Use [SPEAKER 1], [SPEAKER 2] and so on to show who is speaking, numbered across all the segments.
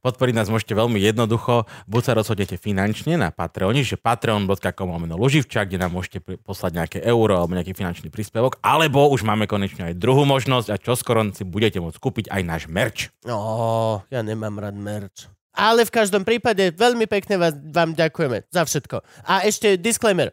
[SPEAKER 1] Podporiť nás môžete veľmi jednoducho, buď sa rozhodnete finančne na Patreon, že patreon.com lomeno Luživčák, kde nám môžete pri- poslať nejaké euro alebo nejaký finančný príspevok, alebo už máme konečne aj druhú možnosť a čoskoro si budete môcť kúpiť aj náš merch.
[SPEAKER 2] No, ja nemám rád merch. Ale v každom prípade veľmi pekne vás, vám ďakujeme za všetko. A ešte disclaimer.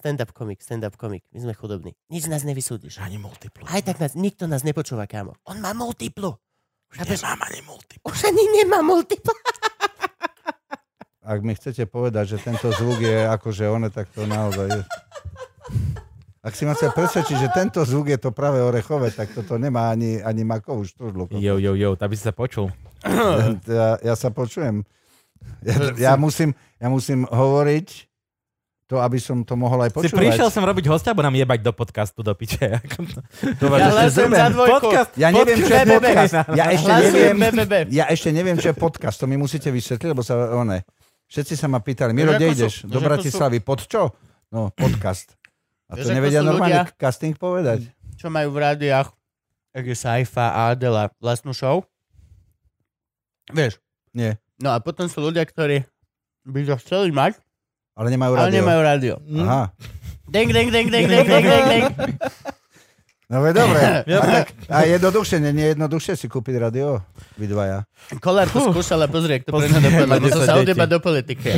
[SPEAKER 2] Stand-up komik, stand-up komik. My sme chudobní. Nič nás nevysúdiš.
[SPEAKER 1] Ani multiplu.
[SPEAKER 2] Aj tak nás, nikto nás nepočúva, kámo. On má multiplu.
[SPEAKER 1] Už nemám ani multiplu.
[SPEAKER 2] Už ani nemá multiplu.
[SPEAKER 3] Ak mi chcete povedať, že tento zvuk je akože ono, tak to naozaj je. Ak si ma chce presvedčiť, že tento zvuk je to práve orechové, tak toto nemá ani, ani makovú štrudlu.
[SPEAKER 1] Jo, jo, jo, aby si sa počul.
[SPEAKER 3] Ja, ja sa počujem. Ja, ja, musím, ja musím hovoriť to, aby som to mohol aj
[SPEAKER 1] Si
[SPEAKER 3] počúvať.
[SPEAKER 1] prišiel sem robiť hostia, bo nám jebať do podcastu do piče.
[SPEAKER 2] Ja
[SPEAKER 3] Dobre, že ste
[SPEAKER 2] len som
[SPEAKER 3] zeme.
[SPEAKER 2] za dvojku.
[SPEAKER 1] Podcast,
[SPEAKER 3] Ja neviem, čo je
[SPEAKER 2] BBB.
[SPEAKER 3] podcast. Ja ešte
[SPEAKER 2] Hlasujem
[SPEAKER 3] neviem,
[SPEAKER 2] BBB.
[SPEAKER 3] ja ešte neviem, čo je podcast. To mi musíte vysvetliť, lebo sa one. Všetci sa ma pýtali,
[SPEAKER 2] Vieš,
[SPEAKER 3] Miro, kde
[SPEAKER 2] No, ako sú- vieš,
[SPEAKER 3] ideš? Do
[SPEAKER 2] ako sú-
[SPEAKER 3] Bratislavy. Pod čo? No, podcast. A
[SPEAKER 2] Vieš,
[SPEAKER 3] to
[SPEAKER 2] ako
[SPEAKER 3] nevedia
[SPEAKER 2] sú
[SPEAKER 3] normálne
[SPEAKER 2] ľudia?
[SPEAKER 3] casting povedať.
[SPEAKER 2] Čo majú v rádiách? Ege Saifa a Adela vlastnú show? Vieš.
[SPEAKER 3] Nie.
[SPEAKER 2] No a potom sú ľudia, ktorí by to chceli mať,
[SPEAKER 3] Ale nemajú
[SPEAKER 2] ale
[SPEAKER 3] rádio.
[SPEAKER 2] nemajú Hm? rádio.
[SPEAKER 3] Aha.
[SPEAKER 2] Deng, deng, deng, deng, deng, deng, deng, deng.
[SPEAKER 3] No veď dobre. A, tak, a jednoduchšie, nie, nie jednoduchšie si kúpiť rádio? Vy dvaja.
[SPEAKER 2] Kolár to skúšal a pozri, ak to pre
[SPEAKER 1] Pozri,
[SPEAKER 2] mňa dopadlo.
[SPEAKER 1] má
[SPEAKER 2] To som
[SPEAKER 1] 10
[SPEAKER 2] sa
[SPEAKER 1] detí.
[SPEAKER 2] odjeba do politiky.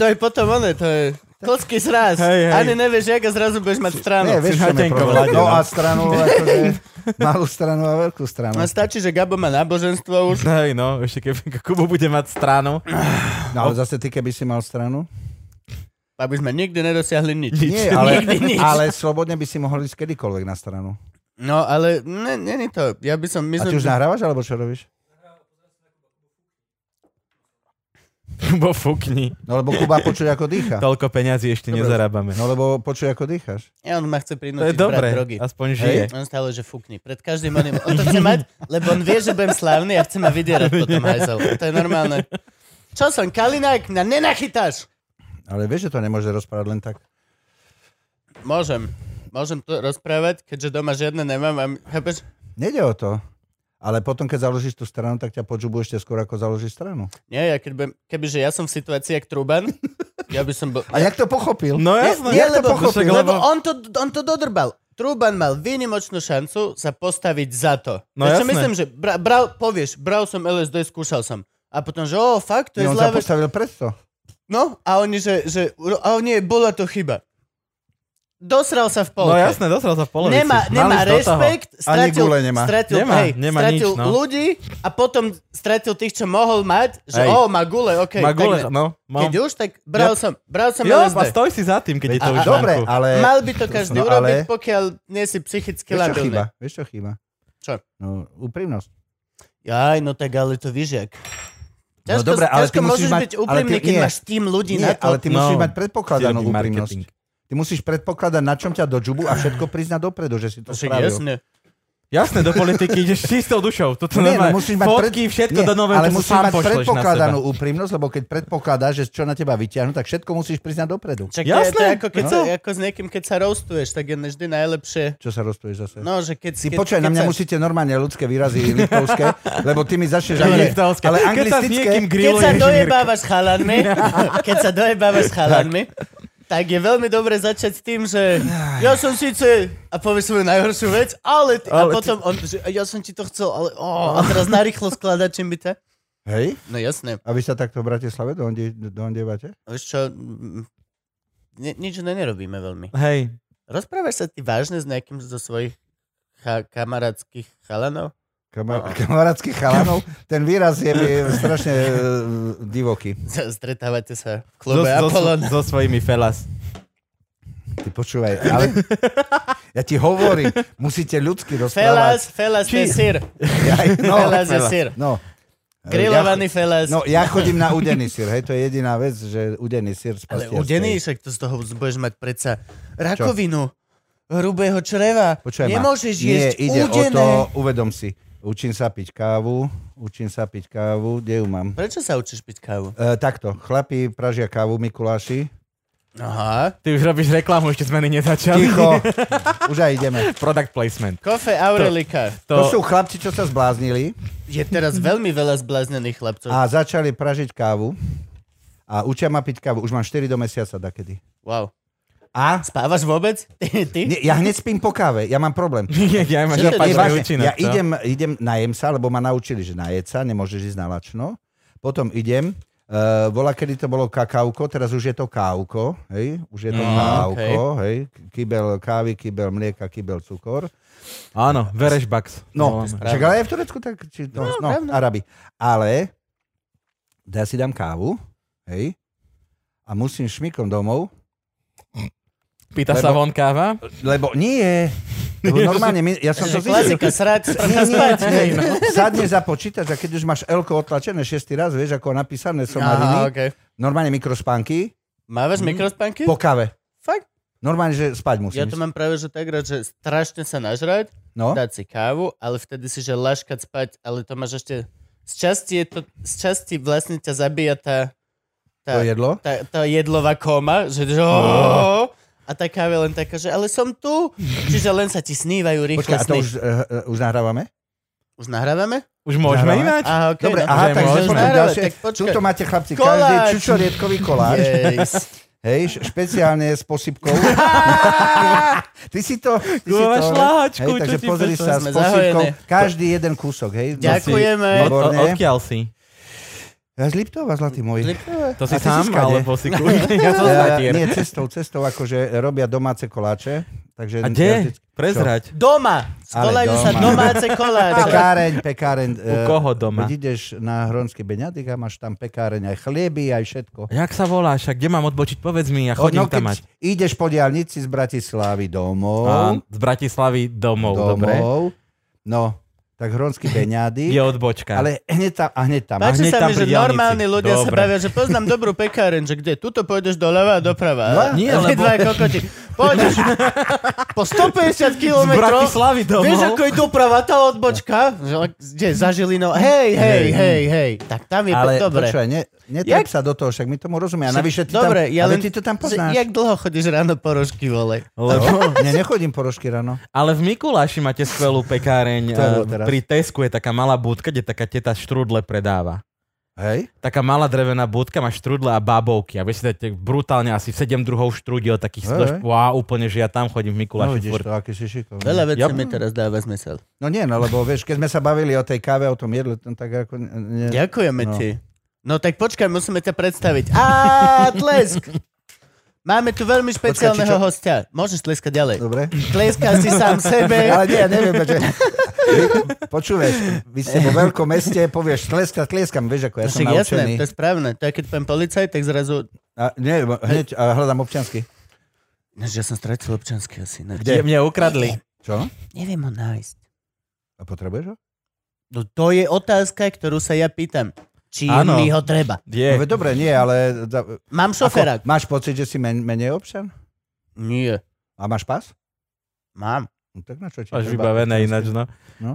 [SPEAKER 2] to je potom ono, to je klský sraz.
[SPEAKER 1] Hej, hej.
[SPEAKER 2] Ani nevieš, jak a zrazu budeš mať stranu.
[SPEAKER 3] nie, vieš, čo je
[SPEAKER 1] Cihatenko
[SPEAKER 3] problém.
[SPEAKER 1] vláde,
[SPEAKER 3] No
[SPEAKER 1] no.
[SPEAKER 3] a stranu, akože, malú stranu a veľkú stranu.
[SPEAKER 2] A stačí, že Gabo má náboženstvo už.
[SPEAKER 1] Hej, no, ešte keby Kubo bude mať stranu.
[SPEAKER 3] No ale zase ty, keby si mal stranu?
[SPEAKER 2] Aby sme nikdy nedosiahli nič.
[SPEAKER 3] Nie, ale,
[SPEAKER 2] Nikdy nič.
[SPEAKER 3] ale slobodne by si mohol ísť kedykoľvek na stranu.
[SPEAKER 2] No, ale ne, není to. Ja by som... My
[SPEAKER 3] A
[SPEAKER 2] sme,
[SPEAKER 3] ty už nahrávaš, alebo čo robíš?
[SPEAKER 1] Kubo fukni.
[SPEAKER 3] No lebo Kuba počuje, ako dýcha.
[SPEAKER 1] Toľko peňazí ešte
[SPEAKER 3] Dobre.
[SPEAKER 1] nezarábame.
[SPEAKER 3] No lebo počuje, ako dýcháš.
[SPEAKER 2] ja, on ma chce
[SPEAKER 1] To je
[SPEAKER 2] prinútiť brať
[SPEAKER 1] dobre,
[SPEAKER 2] drogy.
[SPEAKER 1] aspoň žije.
[SPEAKER 2] On stále, že fukni. Pred každým oným. On to chce mať, lebo on vie, že budem slávny a chce ma vydierať potom hajzel. To je normálne. Čo som, Kalinák? Na nenachytáš!
[SPEAKER 3] Ale vieš, že to nemôže rozprávať len tak.
[SPEAKER 2] Môžem. Môžem to rozprávať, keďže doma žiadne nemám. A m- chápeš?
[SPEAKER 3] Nede o to. Ale potom, keď založíš tú stranu, tak ťa počubu ešte skôr, ako založíš stranu.
[SPEAKER 2] Nie, ja keď budem, kebyže ja som v situácii jak Truban, ja by som bol...
[SPEAKER 3] A jak to pochopil?
[SPEAKER 1] No
[SPEAKER 2] Nie,
[SPEAKER 1] jasné,
[SPEAKER 2] nie,
[SPEAKER 1] ja to
[SPEAKER 2] lebo,
[SPEAKER 1] pochopil,
[SPEAKER 2] lebo
[SPEAKER 3] No,
[SPEAKER 1] lebo...
[SPEAKER 2] on, to, on to dodrbal. Truban mal výnimočnú šancu sa postaviť za to.
[SPEAKER 1] No
[SPEAKER 2] Vieš čo
[SPEAKER 1] jasné.
[SPEAKER 2] myslím, že bra, bral, povieš, bral som LSD, skúšal som. A potom, že o, fakt, to je
[SPEAKER 3] No, on
[SPEAKER 2] zlá
[SPEAKER 3] sa
[SPEAKER 2] vec.
[SPEAKER 3] postavil pred to.
[SPEAKER 2] No, a oni, že, že a nie, bola to chyba. Dosral sa v polke.
[SPEAKER 1] No jasné, dosral sa v polovici.
[SPEAKER 2] Nemá, nemá
[SPEAKER 1] Mali z toho.
[SPEAKER 2] rešpekt, stratil,
[SPEAKER 3] gule nemá.
[SPEAKER 2] stratil,
[SPEAKER 1] Nemá,
[SPEAKER 2] hej,
[SPEAKER 1] nemá
[SPEAKER 2] stratil
[SPEAKER 1] nič, no.
[SPEAKER 2] ľudí a potom stratil tých, čo mohol mať, že
[SPEAKER 1] Hej.
[SPEAKER 2] o, má gule, okej.
[SPEAKER 1] Má
[SPEAKER 2] tak
[SPEAKER 1] gule,
[SPEAKER 2] ne.
[SPEAKER 1] no. Mám...
[SPEAKER 2] Keď už, tak bral som, bral som
[SPEAKER 1] Jo, a
[SPEAKER 2] LSD.
[SPEAKER 1] stoj si za tým, keď ti to
[SPEAKER 3] Veď-
[SPEAKER 1] už
[SPEAKER 3] Dobre,
[SPEAKER 1] vonku.
[SPEAKER 3] ale...
[SPEAKER 2] Mal by to každý
[SPEAKER 3] No,
[SPEAKER 2] urobiť,
[SPEAKER 3] ale-
[SPEAKER 2] pokiaľ nie si psychicky
[SPEAKER 3] Vieš, čo chýba?
[SPEAKER 2] labilný.
[SPEAKER 3] Vieš, čo chýba?
[SPEAKER 2] Čo?
[SPEAKER 3] No, úprimnosť.
[SPEAKER 2] Jaj, no tak ale to vyžiak. Ťažko,
[SPEAKER 3] dobre, ale
[SPEAKER 2] ťažko
[SPEAKER 3] ty musíš
[SPEAKER 2] môžeš
[SPEAKER 3] mať-
[SPEAKER 2] byť úprimný,
[SPEAKER 3] ale ty-
[SPEAKER 2] keď
[SPEAKER 3] nie.
[SPEAKER 2] máš tým ľudí na
[SPEAKER 3] Nie,
[SPEAKER 2] to.
[SPEAKER 3] ale ty musíš
[SPEAKER 1] No.
[SPEAKER 3] mať predpokladanú
[SPEAKER 1] Chci robiť
[SPEAKER 3] úprimnosť.
[SPEAKER 1] marketing.
[SPEAKER 3] Ty musíš predpokladať, na čom ťa dožubu a všetko priznať dopredu, že si to
[SPEAKER 2] Však
[SPEAKER 3] spravil.
[SPEAKER 2] jasne.
[SPEAKER 1] Jasné, do politiky ideš s čistou dušou. Toto
[SPEAKER 3] Nie,
[SPEAKER 1] normálne.
[SPEAKER 3] no musíš mať
[SPEAKER 1] Fotky, všetko do nového,
[SPEAKER 3] ale
[SPEAKER 1] to
[SPEAKER 3] musíš
[SPEAKER 1] sám
[SPEAKER 3] mať
[SPEAKER 1] pošleš na seba.
[SPEAKER 3] predpokladanú úprimnosť, lebo keď predpokladáš, že čo na teba vyťahnú, tak všetko musíš priznať dopredu.
[SPEAKER 2] Čak, to je- to je
[SPEAKER 1] Jasné,
[SPEAKER 2] ako, keď
[SPEAKER 1] no.
[SPEAKER 2] sa, ako s niekým, keď sa roastuješ, tak je vždy najlepšie.
[SPEAKER 3] Čo sa roztuješ zase?
[SPEAKER 2] No, že keď,
[SPEAKER 3] Ty
[SPEAKER 2] keď,
[SPEAKER 3] počkaj, na
[SPEAKER 2] keď
[SPEAKER 3] mňa
[SPEAKER 2] sa-
[SPEAKER 3] musíte normálne ľudské výrazy liptovské, lebo ty mi začneš...
[SPEAKER 1] Ale,
[SPEAKER 3] Ale, ale
[SPEAKER 1] keď sa s niekým
[SPEAKER 3] anglistické...
[SPEAKER 2] Keď
[SPEAKER 1] grilluješ,
[SPEAKER 2] sa
[SPEAKER 1] Mirko.
[SPEAKER 2] dojebávaš s chalanmi, keď sa dojebávaš s chalanmi, tak je veľmi dobre začať s tým, že ja som síce, a povieš svoju najhoršiu vec, ale, ty, a
[SPEAKER 1] Ale ty-
[SPEAKER 2] potom on, že ja som ti to chcel, ale oh, a teraz narýchlo skladačím by to.
[SPEAKER 3] Hej?
[SPEAKER 2] No jasné,
[SPEAKER 3] A vy sa takto v Bratislave dohondievate?
[SPEAKER 2] vieš čo, mm, ne, nič iné nerobíme veľmi.
[SPEAKER 1] Hej,
[SPEAKER 2] Rozprávaš sa ty vážne s nejakým zo svojich cha- kamarátskych chalanov?
[SPEAKER 1] No.
[SPEAKER 3] Kamar- kamarátskych chalanov. Ten výraz je mi strašne eh, divoký.
[SPEAKER 2] Stretávate sa v
[SPEAKER 1] So,
[SPEAKER 2] klube
[SPEAKER 1] so,
[SPEAKER 2] Apollon.
[SPEAKER 1] so svojimi felas.
[SPEAKER 3] Ty počúvaj, ale ja ti hovorím, musíte ľudsky
[SPEAKER 2] Felas,
[SPEAKER 3] rozprávať.
[SPEAKER 2] felas, to je
[SPEAKER 3] Či-
[SPEAKER 2] sír.
[SPEAKER 3] Aj, no,
[SPEAKER 2] Felas je sír.
[SPEAKER 3] no,
[SPEAKER 2] Grillovaný felas.
[SPEAKER 3] no, ja chodím na udený sír, hej, to je jediná vec, že udený sír z
[SPEAKER 2] Ale
[SPEAKER 3] pastierskej.
[SPEAKER 2] udený, však to z toho budeš mať predsa rakovinu hrubého čreva.
[SPEAKER 3] Počúvaj ma,
[SPEAKER 2] Nemôžeš
[SPEAKER 3] nie,
[SPEAKER 2] jesť
[SPEAKER 3] ide
[SPEAKER 2] udené.
[SPEAKER 3] o to, uvedom si, učím sa piť kávu, učím sa piť kávu, kde ju mám?
[SPEAKER 2] Prečo sa učíš piť kávu?
[SPEAKER 3] E, takto, chlapi pražia kávu Mikuláši.
[SPEAKER 2] Aha.
[SPEAKER 1] Ty už robíš reklamu, ešte sme ani nezačali.
[SPEAKER 3] Ticho, už aj ideme.
[SPEAKER 1] Product placement.
[SPEAKER 2] Kofe Aurelika.
[SPEAKER 3] To
[SPEAKER 1] To,
[SPEAKER 3] sú chlapci, čo sa zbláznili
[SPEAKER 2] Je teraz veľmi veľa zbláznených chlapcov.
[SPEAKER 3] a začali pražiť kávu a učia ma piť kávu. Už mám 4 do mesiaca dakedy.
[SPEAKER 2] Wow.
[SPEAKER 3] A?
[SPEAKER 2] Spávaš vôbec? Ty? ty?
[SPEAKER 3] Nie, ja hneď spím po káve, ja mám problém.
[SPEAKER 1] ja mám
[SPEAKER 2] Čo to
[SPEAKER 1] zapáčený
[SPEAKER 2] je?
[SPEAKER 3] vážne,
[SPEAKER 1] účinok,
[SPEAKER 3] vlastne?
[SPEAKER 1] no.
[SPEAKER 3] ja
[SPEAKER 1] to.
[SPEAKER 3] idem, idem najem sa, lebo ma naučili, že najed sa, nemôžeš ísť na lačno. Potom idem, uh, bola kedy to bolo kakauko, teraz už je to kávko, hej, už je to
[SPEAKER 2] Mm,
[SPEAKER 3] kávko, hej, kybel kávy, kybel mlieka, kybel cukor.
[SPEAKER 1] Áno, vereš bucks.
[SPEAKER 3] No,
[SPEAKER 1] Voláme.
[SPEAKER 3] však ale aj v Turecku tak, či to, no, no Arabi. Ale ja si dám kávu, hej, a musím šmikom domov,
[SPEAKER 1] Pýta sa
[SPEAKER 3] lebo-
[SPEAKER 1] von káva?
[SPEAKER 3] lebo nie, lebo normálne, my, ja som
[SPEAKER 2] Že
[SPEAKER 3] to zistil.
[SPEAKER 2] klasika, srať, sprcha,
[SPEAKER 3] Nie, nie,
[SPEAKER 2] spať.
[SPEAKER 3] nie, no. nie. Sadne za počítač a keď už máš l otlačené šestý raz, vieš, ako napísané
[SPEAKER 2] Aha,
[SPEAKER 3] somariny,
[SPEAKER 2] okay.
[SPEAKER 3] normálne mikrospánky, Hm?
[SPEAKER 2] Mávaš mikrospánky?
[SPEAKER 3] po kave.
[SPEAKER 2] Fakt?
[SPEAKER 3] Normálne, že spať musíš.
[SPEAKER 2] Ja to mám práve, že tak rád, že strašne sa nažrať,
[SPEAKER 3] No,
[SPEAKER 2] dať si kávu, ale vtedy si, že laškať spať, ale to máš ešte... Z časti, je to, z časti vlastne ťa zabíja tá,
[SPEAKER 3] to
[SPEAKER 2] tá,
[SPEAKER 3] jedlo.
[SPEAKER 2] tá, tá jedlová koma, že... že oh, a tá káva je len taká, že ale som tu. Čiže len sa ti snívajú rýchle
[SPEAKER 3] Počkaj, a to
[SPEAKER 2] sny.
[SPEAKER 3] už, eh, eh, už nahrávame?
[SPEAKER 2] už nahrávame?
[SPEAKER 1] Už môžeme
[SPEAKER 3] Nahrávame?
[SPEAKER 1] ináč?
[SPEAKER 2] Aha, okay,
[SPEAKER 3] Dobre,
[SPEAKER 2] no,
[SPEAKER 3] aha,
[SPEAKER 1] že
[SPEAKER 3] takže
[SPEAKER 1] môžeme.
[SPEAKER 3] potom
[SPEAKER 2] Nahrávame,
[SPEAKER 3] ďalšie.
[SPEAKER 2] tak počkaj.
[SPEAKER 3] Tuto máte chlapci,
[SPEAKER 2] Koláč.
[SPEAKER 3] každý čučoriedkový koláč.
[SPEAKER 2] Yes.
[SPEAKER 3] Hej, š- špeciálne s posypkou. ty si to... Ty si
[SPEAKER 1] Kurva,
[SPEAKER 3] to
[SPEAKER 1] šláhačku,
[SPEAKER 3] hej,
[SPEAKER 1] čo
[SPEAKER 3] takže
[SPEAKER 1] ti
[SPEAKER 3] pozri
[SPEAKER 1] prečo?
[SPEAKER 3] sa s
[SPEAKER 2] Sme
[SPEAKER 3] posypkou.
[SPEAKER 2] zahojení.
[SPEAKER 3] Každý jeden kúsok, hej.
[SPEAKER 2] Ďakujeme.
[SPEAKER 1] Od, od,
[SPEAKER 3] Výborné.
[SPEAKER 1] odkiaľ si?
[SPEAKER 3] Ja z Liptova, zlatý môj.
[SPEAKER 1] To si
[SPEAKER 3] A ty si
[SPEAKER 1] sám,
[SPEAKER 3] skade?
[SPEAKER 1] alebo si kúš? ja som
[SPEAKER 3] Ja,
[SPEAKER 1] znatier.
[SPEAKER 3] nie, cestou, cestou, akože robia domáce koláče. Takže
[SPEAKER 1] A
[SPEAKER 3] ja
[SPEAKER 1] kde?
[SPEAKER 3] vždycky-
[SPEAKER 1] Prezrať.
[SPEAKER 2] Doma. Skolajú
[SPEAKER 3] Ale
[SPEAKER 2] sa
[SPEAKER 3] doma.
[SPEAKER 2] domáce
[SPEAKER 3] Čo?
[SPEAKER 2] koláče.
[SPEAKER 3] Pekáreň, pekáreň. e,
[SPEAKER 1] U koho doma?
[SPEAKER 3] Keď ideš na Hronský Beňadik a máš tam pekáreň aj chlieby, aj všetko.
[SPEAKER 1] Jak sa voláš? A kde mám odbočiť? Povedz mi, ja chodím
[SPEAKER 3] no, keď
[SPEAKER 1] tam mať.
[SPEAKER 3] ideš po diálnici z Bratislavy
[SPEAKER 1] Á,
[SPEAKER 3] domov,
[SPEAKER 1] Z Bratislavy domov, dobre.
[SPEAKER 3] domov no, tak Hronský
[SPEAKER 1] Je
[SPEAKER 3] Beňadik,
[SPEAKER 1] odbočka.
[SPEAKER 3] ale hneď tam, a hneď tam.
[SPEAKER 1] Pač-
[SPEAKER 2] Páči
[SPEAKER 1] hneď
[SPEAKER 2] sa
[SPEAKER 1] tam
[SPEAKER 2] mi,
[SPEAKER 1] pri
[SPEAKER 2] že
[SPEAKER 1] diaľnici.
[SPEAKER 2] normálni ľudia sa
[SPEAKER 1] Dobre.
[SPEAKER 2] bavia, že poznám dobrú pekáren, že kde? Tuto pôjdeš doľava a doprava.
[SPEAKER 3] No,
[SPEAKER 2] ale-
[SPEAKER 1] nie,
[SPEAKER 2] a vy
[SPEAKER 1] lebo-
[SPEAKER 2] dvaja kokoti. Pôjdeš po 150
[SPEAKER 1] Z
[SPEAKER 2] kilometrov.
[SPEAKER 1] Bratislavy
[SPEAKER 3] no.
[SPEAKER 1] domov.
[SPEAKER 2] Vieš, ako je doprava tá odbočka? Že- Kde? Za Žilinou. Hej, hej, hej, hej. Tak tam je
[SPEAKER 3] ale
[SPEAKER 2] dobre.
[SPEAKER 3] počúvaj, ne, netrep
[SPEAKER 2] Jak-
[SPEAKER 3] sa do toho, však my tomu rozumieme. A navyše ty
[SPEAKER 2] dobre,
[SPEAKER 3] tam,
[SPEAKER 2] ja
[SPEAKER 3] ale
[SPEAKER 2] len,
[SPEAKER 3] ty to tam
[SPEAKER 2] že
[SPEAKER 3] poznáš. No,
[SPEAKER 2] Jak dlho chodíš ráno po rožky, vole?
[SPEAKER 1] Lebo,
[SPEAKER 3] Ne, nechodím po rožky ráno.
[SPEAKER 1] ale v Mikuláši máte skvelú pekáreň.
[SPEAKER 3] To je
[SPEAKER 1] eh,
[SPEAKER 3] teraz.
[SPEAKER 1] Pri Tesku je taká malá budka, kde taká teta štrúdle predáva.
[SPEAKER 3] Hej?
[SPEAKER 1] Taká malá drevená budka, má štrúdle a bábovky. A vieš, dáte brutálne asi 7 druhov štrúdiel takých
[SPEAKER 3] Hej,
[SPEAKER 1] hey.
[SPEAKER 3] hej.
[SPEAKER 1] Wow, úplne, že ja tam chodím v
[SPEAKER 3] No
[SPEAKER 1] Mikuláši.
[SPEAKER 3] vidíš
[SPEAKER 1] furt.
[SPEAKER 3] to, aký si šikovný.
[SPEAKER 2] Veľa vecí
[SPEAKER 1] Ja-
[SPEAKER 2] mi teraz dáva zmysel.
[SPEAKER 3] No nie, no lebo vieš, keď sme sa bavili o tej káve, o tom jedle, tam tak ako... Ne, ne,
[SPEAKER 2] Ďakujeme
[SPEAKER 3] No.
[SPEAKER 2] no. ti. No tak počkaj, musíme ťa predstaviť. Á, tlesk! Máme tu veľmi špeciálneho
[SPEAKER 3] čo?
[SPEAKER 2] hostia. Môžeš tleskať ďalej.
[SPEAKER 3] dobre?
[SPEAKER 2] Tleská si sám sebe.
[SPEAKER 3] Ale nie, ja neviem, že... Počúvaš, vy ste vo veľkom meste, povieš, tleska, tlieskam, vieš, ako ja som
[SPEAKER 2] Však jasné,
[SPEAKER 3] naučený.
[SPEAKER 2] to je správne. To je, keď poviem policaj, tak zrazu...
[SPEAKER 3] A, nie, hneď a hľadám občiansky.
[SPEAKER 2] Než ja som stratil občanský asi. Ne.
[SPEAKER 3] Kde? No,
[SPEAKER 1] Mne ukradli.
[SPEAKER 3] Čo?
[SPEAKER 2] Neviem ho nájsť.
[SPEAKER 3] A potrebuješ ho?
[SPEAKER 2] No to je otázka, ktorú sa ja pýtam. Či
[SPEAKER 1] Áno.
[SPEAKER 2] mi ho treba.
[SPEAKER 1] Je.
[SPEAKER 3] No, veď dobre, nie, ale... za-
[SPEAKER 2] Mám šoféra?
[SPEAKER 3] Ako, máš pocit, že si men, menej občan?
[SPEAKER 2] Nie.
[SPEAKER 3] A máš pás?
[SPEAKER 2] Mám.
[SPEAKER 3] No tak na čo ti
[SPEAKER 1] Až
[SPEAKER 3] treba
[SPEAKER 1] vybavené
[SPEAKER 3] občiansky?
[SPEAKER 1] ináč, no.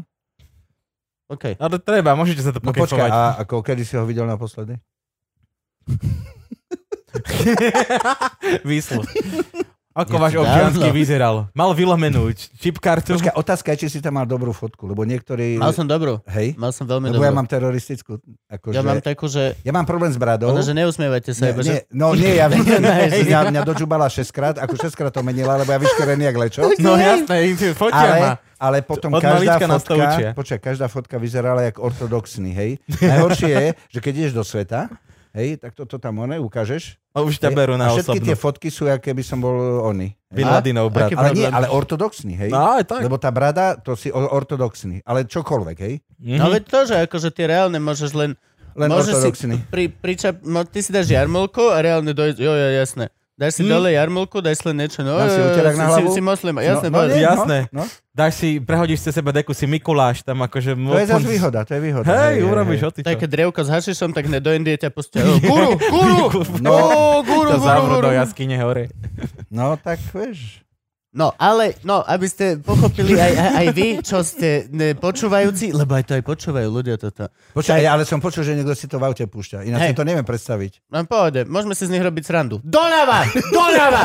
[SPEAKER 2] OK.
[SPEAKER 1] Ale treba, môžete sa to
[SPEAKER 3] No počkaj,
[SPEAKER 1] pokecovať.
[SPEAKER 3] a ako, kedy si ho videl naposledy?
[SPEAKER 1] Výsluh. Ako
[SPEAKER 2] Je
[SPEAKER 1] váš
[SPEAKER 2] to
[SPEAKER 1] občiansky
[SPEAKER 2] dávno.
[SPEAKER 1] vyzeral? Mal vylomenú č- čipkartu?
[SPEAKER 3] Počkaj, otázka je, či si tam mal dobrú fotku, lebo niektorí...
[SPEAKER 2] Mal som dobrú.
[SPEAKER 3] Hej?
[SPEAKER 2] Mal som veľmi
[SPEAKER 3] Lebo
[SPEAKER 2] dobrú.
[SPEAKER 3] ja mám teroristickú.
[SPEAKER 2] ja
[SPEAKER 3] Akože,
[SPEAKER 2] mám takú, že...
[SPEAKER 3] ja mám problém s bradou.
[SPEAKER 2] Ona, že neusmievajte sa,
[SPEAKER 3] Nie,
[SPEAKER 2] iba,
[SPEAKER 3] nie,
[SPEAKER 2] že...
[SPEAKER 3] no nie, ja viem,
[SPEAKER 2] Ne,
[SPEAKER 3] mňa, mňa dočubala šestkrát, ako šestkrát to menila, lebo ja vyškerený jak lečo.
[SPEAKER 1] No jasné, im- fotia ma.
[SPEAKER 3] Ale, ale potom
[SPEAKER 1] Od
[SPEAKER 3] každá
[SPEAKER 1] malička nás to učia.
[SPEAKER 3] fotka, počkaj, každá fotka vyzerala jak ortodoxný, hej. Najhoršie je, že keď ideš do sveta Hej, tak toto tam one ukážeš.
[SPEAKER 1] A No už ťa
[SPEAKER 3] Hej,
[SPEAKER 1] berú na
[SPEAKER 3] a všetky
[SPEAKER 1] osobnú.
[SPEAKER 3] tie fotky sú, aké by som bol oni.
[SPEAKER 1] Bin Ladenov brat.
[SPEAKER 2] Aký
[SPEAKER 3] Ale nie,
[SPEAKER 2] problém?
[SPEAKER 3] ale ortodoxný, hej.
[SPEAKER 1] No, aj tak.
[SPEAKER 3] Lebo tá brada, to si o- ortodoxný. Ale čokoľvek, hej.
[SPEAKER 1] Mhm.
[SPEAKER 2] No veď to, že akože ty reálne môžeš len...
[SPEAKER 3] Len
[SPEAKER 2] môžeš
[SPEAKER 3] ortodoxný.
[SPEAKER 2] Si pri, priča, mo, ty si dáš jarmulku a reálne dojde... Jo, jo, jasné. Dáš si
[SPEAKER 1] Hm.
[SPEAKER 2] dole jarmulku, dáš si len niečo... No,
[SPEAKER 3] Dám
[SPEAKER 2] jo,
[SPEAKER 3] si
[SPEAKER 2] jo,
[SPEAKER 3] úterák na hlavu?
[SPEAKER 2] Si, si moslim, jasné,
[SPEAKER 3] no,
[SPEAKER 2] povedz.
[SPEAKER 3] nie,
[SPEAKER 1] Jasné.
[SPEAKER 3] No, no.
[SPEAKER 1] Dáš si, prehodíš cez seba deku si Mikuláš, tam akože...
[SPEAKER 3] To je zase výhoda, to je výhoda.
[SPEAKER 1] Hej, urobíš
[SPEAKER 3] hej.
[SPEAKER 1] ho ty čo.
[SPEAKER 2] Také drevko s hašišom, tak hne do Indie ťa pustia. "O, Guru, guru,
[SPEAKER 3] No.
[SPEAKER 2] no, guru, guru,
[SPEAKER 1] To zavrú
[SPEAKER 2] guru.
[SPEAKER 1] do jaskyne hore.
[SPEAKER 3] No, tak vieš.
[SPEAKER 2] No, ale, no, aby ste pochopili aj, aj, aj vy, čo ste ne, počúvajúci, lebo aj to aj počúvajú ľudia toto.
[SPEAKER 3] Počkaj, ale som počul, že niekto si to v aute púšťa. Ináč
[SPEAKER 2] Hej.
[SPEAKER 3] si to neviem predstaviť.
[SPEAKER 2] No, pohode, môžeme si z nich robiť srandu. Doľava! Doľava!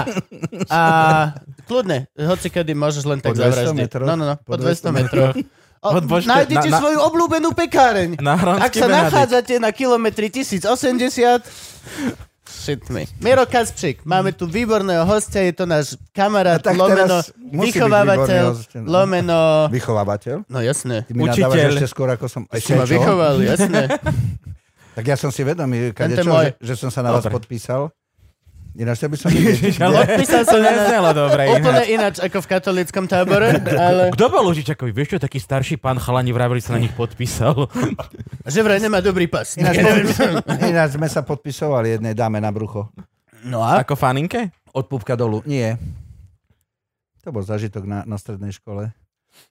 [SPEAKER 2] A kľudne, hoci kedy môžeš len tak
[SPEAKER 3] Po 200
[SPEAKER 2] zavraždiť.
[SPEAKER 3] metroch?
[SPEAKER 2] No, no, no, po 200 metroch. O,
[SPEAKER 1] No, počkaj,
[SPEAKER 2] nájdete
[SPEAKER 1] na- na-
[SPEAKER 2] svoju obľúbenú pekáreň.
[SPEAKER 1] Na
[SPEAKER 2] Ak
[SPEAKER 1] Hronskej
[SPEAKER 2] sa
[SPEAKER 1] Benedikt.
[SPEAKER 2] nachádzate na kilometri 1080, shit me. Miro Kasprčík, máme tu výborného hostia, je to náš kamarát,
[SPEAKER 3] A tak
[SPEAKER 2] lomeno,
[SPEAKER 3] teraz musí byť
[SPEAKER 2] vychovávateľ,
[SPEAKER 3] výborný host, no.
[SPEAKER 2] lomeno...
[SPEAKER 3] Vychovávateľ.
[SPEAKER 2] No jasné.
[SPEAKER 3] Ty mi
[SPEAKER 1] Učiteľ.
[SPEAKER 3] nadávaš ešte skôr, ako som...
[SPEAKER 2] Si ma
[SPEAKER 3] Ešte čo?
[SPEAKER 2] vychoval, jasné.
[SPEAKER 3] Tak ja som si vedomý,
[SPEAKER 2] Tento
[SPEAKER 3] kadečo,
[SPEAKER 2] môj.
[SPEAKER 3] že, že som sa na vás
[SPEAKER 1] Dobre.
[SPEAKER 3] podpísal. Ináč to by som... Ježiš,
[SPEAKER 2] Odpísal
[SPEAKER 1] To
[SPEAKER 2] som na nás
[SPEAKER 1] neznelo dobre.
[SPEAKER 2] úplne
[SPEAKER 1] ináč.
[SPEAKER 2] ináč ako v katolíckom tábore, ale
[SPEAKER 1] Kto bol Lužičakovi? Vieš čo, taký starší pán chalani vravili sa na nich podpísal.
[SPEAKER 2] že vraj nemá dobrý pas.
[SPEAKER 3] Ináč,
[SPEAKER 2] Ja neviem, čo-
[SPEAKER 3] ináč sme sa podpisovali jednej dáme na brucho.
[SPEAKER 2] No a?
[SPEAKER 1] Ako faninke?
[SPEAKER 3] Od pupka dolu. Nie. To bol zažitok na, na strednej škole.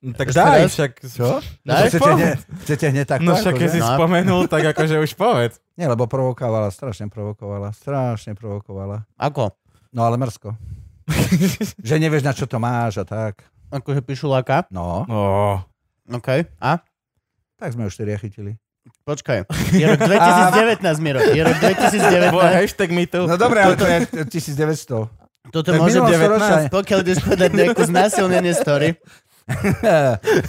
[SPEAKER 1] No, Tak
[SPEAKER 2] Ešte
[SPEAKER 1] daj
[SPEAKER 2] raz?
[SPEAKER 1] však.
[SPEAKER 3] Čo? No,
[SPEAKER 2] Daj,
[SPEAKER 3] chcete, hne, chcete hneď tak?
[SPEAKER 1] No však keď si
[SPEAKER 2] No.
[SPEAKER 1] spomenul, tak akože už povedz.
[SPEAKER 3] Nie, lebo provokovala, strašne provokovala, strašne provokovala.
[SPEAKER 2] Ako?
[SPEAKER 3] No ale mrzko. že nevieš, na čo to máš a tak.
[SPEAKER 2] Akože píšu laka.
[SPEAKER 3] No,
[SPEAKER 1] No.
[SPEAKER 2] OK. A?
[SPEAKER 3] tak sme ju štyria chytili.
[SPEAKER 2] Počkaj. Je rok 2019, Miro. Je rok
[SPEAKER 1] Bo
[SPEAKER 2] 2019.
[SPEAKER 1] hashtag me too.
[SPEAKER 3] No dobre, ale to je 1900.
[SPEAKER 2] Toto
[SPEAKER 3] To je
[SPEAKER 2] môže
[SPEAKER 3] minulé
[SPEAKER 2] byť,
[SPEAKER 3] storočie.
[SPEAKER 2] pokiaľ ideš podať nejakú znásilnenie story.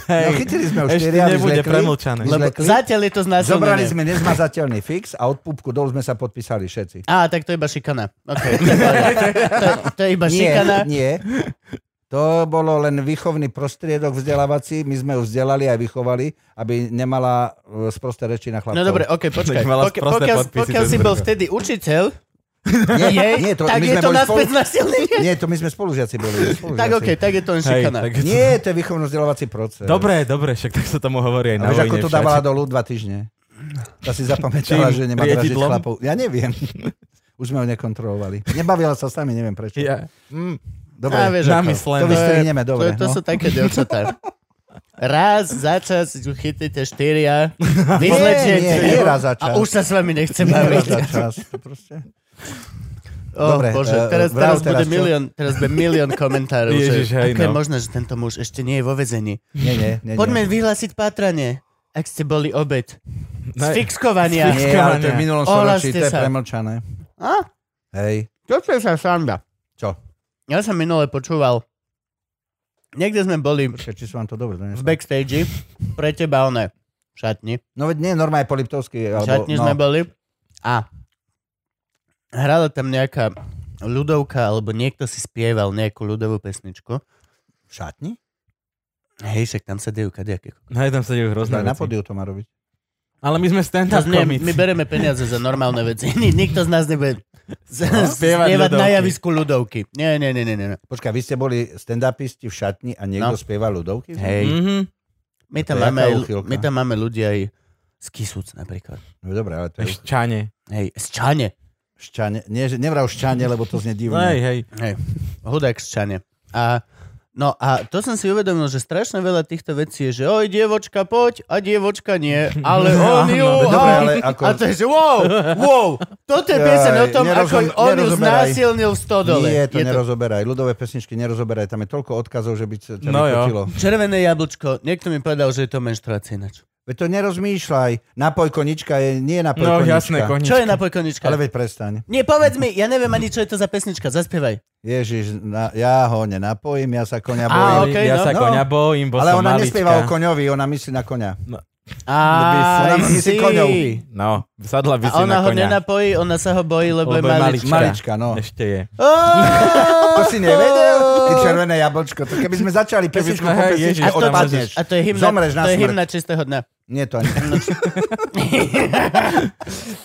[SPEAKER 3] No chytili sme ju
[SPEAKER 1] Ešte
[SPEAKER 3] štyria,
[SPEAKER 1] nebude
[SPEAKER 3] vyzlekli.
[SPEAKER 1] premlčané.
[SPEAKER 3] Vyzle-
[SPEAKER 2] Lebo
[SPEAKER 3] Vyzlekli?
[SPEAKER 2] zatiaľ je to znásilnenie.
[SPEAKER 3] Zobrali sme nezmazateľný fix a od pupku dolu sme sa podpísali všetci.
[SPEAKER 2] Á, tak to je iba šikana. OK. to, je, to je iba šikana.
[SPEAKER 3] Nie, nie. To bolo len výchovný prostriedok vzdelávací. My sme ju vzdelali aj vychovali, aby nemala e, sprosté reči na
[SPEAKER 2] No
[SPEAKER 3] chlapcov.
[SPEAKER 2] dobre, OK, počkaj.
[SPEAKER 1] Tak mala
[SPEAKER 2] Pokia-
[SPEAKER 1] sprosté
[SPEAKER 2] pokiaľ,
[SPEAKER 1] podpisy,
[SPEAKER 2] pokiaľ
[SPEAKER 1] to je
[SPEAKER 2] si bol
[SPEAKER 1] zrko.
[SPEAKER 2] vtedy učiteľ,
[SPEAKER 3] Nie,
[SPEAKER 2] jej,
[SPEAKER 3] nie, to,
[SPEAKER 2] tak
[SPEAKER 3] my
[SPEAKER 2] je
[SPEAKER 3] sme
[SPEAKER 2] to
[SPEAKER 3] boli
[SPEAKER 2] naspäť
[SPEAKER 3] spolu-
[SPEAKER 2] znásilnenie.
[SPEAKER 3] Nie, to my sme spolužiaci boli. Spolužiaci.
[SPEAKER 2] Tak OK, tak je to len
[SPEAKER 1] Hej,
[SPEAKER 2] šikana.
[SPEAKER 1] tak-
[SPEAKER 3] Nie, to je výchovno-vzdelávací proces.
[SPEAKER 1] Dobre, dobre, však tak sa tomu hovorí aj
[SPEAKER 3] A
[SPEAKER 1] na
[SPEAKER 3] vieš, ako
[SPEAKER 1] vojne
[SPEAKER 3] to
[SPEAKER 1] všade.
[SPEAKER 3] dávala dolu dva týždne? Tá si zapamätala,
[SPEAKER 1] Čím?
[SPEAKER 3] že nemá dražiť
[SPEAKER 1] Riedidlom?
[SPEAKER 3] chlapov. Ja neviem. Už sme ho nekontrolovali. Nebavila sa s nami, neviem prečo.
[SPEAKER 1] Ja. Mm.
[SPEAKER 3] Dobre,
[SPEAKER 2] Ja, vieš, ako.
[SPEAKER 1] Namyslené.
[SPEAKER 3] to vystrihneme, dobre.
[SPEAKER 2] to, to
[SPEAKER 3] no.
[SPEAKER 2] sú také devčatá. Raz za čas ju chytíte štyria, vyzlečiete
[SPEAKER 3] nie, nie
[SPEAKER 2] ju
[SPEAKER 3] raz za
[SPEAKER 2] a
[SPEAKER 3] čas.
[SPEAKER 2] už sa s vami nechcem
[SPEAKER 3] Nemá
[SPEAKER 2] baviť.
[SPEAKER 3] za čas, to proste.
[SPEAKER 2] Oh,
[SPEAKER 3] Dobre,
[SPEAKER 2] Bože,
[SPEAKER 3] eh,
[SPEAKER 2] teraz, teraz,
[SPEAKER 3] vrav
[SPEAKER 2] bude
[SPEAKER 3] teraz, čo?
[SPEAKER 2] milión, teraz bude milión komentárov,
[SPEAKER 1] Ježiš,
[SPEAKER 2] že
[SPEAKER 1] hej,
[SPEAKER 2] ako je
[SPEAKER 1] no.
[SPEAKER 2] možné, že tento muž ešte nie je vo vezení.
[SPEAKER 3] Nie, nie, nie.
[SPEAKER 2] Poďme
[SPEAKER 3] nie.
[SPEAKER 2] vyhlásiť pátranie, ak ste boli obed. Z
[SPEAKER 1] Ne.
[SPEAKER 2] fixkovania.
[SPEAKER 3] Nie, ale to je v minulom storočí,
[SPEAKER 2] Ohláste
[SPEAKER 3] to je
[SPEAKER 2] sa.
[SPEAKER 3] premlčané.
[SPEAKER 2] A?
[SPEAKER 3] Hej,
[SPEAKER 2] Toto je sa sranda.
[SPEAKER 3] čo?
[SPEAKER 2] Ja som minule počúval, niekde sme boli
[SPEAKER 3] Počkaj, či som vám to dobre
[SPEAKER 2] v
[SPEAKER 3] donesol.
[SPEAKER 2] backstage, pre teba one, v šatni.
[SPEAKER 3] No veď nie, normálne po Liptovsky.
[SPEAKER 2] V
[SPEAKER 3] Alebo,
[SPEAKER 2] šatni
[SPEAKER 3] no,
[SPEAKER 2] sme boli a hrala tam nejaká ľudovka, alebo niekto si spieval nejakú ľudovú pesničku.
[SPEAKER 3] v šatni?
[SPEAKER 2] Hej, však tam sa dejú kadejaké.
[SPEAKER 1] Hej, No, tam sa dejú hrozné
[SPEAKER 3] Pozná, na
[SPEAKER 1] veci.
[SPEAKER 3] podiu to má robiť.
[SPEAKER 1] Ale my sme
[SPEAKER 2] To
[SPEAKER 1] stand-up
[SPEAKER 2] znie, my
[SPEAKER 1] komici.
[SPEAKER 2] bereme peniaze za normálne veci. Ni- Nikto z nás nebude z-
[SPEAKER 1] No, Spievať
[SPEAKER 2] spievať na
[SPEAKER 1] ľudovky.
[SPEAKER 2] javisku ľudovky. Nie, nie, nie, nie, nie.
[SPEAKER 3] Počkaj, vy ste boli stand-upisti v šatni a
[SPEAKER 2] No.
[SPEAKER 3] niekto spieval ľudovky?
[SPEAKER 2] Hej.
[SPEAKER 1] Mhm.
[SPEAKER 2] My tam,
[SPEAKER 3] To je
[SPEAKER 2] máme,
[SPEAKER 3] jaká
[SPEAKER 2] aj-
[SPEAKER 3] úchylka?
[SPEAKER 2] my tam máme ľudia aj z Kisúc napríklad.
[SPEAKER 3] No dobre, ale to je...
[SPEAKER 1] Šťane.
[SPEAKER 2] Hej, z Čane.
[SPEAKER 3] Šťane, nie, že- nevrav šťane, lebo to znie
[SPEAKER 1] Hej,
[SPEAKER 3] divne.
[SPEAKER 1] hej.
[SPEAKER 2] Hej, hudák z Čane. A, no a to som si uvedomil, že strašne veľa týchto vecí je, že oj, dievočka, poď, a dievočka nie, ale on
[SPEAKER 1] Áno.
[SPEAKER 2] ju
[SPEAKER 3] No, Dobre,
[SPEAKER 2] hám.
[SPEAKER 3] ale ako-
[SPEAKER 2] A to je, že wow, wow, toto je pieseň o
[SPEAKER 3] Jaj,
[SPEAKER 2] tom, ako on
[SPEAKER 3] nerozum-
[SPEAKER 2] ju
[SPEAKER 3] nerozoberaj.
[SPEAKER 2] znásilnil v stodole.
[SPEAKER 3] Nie, to
[SPEAKER 2] Je
[SPEAKER 3] nerozoberaj. Ľudové pesničky nerozoberaj. Tam je toľko odkazov, že by sa ťa
[SPEAKER 1] No jo.
[SPEAKER 3] vytočilo.
[SPEAKER 2] Červené jablčko, niekto mi povedal, že je to menštruácia ináč.
[SPEAKER 3] Veď to nerozmýšľaj. Napoj konička je, nie napoj
[SPEAKER 1] No
[SPEAKER 3] konička.
[SPEAKER 1] jasné, konička.
[SPEAKER 2] Čo je napoj konička?
[SPEAKER 3] Ale veď prestaň.
[SPEAKER 2] Nie, povedz mi, ja neviem ani, čo je to za pesnička, zaspievaj.
[SPEAKER 3] Ježiš, na, ja ho nenapojím, ja sa konia
[SPEAKER 2] Á,
[SPEAKER 3] bojím.
[SPEAKER 2] ok,
[SPEAKER 1] ja
[SPEAKER 2] no,
[SPEAKER 1] sa
[SPEAKER 3] no.
[SPEAKER 1] konia bojím, bo
[SPEAKER 3] Ale
[SPEAKER 1] som
[SPEAKER 3] ona
[SPEAKER 1] malička.
[SPEAKER 3] nespieva o koňovi, ona myslí na
[SPEAKER 2] A,
[SPEAKER 3] konia. No, Ona myslí koňou.
[SPEAKER 1] No, sadla by
[SPEAKER 2] A
[SPEAKER 1] si na
[SPEAKER 2] ona ho
[SPEAKER 1] konia.
[SPEAKER 2] nenapojí, ona sa ho bojí, lebo, je
[SPEAKER 1] Lebo je
[SPEAKER 2] malička.
[SPEAKER 1] malička.
[SPEAKER 3] Malička, no.
[SPEAKER 1] Ešte je.
[SPEAKER 3] To si nevedel? Ty červené jablčko. To keby sme začali pesničku
[SPEAKER 1] sme,
[SPEAKER 3] po
[SPEAKER 1] hej,
[SPEAKER 3] pesničke,
[SPEAKER 1] Ježiš,
[SPEAKER 2] A to,
[SPEAKER 1] odpadneš.
[SPEAKER 2] a to je hymna,
[SPEAKER 3] Zomreš na
[SPEAKER 2] to je
[SPEAKER 3] smrť.
[SPEAKER 2] hymna čistého dňa.
[SPEAKER 3] Nie to ani...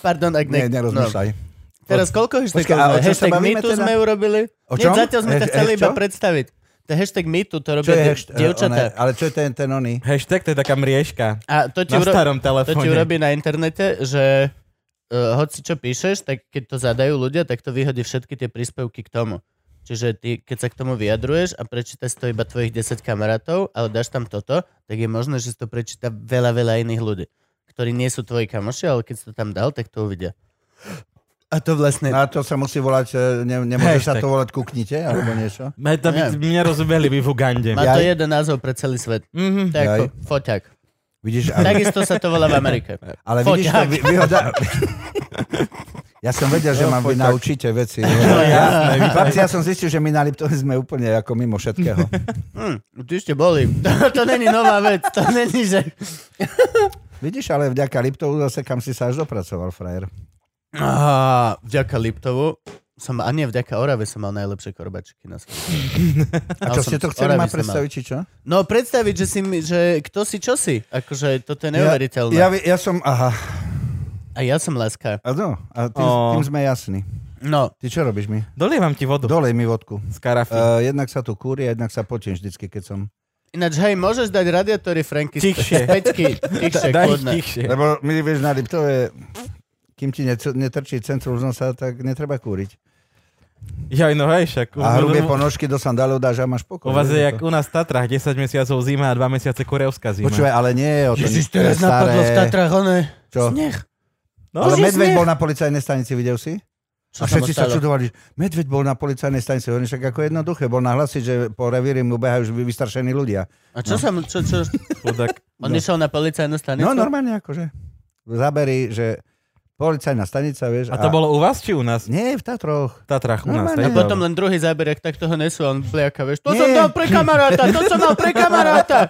[SPEAKER 2] Pardon, ak
[SPEAKER 3] Nie,
[SPEAKER 2] ne...
[SPEAKER 3] nerozmýšľaj.
[SPEAKER 2] No. Teraz koľko hashtagov
[SPEAKER 3] Počkaj, ale
[SPEAKER 2] sme?
[SPEAKER 3] o čom sa
[SPEAKER 2] Hashtag
[SPEAKER 3] bavíme
[SPEAKER 2] MeToo
[SPEAKER 3] teda?
[SPEAKER 2] sme urobili?
[SPEAKER 3] O
[SPEAKER 2] Nie,
[SPEAKER 3] čom?
[SPEAKER 2] zatiaľ sme to
[SPEAKER 3] Hash-
[SPEAKER 2] chceli
[SPEAKER 3] hash
[SPEAKER 2] iba
[SPEAKER 3] čo?
[SPEAKER 2] predstaviť. To je hashtag MeToo, to
[SPEAKER 3] Čo je
[SPEAKER 2] robia
[SPEAKER 3] hash-
[SPEAKER 2] die- dievčatá.
[SPEAKER 3] one- Ale čo je ten, ten oný?
[SPEAKER 1] Hashtag to je taká mriežka.
[SPEAKER 2] A to ti,
[SPEAKER 1] Na
[SPEAKER 2] uro-
[SPEAKER 1] starom
[SPEAKER 2] to ti
[SPEAKER 1] telefóne.
[SPEAKER 2] urobí na internete, že uh, hoci čo píšeš, tak keď to zadajú ľudia, tak to vyhodí všetky tie príspevky k tomu. Čiže ty, keď sa k tomu vyjadruješ a prečítaš to iba tvojich 10 kamarátov, ale dáš tam toto, tak je možné, že si to prečíta veľa, veľa iných ľudí, ktorí nie sú tvoji kamoši, ale keď si to tam dal, tak to uvidia. A to vlastne...
[SPEAKER 3] No a to sa musí volať, e, ne, nemôže sa
[SPEAKER 1] Hashtag.
[SPEAKER 3] to volať kuknite, alebo niečo?
[SPEAKER 1] Me- to by, mňa rozbehli by v Ugande.
[SPEAKER 2] Má to
[SPEAKER 3] Jaj.
[SPEAKER 2] jeden názov pre celý svet.
[SPEAKER 1] Mhm.
[SPEAKER 2] To je ako
[SPEAKER 3] Jaj.
[SPEAKER 2] foťák.
[SPEAKER 3] Vidíš, ale,
[SPEAKER 2] Takisto sa to volá v Amerike.
[SPEAKER 3] ale vidíš to,
[SPEAKER 2] foťák.
[SPEAKER 3] vy, vyhoda... Ja som vedel,
[SPEAKER 2] No,
[SPEAKER 3] že mám vy naučíte veci. No, Ja, chlapci, ja som zistil, že my na Liptove sme úplne ako mimo všetkého.
[SPEAKER 2] Hm, ty ste boli. To, to není nová vec. To není, že...
[SPEAKER 3] Vidíš, ale vďaka Liptovu zase kam si sa až dopracoval, frajer.
[SPEAKER 2] Á, vďaka Liptovu som, a nie, vďaka Orave som mal najlepšie korbačky na svete.
[SPEAKER 3] A čo ste to chceli ma predstaviť, či čo?
[SPEAKER 2] No predstaviť, že, si, mi- že kto si, čo si. Akože toto je neuveriteľné.
[SPEAKER 3] Ja, ja, vi- ja som, aha,
[SPEAKER 2] A ja som láska.
[SPEAKER 3] áno, a tým,
[SPEAKER 1] Ó.
[SPEAKER 3] tým sme jasní.
[SPEAKER 2] No,
[SPEAKER 3] Ty čo robíš mi?
[SPEAKER 1] Dolievam ti vodu
[SPEAKER 3] Dolej mi vodku.
[SPEAKER 1] z karafy.
[SPEAKER 3] Uh, jednak sa tu kúri a jednak sa potím vždycky, keď som...
[SPEAKER 2] ináč, hej, môžeš dať radiátory, Franky. z-
[SPEAKER 1] Tichšie.
[SPEAKER 2] z Peťky, tichšie,
[SPEAKER 1] Daj ich
[SPEAKER 2] kľudne.
[SPEAKER 1] tichšie.
[SPEAKER 3] Lebo my vieš, na Liptove, kým ti net- netrčí centrum z nosa, tak netreba kúriť.
[SPEAKER 1] Jaj, no hej, však.
[SPEAKER 3] A hrubé
[SPEAKER 1] u-
[SPEAKER 3] ponožky do sandálov dáš a máš pokoj.
[SPEAKER 1] U vás je
[SPEAKER 3] Vieš
[SPEAKER 1] jak
[SPEAKER 3] to?
[SPEAKER 1] u nás v Tatrách 10 mesiacov zima a 2 mesiace korejská zima.
[SPEAKER 3] Počúvaj, ale nie je o to.
[SPEAKER 2] Ježiš,
[SPEAKER 3] nič.
[SPEAKER 2] teraz
[SPEAKER 3] To je staré.
[SPEAKER 2] napadlo v Tatrách, one.
[SPEAKER 3] Čo?
[SPEAKER 2] Sneh.
[SPEAKER 1] no,
[SPEAKER 3] Ale
[SPEAKER 2] Bože,
[SPEAKER 3] medveď
[SPEAKER 2] smiech.
[SPEAKER 3] bol na policajnej stanici, videl si?
[SPEAKER 2] Čo
[SPEAKER 3] A všetci sa
[SPEAKER 2] stalo?
[SPEAKER 3] čudovali, že medveď bol na policajnej stanici. Hovorím však ako jednoduché, bol nahlasiť, že po revíri mu behajú už vy- vystrašení ľudia.
[SPEAKER 2] A čo sa mu, čo, čo,
[SPEAKER 1] chudák.
[SPEAKER 2] on išiel na policajnú stanicu?
[SPEAKER 3] No normálne akože. Zaberi, že policajná stanica, vieš.
[SPEAKER 1] A to bolo u vás či u nás?
[SPEAKER 3] Nie, v Tatroch.
[SPEAKER 1] V Tatrách u nás.
[SPEAKER 3] Normálne. no.
[SPEAKER 1] hej?
[SPEAKER 3] A
[SPEAKER 2] Potom len druhý záber, ak tak toho nesú, a on bliaka, vieš. To som
[SPEAKER 3] Nie.
[SPEAKER 2] dal pre kamaráta, to som mal pre kamaráta.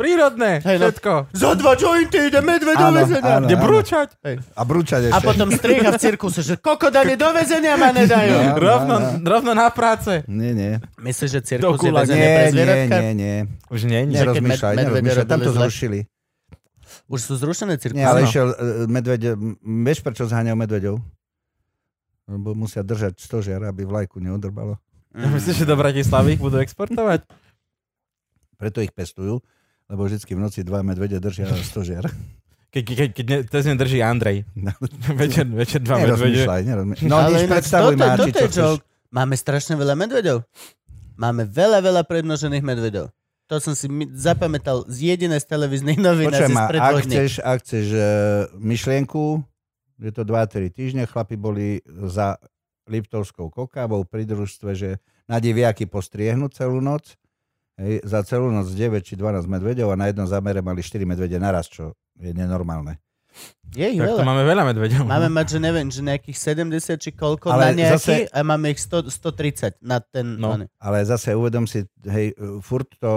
[SPEAKER 1] Prírodné,
[SPEAKER 2] Hej, no.
[SPEAKER 1] všetko.
[SPEAKER 2] Za dva jointy ide medveď do
[SPEAKER 3] Áno,
[SPEAKER 2] väzenia.
[SPEAKER 3] áno.
[SPEAKER 1] Kde brúčať?
[SPEAKER 3] A brúčať
[SPEAKER 2] A
[SPEAKER 3] ešte.
[SPEAKER 2] potom strieha v cirkuse, že koko dane do väzenia ma nedajú.
[SPEAKER 3] No.
[SPEAKER 1] Rovno, rovno na práce.
[SPEAKER 3] Nie, nie.
[SPEAKER 2] Myslíš, že
[SPEAKER 1] Do
[SPEAKER 2] cirkus je
[SPEAKER 1] gulagu.
[SPEAKER 2] väzenie pre
[SPEAKER 3] Nie, nie,
[SPEAKER 2] zvieratka?
[SPEAKER 3] nie, nie.
[SPEAKER 1] Už
[SPEAKER 2] Že
[SPEAKER 1] nie, nie.
[SPEAKER 2] keď med-
[SPEAKER 3] Nerozmýšľaj,
[SPEAKER 2] medvede
[SPEAKER 3] nerozmýšľaj. Tam to
[SPEAKER 2] robili zle.
[SPEAKER 3] zrušili.
[SPEAKER 2] Už sú zrušené cirkusy.
[SPEAKER 3] Nie, ale
[SPEAKER 2] No.
[SPEAKER 3] išiel e, medveď, m, vieš prečo zháňal medveďov? Lebo musia držať stožiar, aby vlajku neodrbalo.
[SPEAKER 1] Myslíš, že do Bratislavy ich budú exportovať?
[SPEAKER 3] Preto ich pestujú, lebo vždycky v noci dva medvede držia stožiar.
[SPEAKER 1] Keď, keď, keď ne, to z nej drží Andrej.
[SPEAKER 3] No.
[SPEAKER 1] večer, večer dva medvede.
[SPEAKER 3] Nerozmýšľaj, nerozmýšľaj. No,
[SPEAKER 2] Ale
[SPEAKER 3] ale
[SPEAKER 2] ináč
[SPEAKER 3] predstavuj
[SPEAKER 2] toto-
[SPEAKER 3] ma,
[SPEAKER 2] toto
[SPEAKER 3] či čo
[SPEAKER 2] je
[SPEAKER 3] chceš.
[SPEAKER 2] joke. Máme strašne veľa medvedov. Máme veľa, veľa prednožených medvedov. To som si mi- zapamätal z jediné z televíznych novín
[SPEAKER 3] Počuj
[SPEAKER 2] asi z
[SPEAKER 3] ma, ak
[SPEAKER 2] predvoch dní.
[SPEAKER 3] chceš, ak chceš e, myšlienku, je to 2-3 týždne, chlapi boli za Liptovskou kokávou pri družstve, že na diviaky postriehnú celú noc. Hej, za celú noc 9 či 12 medvedov a na jednom zamere mali 4 medvede naraz, čo je nenormálne.
[SPEAKER 2] Je ich
[SPEAKER 1] Tak
[SPEAKER 2] veľa.
[SPEAKER 1] to máme veľa medvedov.
[SPEAKER 2] Máme mať, že neviem, že nejakých 70 či koľko
[SPEAKER 3] Ale
[SPEAKER 2] na nejaký
[SPEAKER 3] zase-
[SPEAKER 2] a máme ich 100, 130 na ten...
[SPEAKER 1] No.
[SPEAKER 2] oný.
[SPEAKER 3] Ale zase uvedom si, hej, e, furt to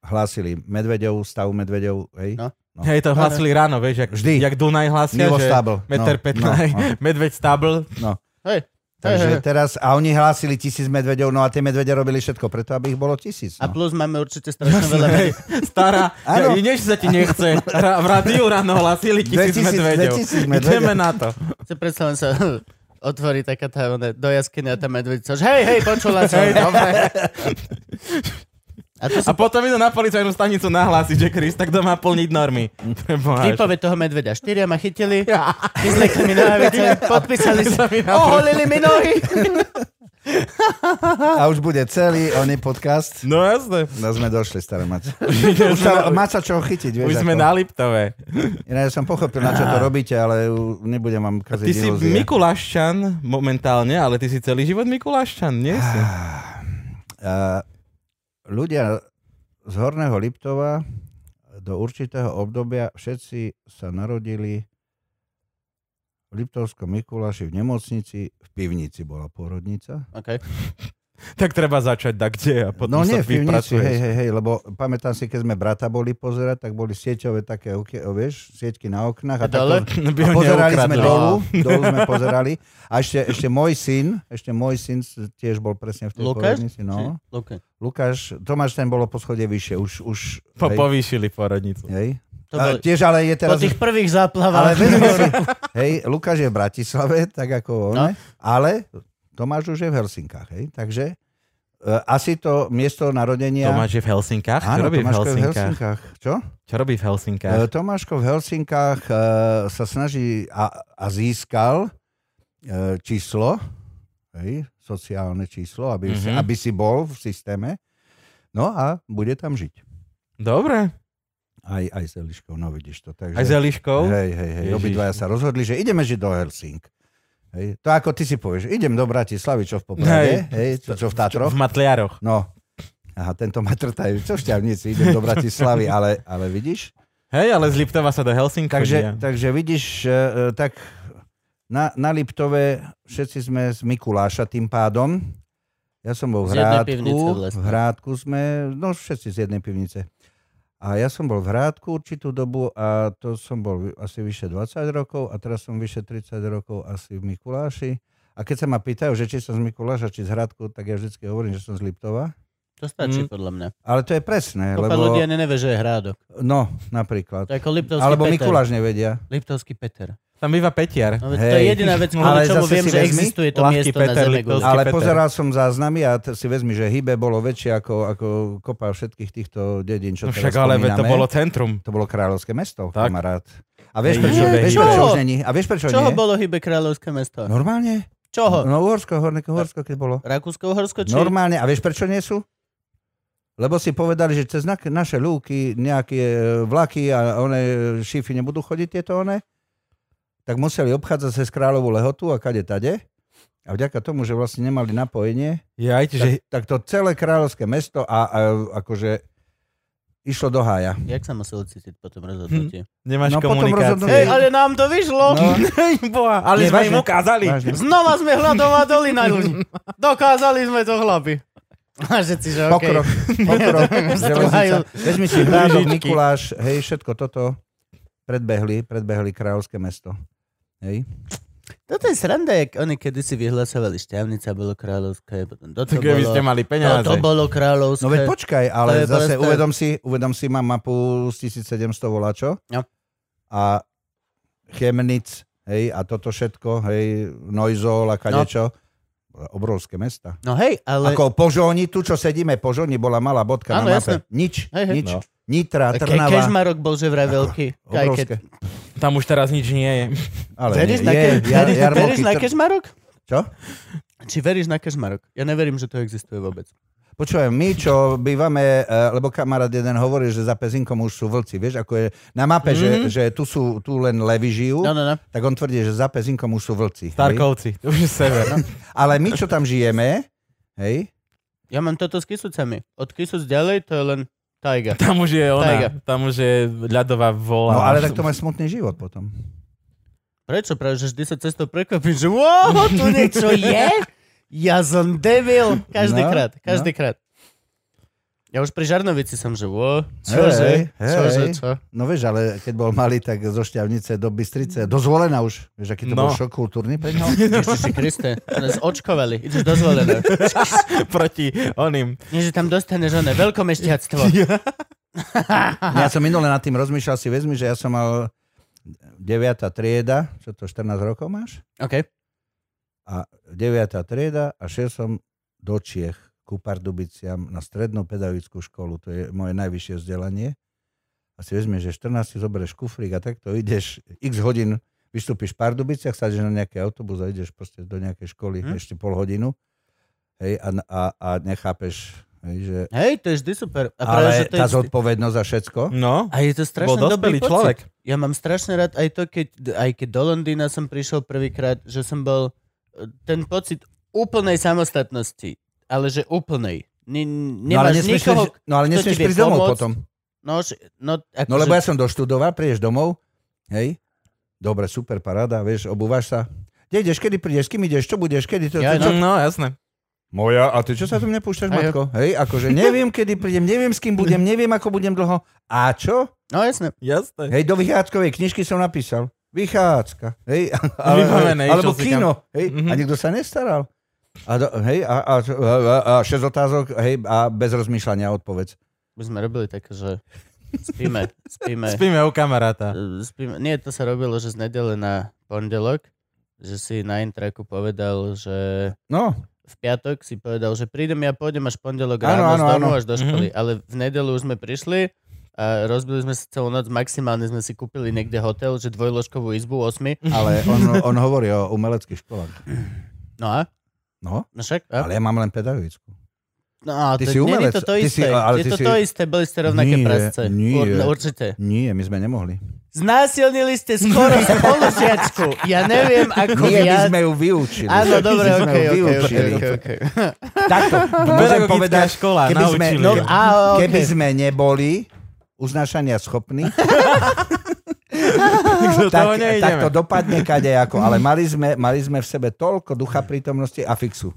[SPEAKER 3] hlásili medvedov, stav medvedov, hej.
[SPEAKER 2] No.
[SPEAKER 1] Hej, to hlásili ráno, vieš, jak,
[SPEAKER 3] Vždy. No,
[SPEAKER 1] Jak Dunaj hlásia,
[SPEAKER 3] Nevo
[SPEAKER 1] že
[SPEAKER 3] stábl.
[SPEAKER 1] meter 15, medveď stábl,
[SPEAKER 3] Takže
[SPEAKER 2] Hej, hej.
[SPEAKER 3] teraz, a oni hlásili tisíc medvedov, no a tie medvede robili všetko preto, aby ich bolo tisíc.
[SPEAKER 2] A
[SPEAKER 3] No.
[SPEAKER 2] plus máme určite strašne veľa
[SPEAKER 1] Hej,
[SPEAKER 2] medvedov.
[SPEAKER 1] stará,
[SPEAKER 3] Áno.
[SPEAKER 1] ja, nič sa ti nechce. Ra, v rádiu ráno hlásili tisíc
[SPEAKER 3] 2000
[SPEAKER 1] medvedov.
[SPEAKER 3] 2000 medveďov.
[SPEAKER 1] Ideme na to.
[SPEAKER 2] Si predsa len sa otvorí taká tá ona, do jaskyne a tá medvedica. že Hej, hej, počula som. dobre. A to
[SPEAKER 1] A
[SPEAKER 2] sú
[SPEAKER 1] potom idú na policajnú stanicu nahlásiť, že Krista, kto má plniť normy. Preboha,
[SPEAKER 2] výpove toho medveďa. Štyria ma chytili, vyzlekli mi nohavice, podpísali sa, oholili mi nohy.
[SPEAKER 3] A už bude celý oný podcast.
[SPEAKER 1] No jasné.
[SPEAKER 3] No sme došli, staré mať.
[SPEAKER 1] Už,
[SPEAKER 3] Už sa, má sa čo chytiť, vieš.
[SPEAKER 1] už sme
[SPEAKER 3] ako.
[SPEAKER 1] na Liptove.
[SPEAKER 3] Ináč som pochopil, na čo to robíte, ale u- nebudem vám kaziť
[SPEAKER 1] Ty si
[SPEAKER 3] ilúzie.
[SPEAKER 1] Mikuláščan momentálne, ale ty si celý život Mikuláščan, nie si?
[SPEAKER 3] Ah. A ľudia z Horného Liptova do určitého obdobia všetci sa narodili v Liptovskom Mikuláši v nemocnici, v pivnici bola pôrodnica.
[SPEAKER 2] Okay.
[SPEAKER 1] tak treba začať tak kde a potom
[SPEAKER 3] no
[SPEAKER 1] sa
[SPEAKER 3] nie, pivnici, hej,
[SPEAKER 1] vypracuješ.
[SPEAKER 3] hej, hej, lebo pamätám si, keď sme brata boli pozerať, tak boli sieťové také, okie- o, vieš, sieťky na
[SPEAKER 2] A
[SPEAKER 3] oknách. A,
[SPEAKER 2] dole?
[SPEAKER 3] takto-
[SPEAKER 1] By
[SPEAKER 3] a
[SPEAKER 1] ho
[SPEAKER 3] pozerali sme
[SPEAKER 1] neukradli.
[SPEAKER 3] dolu, dolu sme pozerali. A ešte, ešte môj syn, ešte môj syn s- tiež bol presne v tej
[SPEAKER 2] Lukáš?
[SPEAKER 3] porodnici. No.
[SPEAKER 2] Lukáš.
[SPEAKER 3] Lukáš, Tomáš ten bolo po schode vyššie, už, už
[SPEAKER 1] Po,
[SPEAKER 3] hej,
[SPEAKER 1] povýšili poradnicu.
[SPEAKER 3] hej.
[SPEAKER 2] To
[SPEAKER 3] A
[SPEAKER 2] bol,
[SPEAKER 3] tiež ale je
[SPEAKER 2] po
[SPEAKER 3] teraz...
[SPEAKER 2] tých prvých
[SPEAKER 3] Ale
[SPEAKER 2] záplavách.
[SPEAKER 3] vezmi si, hej, Lukáš je v Bratislave, tak ako on, no. ale Tomáš už je v Helsinkách, hej, takže e, asi to miesto narodenia...
[SPEAKER 1] Tomáš je v Helsinkách? Čo
[SPEAKER 3] Áno,
[SPEAKER 1] robí v
[SPEAKER 3] Tomáško je v
[SPEAKER 1] Helsinkách?
[SPEAKER 3] Helsinkách. Čo?
[SPEAKER 1] Čo robí v Helsinkách?
[SPEAKER 3] E, Tomáško v Helsinkách e, sa snaží a, a získal e, číslo, hej, sociálne číslo, aby, mm-hmm.
[SPEAKER 1] Mhm.
[SPEAKER 3] aby si bol v systéme. No a bude tam žiť.
[SPEAKER 1] Dobre.
[SPEAKER 3] Aj, aj s Eliškou, no vidíš to.
[SPEAKER 1] Aj
[SPEAKER 3] Takže,
[SPEAKER 1] s Eliškou?
[SPEAKER 3] Hej, hej, hej.
[SPEAKER 1] Ježiš.
[SPEAKER 3] Obidvaja sa rozhodli, že ideme žiť do Helsink. Hej. To ako ty si povieš, idem do Bratislavy, čo v Poprade,
[SPEAKER 1] Hej.
[SPEAKER 3] hej. Hej, čo, čo v Tatroch.
[SPEAKER 1] V Matliaroch.
[SPEAKER 3] No, aha, tento ma trtajú, čo šťavnici, idem do Bratislavy, ale, ale vidíš?
[SPEAKER 1] Hej, ale z Liptova sa do Helsinka
[SPEAKER 3] Takže,
[SPEAKER 1] Takže,
[SPEAKER 3] takže vidíš, e, e, tak na, na Liptove všetci sme z Mikuláša tým pádom. Ja som bol v
[SPEAKER 2] Z jednej
[SPEAKER 3] Hrádku.
[SPEAKER 2] pivnice vlastne.
[SPEAKER 3] V Hrádku sme, no všetci z jednej pivnice. A ja som bol v Hrádku určitú dobu a to som bol vy- asi vyše 20 rokov a teraz som vyše 30 rokov asi v Mikuláši. A keď sa ma pýtajú, že či som z Mikuláša, či z Hrádku, tak ja vždy hovorím, že som z Liptova.
[SPEAKER 2] To stačí
[SPEAKER 1] Mm.
[SPEAKER 2] podľa mňa.
[SPEAKER 3] Ale to je presné,
[SPEAKER 2] Kopa
[SPEAKER 3] lebo...
[SPEAKER 2] ľudí ani nevie, že je hrádok.
[SPEAKER 3] No, napríklad.
[SPEAKER 2] To je ako Liptovský
[SPEAKER 3] Alebo
[SPEAKER 2] Peter.
[SPEAKER 3] Mikuláš nevedia.
[SPEAKER 2] Liptovský Peter.
[SPEAKER 1] Tam býva Petiar.
[SPEAKER 2] No, veď to je
[SPEAKER 3] Hej.
[SPEAKER 2] jediná vec,
[SPEAKER 3] Ale
[SPEAKER 2] kvôli čomu
[SPEAKER 3] zase
[SPEAKER 2] viem,
[SPEAKER 3] si
[SPEAKER 2] že
[SPEAKER 3] vezmi
[SPEAKER 2] existuje to
[SPEAKER 1] ľahký
[SPEAKER 2] miesto na
[SPEAKER 1] Peter
[SPEAKER 2] Zeme.
[SPEAKER 1] Liptovský.
[SPEAKER 2] Ale...
[SPEAKER 3] Ale
[SPEAKER 1] Peter.
[SPEAKER 3] pozeral som záznamy a t- si vezmi, že Hybe bolo väčšie ako, ako kopa všetkých týchto dedín, čo
[SPEAKER 1] No
[SPEAKER 3] teraz
[SPEAKER 1] však ale veď to
[SPEAKER 3] spomíname.
[SPEAKER 1] bolo centrum.
[SPEAKER 3] To bolo kráľovské mesto,
[SPEAKER 1] Tak.
[SPEAKER 3] kamarát. A vieš prečo,
[SPEAKER 2] Nie,
[SPEAKER 3] vieš
[SPEAKER 2] čo?
[SPEAKER 3] prečo už není? A vieš prečo
[SPEAKER 2] Čoho
[SPEAKER 3] nie?
[SPEAKER 2] bolo Hybe kráľovské mesto?
[SPEAKER 3] Normálne?
[SPEAKER 2] Čoho?
[SPEAKER 3] No Uhorsko, Horné Uhorsko, keď bolo.
[SPEAKER 2] Rakúsko-Uhorsko? Či...
[SPEAKER 3] Normálne. A vieš prečo nie sú? Lebo si povedali, že cez na- naše lúky nejaké e, vlaky a one e, šífy nebudú chodiť tieto one, tak museli obchádzať cez Kráľovú lehotu a kade tade. A vďaka tomu, že vlastne nemali napojenie,
[SPEAKER 1] Jaj, že...
[SPEAKER 3] tak, tak to celé kráľovské mesto a, a akože išlo do hája.
[SPEAKER 2] Jak sa musel cítiť po tom rozhodnutí?
[SPEAKER 1] Nemáš
[SPEAKER 3] No potom
[SPEAKER 1] komunikáciu.
[SPEAKER 3] rozhodnú-
[SPEAKER 2] Hej, ale nám to vyšlo!
[SPEAKER 3] No.
[SPEAKER 1] Hej, boha, ale
[SPEAKER 3] Nie,
[SPEAKER 1] sme
[SPEAKER 3] vážne.
[SPEAKER 1] im ukázali.
[SPEAKER 3] Vážne.
[SPEAKER 2] Znova sme hľadová dolina ľudí. Dokázali sme to, chlapi. A všetci, že okej.
[SPEAKER 3] Pokrok, pokrok, železnica. Vezmi si Hrádok,
[SPEAKER 1] Lyžičky.
[SPEAKER 3] Mikuláš, hej, všetko toto predbehli, predbehli kráľovské mesto. Hej.
[SPEAKER 2] Toto je sranda, jak oni kedysi vyhlasovali Šťavnica, bolo kráľovské, potom toto
[SPEAKER 1] Tak keby
[SPEAKER 2] bolo,
[SPEAKER 1] ste mali peniaze.
[SPEAKER 2] toto bolo kráľovské.
[SPEAKER 3] No veď počkaj,
[SPEAKER 2] To
[SPEAKER 3] ale
[SPEAKER 2] je
[SPEAKER 3] zase
[SPEAKER 2] presne-
[SPEAKER 3] uvedom si, uvedom si, mám mapu z 1700 voláčo.
[SPEAKER 2] No.
[SPEAKER 3] A Chemnic, hej, a toto všetko, hej, Noizol a kadečo. Obrovské mesta.
[SPEAKER 2] No hej, ale...
[SPEAKER 3] Ako Požoni, tu čo sedíme, Požoni bola malá bodka
[SPEAKER 2] Áno,
[SPEAKER 3] na
[SPEAKER 2] jasné.
[SPEAKER 3] mape. Nič,
[SPEAKER 2] Hej, hej.
[SPEAKER 3] nič.
[SPEAKER 1] No.
[SPEAKER 3] Nitra,
[SPEAKER 2] Ke-
[SPEAKER 3] Trnava,
[SPEAKER 2] Kežmarok bol že vraj veľký. Aj keď-
[SPEAKER 3] obrovské.
[SPEAKER 1] Tam už teraz nič nie je.
[SPEAKER 3] Ale
[SPEAKER 2] Veríš
[SPEAKER 3] nie,
[SPEAKER 2] na,
[SPEAKER 3] je,
[SPEAKER 2] ke-
[SPEAKER 3] jar,
[SPEAKER 2] veríš,
[SPEAKER 3] jarmoky,
[SPEAKER 2] veríš na
[SPEAKER 3] tr-
[SPEAKER 2] Kežmarok?
[SPEAKER 3] Čo?
[SPEAKER 2] Či veríš na Kežmarok? Ja neverím, že to existuje vôbec.
[SPEAKER 3] Počujem, my čo bývame, eh, lebo kamarát jeden hovorí, že za Pezinkom už sú vlci, vieš, ako je na mape, mm-hmm. že, že tu, sú, tu len levy žijú,
[SPEAKER 2] Mhm. No, no, no.
[SPEAKER 3] tak on tvrdí, že za Pezinkom už sú vlci. Hej?
[SPEAKER 1] Starkovci, to už je sever.
[SPEAKER 3] Ale my, čo tam žijeme, hej,
[SPEAKER 2] Ja mám toto s Kisucami. Od Kisuc ďalej to je len tajga.
[SPEAKER 1] Tam už je ona,
[SPEAKER 2] Tajga.
[SPEAKER 1] tam už je ľadová vola.
[SPEAKER 3] no ale tak to má smutný život potom.
[SPEAKER 2] Prečo? Práve, že vždy sa cestou prekvapím, že wow, tu niečo je? Ja som debil. Každýkrát,
[SPEAKER 3] No, no.
[SPEAKER 2] každýkrát. Ja už pri Žarnovici som, že wow,
[SPEAKER 3] Hej,
[SPEAKER 2] čože, čože,
[SPEAKER 3] hej.
[SPEAKER 2] čo?
[SPEAKER 3] No vieš, ale keď bol malý, tak zo Šťavnice do Bystrice, dozvolená už. Vieš, aký to no.
[SPEAKER 1] No.
[SPEAKER 3] bol šok kultúrny pre ňoho?
[SPEAKER 2] Ježiši Kriste, nás očkovali, ideš dozvolené.
[SPEAKER 1] proti oným.
[SPEAKER 2] Nie, že tam dostaneš oné veľkomešťactvo.
[SPEAKER 3] Ja som minule nad tým rozmýšľal, si vezmi, že ja som mal 9. trieda, čo to 14 rokov máš?
[SPEAKER 2] OK.
[SPEAKER 3] A 9. trieda a šiel som do Čiech ku Pardubiciam na strednú pedagogickú školu, to je moje najvyššie vzdelanie. A si vezmi, že 14 si zoberieš kufrík a takto ideš x hodín, vystúpiš v Pardubiciach, sadíš na nejaký autobus a ideš proste do nejakej školy
[SPEAKER 2] Hm.
[SPEAKER 3] ešte pol hodinu. Hej, a, a, a nechápeš, hej, že...
[SPEAKER 2] Hej, to je vždy super. A práve, že
[SPEAKER 3] Ale
[SPEAKER 2] to je
[SPEAKER 3] tá
[SPEAKER 2] vždy...
[SPEAKER 3] zodpovednosť za všetko.
[SPEAKER 1] No,
[SPEAKER 2] A je to strašne
[SPEAKER 1] Bol
[SPEAKER 2] dobrý
[SPEAKER 1] dospelý
[SPEAKER 2] pocit.
[SPEAKER 1] človek.
[SPEAKER 2] Ja mám strašne rád aj to, keď, aj keď do Londýna som prišiel prvýkrát, že som bol e, ten pocit úplnej samostatnosti, ale že úplnej. Ne,
[SPEAKER 3] No
[SPEAKER 2] nemáš
[SPEAKER 3] ale nesmieš,
[SPEAKER 2] nikoho...
[SPEAKER 3] prísť- no, ale
[SPEAKER 2] kto
[SPEAKER 3] nesmieš
[SPEAKER 2] ti vie
[SPEAKER 3] prísť domov
[SPEAKER 2] pomôcť.
[SPEAKER 3] potom.
[SPEAKER 2] No, že- no, ako,
[SPEAKER 3] No lebo ja
[SPEAKER 2] že,
[SPEAKER 3] som doštudoval, prídeš domov, hej, dobre, super, paráda, vieš, obúvaš sa. Kde ideš, kedy prídeš, s kým ideš, čo budeš, kedy to...
[SPEAKER 2] Ja,
[SPEAKER 3] Ja,
[SPEAKER 1] no,
[SPEAKER 3] to,
[SPEAKER 1] no jasné.
[SPEAKER 3] Moja, a ty čo sa tu mne púšťaš,
[SPEAKER 2] A ja-
[SPEAKER 3] matko? Hej, akože neviem, kedy prídem, neviem, s kým budem, neviem, ako budem dlho. A čo?
[SPEAKER 2] No jasné.
[SPEAKER 1] Jasné.
[SPEAKER 3] Hej, do vychádzkovej knižky som napísal. Vychádzka. Hej, ale,
[SPEAKER 1] Vybavené,
[SPEAKER 3] alebo
[SPEAKER 1] išiel si
[SPEAKER 3] kino. Hej,
[SPEAKER 1] Mhm.
[SPEAKER 3] A nikto sa nestaral. A, do, hej, a, a, a, a, a šesť otázok hej, a bez rozmýšľania odpovedz.
[SPEAKER 2] My sme robili také, že spíme, spíme.
[SPEAKER 1] Spíme u kamaráta.
[SPEAKER 2] Eh, spíme. Nie, to sa robilo, že z nedele na pondelok, že si na intraku povedal, že
[SPEAKER 3] No,
[SPEAKER 2] v piatok si povedal, že prídem ja pôjdem až pondelok ráno z
[SPEAKER 3] Áno, áno,
[SPEAKER 2] domu
[SPEAKER 3] áno. Mhm.
[SPEAKER 2] až do školy. Ale v nedelu už sme prišli a rozbili sme si celú noc, maximálne sme si kúpili niekde hotel, že dvojložkovú izbu, osmi.
[SPEAKER 3] ale on, on hovorí o umeleckých školách.
[SPEAKER 2] No a?
[SPEAKER 3] No,
[SPEAKER 2] No však? A?
[SPEAKER 3] ale ja mám len pedagogickú.
[SPEAKER 2] No a
[SPEAKER 3] Ty
[SPEAKER 2] to,
[SPEAKER 3] si
[SPEAKER 2] nie
[SPEAKER 3] umelec,
[SPEAKER 2] je to to
[SPEAKER 3] ty
[SPEAKER 2] isté.
[SPEAKER 3] si- ale
[SPEAKER 2] je
[SPEAKER 3] ty
[SPEAKER 2] to
[SPEAKER 3] si-
[SPEAKER 2] to isté, boli ste rovnaké
[SPEAKER 3] Nie,
[SPEAKER 2] prasce.
[SPEAKER 3] nie.
[SPEAKER 2] Ur- no, určite.
[SPEAKER 3] Nie, my sme nemohli.
[SPEAKER 2] Znásilnili ste skoro spolužiačku. Ja neviem, ako
[SPEAKER 3] Nie, my
[SPEAKER 2] ja...
[SPEAKER 3] sme ju vyučili.
[SPEAKER 2] Áno, dobre,
[SPEAKER 3] My sme
[SPEAKER 2] okej,
[SPEAKER 3] ju
[SPEAKER 2] okej,
[SPEAKER 3] vyučili.
[SPEAKER 2] okej, okej.
[SPEAKER 3] Takto, môžem
[SPEAKER 1] Pedagogická
[SPEAKER 3] povedať,
[SPEAKER 1] škola,
[SPEAKER 3] keby sme,
[SPEAKER 1] naučili.
[SPEAKER 3] no,
[SPEAKER 1] No,
[SPEAKER 2] a, okej.
[SPEAKER 3] keby sme neboli uznášania schopní,
[SPEAKER 1] Do toho
[SPEAKER 3] tak, tak to
[SPEAKER 1] nejdeme.
[SPEAKER 3] dopadne kadejako. Ale mali sme, mali sme v sebe toľko ducha prítomnosti a fixu.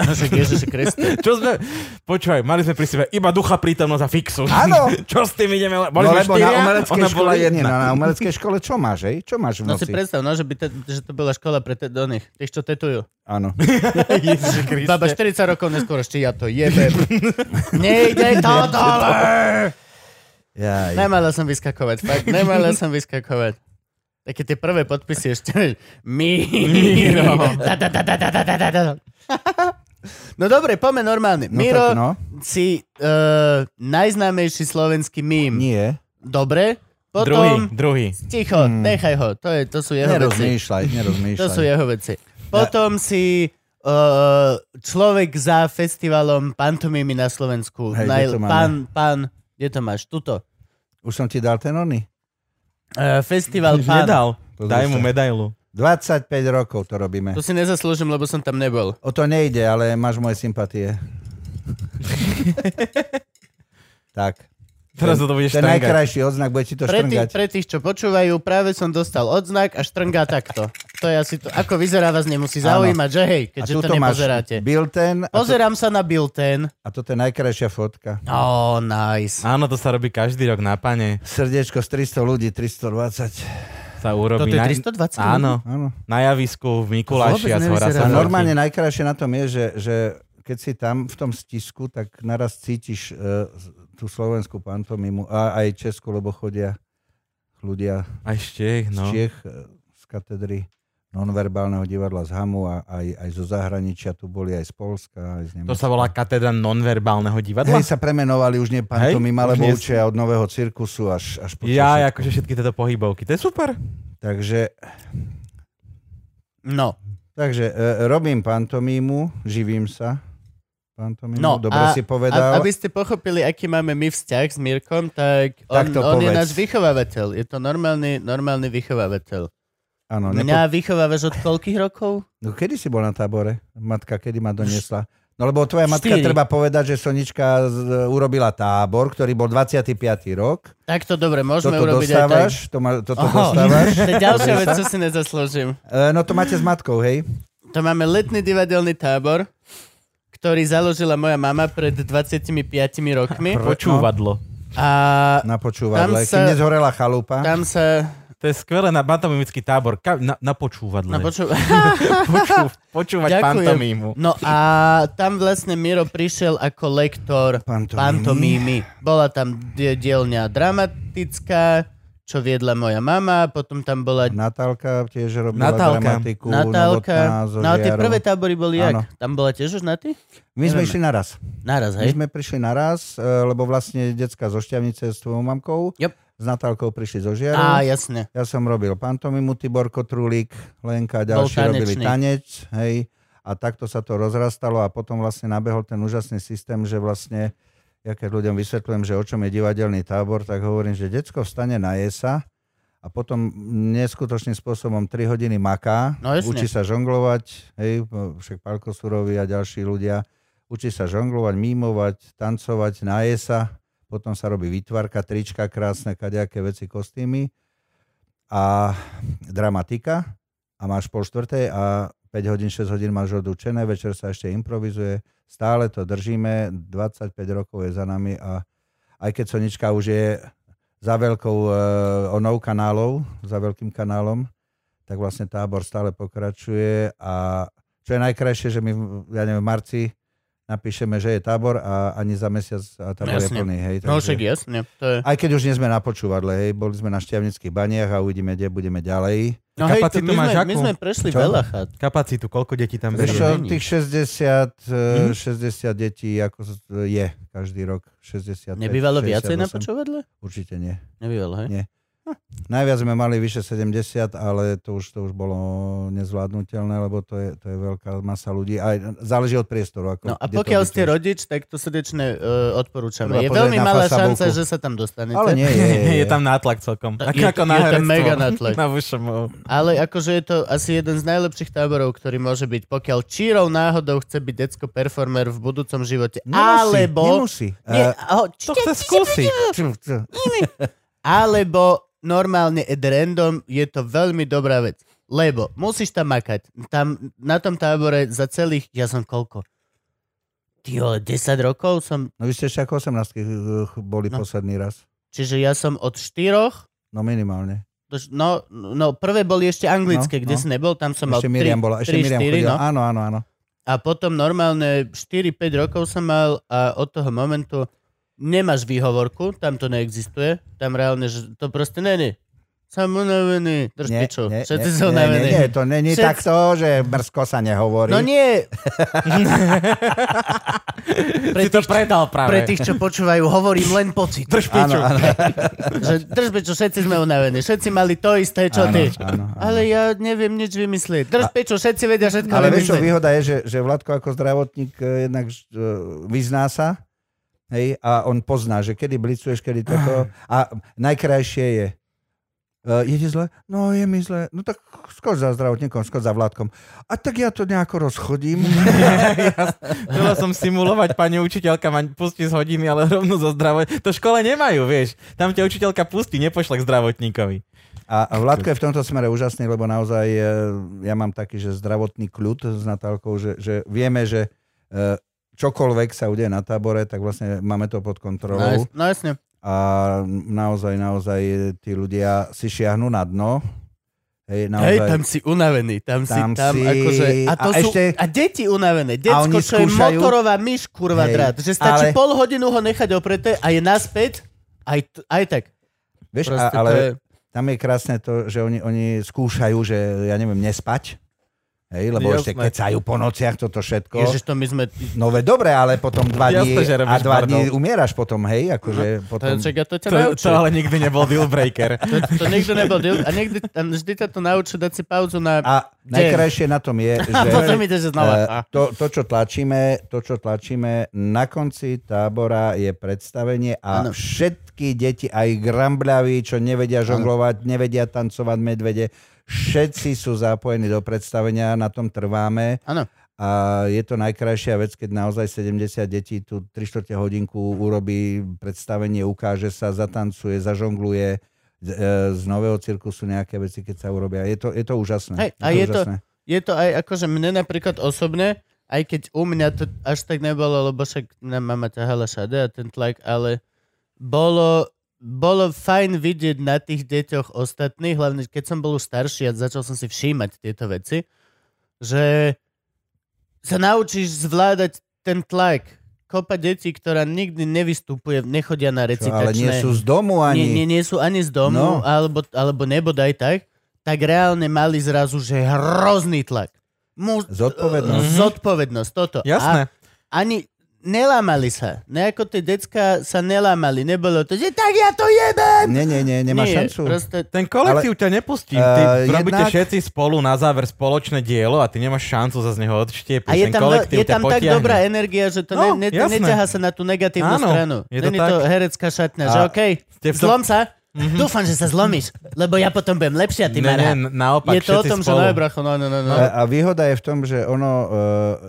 [SPEAKER 2] No však Ježiši Kriste.
[SPEAKER 1] Čo sme... Počúvaj, mali sme pri sebe iba ducha prítomnosť a fixu.
[SPEAKER 3] Áno.
[SPEAKER 1] Čo s tým ideme? le- Boli
[SPEAKER 3] No
[SPEAKER 1] sme
[SPEAKER 3] lebo
[SPEAKER 1] štyria,
[SPEAKER 3] na umeleckej
[SPEAKER 1] ona bola
[SPEAKER 3] škole, nie,
[SPEAKER 1] jedna.
[SPEAKER 3] no, na umeleckej škole čo máš, hej? Čo máš v
[SPEAKER 2] No si
[SPEAKER 3] noci?
[SPEAKER 2] predstav, no, že, by te, že to bola škola pre te, oných, tých, čo tetujú.
[SPEAKER 3] Áno.
[SPEAKER 1] Ježiši Kriste.
[SPEAKER 2] Baba 40 rokov neskôr, ešte ja to jebem. Nejde to dole!
[SPEAKER 3] Jaj. No
[SPEAKER 2] Nemala som vyskakovať, fakt, nemala som vyskakovať. Také tie prvé podpisy ešte. Miro. Da, da, da, da, da, da, da, da. No dobre, poďme normálne.
[SPEAKER 3] No
[SPEAKER 2] Miro,
[SPEAKER 3] tak no.
[SPEAKER 2] si uh, najznámejší slovenský mím.
[SPEAKER 3] Nie.
[SPEAKER 2] Dobre,
[SPEAKER 1] Druhý,
[SPEAKER 2] potom...
[SPEAKER 1] druhý.
[SPEAKER 2] Ticho,
[SPEAKER 3] Hmm.
[SPEAKER 2] nechaj ho, to, je, to sú jeho veci.
[SPEAKER 3] Nerozmýšľaj,
[SPEAKER 2] To sú
[SPEAKER 3] nerozmýšľaj.
[SPEAKER 2] jeho veci. Potom si uh, človek za festivalom pantomimy na Slovensku.
[SPEAKER 3] Hej, kde to máme?
[SPEAKER 2] pán, pán, kde to máš? Tuto.
[SPEAKER 3] Už som ti dal ten ony.
[SPEAKER 2] Uh, festival pán.
[SPEAKER 1] Nedal.
[SPEAKER 3] To
[SPEAKER 1] Daj
[SPEAKER 3] zase.
[SPEAKER 1] mu medailu.
[SPEAKER 3] 25 rokov to robíme.
[SPEAKER 2] To si nezaslúžim, lebo som tam nebol.
[SPEAKER 3] O to nejde, ale máš moje sympatie. tak.
[SPEAKER 1] Teraz to budeš
[SPEAKER 3] Ten
[SPEAKER 1] štrngať.
[SPEAKER 3] najkrajší odznak, bude ti to
[SPEAKER 2] Pre tých,
[SPEAKER 3] štrngať.
[SPEAKER 2] pre tých, čo počúvajú, práve som dostal odznak a štrnga takto. To je asi to, ako vyzerá vás nemusí
[SPEAKER 3] Áno.
[SPEAKER 2] zaujímať, že hej, keďže to
[SPEAKER 3] tuto
[SPEAKER 2] nepozeráte.
[SPEAKER 3] built-in a, to,
[SPEAKER 2] Pozerám sa na Bilten.
[SPEAKER 3] a toto je najkrajšia fotka.
[SPEAKER 2] Oh, nice.
[SPEAKER 1] Áno, to sa robí každý rok na pane.
[SPEAKER 3] Srdiečko z 300 ľudí, 320.
[SPEAKER 1] Sa
[SPEAKER 2] Toto
[SPEAKER 1] urobí
[SPEAKER 2] je
[SPEAKER 1] na-
[SPEAKER 2] 320 ľudí?
[SPEAKER 1] Áno.
[SPEAKER 3] Áno.
[SPEAKER 1] Na javisku v
[SPEAKER 2] To vôbec
[SPEAKER 1] Mikuláši a z hora
[SPEAKER 2] nevyzerá.
[SPEAKER 1] sa
[SPEAKER 3] A
[SPEAKER 2] Veľký.
[SPEAKER 3] normálne najkrajšie na tom je, že, že keď si tam v tom stisku, tak naraz cítiš uh, tú slovenskú pantomimu a aj Česku, lebo chodia ľudia
[SPEAKER 1] Aj ešte,
[SPEAKER 3] z
[SPEAKER 1] no.
[SPEAKER 3] Čiech, eh, z katedry nonverbálneho divadla z Hamu a aj, aj zo zahraničia, tu boli aj z Polska, aj z
[SPEAKER 1] To
[SPEAKER 3] Nemecka.
[SPEAKER 1] sa volá katedra nonverbálneho divadla.
[SPEAKER 3] Hej, sa premenovali, už nie pantomima,
[SPEAKER 1] Hej, už
[SPEAKER 3] lebo
[SPEAKER 1] nie-
[SPEAKER 3] učia od nového cirkusu až, až po
[SPEAKER 1] Ja,
[SPEAKER 3] Češek.
[SPEAKER 1] akože všetky tieto pohybovky. To je super.
[SPEAKER 3] Takže,
[SPEAKER 2] No,
[SPEAKER 3] takže e, robím pantomímu, živím sa pantomímu,
[SPEAKER 2] No,
[SPEAKER 3] dobre
[SPEAKER 2] a-
[SPEAKER 3] si povedal.
[SPEAKER 2] A, aby ste pochopili, aký máme my vzťah s Mirkom, tak on,
[SPEAKER 3] Tak to
[SPEAKER 2] on je
[SPEAKER 3] povedz.
[SPEAKER 2] náš vychovávateľ. Je to normálny, normálny vychovávateľ.
[SPEAKER 3] Áno,
[SPEAKER 2] No,
[SPEAKER 3] nepo...
[SPEAKER 2] Mňa vychovávaš od koľkých rokov?
[SPEAKER 3] no, kedy si bol na tábore? Matka, kedy ma doniesla? No lebo tvoja matka,
[SPEAKER 2] Štyri.
[SPEAKER 3] treba povedať, že Sonička z, urobila tábor, ktorý bol 25. rok.
[SPEAKER 2] Tak to dobre, môžeme
[SPEAKER 3] toto
[SPEAKER 2] urobiť aj
[SPEAKER 3] dostávaš,
[SPEAKER 2] tak.
[SPEAKER 3] to ma, toto
[SPEAKER 2] Oho,
[SPEAKER 3] dostávaš.
[SPEAKER 2] To je ďalšia vec, čo si nezaslúžim.
[SPEAKER 3] E, no to máte s matkou, hej?
[SPEAKER 2] To máme letný divadelný tábor, ktorý založila moja mama pred 25 rokmi.
[SPEAKER 1] Počúvadlo.
[SPEAKER 2] A
[SPEAKER 3] Na
[SPEAKER 2] Tam
[SPEAKER 3] počúvadle. Sa...
[SPEAKER 2] sa-
[SPEAKER 3] Kým nezhorela chalupa.
[SPEAKER 2] tam sa...
[SPEAKER 1] To je skvelé na pantomimický tábor. Ka- na, na počúvadle.
[SPEAKER 2] No, poču...
[SPEAKER 1] Počú- počúvať
[SPEAKER 2] Ďakujem.
[SPEAKER 1] pantomímu.
[SPEAKER 2] No a tam vlastne Miro prišiel ako lektor
[SPEAKER 3] Pantomímy.
[SPEAKER 2] pantomímy. Bola tam die- dielňa dramatická, čo viedla moja mama, potom tam bola
[SPEAKER 3] Natálka tiež robila
[SPEAKER 1] Natálka.
[SPEAKER 3] dramatiku.
[SPEAKER 2] Natálka.
[SPEAKER 3] novotná,
[SPEAKER 2] No a tie
[SPEAKER 3] Zoviarov.
[SPEAKER 2] prvé tábory boli
[SPEAKER 3] Áno.
[SPEAKER 2] jak? Tam bola tiež už na ty?
[SPEAKER 3] My
[SPEAKER 2] Nevieme.
[SPEAKER 3] sme išli naraz.
[SPEAKER 2] Naraz,
[SPEAKER 3] My
[SPEAKER 2] hej?
[SPEAKER 3] sme prišli naraz, e, lebo vlastne decka zo Šťavnice s tvojou mamkou.
[SPEAKER 2] Yep.
[SPEAKER 3] S Natálkou prišli
[SPEAKER 2] Á,
[SPEAKER 3] zo Žiarov.
[SPEAKER 2] jasne.
[SPEAKER 3] Ja som robil pantomimu Tibor Kotrulík, Lenka a ďalší
[SPEAKER 2] tanečný.
[SPEAKER 3] robili tanec, hej. A takto sa to rozrastalo a potom vlastne nabehol ten úžasný systém, že vlastne ja keď ľuďom vysvetľujem, že o čom je divadelný tábor, tak hovorím, že decko vstane na jesa a potom neskutočným spôsobom 3 hodiny maká,
[SPEAKER 2] No jasne.
[SPEAKER 3] učí sa žonglovať, hej, však Palko Surovi a ďalší ľudia, učí sa žonglovať, mímovať, tancovať na jesa, potom sa robí výtvarka, trička krásne, kadejaké veci, kostýmy a dramatika a máš pol štvrtej a 5 hodín, 6 hodín máš odučené, večer sa ešte improvizuje. Stále to držíme, 25 rokov je za nami a aj keď Sonička už je za veľkou e, onou kanálov, za veľkým kanálom, tak vlastne tábor stále pokračuje a čo je najkrajšie, že my, ja neviem, v marci napíšeme, že je tábor a ani za mesiac a tábor
[SPEAKER 2] Jasne.
[SPEAKER 3] je plný. Hej,
[SPEAKER 2] No
[SPEAKER 3] takže-
[SPEAKER 2] však jasne, to je...
[SPEAKER 3] aj keď už nie sme na počúvadle, hej, boli sme na šťavnických baniach a uvidíme, kde budeme ďalej.
[SPEAKER 2] No hej, to
[SPEAKER 1] kapacitu
[SPEAKER 2] my,
[SPEAKER 1] máš
[SPEAKER 2] sme, my
[SPEAKER 1] akú?
[SPEAKER 2] sme prešli
[SPEAKER 3] Čo?
[SPEAKER 2] veľa chat.
[SPEAKER 1] Kapacitu, koľko detí tam
[SPEAKER 3] Vieš čo,
[SPEAKER 1] berie?
[SPEAKER 2] není. Mhm.
[SPEAKER 3] tých 60, mm 60 detí ako s- je každý rok. 60,
[SPEAKER 2] Nebývalo viacej na počúvadle?
[SPEAKER 3] Určite nie.
[SPEAKER 2] Nebývalo, hej?
[SPEAKER 3] Nie. Najviac sme mali vyše 70, ale to už, to už bolo nezvládnutelné, lebo to je, to je veľká masa ľudí. Aj záleží od priestoru. Ako,
[SPEAKER 2] No a
[SPEAKER 3] kde to
[SPEAKER 2] pokiaľ ste
[SPEAKER 3] ubytuješ.
[SPEAKER 2] rodič, tak to srdečne uh, odporúčame.
[SPEAKER 3] Treba
[SPEAKER 2] Je
[SPEAKER 3] pozrieť
[SPEAKER 2] veľmi
[SPEAKER 3] na
[SPEAKER 2] malá
[SPEAKER 3] Facebooku.
[SPEAKER 2] šanca, že sa tam dostanete.
[SPEAKER 3] Ale nie, je, je,
[SPEAKER 1] Je
[SPEAKER 3] je.
[SPEAKER 1] tam nátlak celkom.
[SPEAKER 2] Je-
[SPEAKER 1] Tak ako na
[SPEAKER 2] je to
[SPEAKER 1] herectvo.
[SPEAKER 2] mega nátlak.
[SPEAKER 1] Na no. VŠMU.
[SPEAKER 2] Ale akože je to asi jeden z najlepších táborov, ktorý môže byť, pokiaľ čírov náhodou chce byť decko performer v budúcom živote. alebo...
[SPEAKER 3] Nemusí.
[SPEAKER 2] Nie,
[SPEAKER 3] Eh,
[SPEAKER 2] aho,
[SPEAKER 1] To chce skúsiť.
[SPEAKER 3] čo- čo-
[SPEAKER 2] Alebo normálne ad random je to veľmi dobrá vec. Lebo musíš tam makať. Tam na tom tábore za celých, ja som koľko? Ty vole, 10 rokov som,
[SPEAKER 3] No vy ste ešte ako 18 eh, boli
[SPEAKER 2] No.
[SPEAKER 3] posledný raz.
[SPEAKER 2] čiže ja som od 4
[SPEAKER 3] No minimálne.
[SPEAKER 2] No, no prvé boli ešte anglické,
[SPEAKER 3] No,
[SPEAKER 2] kde
[SPEAKER 3] no.
[SPEAKER 2] si nebol, tam som
[SPEAKER 3] Ešte
[SPEAKER 2] mal
[SPEAKER 3] Miriam
[SPEAKER 2] 3,
[SPEAKER 3] bola, ešte
[SPEAKER 2] 3,
[SPEAKER 3] Miriam
[SPEAKER 2] 4, no.
[SPEAKER 3] chodila. Áno, áno, áno.
[SPEAKER 2] A potom normálne 4-5 rokov som mal a od toho momentu nemáš výhovorku, tam to neexistuje. Tam reálne, že to proste není. Som unavený. Drž
[SPEAKER 3] Nie,
[SPEAKER 2] piču.
[SPEAKER 3] nie,
[SPEAKER 2] Všetci
[SPEAKER 3] nie,
[SPEAKER 2] sú
[SPEAKER 3] nie,
[SPEAKER 2] unavení.
[SPEAKER 3] nie, nie, to není
[SPEAKER 2] Všetci-
[SPEAKER 3] takto, že mrzko sa nehovorí.
[SPEAKER 2] No nie. pre,
[SPEAKER 1] Si
[SPEAKER 2] tých,
[SPEAKER 1] to predal práve.
[SPEAKER 2] pre tých, čo počúvajú, hovorím len pocit.
[SPEAKER 1] Drž
[SPEAKER 3] áno,
[SPEAKER 1] piču.
[SPEAKER 3] áno,
[SPEAKER 2] Že, drž piču, všetci sme unavení. Všetci mali to isté, čo
[SPEAKER 3] áno,
[SPEAKER 2] ty.
[SPEAKER 3] áno, áno.
[SPEAKER 2] Ale ja neviem nič vymyslieť. Drž piču, všetci vedia všetko
[SPEAKER 3] Ale vieš čo,
[SPEAKER 2] vymyslieť.
[SPEAKER 3] výhoda je, že, že Vladko ako zdravotník eh, jednak eh, vyzná sa hej, a on pozná, že kedy blicuješ, kedy toto. A najkrajšie je, eh, je ti zle? No je mi zle. No tak skôr za zdravotníkom, skôr za Vládkom. A tak ja to nejako rozchodím.
[SPEAKER 1] Chcela som simulovať, pani učiteľka ma pustí z hodiny, ale rovno zo zdravot... To v škole nemajú, vieš. Tam ťa učiteľka pustí, nepošle k zdravotníkovi.
[SPEAKER 3] A a Vládko je v tomto smere úžasný, lebo naozaj e, ja mám taký, že zdravotný kľud s Natálkou, že, že vieme, že e, čokoľvek sa udeje na tábore, tak vlastne máme to pod
[SPEAKER 2] No,
[SPEAKER 3] kontrolou
[SPEAKER 2] jas- no jasne.
[SPEAKER 3] a naozaj, naozaj tí ľudia si šiahnú na dno. Hej, naozaj.
[SPEAKER 2] Hej, tam si unavený, tam, si,
[SPEAKER 3] Tam
[SPEAKER 2] tam
[SPEAKER 3] si-
[SPEAKER 2] akože... A, to
[SPEAKER 3] a
[SPEAKER 2] sú,
[SPEAKER 3] ešte-
[SPEAKER 2] a deti unavené, decko,
[SPEAKER 3] oni
[SPEAKER 2] čo je
[SPEAKER 3] skúšajú-
[SPEAKER 2] motorová myš, kurva
[SPEAKER 3] Hej,
[SPEAKER 2] drát, že stačí
[SPEAKER 3] ale-
[SPEAKER 2] pol hodinu ho nechať opreté a je naspäť, aj, t- aj tak.
[SPEAKER 3] Vieš, a,
[SPEAKER 2] Proste
[SPEAKER 3] ale
[SPEAKER 2] to je...
[SPEAKER 3] tam je krásne to, že oni, oni skúšajú, že ja neviem, nespať. Hej, lebo ešte
[SPEAKER 2] Jasné.
[SPEAKER 3] kecajú po nociach toto všetko.
[SPEAKER 2] Ježiš, to my sme...
[SPEAKER 3] No ve, dobre, ale potom dva dní
[SPEAKER 1] Jasné, že robíš
[SPEAKER 3] a dva
[SPEAKER 1] bardel.
[SPEAKER 3] dní umieraš potom, hej, akože
[SPEAKER 2] To,
[SPEAKER 3] potom...
[SPEAKER 2] čak, ja to ťa
[SPEAKER 1] To, to
[SPEAKER 2] naučil.
[SPEAKER 1] ale nikdy nebol dealbreaker.
[SPEAKER 2] To, to nikto nebol deal. A niekdy, a vždy ťa to naučí dať si pauzu na... A,
[SPEAKER 3] A najkrajšie na tom je, že...
[SPEAKER 2] potom ide, že
[SPEAKER 3] Eh,
[SPEAKER 2] znova.
[SPEAKER 3] to, to, čo tlačíme, to, čo tlačíme, na konci tábora je predstavenie a
[SPEAKER 2] Áno.
[SPEAKER 3] všetky deti, aj grambľaví, čo nevedia žonglovať, nevedia tancovať medvede, všetci sú zapojení do predstavenia, na tom trváme
[SPEAKER 2] Áno.
[SPEAKER 3] a je to najkrajšia vec, keď naozaj 70 detí tú 3 čtvrte hodinku urobí predstavenie, ukáže sa, zatancuje, zažongluje. Z, eh, z nového cirkusu nejaké veci, keď sa urobia. Je to, je to úžasné.
[SPEAKER 2] Hej, a je to-
[SPEAKER 3] úžasné.
[SPEAKER 2] je to aj akože mne napríklad osobne, aj keď u mňa to až tak nebolo, lebo však na mama ťahala šade a ten tlak, ale bolo, bolo fajn vidieť na tých deťoch ostatných, hlavne keď som bol už starší a začal som si všímať tieto veci, že sa naučíš zvládať ten tlak. Kopa detí, ktorá nikdy nevystupuje, nechodia na
[SPEAKER 3] Čo, ale
[SPEAKER 2] recitačné.
[SPEAKER 3] nie sú z domu ani...
[SPEAKER 2] Nie, nie, nie sú ani z domu, no.
[SPEAKER 3] No.
[SPEAKER 2] alebo, alebo nebodaj tak, tak reálne mali zrazu, že hrozný tlak. Mu,
[SPEAKER 3] Zodpovednosť.
[SPEAKER 2] Mhm. Zodpovednosť, toto. A
[SPEAKER 1] Jasné.
[SPEAKER 2] ani nelámali sa. Nejako tie decka sa nelámali. Nebolo to, že tak ja to jebem!
[SPEAKER 3] Nie, nie, nie, nemá
[SPEAKER 2] Nie,
[SPEAKER 3] šancu.
[SPEAKER 2] Proste,
[SPEAKER 1] Ten kolektív ťa nepustí. Ty
[SPEAKER 3] Eh,
[SPEAKER 1] robíte
[SPEAKER 3] jednak-
[SPEAKER 1] všetci spolu na záver spoločné dielo a ty nemáš šancu sa z neho odštiepiť.
[SPEAKER 2] a je
[SPEAKER 1] Ten
[SPEAKER 2] tam, veľ-
[SPEAKER 1] kolektív
[SPEAKER 2] je
[SPEAKER 1] ťa
[SPEAKER 2] tam tak
[SPEAKER 1] potiahne.
[SPEAKER 2] dobrá energia, že to
[SPEAKER 1] No,
[SPEAKER 2] ne, ne,
[SPEAKER 1] jasné.
[SPEAKER 2] neťahá sa na tú negatívnu
[SPEAKER 1] Áno,
[SPEAKER 2] stranu.
[SPEAKER 1] je to
[SPEAKER 2] Není to
[SPEAKER 1] tak.
[SPEAKER 2] herecká šatňa, že
[SPEAKER 3] A
[SPEAKER 2] okej,
[SPEAKER 1] ste v tom- Mhm.
[SPEAKER 2] zlom sa, dúfam, že sa zlomíš, lebo ja potom budem lepšia, ty
[SPEAKER 1] Ne,
[SPEAKER 2] mará.
[SPEAKER 1] ne, naopak
[SPEAKER 2] Je to o
[SPEAKER 1] všetci
[SPEAKER 2] tom, že
[SPEAKER 1] spolu.
[SPEAKER 2] no, bracho, no, no, no, no.
[SPEAKER 3] A, a výhoda je v tom, že ono e,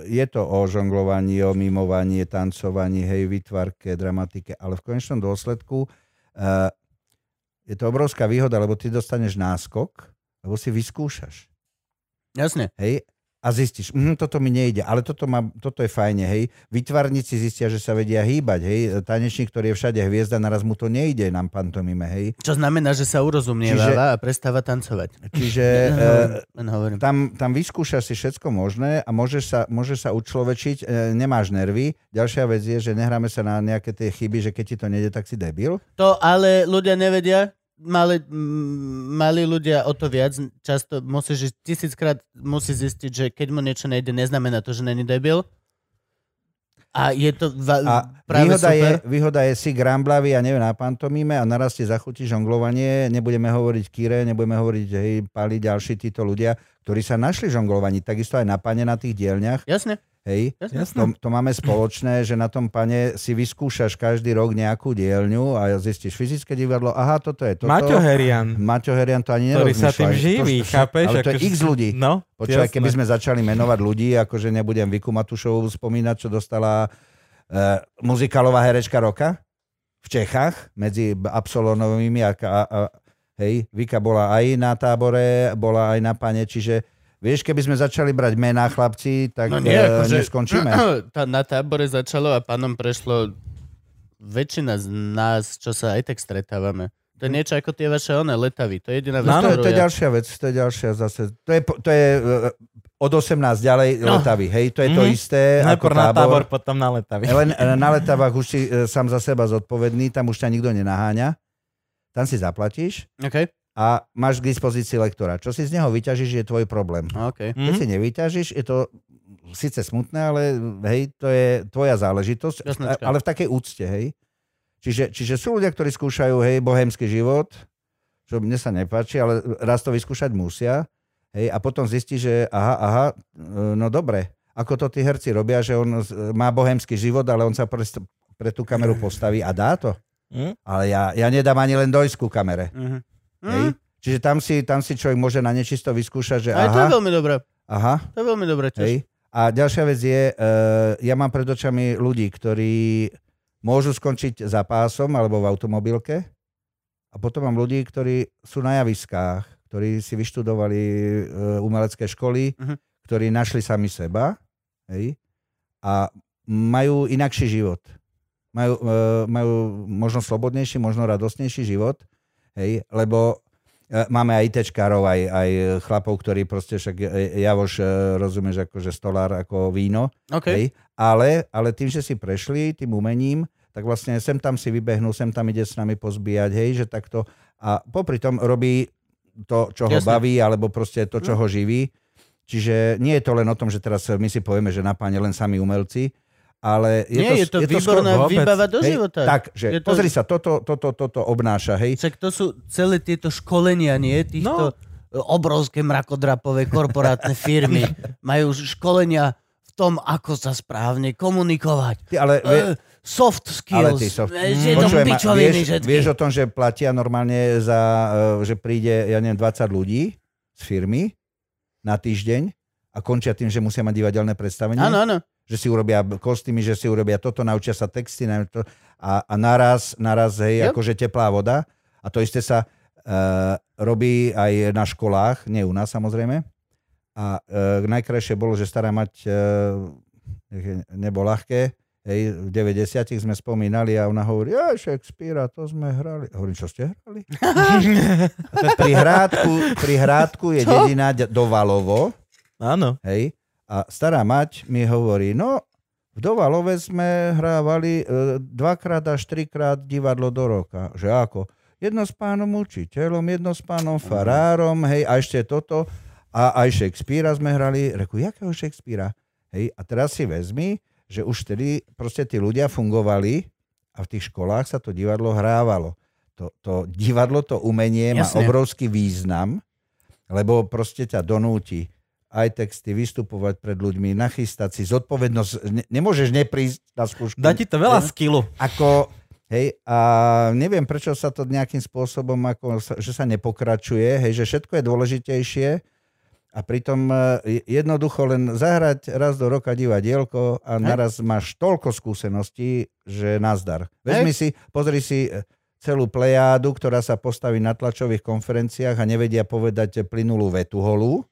[SPEAKER 3] je to o žonglovaní, o mimovaní, tancovaní, hej, vytvarke, dramatike, ale v konečnom dôsledku e, je to obrovská výhoda, lebo ty dostaneš náskok, lebo si vyskúšaš.
[SPEAKER 2] Jasne.
[SPEAKER 3] Hej, a zistíš, mm, toto mi nejde, ale toto, má, toto je fajne, hej. Vytvarníci zistia, že sa vedia hýbať, hej. Tanečník, ktorý je všade hviezda, naraz mu to nejde nám pantomime, hej.
[SPEAKER 2] Čo znamená, že sa urozumievala a prestáva tancovať.
[SPEAKER 3] Čiže
[SPEAKER 2] No,
[SPEAKER 3] e,
[SPEAKER 2] Len hovorím.
[SPEAKER 3] tam, tam vyskúša si všetko možné a môže sa, môže sa učlovečiť, e, nemáš nervy. Ďalšia vec je, že nehráme sa na nejaké tie chyby, že keď ti to nejde, tak si debil.
[SPEAKER 2] To ale ľudia nevedia, mali, m, mali ľudia o to viac, často musíš, ísť- tisíckrát musí zistiť, že keď mu niečo nejde, neznamená to, že není debil. A je to va-
[SPEAKER 3] A
[SPEAKER 2] E, práve
[SPEAKER 3] výhoda je,
[SPEAKER 2] super.
[SPEAKER 3] výhoda je si gramblavý, ja neviem, na pantomime a naraz ti zachutí žonglovanie, nebudeme hovoriť kire, nebudeme hovoriť hej, pali ďalší títo ľudia, ktorí sa našli v žonglovaní, takisto aj na pane na tých dielňach,
[SPEAKER 2] Jasne,
[SPEAKER 3] hej.
[SPEAKER 2] jasne.
[SPEAKER 1] Jasné.
[SPEAKER 3] To, to máme spoločné, že na tom pane si vyskúšaš každý rok nejakú dielňu a zistíš fyzické divadlo, aha, toto je toto.
[SPEAKER 1] Maťo Herian,
[SPEAKER 3] Maťo Herian to ani
[SPEAKER 1] ktorý sa
[SPEAKER 3] nerozmýšľa.
[SPEAKER 1] tým
[SPEAKER 3] To-
[SPEAKER 1] živí, chápeš?
[SPEAKER 3] Ale to je
[SPEAKER 1] Akože-
[SPEAKER 3] x ľudí.
[SPEAKER 1] No,
[SPEAKER 3] Počúvaj,
[SPEAKER 1] jasné.
[SPEAKER 3] keby sme začali menovať ľudí, akože nebudem Viku Matušovu spomínať, čo dostala e, muzikálová herečka roka v Čechách medzi b- Absolonovými a, a, a hej, Vika bola aj na tábore, bola aj na pane, čiže vieš, keby sme začali brať mená chlapci, tak
[SPEAKER 2] No
[SPEAKER 3] no
[SPEAKER 2] nie, akože-
[SPEAKER 3] neskončíme.
[SPEAKER 2] Tá, na tábore začalo a pánom prešlo väčšina z nás, čo sa aj tak stretávame. To je niečo ako tie vaše one letavy. To je jediná vec,
[SPEAKER 1] Áno,
[SPEAKER 3] to, je,
[SPEAKER 2] ktorú
[SPEAKER 3] to je
[SPEAKER 2] ja-
[SPEAKER 3] ďalšia vec, to je ďalšia zase. To je, po- to je e, od 18 ďalej
[SPEAKER 1] No.
[SPEAKER 3] letavy, hej, to je to
[SPEAKER 1] Mhm.
[SPEAKER 3] isté ako
[SPEAKER 1] Najprv na
[SPEAKER 3] tábor.
[SPEAKER 1] tábor, potom na letavy.
[SPEAKER 3] Len e, na letavách už si e, sám za seba zodpovedný, tam už ťa nikto nenaháňa. Tam si zaplatíš
[SPEAKER 2] Okay?
[SPEAKER 3] a máš k dispozícii lektora. Čo si z neho vyťažíš, je tvoj problém.
[SPEAKER 2] Okay.
[SPEAKER 3] Keď si
[SPEAKER 1] Mhm.
[SPEAKER 3] nevyťažíš, je to síce smutné, ale hej, to je tvoja záležitosť, a,
[SPEAKER 2] Jasnačka.
[SPEAKER 3] ale v takej úcte, hej. Čiže, čiže sú ľudia, ktorí skúšajú, hej, bohemský život, čo mne sa nepáči, ale raz to vyskúšať musia, hej, a potom zistí, že aha, aha, e, no dobre, ako to tí herci robia, že on z- e, má bohemský život, ale on sa pre, pre tú kameru postaví a dá to.
[SPEAKER 1] Mhm.
[SPEAKER 3] Ale ja, ja nedám ani len dojsť ku kamere.
[SPEAKER 2] Mhm.
[SPEAKER 3] Hej.
[SPEAKER 2] Mm.
[SPEAKER 3] Čiže tam si, tam si človek môže na nečisto vyskúšať, že
[SPEAKER 2] Aj to je
[SPEAKER 3] aha,
[SPEAKER 2] veľmi dobré.
[SPEAKER 3] aha,
[SPEAKER 2] To je veľmi dobré tiež.
[SPEAKER 3] Hej. A ďalšia vec je, e, ja mám pred očami ľudí, ktorí môžu skončiť za pásom alebo v automobilke. A potom mám ľudí, ktorí sú na javiskách, ktorí si vyštudovali e, umelecké školy,
[SPEAKER 2] Mhm.
[SPEAKER 3] ktorí našli sami seba hej, a majú inakší život. Majú, e, majú možno slobodnejší, možno radostnejší život, hej, lebo E, Máme aj ITčkárov, aj, aj chlapov, ktorí proste však, e, Javoš, e, rozumieš, akože stolár ako víno,
[SPEAKER 2] Okay.
[SPEAKER 3] hej? Ale, ale tým, že si prešli tým umením, tak vlastne sem tam si vybehnú, sem tam ide s nami pozbíjať, hej, že takto. A popri tom robí to, čo ho
[SPEAKER 2] Jasné. Mhm.
[SPEAKER 3] baví, alebo proste to, čo ho živí. Čiže nie je to len o tom, že teraz my si povieme, že na páne len sami umelci, ale je
[SPEAKER 2] Nie, je
[SPEAKER 3] to,
[SPEAKER 2] to,
[SPEAKER 3] skoro-
[SPEAKER 2] výborná
[SPEAKER 1] vôbec.
[SPEAKER 2] výbava do
[SPEAKER 3] hej,
[SPEAKER 2] života.
[SPEAKER 3] Tak,
[SPEAKER 2] Je
[SPEAKER 3] že
[SPEAKER 2] to-
[SPEAKER 3] pozri sa, toto, toto, toto obnáša, hej.
[SPEAKER 2] Však to sú celé tieto školenia, nie? Týchto no. obrovské mrakodrapové korporátne firmy majú školenia v tom, ako sa správne komunikovať.
[SPEAKER 3] Ty, ale,
[SPEAKER 2] Eh,
[SPEAKER 3] vie-
[SPEAKER 2] soft skills.
[SPEAKER 3] Ale ty soft-
[SPEAKER 2] Eh, Že to
[SPEAKER 3] Počúvaj ma,
[SPEAKER 2] pičoviny
[SPEAKER 3] vieš,
[SPEAKER 2] všetky.
[SPEAKER 3] vieš o tom, že platia normálne za, e, že príde, ja neviem, 20 ľudí z firmy na týždeň a končia tým, že musia mať divadelné predstavenie.
[SPEAKER 2] Áno, áno.
[SPEAKER 3] Že si urobia kostýmy, že si urobia toto, naučia sa texty neviem to, a, a naraz, naraz,
[SPEAKER 2] Jo.
[SPEAKER 3] hej, akože teplá voda. A to isté sa uh, robí aj na školách, nie u nás samozrejme. A uh, najkrajšie bolo, že stará mať e, uh, nebolo ľahké, Hej, v 90 sme spomínali a ona hovorí, ja Shakespearea, to sme hrali. Hovorím, čo ste hrali? pri, hrádku, pri hrádku je
[SPEAKER 2] Čo?
[SPEAKER 3] dedina D- Dovalovo,
[SPEAKER 1] Áno.
[SPEAKER 3] hej, a stará mať mi hovorí, no, v Dovalove sme hrávali e, dvakrát až trikrát divadlo do roka. Že ako? Jedno s pánom učiteľom, jedno s pánom farárom, hej, a ešte toto. A aj Shakespearea sme hrali. Reku, jakého Shakespearea? Hej, a teraz si vezmi, že už vtedy proste tí ľudia fungovali a v tých školách sa to divadlo hrávalo. To, to divadlo, to umenie má
[SPEAKER 2] Jasne.
[SPEAKER 3] obrovský význam, lebo proste ťa donúti aj texty, vystupovať pred ľuďmi, nachystať si zodpovednosť. Ne, nemôžeš neprísť na skúšku.
[SPEAKER 1] Dá ti to veľa skillu.
[SPEAKER 3] Ako, hej, a neviem, prečo sa to nejakým spôsobom, ako sa, že sa nepokračuje, hej, že všetko je dôležitejšie a pritom eh, jednoducho len zahrať raz do roka divadielko a naraz máš toľko skúseností, že nazdar. Vezmi si, pozri si eh, celú plejádu, ktorá sa postaví na tlačových konferenciách a nevedia povedať plinulú vetu holú.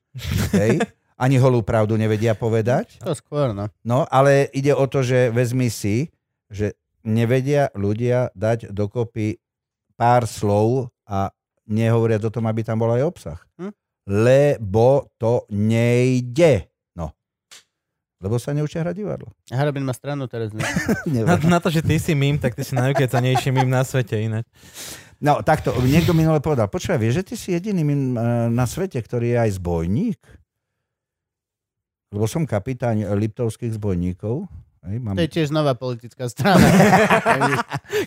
[SPEAKER 3] Hej? ani holú pravdu nevedia povedať.
[SPEAKER 2] To skôr, no.
[SPEAKER 3] No, ale ide o to, že vezmi si, že nevedia ľudia dať dokopy pár slov a nehovoriac o tom, aby tam bol aj obsah.
[SPEAKER 2] Hm?
[SPEAKER 3] Lebo to nejde. No. Lebo sa neučia hrať divadlo.
[SPEAKER 2] Harabin má stranu teraz. Ne?
[SPEAKER 1] Na, na to, že ty si mím, tak ty si najkecanejší mím na svete ináč.
[SPEAKER 3] No, takto. Niekto minule povedal, počúvaj, vieš, že ty si jediný min- eh, na svete, ktorý je aj zbojník? Lebo som kapitáň Liptovských zbojníkov. Hej, mám...
[SPEAKER 2] To je tiež nová politická strana.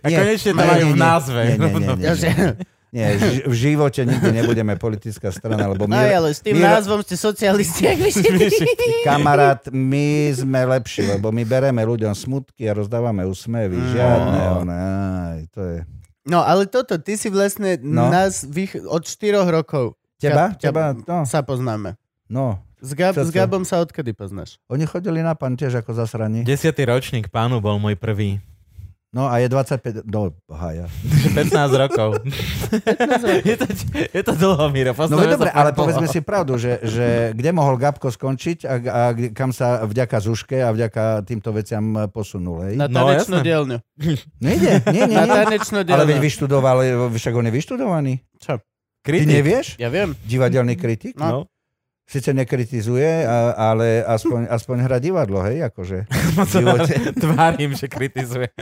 [SPEAKER 1] A konečne to
[SPEAKER 3] nie,
[SPEAKER 1] majú
[SPEAKER 3] nie,
[SPEAKER 1] v
[SPEAKER 3] nie.
[SPEAKER 1] názve.
[SPEAKER 3] Nie, nie, nie, nie, nie.
[SPEAKER 2] Že-
[SPEAKER 3] nie, ž- v živote nikdy nebudeme politická strana, lebo my...
[SPEAKER 2] Aj, No, ale s tým
[SPEAKER 3] Miro-
[SPEAKER 2] názvom ste socialisti, ak vy ste...
[SPEAKER 3] Kamarát, my sme lepší, lebo my bereme ľuďom smutky a rozdávame úsmevy. Žiadne,
[SPEAKER 1] No.
[SPEAKER 3] one, aj, to je...
[SPEAKER 2] No, ale toto, ty si vlastne
[SPEAKER 3] No.
[SPEAKER 2] nás vych... od 4 rokov
[SPEAKER 3] Teba?
[SPEAKER 2] Ťa- ťa-
[SPEAKER 3] Teba? No,
[SPEAKER 2] sa poznáme.
[SPEAKER 3] no.
[SPEAKER 2] S, Gab,
[SPEAKER 3] Čo
[SPEAKER 2] s
[SPEAKER 3] to?
[SPEAKER 2] Gabom sa odkedy poznáš?
[SPEAKER 3] Oni chodili na pan tiež ako zasraní.
[SPEAKER 1] Desiatý ročník pánu bol môj prvý.
[SPEAKER 3] No a je 25... No, haja.
[SPEAKER 1] Že 15 rokov. je, to, je to dlho, Miro.
[SPEAKER 3] No
[SPEAKER 1] poznáme
[SPEAKER 3] veď
[SPEAKER 1] sa
[SPEAKER 3] dobre,
[SPEAKER 1] pár
[SPEAKER 3] ale
[SPEAKER 1] dlho.
[SPEAKER 3] povedzme si pravdu, že, že kde mohol Gabko skončiť a, a kde- kam sa vďaka Zuške a vďaka týmto veciam posunul, hej?
[SPEAKER 2] Na
[SPEAKER 1] No,
[SPEAKER 2] tanečnú
[SPEAKER 1] jasné.
[SPEAKER 2] dielňu.
[SPEAKER 3] Nejde, nie, nie,
[SPEAKER 2] Na
[SPEAKER 3] nie.
[SPEAKER 2] tanečnú
[SPEAKER 3] Ale veď
[SPEAKER 2] dielňu.
[SPEAKER 3] vyštudoval, však on je vyštudovaný.
[SPEAKER 2] Čo?
[SPEAKER 3] Ty
[SPEAKER 1] Kritik.
[SPEAKER 3] nevieš?
[SPEAKER 2] Ja viem.
[SPEAKER 3] Divadelný kritik?
[SPEAKER 2] No.
[SPEAKER 1] No.
[SPEAKER 3] Sice nekritizuje, a, ale aspoň, aspoň hra divadlo, hej, akože.
[SPEAKER 1] Moc sa
[SPEAKER 3] živote.
[SPEAKER 1] Tvárim, že kritizuje.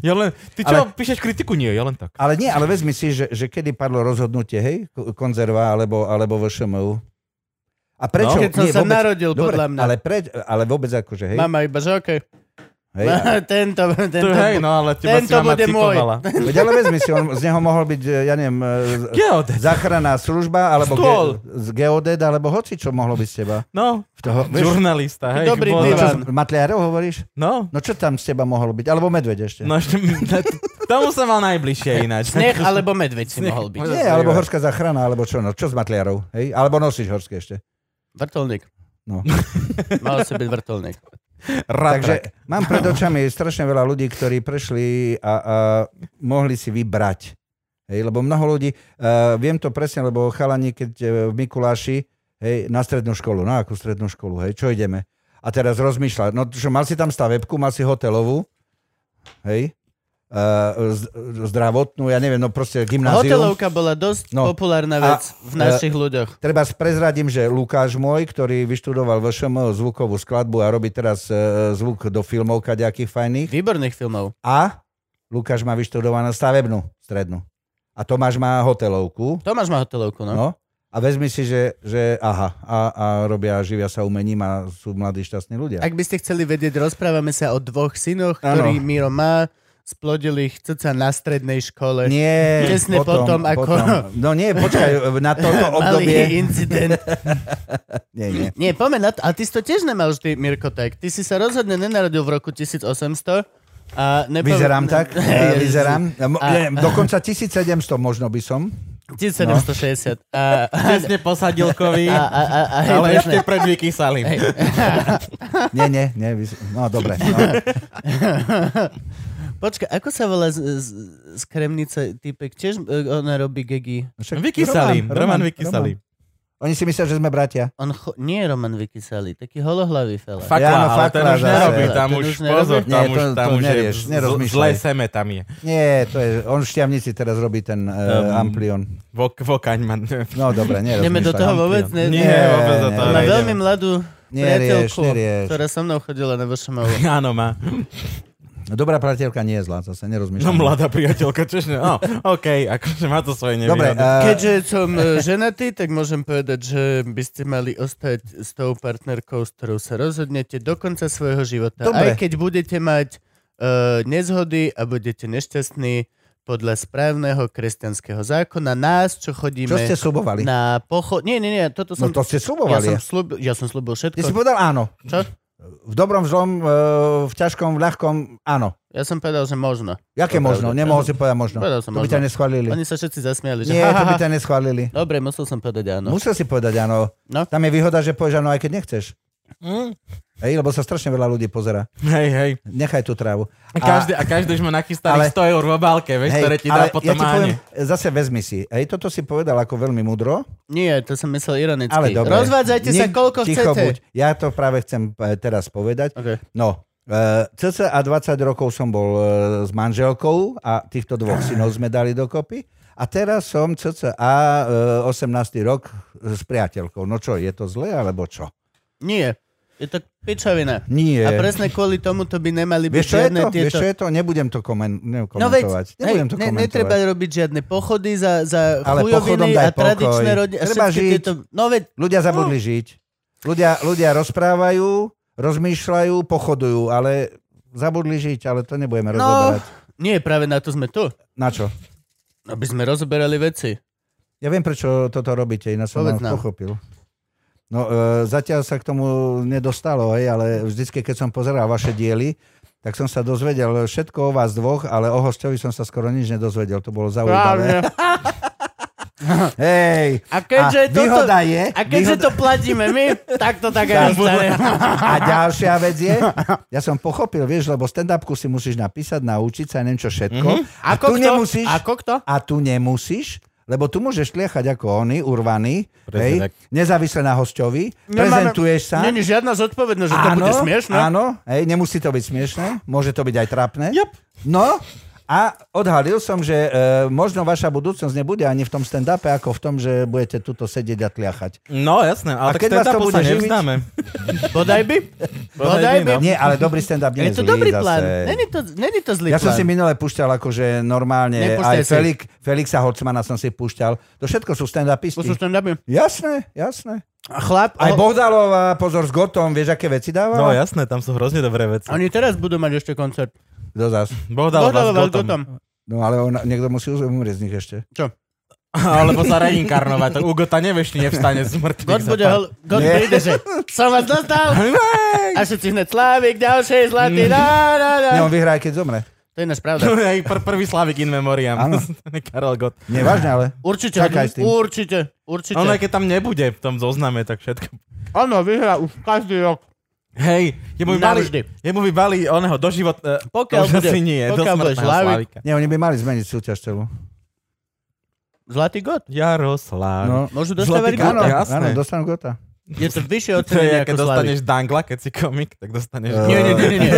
[SPEAKER 1] Ja len, ty čo, ale... píšeš kritiku? Nie, ja len tak.
[SPEAKER 3] Ale nie, ale vezmi si, že, že kedy padlo rozhodnutie, hej, ko- konzerva alebo, alebo VŠMU. A prečo?
[SPEAKER 1] No.
[SPEAKER 2] Keď som
[SPEAKER 3] nie,
[SPEAKER 2] sa narodil, podľa mňa.
[SPEAKER 3] Ale, preč, ale vôbec akože, hej.
[SPEAKER 2] Mama iba, že okej.
[SPEAKER 3] hej a,
[SPEAKER 2] tento,
[SPEAKER 1] To,
[SPEAKER 2] tento,
[SPEAKER 1] hej, no ale teba si
[SPEAKER 2] tento
[SPEAKER 1] mama
[SPEAKER 2] bude môj.
[SPEAKER 1] citovala.
[SPEAKER 3] veď ale vezmi si, on, z neho mohol byť, e, ja neviem, e,
[SPEAKER 1] Geodet.
[SPEAKER 3] záchranná služba, alebo ge,
[SPEAKER 1] Stôl.
[SPEAKER 3] z geodet, alebo hoci čo mohlo byť z teba.
[SPEAKER 1] No,
[SPEAKER 3] Toho, vieš,
[SPEAKER 1] žurnalista, hej.
[SPEAKER 2] Dobrý
[SPEAKER 1] bol-
[SPEAKER 2] divan.
[SPEAKER 3] čo, Matliarov hovoríš?
[SPEAKER 1] No,
[SPEAKER 3] No čo tam z teba mohol byť? Alebo medveď ešte.
[SPEAKER 1] no ešte, tomu som mal najbližšie ináč.
[SPEAKER 2] Sneh alebo medveď si mohol byť.
[SPEAKER 1] Možno
[SPEAKER 3] Nie,
[SPEAKER 1] sa
[SPEAKER 3] alebo
[SPEAKER 1] vyvať.
[SPEAKER 3] horská záchrana, alebo čo, no, čo s matliarov, hej? Alebo nosíš horské ešte.
[SPEAKER 2] Vrtolník.
[SPEAKER 3] No.
[SPEAKER 2] Mal si byť vrtolník.
[SPEAKER 3] Takže
[SPEAKER 1] Ratrak.
[SPEAKER 3] mám pred očami strašne veľa ľudí, ktorí prešli a, a mohli si vybrať. Hej, lebo mnoho ľudí, uh, viem to presne, lebo chalani, keď eh, v Mikuláši, hej, na strednú školu, na akú strednú školu, hej, čo ideme? A teraz rozmýšľa, no čo, mal si tam stavebku, mal si hotelovú, hej, uh, zdravotnú, ja neviem, no proste gymnázium.
[SPEAKER 2] Hotelovka bola dosť
[SPEAKER 3] No.
[SPEAKER 2] populárna
[SPEAKER 3] A-
[SPEAKER 2] vec v našich ľuďoch.
[SPEAKER 3] Treba prezradím, že Lukáš môj, ktorý vyštudoval VŠM zvukovú skladbu a robí teraz e, zvuk do filmov kaďakých fajných.
[SPEAKER 2] Výborných filmov.
[SPEAKER 3] A Lukáš má vyštudovanú stavebnú strednú. A Tomáš má hotelovku.
[SPEAKER 2] Tomáš má hotelovku, no.
[SPEAKER 3] No. A vezmi si, že, že aha, a, a robia, živia sa umením a sú mladí šťastní ľudia.
[SPEAKER 2] Ak by ste chceli vedieť, rozprávame sa o dvoch synoch,
[SPEAKER 3] Áno.
[SPEAKER 2] ktorí Miro má. Splodil ich cca na strednej škole.
[SPEAKER 3] Nie,
[SPEAKER 2] Tesne potom, ako-
[SPEAKER 3] No nie, počkaj, na toto
[SPEAKER 2] Malý
[SPEAKER 3] obdobie...
[SPEAKER 2] incident.
[SPEAKER 3] Nie, nie.
[SPEAKER 2] Nie, poďme na to. A ty si to tiež nemal vždy, Mirko, tak. Ty si sa rozhodne nenarodil v roku 1800. A nepo...
[SPEAKER 3] Vyzerám tak,
[SPEAKER 2] Ježiš.
[SPEAKER 3] vyzerám. Mo-
[SPEAKER 2] A-
[SPEAKER 3] neviem, Dokonca 1700 možno by som.
[SPEAKER 2] 1760. A,
[SPEAKER 1] Presne posadilkový,
[SPEAKER 2] a, a, a, a,
[SPEAKER 1] ale
[SPEAKER 2] hej,
[SPEAKER 1] ešte pred Vicky Salim.
[SPEAKER 2] Hej.
[SPEAKER 3] Nie, nie, nie. vy- No, dobre. No.
[SPEAKER 2] Počkaj, ako sa volá z, z, z Kremnice typek? Tiež e, ona robí gegy.
[SPEAKER 3] Však
[SPEAKER 1] Vicky Salim, Roman Vicky Salim.
[SPEAKER 3] Oni si myslia, že sme bratia.
[SPEAKER 2] On cho- nie je Roman Vykysalý, taký holohlavý fela.
[SPEAKER 1] Fakla,
[SPEAKER 3] Áno,
[SPEAKER 1] ale no, ten
[SPEAKER 3] fakla
[SPEAKER 1] už
[SPEAKER 3] zase.
[SPEAKER 1] nerobí, tam
[SPEAKER 2] Ten
[SPEAKER 1] už,
[SPEAKER 2] už nerobí?
[SPEAKER 1] pozor, tam
[SPEAKER 3] Nie,
[SPEAKER 1] už, tam
[SPEAKER 3] to- to
[SPEAKER 1] už
[SPEAKER 3] nerieš,
[SPEAKER 1] je, z-
[SPEAKER 3] nerozmýšľaj.
[SPEAKER 1] zlé seme tam je.
[SPEAKER 3] Nie, to je, on v Šťavnici teraz robí ten uh,
[SPEAKER 1] Um,
[SPEAKER 3] Amplion.
[SPEAKER 1] Vok, vokaň ma...
[SPEAKER 3] No dobre, nerozmýšľaj.
[SPEAKER 2] Ideme do toho vôbec? Ne,
[SPEAKER 1] Nie,
[SPEAKER 2] ne.
[SPEAKER 1] vôbec do
[SPEAKER 3] nie.
[SPEAKER 1] toho
[SPEAKER 2] Má
[SPEAKER 3] nejdeme.
[SPEAKER 2] veľmi mladú
[SPEAKER 3] Nerieš,
[SPEAKER 2] priateľku,
[SPEAKER 3] nerieš.
[SPEAKER 2] ktorá so mnou chodila na VŠMU.
[SPEAKER 1] Áno, má.
[SPEAKER 3] No, Dobrá priateľka nie je zlá, zase nerozmýšľaj.
[SPEAKER 1] No mladá priateľka, čože... No, OK, akože má to svoje nevýhody.
[SPEAKER 3] Dobre, uh,
[SPEAKER 2] Keďže som e, ženatý, tak môžem povedať, že by ste mali ostať s tou partnerkou, s ktorou sa rozhodnete do konca svojho života. Aj
[SPEAKER 3] Dobre.
[SPEAKER 2] keď budete mať uh, nezhody a budete nešťastní podľa správneho kresťanského zákona, nás, čo chodíme
[SPEAKER 3] čo ste slubovali?
[SPEAKER 2] na pochod... Nie, nie, nie, toto
[SPEAKER 3] No
[SPEAKER 2] som...
[SPEAKER 3] to ste
[SPEAKER 2] ja, som
[SPEAKER 3] slubovali.
[SPEAKER 2] slub... ja som slúbil
[SPEAKER 3] Ty si
[SPEAKER 2] všetko.
[SPEAKER 3] povedal áno.
[SPEAKER 2] Čo?
[SPEAKER 3] V dobrom, zlom, e, v ťažkom, v ľahkom, áno.
[SPEAKER 2] Ja som povedal, že možno.
[SPEAKER 3] Jaké
[SPEAKER 2] To
[SPEAKER 3] možno?
[SPEAKER 2] pravda.
[SPEAKER 3] Nemohol si povedať možno.
[SPEAKER 2] Povedal som
[SPEAKER 3] to by
[SPEAKER 2] možno.
[SPEAKER 3] ťa neschválili.
[SPEAKER 2] Oni sa No. všetci zasmiali, že...
[SPEAKER 3] Nie,
[SPEAKER 2] ha,
[SPEAKER 3] to
[SPEAKER 2] ha,
[SPEAKER 3] by
[SPEAKER 2] ha.
[SPEAKER 3] ťa neschválili.
[SPEAKER 2] Dobre, musel som povedať áno.
[SPEAKER 3] Musel si povedať áno.
[SPEAKER 2] No.
[SPEAKER 3] Tam je výhoda, že povieš áno, aj keď nechceš.
[SPEAKER 1] Mm.
[SPEAKER 3] Hej, lebo sa strašne veľa ľudí pozera.
[SPEAKER 1] Hej, hej.
[SPEAKER 3] Nechaj tú trávu.
[SPEAKER 1] A každý, a každý už má nachystaný
[SPEAKER 3] Ale-
[SPEAKER 1] 100 eur v obálke, vieš, ktoré ti dá
[SPEAKER 3] ale
[SPEAKER 1] potom
[SPEAKER 3] ja ti poviem,
[SPEAKER 1] áne.
[SPEAKER 3] zase vezmi si. Hej, toto si povedal ako veľmi mudro,
[SPEAKER 2] Nie, to som myslel ironicky.
[SPEAKER 3] ale dobre.
[SPEAKER 2] Rozvádzajte sa,
[SPEAKER 3] Nik-
[SPEAKER 2] koľko
[SPEAKER 3] ticho
[SPEAKER 2] chcete.
[SPEAKER 3] Buď. Ja to práve chcem eh, teraz povedať.
[SPEAKER 2] Okay.
[SPEAKER 3] No, e, cca a 20 rokov som bol e, s manželkou a týchto dvoch synov sme dali dokopy. A teraz som cca e, 18. rok s priateľkou. No čo, je to zlé alebo čo?
[SPEAKER 2] Nie, je to pičovina.
[SPEAKER 3] Nie.
[SPEAKER 2] A presne kvôli tomu to by nemali byť
[SPEAKER 3] Vieš, čo je
[SPEAKER 2] žiadne
[SPEAKER 3] to? Vieš,
[SPEAKER 2] tieto...
[SPEAKER 3] čo je to? Nebudem to komen-
[SPEAKER 2] No veď,
[SPEAKER 3] komentovať.
[SPEAKER 2] hej,
[SPEAKER 3] Nebudem to
[SPEAKER 2] ne,
[SPEAKER 3] komentovať.
[SPEAKER 2] netreba robiť žiadne pochody za, za
[SPEAKER 3] Ale pochodom
[SPEAKER 2] chujoviny
[SPEAKER 3] daj
[SPEAKER 2] a tradičné
[SPEAKER 3] pokoj.
[SPEAKER 2] rodiny.
[SPEAKER 3] Treba žiť.
[SPEAKER 2] Tieto, no veď,
[SPEAKER 3] Ľudia zabudli žiť. Ľudia, ľudia rozprávajú, rozmýšľajú, pochodujú, ale zabudli žiť, ale to nebudeme
[SPEAKER 2] no,
[SPEAKER 3] rozoberať.
[SPEAKER 2] nie, práve na to sme tu.
[SPEAKER 3] Na čo?
[SPEAKER 2] Aby sme rozoberali veci.
[SPEAKER 3] Ja viem, prečo toto robíte, ináč som
[SPEAKER 2] Povedz
[SPEAKER 3] vám
[SPEAKER 2] nám.
[SPEAKER 3] pochopil. No, e, zatiaľ sa k tomu nedostalo, hej, ale vždycky, keď som pozeral vaše diely, tak som sa dozvedel všetko o vás dvoch, ale o hostovi som sa skoro nič nedozvedel. To bolo
[SPEAKER 2] Právne.
[SPEAKER 3] zaujímavé. Hej!
[SPEAKER 2] A keďže,
[SPEAKER 3] a
[SPEAKER 2] toto,
[SPEAKER 3] výhoda je...
[SPEAKER 2] a keďže to platíme my, tak to tak aj ostane.
[SPEAKER 3] A ďalšia vec je, ja som pochopil, vieš, lebo stand-upku si musíš napísať, naučiť sa, neviem čo všetko. Mm-hmm. A,
[SPEAKER 2] Mhm. Ako
[SPEAKER 3] tu
[SPEAKER 2] kto?
[SPEAKER 3] nemusíš,
[SPEAKER 2] Ako kto?
[SPEAKER 3] a tu nemusíš, lebo tu môžeš tliechať ako oni, urvaní,
[SPEAKER 1] Presne
[SPEAKER 3] hej,
[SPEAKER 1] tak.
[SPEAKER 3] nezávisle na hostovi,
[SPEAKER 2] Nemáme-
[SPEAKER 3] prezentuješ sa.
[SPEAKER 2] Není žiadna zodpovednosť, že to bude smiešne.
[SPEAKER 3] Áno, hej, nemusí to byť smiešne, môže to byť aj trápne. Yep. No, a odhalil som, že e, možno vaša budúcnosť nebude ani v tom stand-upe, ako v tom, že budete tuto sedieť a tliachať.
[SPEAKER 1] No jasné, ale
[SPEAKER 3] A
[SPEAKER 1] tak
[SPEAKER 3] keď vás to
[SPEAKER 1] stand-upu sa
[SPEAKER 3] bude živiť?
[SPEAKER 1] nevzdáme.
[SPEAKER 2] Bodaj by. Bodaj
[SPEAKER 1] Bodaj by,
[SPEAKER 2] by.
[SPEAKER 1] no.
[SPEAKER 3] Nie, ale dobrý stand-up nie
[SPEAKER 2] Je to
[SPEAKER 3] zlý
[SPEAKER 2] dobrý
[SPEAKER 3] zase.
[SPEAKER 2] plán. Není to, není to zlý
[SPEAKER 3] Ja som
[SPEAKER 2] plán.
[SPEAKER 3] si minule púšťal akože normálne
[SPEAKER 2] Nepúšťaj
[SPEAKER 3] aj
[SPEAKER 2] si.
[SPEAKER 3] Felix, Felixa Holcmana som si púšťal. To všetko sú stand-upisti.
[SPEAKER 2] To sú stand-upy.
[SPEAKER 3] Jasné, jasné.
[SPEAKER 2] A Chlap,
[SPEAKER 3] Aj
[SPEAKER 2] o-
[SPEAKER 3] Bohdalová, pozor s Gotom, vieš, aké veci dávala?
[SPEAKER 1] No jasné, tam sú hrozne dobré veci.
[SPEAKER 2] Oni teraz budú mať ešte koncert.
[SPEAKER 3] Kto zas?
[SPEAKER 1] Bohdal vás
[SPEAKER 2] Bohdaloval
[SPEAKER 1] gotom.
[SPEAKER 2] Gotom.
[SPEAKER 3] No ale on, niekto musí uz- umrieť z nich ešte.
[SPEAKER 2] Čo?
[SPEAKER 1] Alebo sa reinkarnovať. To Ugo, ta nevieš, či nevstane z mŕtvych.
[SPEAKER 2] God
[SPEAKER 1] za
[SPEAKER 2] bude
[SPEAKER 1] pár-
[SPEAKER 2] hol... God
[SPEAKER 3] Nie.
[SPEAKER 2] príde, že som vás dostal.
[SPEAKER 1] Hej!
[SPEAKER 2] A všetci hneď Slávik, ďalší, zlatý, na, na, na.
[SPEAKER 3] Mm. Nie, on vyhrá, aj keď zomre.
[SPEAKER 2] To je náš pravda.
[SPEAKER 1] Hej, pr- prvý Slavik in memoriam.
[SPEAKER 3] Áno.
[SPEAKER 1] Karel Gott.
[SPEAKER 3] Nie, vážne, ale.
[SPEAKER 2] Určite,
[SPEAKER 3] Čakaj s tým.
[SPEAKER 2] určite, určite.
[SPEAKER 1] Ono, aj keď tam nebude v tom zozname, tak všetko.
[SPEAKER 2] Ono vyhrá už každý rok.
[SPEAKER 1] Hej, jemu vybali,
[SPEAKER 2] Navždy.
[SPEAKER 1] jemu vybali oného doživot... eh,
[SPEAKER 2] Pokiaľ
[SPEAKER 1] to už
[SPEAKER 2] bude-
[SPEAKER 1] asi nie, do
[SPEAKER 2] pokiaľ bude
[SPEAKER 1] smrtného
[SPEAKER 2] Slavik-
[SPEAKER 1] Slavika.
[SPEAKER 3] Nie, oni by mali zmeniť súťaž celú.
[SPEAKER 2] Zlatý God.
[SPEAKER 1] Jaroslav.
[SPEAKER 3] No.
[SPEAKER 2] Môžu dostávať
[SPEAKER 1] Zlatý God.
[SPEAKER 2] Gota.
[SPEAKER 1] Áno. jasné.
[SPEAKER 3] áno, dostanú Gota.
[SPEAKER 2] Je to vyššie
[SPEAKER 1] To je,
[SPEAKER 2] ocenenie
[SPEAKER 1] keď
[SPEAKER 2] ako Slávik.
[SPEAKER 1] dostaneš dangla, keď si komik, tak dostaneš...
[SPEAKER 3] Eh,
[SPEAKER 2] Nie, nie, nie, nie, nie.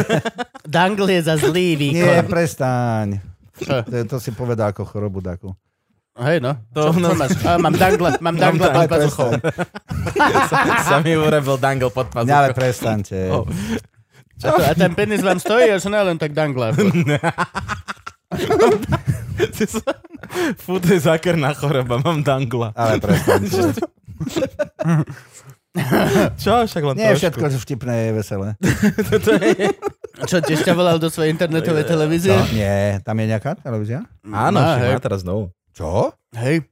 [SPEAKER 2] Dangle je za zlý
[SPEAKER 3] Nie,
[SPEAKER 2] výkon.
[SPEAKER 3] prestaň.
[SPEAKER 2] Čo?
[SPEAKER 3] To, to si povedal ako chorobu takú.
[SPEAKER 2] Hej, no. čo,
[SPEAKER 1] To
[SPEAKER 2] čo
[SPEAKER 1] no-
[SPEAKER 2] máš? A, mám dangle, mám dangle pod pazuchou.
[SPEAKER 1] sa mi urobil dangle pod
[SPEAKER 3] Nie,
[SPEAKER 1] pazuchou.
[SPEAKER 3] ale prestaňte.
[SPEAKER 1] Oh.
[SPEAKER 2] A, to- a ten penis vám stojí, až ne len tak dangle.
[SPEAKER 1] Ty sa- Fú, to je zákerná choroba, mám dangla.
[SPEAKER 3] Ale prestaňte.
[SPEAKER 1] Čo, však len
[SPEAKER 3] Nie,
[SPEAKER 1] trošku.
[SPEAKER 3] všetko vtipné je veselé.
[SPEAKER 1] To je...
[SPEAKER 2] Čo, tiež ťa volal do svojej internetovej televízie?
[SPEAKER 3] No. Nie, tam je nejaká televízia?
[SPEAKER 1] Áno,
[SPEAKER 2] Má,
[SPEAKER 1] však
[SPEAKER 2] hej.
[SPEAKER 1] má teraz novú.
[SPEAKER 3] Čo?
[SPEAKER 2] Hej.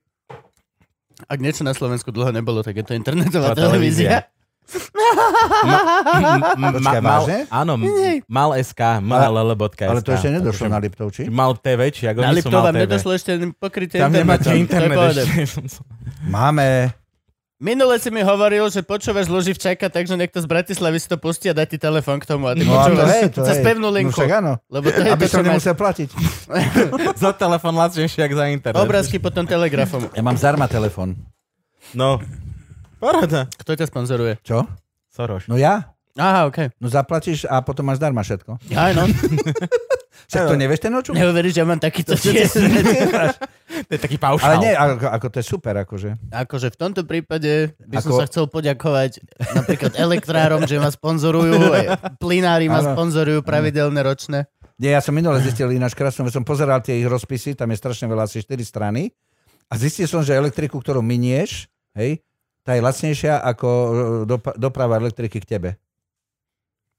[SPEAKER 2] Ak niečo na Slovensku dlho nebolo, tak je to internetová
[SPEAKER 1] Tá televízia.
[SPEAKER 2] televízia.
[SPEAKER 1] Ma- ma-
[SPEAKER 3] Počkaj,
[SPEAKER 1] mal,
[SPEAKER 3] vážne?
[SPEAKER 1] áno, m- mal SK, mall.sk.
[SPEAKER 3] Ale to ešte nedošlo na Liptovči.
[SPEAKER 1] Mal TV, či ako
[SPEAKER 2] Na
[SPEAKER 1] oni sú
[SPEAKER 2] Lipto
[SPEAKER 1] mal
[SPEAKER 2] vám
[SPEAKER 1] TV.
[SPEAKER 2] nedošlo ešte pokrytie
[SPEAKER 1] Tam nemáte
[SPEAKER 2] internetom. To je
[SPEAKER 1] internet
[SPEAKER 2] pohode.
[SPEAKER 1] ešte.
[SPEAKER 3] Máme.
[SPEAKER 2] Minule si mi hovoril, že počúvaš Luživčaka, takže niekto z Bratislavy si to pustí a dá ti telefón k tomu a ty
[SPEAKER 3] No a to
[SPEAKER 2] počúvaš
[SPEAKER 3] hej, to
[SPEAKER 2] cez
[SPEAKER 3] hej.
[SPEAKER 2] pevnú
[SPEAKER 3] No
[SPEAKER 2] linku.
[SPEAKER 3] však áno.
[SPEAKER 2] lebo to je
[SPEAKER 3] Aby
[SPEAKER 2] to, čo
[SPEAKER 3] som
[SPEAKER 2] máš.
[SPEAKER 3] nemusel platiť.
[SPEAKER 1] za telefon lacnejšie, ako za internet.
[SPEAKER 2] Obrázky potom telegrafom.
[SPEAKER 3] Ja mám zdarma telefon.
[SPEAKER 1] No. Paráda.
[SPEAKER 2] Kto ťa sponzoruje?
[SPEAKER 3] Čo?
[SPEAKER 1] Soroš.
[SPEAKER 3] No ja?
[SPEAKER 2] Aha, OK.
[SPEAKER 3] No zaplatíš a potom máš zdarma všetko.
[SPEAKER 2] Aj no.
[SPEAKER 3] Však to nevieš ten oču?
[SPEAKER 2] Neuveríš, že mám takýto tiež.
[SPEAKER 1] To je taký paušál.
[SPEAKER 3] Ale nie, ako, ako to je super, akože.
[SPEAKER 2] Akože v tomto prípade by som
[SPEAKER 3] Ako-
[SPEAKER 2] sa chcel poďakovať napríklad elektrárom, že ma sponzorujú, aj plinári ma
[SPEAKER 3] Áno.
[SPEAKER 2] sponzorujú pravidelne ročné.
[SPEAKER 3] Nie, ja som minule zistil ináč krásne, som pozeral tie ich rozpisy, tam je strašne veľa, asi 4 strany. A zistil som, že elektriku, ktorú minieš, hej, tá je lacnejšia ako e, dopa- doprava elektriky k tebe.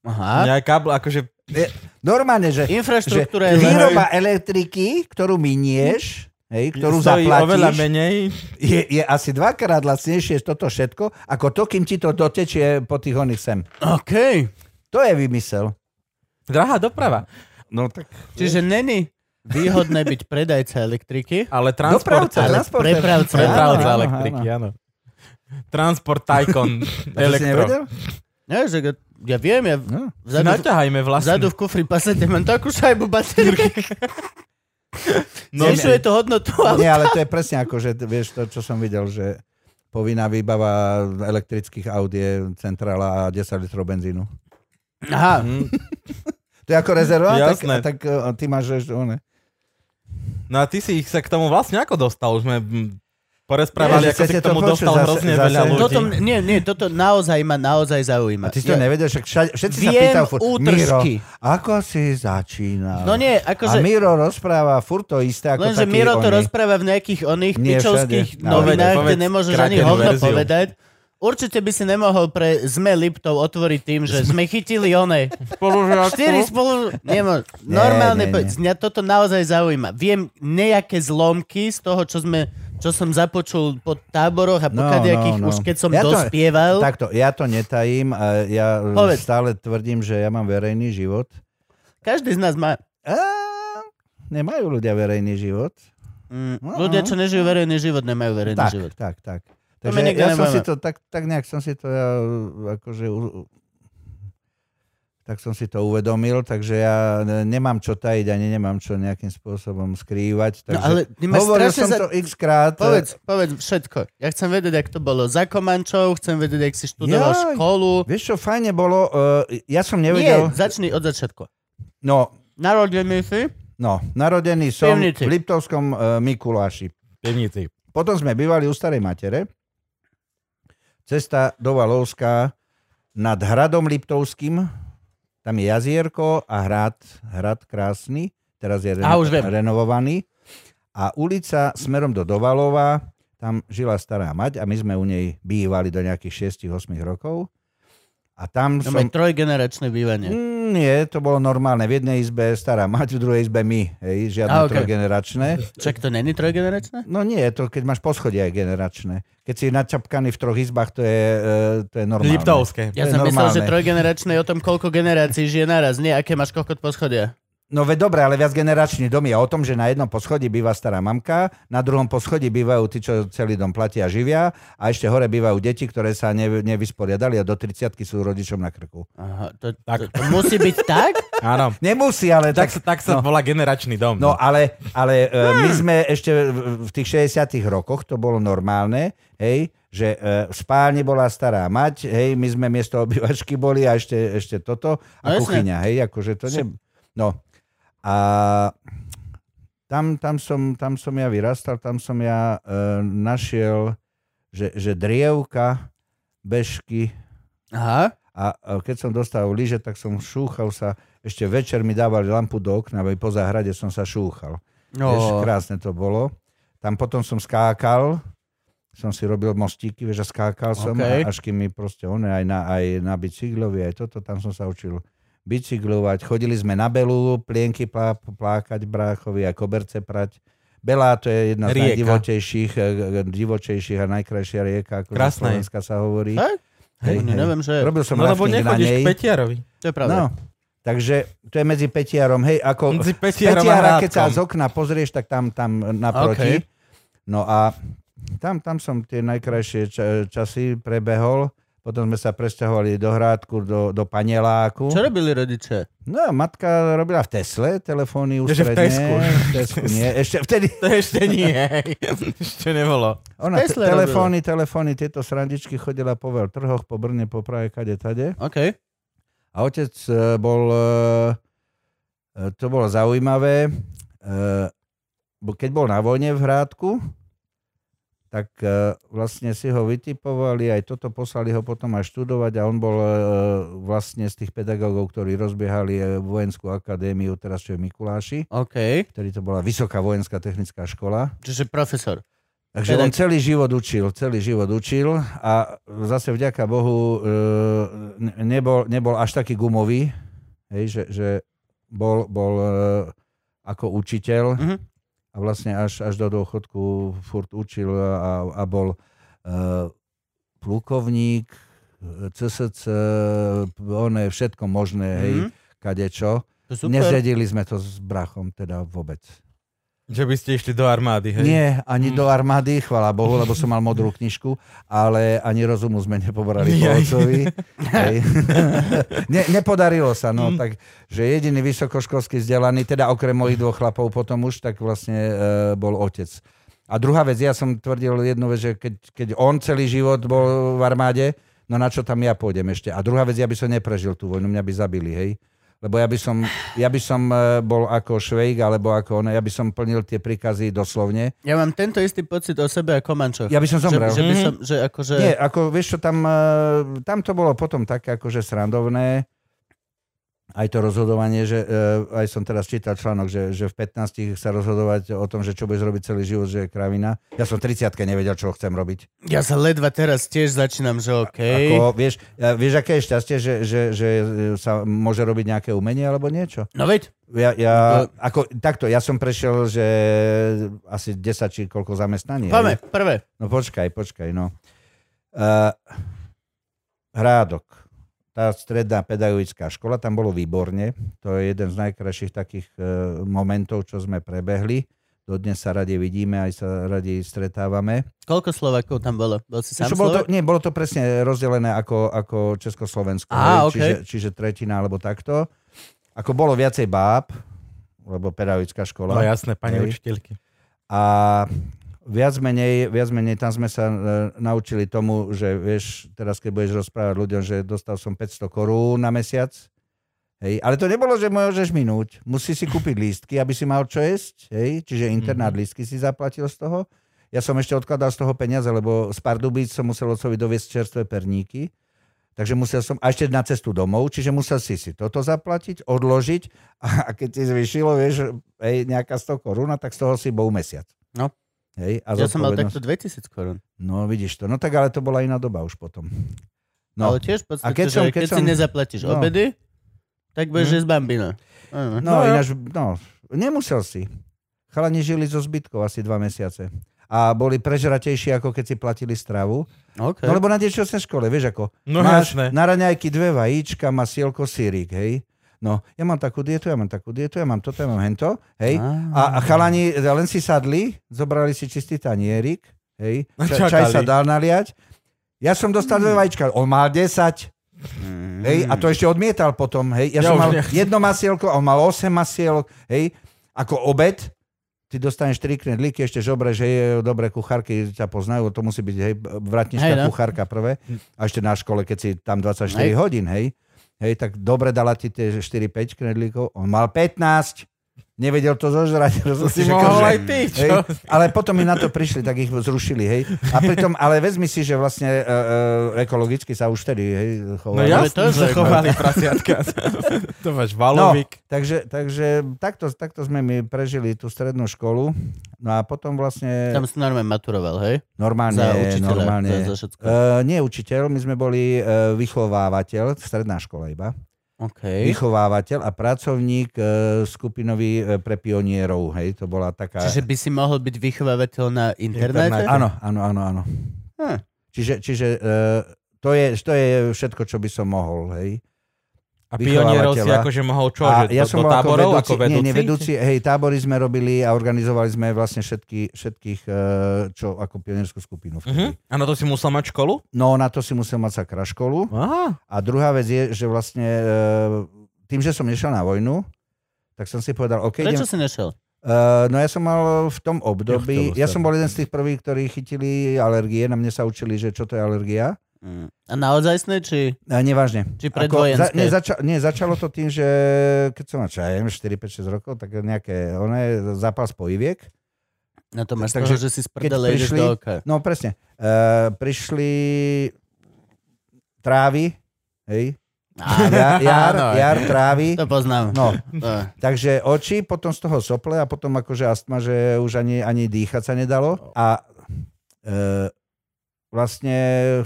[SPEAKER 2] Aha.
[SPEAKER 1] Nie, kábel, akože...
[SPEAKER 3] E, Normálne, že že
[SPEAKER 2] Infraštruktúra je len-
[SPEAKER 3] výroba elektriky, ktorú minieš, hej, ktorú
[SPEAKER 1] stojí oveľa
[SPEAKER 3] zaplatíš,
[SPEAKER 1] menej.
[SPEAKER 3] je, je asi dvakrát lacnejšie toto všetko, ako to, kým ti to dotečie po tých oných sem.
[SPEAKER 2] OK.
[SPEAKER 3] To je vymysel.
[SPEAKER 1] Drahá doprava.
[SPEAKER 3] No tak...
[SPEAKER 2] Čiže není výhodné byť predajca elektriky,
[SPEAKER 1] Ale transporter.
[SPEAKER 3] Dopravca,
[SPEAKER 2] Ale
[SPEAKER 3] transporter.
[SPEAKER 2] prepravca.
[SPEAKER 1] Prepravca
[SPEAKER 3] Áno, áno,
[SPEAKER 1] elektriky, áno. Transport Tycoon.
[SPEAKER 3] áno. A to si
[SPEAKER 1] Elektro.
[SPEAKER 3] nevedel?
[SPEAKER 2] Nie, že Ja viem, ja
[SPEAKER 3] No.
[SPEAKER 1] Vzadu...
[SPEAKER 2] vzadu,
[SPEAKER 1] Naťahajme vlastne.
[SPEAKER 2] vzadu v kufri pasate mám takú šajbu baterky. No,
[SPEAKER 1] No,
[SPEAKER 2] Zvyšuje to hodnotu, ale...
[SPEAKER 3] Nie, ale to je presne ako, že vieš to, čo som videl, že povinná výbava elektrických aut je centrála a 10 litrov benzínu.
[SPEAKER 2] Aha,
[SPEAKER 1] Hm.
[SPEAKER 3] Mm, To je ako rezerva, tak,
[SPEAKER 1] Jasné.
[SPEAKER 3] a tak e, ty máš, že one.
[SPEAKER 1] no a ty si ich sa k tomu vlastne ako dostal? Už sme mm, porozprávali,
[SPEAKER 3] Nie, že
[SPEAKER 1] ako si
[SPEAKER 3] chcete
[SPEAKER 1] k tomu
[SPEAKER 3] to počuť
[SPEAKER 1] dostal
[SPEAKER 3] zase-
[SPEAKER 1] hrozne
[SPEAKER 3] zase-
[SPEAKER 1] veľa ľudí.
[SPEAKER 2] toto, m- nie, nie, toto naozaj ma naozaj zaujíma.
[SPEAKER 3] A ty si to
[SPEAKER 2] Ja-
[SPEAKER 3] nevedel, však všade, všetci sa
[SPEAKER 2] Viem
[SPEAKER 3] pýtajú furt, Miro,
[SPEAKER 2] útržky.
[SPEAKER 3] ako si začínal?
[SPEAKER 2] No nie,
[SPEAKER 3] A
[SPEAKER 2] akože...
[SPEAKER 3] Miro rozpráva furt to isté, ako
[SPEAKER 2] Lenže
[SPEAKER 3] takí
[SPEAKER 2] Miro to
[SPEAKER 3] oni.
[SPEAKER 2] rozpráva v nejakých oných
[SPEAKER 3] Nie,
[SPEAKER 2] pičovských
[SPEAKER 3] všade. No,
[SPEAKER 2] novinách,
[SPEAKER 1] Povedz-
[SPEAKER 2] kde nemôžeš ani
[SPEAKER 1] skrátenú
[SPEAKER 2] hovno
[SPEAKER 1] verziu.
[SPEAKER 2] povedať. Určite by si nemohol pre sme Liptov otvoriť tým, že sme chytili one. Štyri spolu... Nemo... Normálne,
[SPEAKER 3] nie,
[SPEAKER 2] po-
[SPEAKER 3] nie.
[SPEAKER 2] mňa toto naozaj zaujíma. Viem nejaké zlomky z toho, čo sme čo som započul po táboroch a po
[SPEAKER 3] No,
[SPEAKER 2] kadejakých,
[SPEAKER 3] no, no.
[SPEAKER 2] už keď som
[SPEAKER 3] Ja to-
[SPEAKER 2] dospieval.
[SPEAKER 3] Takto, ja to netajím, a ja e,
[SPEAKER 2] Povedz.
[SPEAKER 3] stále tvrdím, že ja mám verejný život.
[SPEAKER 2] Každý z nás má...
[SPEAKER 3] A, nemajú ľudia verejný život.
[SPEAKER 2] Mm,
[SPEAKER 3] No,
[SPEAKER 2] ľudia,
[SPEAKER 3] no.
[SPEAKER 2] čo nežijú verejný život, nemajú verejný
[SPEAKER 3] tak,
[SPEAKER 2] život.
[SPEAKER 3] tak, tak.
[SPEAKER 2] To
[SPEAKER 3] Takže
[SPEAKER 2] my nikdy
[SPEAKER 3] ja som
[SPEAKER 2] nemáme.
[SPEAKER 3] si to, tak, tak nejak som si to, ja, akože, u- u- tak som si to uvedomil, takže ja ne- nemám čo tajiť ani nemám čo nejakým spôsobom
[SPEAKER 2] No
[SPEAKER 3] skrývať. Takže
[SPEAKER 2] ale ty máš
[SPEAKER 3] hovoril
[SPEAKER 2] strašne
[SPEAKER 3] som
[SPEAKER 2] za-
[SPEAKER 3] to x krát. e,
[SPEAKER 2] Povedz, povedz všetko. Ja chcem vedieť, jak to bolo za Komančov, chcem vedieť, jak si študoval
[SPEAKER 3] Jaj.
[SPEAKER 2] školu.
[SPEAKER 3] Vieš čo, fajne bolo, eh, ja som
[SPEAKER 2] Nie,
[SPEAKER 3] nevedel,
[SPEAKER 2] začni od začiatku.
[SPEAKER 3] no,
[SPEAKER 2] Narodený si?
[SPEAKER 3] no, narodený som
[SPEAKER 2] Pivnici.
[SPEAKER 3] v Liptovskom eh, Mikuláši.
[SPEAKER 1] Pivnici.
[SPEAKER 3] Potom sme bývali u starej matere. Cesta do Valovska nad hradom Liptovským. Tam je jazierko a hrad, hrad krásny. Teraz je
[SPEAKER 2] A, už viem.
[SPEAKER 3] renovovaný. A ulica smerom do Dovalova. Tam žila stará mať a my sme u nej bývali do nejakých 6-8 rokov. A tam
[SPEAKER 2] No,
[SPEAKER 3] som...
[SPEAKER 2] som... trojgeneračné bývanie.
[SPEAKER 3] Mm, nie, to bolo normálne. V jednej izbe stará mať, v druhej izbe my. Hej, žiadne
[SPEAKER 2] A, ok.
[SPEAKER 3] okay. trojgeneračné.
[SPEAKER 2] Čak to není trojgeneračné?
[SPEAKER 3] No nie, to keď máš poschodia je generačné. Keď si načapkaný v troch izbách, to je, e, to je normálne.
[SPEAKER 1] Liptovské.
[SPEAKER 2] Ja
[SPEAKER 3] To je
[SPEAKER 2] som myslel, že
[SPEAKER 3] normálne.
[SPEAKER 2] trojgeneračné je o tom, koľko generácií žije naraz. Nie, aké máš kokot poschodia.
[SPEAKER 3] No veď dobre, ale viac generačný dom je o tom, že na jednom poschodí býva stará mamka, na druhom poschodí bývajú tí, čo celý dom platia a živia a ešte hore bývajú deti, ktoré sa ne, nevysporiadali a do 30 sú rodičom na krku.
[SPEAKER 2] Aha, to, to,
[SPEAKER 1] Tak.
[SPEAKER 2] to musí byť tak?
[SPEAKER 1] Áno.
[SPEAKER 3] Nemusí, ale
[SPEAKER 1] Tak,
[SPEAKER 3] tak...
[SPEAKER 1] sa- tak sa
[SPEAKER 3] no.
[SPEAKER 1] volá generačný dom.
[SPEAKER 3] No ale, ale e,
[SPEAKER 2] Hmm.
[SPEAKER 3] my sme ešte v- v tých 60 rokoch, to bolo normálne, hej, že e, v spálni bola stará mať, hej, my sme miesto obývačky boli a ešte, ešte toto a
[SPEAKER 2] No jasné.
[SPEAKER 3] kuchyňa, hej, akože to ne... No a tam, tam, som, tam som ja vyrastal, tam som ja e, našiel, že, že drievka, bežky,
[SPEAKER 2] Aha.
[SPEAKER 3] a e, keď som dostal lyže, tak som šúchal sa. Ešte večer mi dávali lampu do okna, aby po záhrade som sa šúchal. Vieš,
[SPEAKER 2] No,
[SPEAKER 3] krásne to bolo. Tam potom som skákal, som si robil mostíky, vieš, a skákal som,
[SPEAKER 2] Okej.
[SPEAKER 3] a až kým mi proste on aj na, aj na bicyklovi, aj toto, tam som sa učil bicyklovať. Chodili sme na Belu, plienky plá, plákať bráchovi a koberce prať. Bela to je jedna z
[SPEAKER 1] Rieka.
[SPEAKER 3] najdivotejších, e, e, divočejších a najkrajšia rieka, ako zo
[SPEAKER 1] Krásna je.
[SPEAKER 3] Slovenska sa hovorí.
[SPEAKER 2] Fakt?
[SPEAKER 3] Hej,
[SPEAKER 2] Ne- neviem, že...
[SPEAKER 3] Robil som
[SPEAKER 1] No lebo
[SPEAKER 3] rafting na
[SPEAKER 1] nechodíš k
[SPEAKER 3] nej.
[SPEAKER 1] Petiarovi.
[SPEAKER 2] To je pravda.
[SPEAKER 3] No, takže to je medzi Petiarom, hej, ako
[SPEAKER 1] Medzi
[SPEAKER 3] medzi
[SPEAKER 1] Petiarom a
[SPEAKER 3] Petiara, keď sa
[SPEAKER 1] Hrádkom.
[SPEAKER 3] z okna pozrieš, tak tam, tam naproti. No a tam, tam som tie najkrajšie ča- časy prebehol, potom sme sa presťahovali do Hrádku, do, do Paneláku.
[SPEAKER 2] Čo robili rodiče?
[SPEAKER 3] No, matka robila v Tesle telefóny
[SPEAKER 1] že
[SPEAKER 3] ústredne.
[SPEAKER 1] v Tesku.
[SPEAKER 3] V Tesku, nie. Ešte vtedy
[SPEAKER 1] To ešte nie. ešte nebolo.
[SPEAKER 3] ona te-
[SPEAKER 2] Tesle robila.
[SPEAKER 3] telefóny, telefóny, tieto srandičky chodila po veľtrhoch, po Brne, po Prahe, kade, tade.
[SPEAKER 2] OK.
[SPEAKER 3] A otec e, bol, e, e, to bolo zaujímavé, e, bo keď bol na vojne v Hrádku, tak e, vlastne si ho vytipovali, aj toto poslali ho potom aj študovať a on bol e, vlastne z tých pedagógov, ktorí rozbiehali e, vojenskú akadémiu, teraz čo je v Mikuláši,
[SPEAKER 2] OK.
[SPEAKER 3] ktorý to bola Vysoká vojenská technická škola.
[SPEAKER 2] Čiže profesor.
[SPEAKER 3] Takže
[SPEAKER 2] Teda-
[SPEAKER 3] on celý život učil, celý život učil a zase vďaka Bohu e, ne- nebol, nebol až taký gumový, hej, že, že bol, bol e, ako učiteľ
[SPEAKER 2] Mhm.
[SPEAKER 3] a vlastne až, až do dôchodku furt učil a, a bol e, plukovník, e, CSC, one, všetko možné, hej,
[SPEAKER 2] Mhm.
[SPEAKER 3] kadečo.
[SPEAKER 2] To je super.
[SPEAKER 3] Nezedili sme to s brachom teda vôbec.
[SPEAKER 1] Že by ste išli do armády, hej?
[SPEAKER 3] Nie,
[SPEAKER 2] Mhm.
[SPEAKER 3] ani do armády, chvala Bohu, lebo som mal modrú knižku, ale ani rozumu sme nepobrali po
[SPEAKER 1] Jej.
[SPEAKER 3] otcovi. Hej. ne, nepodarilo sa, no, tak, že jediný vysokoškolský vzdelaný, teda okrem mojich dvoch chlapov potom už, tak vlastne e, bol otec. A druhá vec, ja som tvrdil jednu vec, že keď, keď on celý život bol v armáde, no na čo tam ja pôjdem ešte. A druhá vec, ja by som neprežil tú vojnu, mňa by zabili, hej. Lebo ja by som, ja by som e, bol ako Švejk, alebo ako ona, ja by som plnil tie príkazy doslovne.
[SPEAKER 2] Ja mám tento istý pocit o sebe ako mančoch.
[SPEAKER 3] Ja by som
[SPEAKER 2] že,
[SPEAKER 3] zomrel.
[SPEAKER 2] že by som, že akože...
[SPEAKER 3] Nie, ako vieš čo, tam, e, tam to bolo potom také akože srandovné, aj to rozhodovanie, že e, aj som teraz čítal článok, že, že v 15 sa rozhodovať o tom, že čo budeš robiť celý život, že je kravina. Ja som v 30 nevedel, čo chcem robiť.
[SPEAKER 2] Ja sa ledva teraz tiež začínam, že okej.
[SPEAKER 3] Ako, vieš, e, vieš, aké je šťastie, že, že, že e, sa môže robiť nejaké umenie alebo niečo?
[SPEAKER 2] No veď,
[SPEAKER 3] Ja, ja,
[SPEAKER 2] To-
[SPEAKER 3] ako, takto, ja som prešiel, že asi 10 či koľko zamestnaní.
[SPEAKER 2] poďme, prvé.
[SPEAKER 3] No počkaj, počkaj, no. Uh, Hrádok. Tá stredná pedagogická škola, tam bolo výborne. To je jeden z najkrajších takých uh, momentov, čo sme prebehli. Dodnes sa radi vidíme, aj sa radi stretávame.
[SPEAKER 2] Koľko Slovakov tam bolo? Bol si sám
[SPEAKER 3] Čo bolo to,
[SPEAKER 2] Slovak?
[SPEAKER 3] nie, bolo to presne rozdelené ako, ako Československo.
[SPEAKER 2] Á,
[SPEAKER 3] hej, čiže, čiže tretina alebo takto. Ako bolo viacej báb, lebo pedagogická škola.
[SPEAKER 1] No jasné, pani
[SPEAKER 3] Hej.
[SPEAKER 1] učiteľky.
[SPEAKER 3] A viac menej, viac menej tam sme sa e, naučili tomu, že vieš, teraz keď budeš rozprávať ľuďom, že dostal som 500 korún na mesiac, hej, ale to nebolo, že môžeš minúť. Musí si kúpiť lístky, aby si mal čo jesť, hej, čiže internát lístky si zaplatil z toho. Ja som ešte odkladal z toho peniaze, lebo z Pardubíc som musel otcovi doviesť čerstvé perníky. Takže musel som, a ešte na cestu domov, čiže musel si si toto zaplatiť, odložiť a, a keď ti zvyšilo, vieš, hej, nejaká 100 koruna, tak z toho si bol mesiac.
[SPEAKER 2] No.
[SPEAKER 3] Hej, a
[SPEAKER 2] Ja som mal
[SPEAKER 3] zodpovednosť-
[SPEAKER 2] takto 2000 korún.
[SPEAKER 3] No, vidíš to. No tak ale to bola iná doba už potom.
[SPEAKER 2] No.
[SPEAKER 3] No,
[SPEAKER 2] Ale tiež v podstate,
[SPEAKER 3] A keď
[SPEAKER 2] že
[SPEAKER 3] som-
[SPEAKER 2] keď,
[SPEAKER 3] keď
[SPEAKER 2] si
[SPEAKER 3] som-
[SPEAKER 2] nezaplatíš
[SPEAKER 3] no.
[SPEAKER 2] obedy, tak budeš
[SPEAKER 3] Hm.
[SPEAKER 2] jesť bambino. Áno.
[SPEAKER 3] no, ináč, no, nemusel si. Chalani žili zo zbytkov asi dva mesiace. A boli prežratejší, ako keď si platili stravu.
[SPEAKER 2] okay.
[SPEAKER 3] No lebo na diečovskej škole, vieš ako.
[SPEAKER 1] No
[SPEAKER 3] máš
[SPEAKER 1] jasné.
[SPEAKER 3] na raňajky dve vajíčka, masielko, sírik, hej. No, ja mám takú dietu, ja mám takú dietu, ja mám toto, ja mám hento, hej. A, a chalani len si sadli, zobrali si čistý tanierik, hej.
[SPEAKER 1] A
[SPEAKER 3] Ča,
[SPEAKER 1] čakali.
[SPEAKER 3] čaj sa dal naliať. Ja som dostal dve vajíčka, on mal 10.
[SPEAKER 2] Mm.
[SPEAKER 3] Hej, a to ešte odmietal potom, hej.
[SPEAKER 1] Hmm. Ja
[SPEAKER 3] Ja, ja som
[SPEAKER 1] už
[SPEAKER 3] mal
[SPEAKER 1] nechcem.
[SPEAKER 3] jedno masielko, a on mal 8 masielok, hej. Ako obed, ty dostaneš 3 knedlíky, ešte žobre, že je dobre kuchárky, ťa poznajú, to musí byť, hej, vratnička,
[SPEAKER 2] Hej, no.
[SPEAKER 3] kuchárka prvé. A ešte na škole, keď si tam 24
[SPEAKER 2] Hej.
[SPEAKER 3] hodín, hej. Hej, tak dobre dala ti tie 4-5 knedlíkov, on mal 15, nevedel to zožrať.
[SPEAKER 1] To si
[SPEAKER 3] rozumieš,
[SPEAKER 1] mohol
[SPEAKER 3] akože-
[SPEAKER 1] aj ty, čo?
[SPEAKER 3] Hej, ale potom mi na to prišli, tak ich zrušili, hej. A pritom, ale vezmi si, že vlastne e, e, ekologicky sa už vtedy, hej,
[SPEAKER 1] No
[SPEAKER 3] chovali.
[SPEAKER 2] ja-
[SPEAKER 1] jasné,
[SPEAKER 2] to je
[SPEAKER 1] zachovali prasiatka. to máš valovik.
[SPEAKER 3] No. takže, takže takto, takto sme my prežili tú strednú školu. No a potom vlastne
[SPEAKER 2] Tam si normálne maturoval, hej?
[SPEAKER 3] normálne,
[SPEAKER 2] za učiteľa,
[SPEAKER 3] normálne.
[SPEAKER 2] za- za všetko.
[SPEAKER 3] Uh, nie učiteľ, my sme boli uh, vychovávateľ, stredná škola iba.
[SPEAKER 2] Okay.
[SPEAKER 3] Vychovávateľ a pracovník uh, skupinový uh, pre pionierov, hej, to bola taká...
[SPEAKER 2] Čiže by si mohol byť vychovávateľ na internáte?
[SPEAKER 1] Internete.
[SPEAKER 3] Áno, áno, áno, áno.
[SPEAKER 2] Hm.
[SPEAKER 3] Čiže, čiže uh, to, je, to je všetko, čo by som mohol, hej.
[SPEAKER 1] A pionierov si
[SPEAKER 3] vychovávateľa.
[SPEAKER 1] akože mohol čo?
[SPEAKER 3] No, A
[SPEAKER 1] že do, do
[SPEAKER 3] bol
[SPEAKER 1] táborov ako vedúci?
[SPEAKER 3] Nie, nie, vedúci, hej, tábory sme robili a organizovali sme vlastne všetky, všetkých, eh, čo ako pionierskú
[SPEAKER 1] Mhm.
[SPEAKER 3] skupinu. Vtedy.
[SPEAKER 1] Áno, to si musel mať školu?
[SPEAKER 3] No na to si musel mať sakra školu.
[SPEAKER 1] Aha.
[SPEAKER 3] A druhá vec je, že vlastne eh, tým, že som nešiel na vojnu, tak som si povedal, OK, idem,
[SPEAKER 2] Prečo si nešiel?
[SPEAKER 3] Uh, no ja som mal v tom
[SPEAKER 1] Nechcelo
[SPEAKER 3] období, ja
[SPEAKER 1] sa.
[SPEAKER 3] som bol jeden z tých prvých, ktorí chytili alergie, na mne sa učili, že čo to je alergia.
[SPEAKER 2] Mm. A naozajstné, či,
[SPEAKER 3] Uh, nevážne.
[SPEAKER 2] či
[SPEAKER 3] Ako, za, nie,
[SPEAKER 2] predvojenské?
[SPEAKER 3] zača, nie, začalo to tým, že keď som mal čo ja neviem, 4, 5, 6 rokov, tak nejaké, ono je zápal spojiviek.
[SPEAKER 2] Na No to máš
[SPEAKER 3] takže
[SPEAKER 2] toho, že si z prdele ideš
[SPEAKER 3] prišli-
[SPEAKER 2] do oka.
[SPEAKER 3] No presne. Uh, prišli trávy, hej,
[SPEAKER 2] Áno,
[SPEAKER 3] jar, jar,
[SPEAKER 2] áno.
[SPEAKER 3] jar trávy.
[SPEAKER 2] to poznám.
[SPEAKER 3] No,
[SPEAKER 2] To.
[SPEAKER 3] Takže oči, potom z toho sople a potom akože astma, že už ani, ani dýchať sa nedalo. A e, vlastne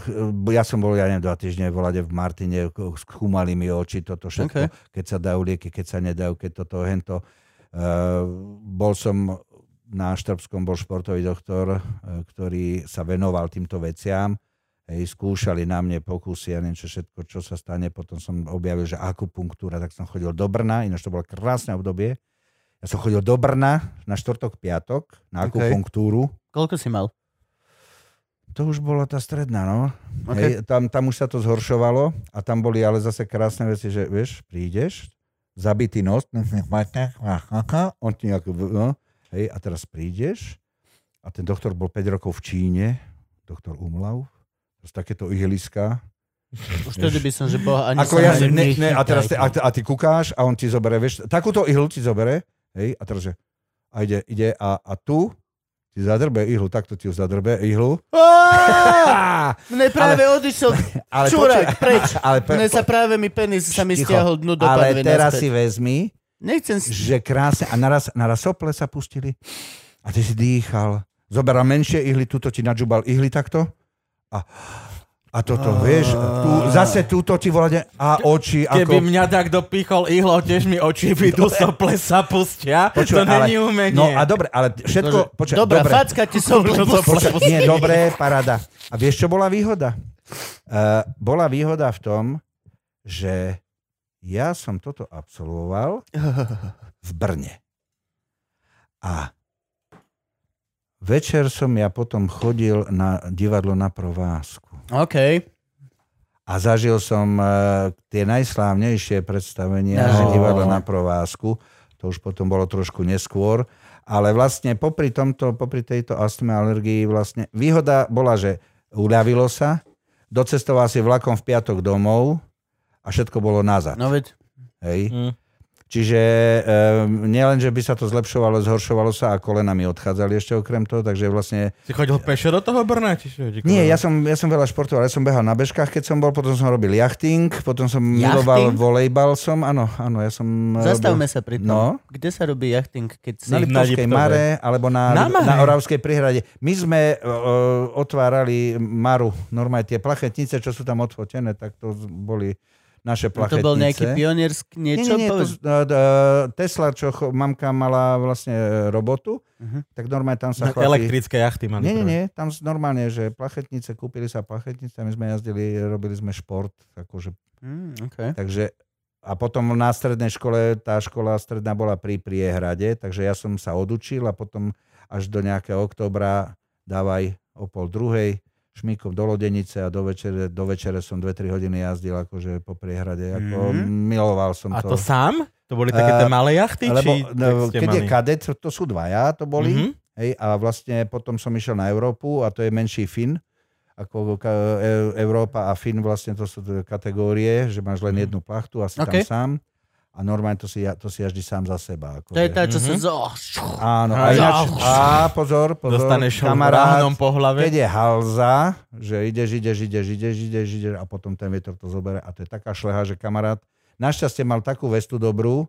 [SPEAKER 3] e, ja som bol, ja neviem, dva týždne v Lade v Martine, k- skúmali mi oči, toto všetko, keď sa dajú lieky, keď sa nedajú, keď toto, hento. E, bol som na Štrbskom, bol športový doktor, e, ktorý sa venoval týmto veciam. Hej, skúšali na mne pokusy, ja neviem čo všetko, čo sa stane. Potom som objavil, že akupunktúra, tak som chodil do Brna, ináč to bolo krásne obdobie. Ja Ja som chodil do Brna na štvrtok, piatok na
[SPEAKER 4] OK.
[SPEAKER 3] akupunktúru.
[SPEAKER 4] Koľko si mal?
[SPEAKER 3] To už bola tá stredná, no.
[SPEAKER 4] OK.
[SPEAKER 3] Hej, tam, tam už sa to zhoršovalo a tam boli ale zase krásne veci, že vieš, prídeš, zabitý nos, on ti nejak, no, hej, a teraz prídeš a ten doktor bol 5 rokov v Číne, doktor Umlau, z takéto ihliska.
[SPEAKER 2] Už vtedy by som, že boha ani sa
[SPEAKER 3] Ako
[SPEAKER 2] na
[SPEAKER 3] ja,
[SPEAKER 2] ňu
[SPEAKER 3] ne, ne, a, teraz ty, a,
[SPEAKER 2] nechytajte.
[SPEAKER 3] ty- a ty kukáš a on ti zobere, vieš, takúto ihlu ti zobere, hej, a teraz, že, a ide, ide a, a tu ti zadrbe ihlu, takto ti ju zadrbe ihlu.
[SPEAKER 2] Á, Mne práve odišiel
[SPEAKER 3] Ale
[SPEAKER 2] čurák,
[SPEAKER 3] počuj-
[SPEAKER 2] preč.
[SPEAKER 3] Ale pe-
[SPEAKER 2] Mne sa práve mi penis sa mi
[SPEAKER 3] Ticho.
[SPEAKER 2] stiahol dnu do
[SPEAKER 3] Ale
[SPEAKER 2] panvy
[SPEAKER 3] teraz
[SPEAKER 2] naspäť.
[SPEAKER 3] si vezmi,
[SPEAKER 2] Nechcem si...
[SPEAKER 3] že krásne, a naraz, naraz sople sa pustili a ty si dýchal. Zoberá menšie ihly, tuto ti nadžubal ihly takto a, a toto, vieš, tu, zase túto ti volá a oči
[SPEAKER 1] Keby
[SPEAKER 3] ako...
[SPEAKER 1] mňa tak dopichol ihlo, tiež mi oči vidú sople sa pustia. to
[SPEAKER 3] Počúvaj,
[SPEAKER 1] není umenie.
[SPEAKER 3] No a dobre, ale všetko... Počuaj,
[SPEAKER 2] Dobrá
[SPEAKER 3] dobre,
[SPEAKER 2] facka ti som
[SPEAKER 3] Počkaj, nie, dobré, parada. A vieš, čo bola výhoda? Uh, bola výhoda v tom, že ja som toto absolvoval v Brne. A večer som ja potom chodil na divadlo na provázku.
[SPEAKER 2] OK.
[SPEAKER 3] A zažil som uh, tie najslávnejšie predstavenia
[SPEAKER 2] No.
[SPEAKER 3] no. divadla na provázku. To už potom bolo trošku neskôr. Ale vlastne popri tomto, popri tejto astme alergii vlastne výhoda bola, že uľavilo sa, docestoval si vlakom v piatok domov a všetko bolo nazad.
[SPEAKER 2] No veď,
[SPEAKER 3] Hej.
[SPEAKER 1] Mm.
[SPEAKER 3] Čiže um, nielen, že by sa to zlepšovalo, zhoršovalo sa a kolenami odchádzali ešte okrem toho, takže vlastne
[SPEAKER 1] Si chodil pešo do toho Brna? Či čo, Díko?
[SPEAKER 3] nie, ja som, ja som veľa športoval, ja som behal na bežkách, keď som bol, potom som robil jachting, potom som miloval volejbal som, áno, áno, ja som... robil-
[SPEAKER 2] zastavme sa pri tom.
[SPEAKER 3] No.
[SPEAKER 2] Kde sa robí jachting, keď si...
[SPEAKER 3] Na
[SPEAKER 1] Na
[SPEAKER 3] Liptovskej
[SPEAKER 1] Liptove.
[SPEAKER 3] Mare, alebo na,
[SPEAKER 1] Na
[SPEAKER 3] na,
[SPEAKER 1] Mare.
[SPEAKER 3] na Oravskej prihrade. My sme uh, otvárali Maru, normálne tie plachetnice, čo sú tam odfotené, tak to z- boli naše
[SPEAKER 2] No
[SPEAKER 3] plachetnice.
[SPEAKER 2] To bol nejaký pionierský
[SPEAKER 3] Nie,
[SPEAKER 2] niečo?
[SPEAKER 3] nie, nie, to,
[SPEAKER 2] povedz.
[SPEAKER 3] z- uh, d- uh, Tesla, čo cho, mamka mala vlastne e, robotu,
[SPEAKER 2] Mhm.
[SPEAKER 3] tak normálne tam
[SPEAKER 1] Na
[SPEAKER 3] sa chlapi...
[SPEAKER 1] elektrické jachty mali.
[SPEAKER 3] Nie, nie,
[SPEAKER 1] prvé.
[SPEAKER 3] nie, tam s- normálne, že plachetnice, kúpili sa plachetnice, my sme jazdili, robili sme šport, akože,
[SPEAKER 2] Mm, OK.
[SPEAKER 3] takže a potom na strednej škole, tá škola stredná bola pri Priehrade, takže ja som sa odučil a potom až do nejakého októbra dávaj o pol druhej šmíkom do Lodenice a do večere, do večere som 2-3 hodiny jazdil akože po Priehrade. Ako,
[SPEAKER 2] Mhm.
[SPEAKER 3] Miloval som
[SPEAKER 1] A to
[SPEAKER 3] to.
[SPEAKER 1] sám? To boli také tie
[SPEAKER 3] Eh,
[SPEAKER 1] malé jachty?
[SPEAKER 3] Lebo,
[SPEAKER 1] či tak
[SPEAKER 3] no,
[SPEAKER 1] ste
[SPEAKER 3] keď je
[SPEAKER 1] mali?
[SPEAKER 3] kadet, to sú dvaja, to boli.
[SPEAKER 1] Mhm.
[SPEAKER 3] Hej, a vlastne potom som išiel na Európu a to je menší Fin. Ako ka- e- Európa a Fin vlastne to sú t- kategórie, že máš len jednu plachtu a si
[SPEAKER 2] Mhm. OK.
[SPEAKER 3] tam sám. A normálne to si, ja- to si jazdí sám za seba. Ako
[SPEAKER 2] To je tá, čo
[SPEAKER 1] Mhm.
[SPEAKER 2] sa... zo-
[SPEAKER 3] Áno, a,
[SPEAKER 1] Aj.
[SPEAKER 3] ináč,
[SPEAKER 1] Au.
[SPEAKER 3] a pozor, pozor,
[SPEAKER 1] Dostaneš
[SPEAKER 3] kamarát,
[SPEAKER 1] ránom po hlave.
[SPEAKER 3] keď je halza, že ideš, ideš, ideš, ideš, ideš, ideš a potom ten vietor to zobere a to je taká šleha, že kamarát našťastie mal takú vestu dobrú,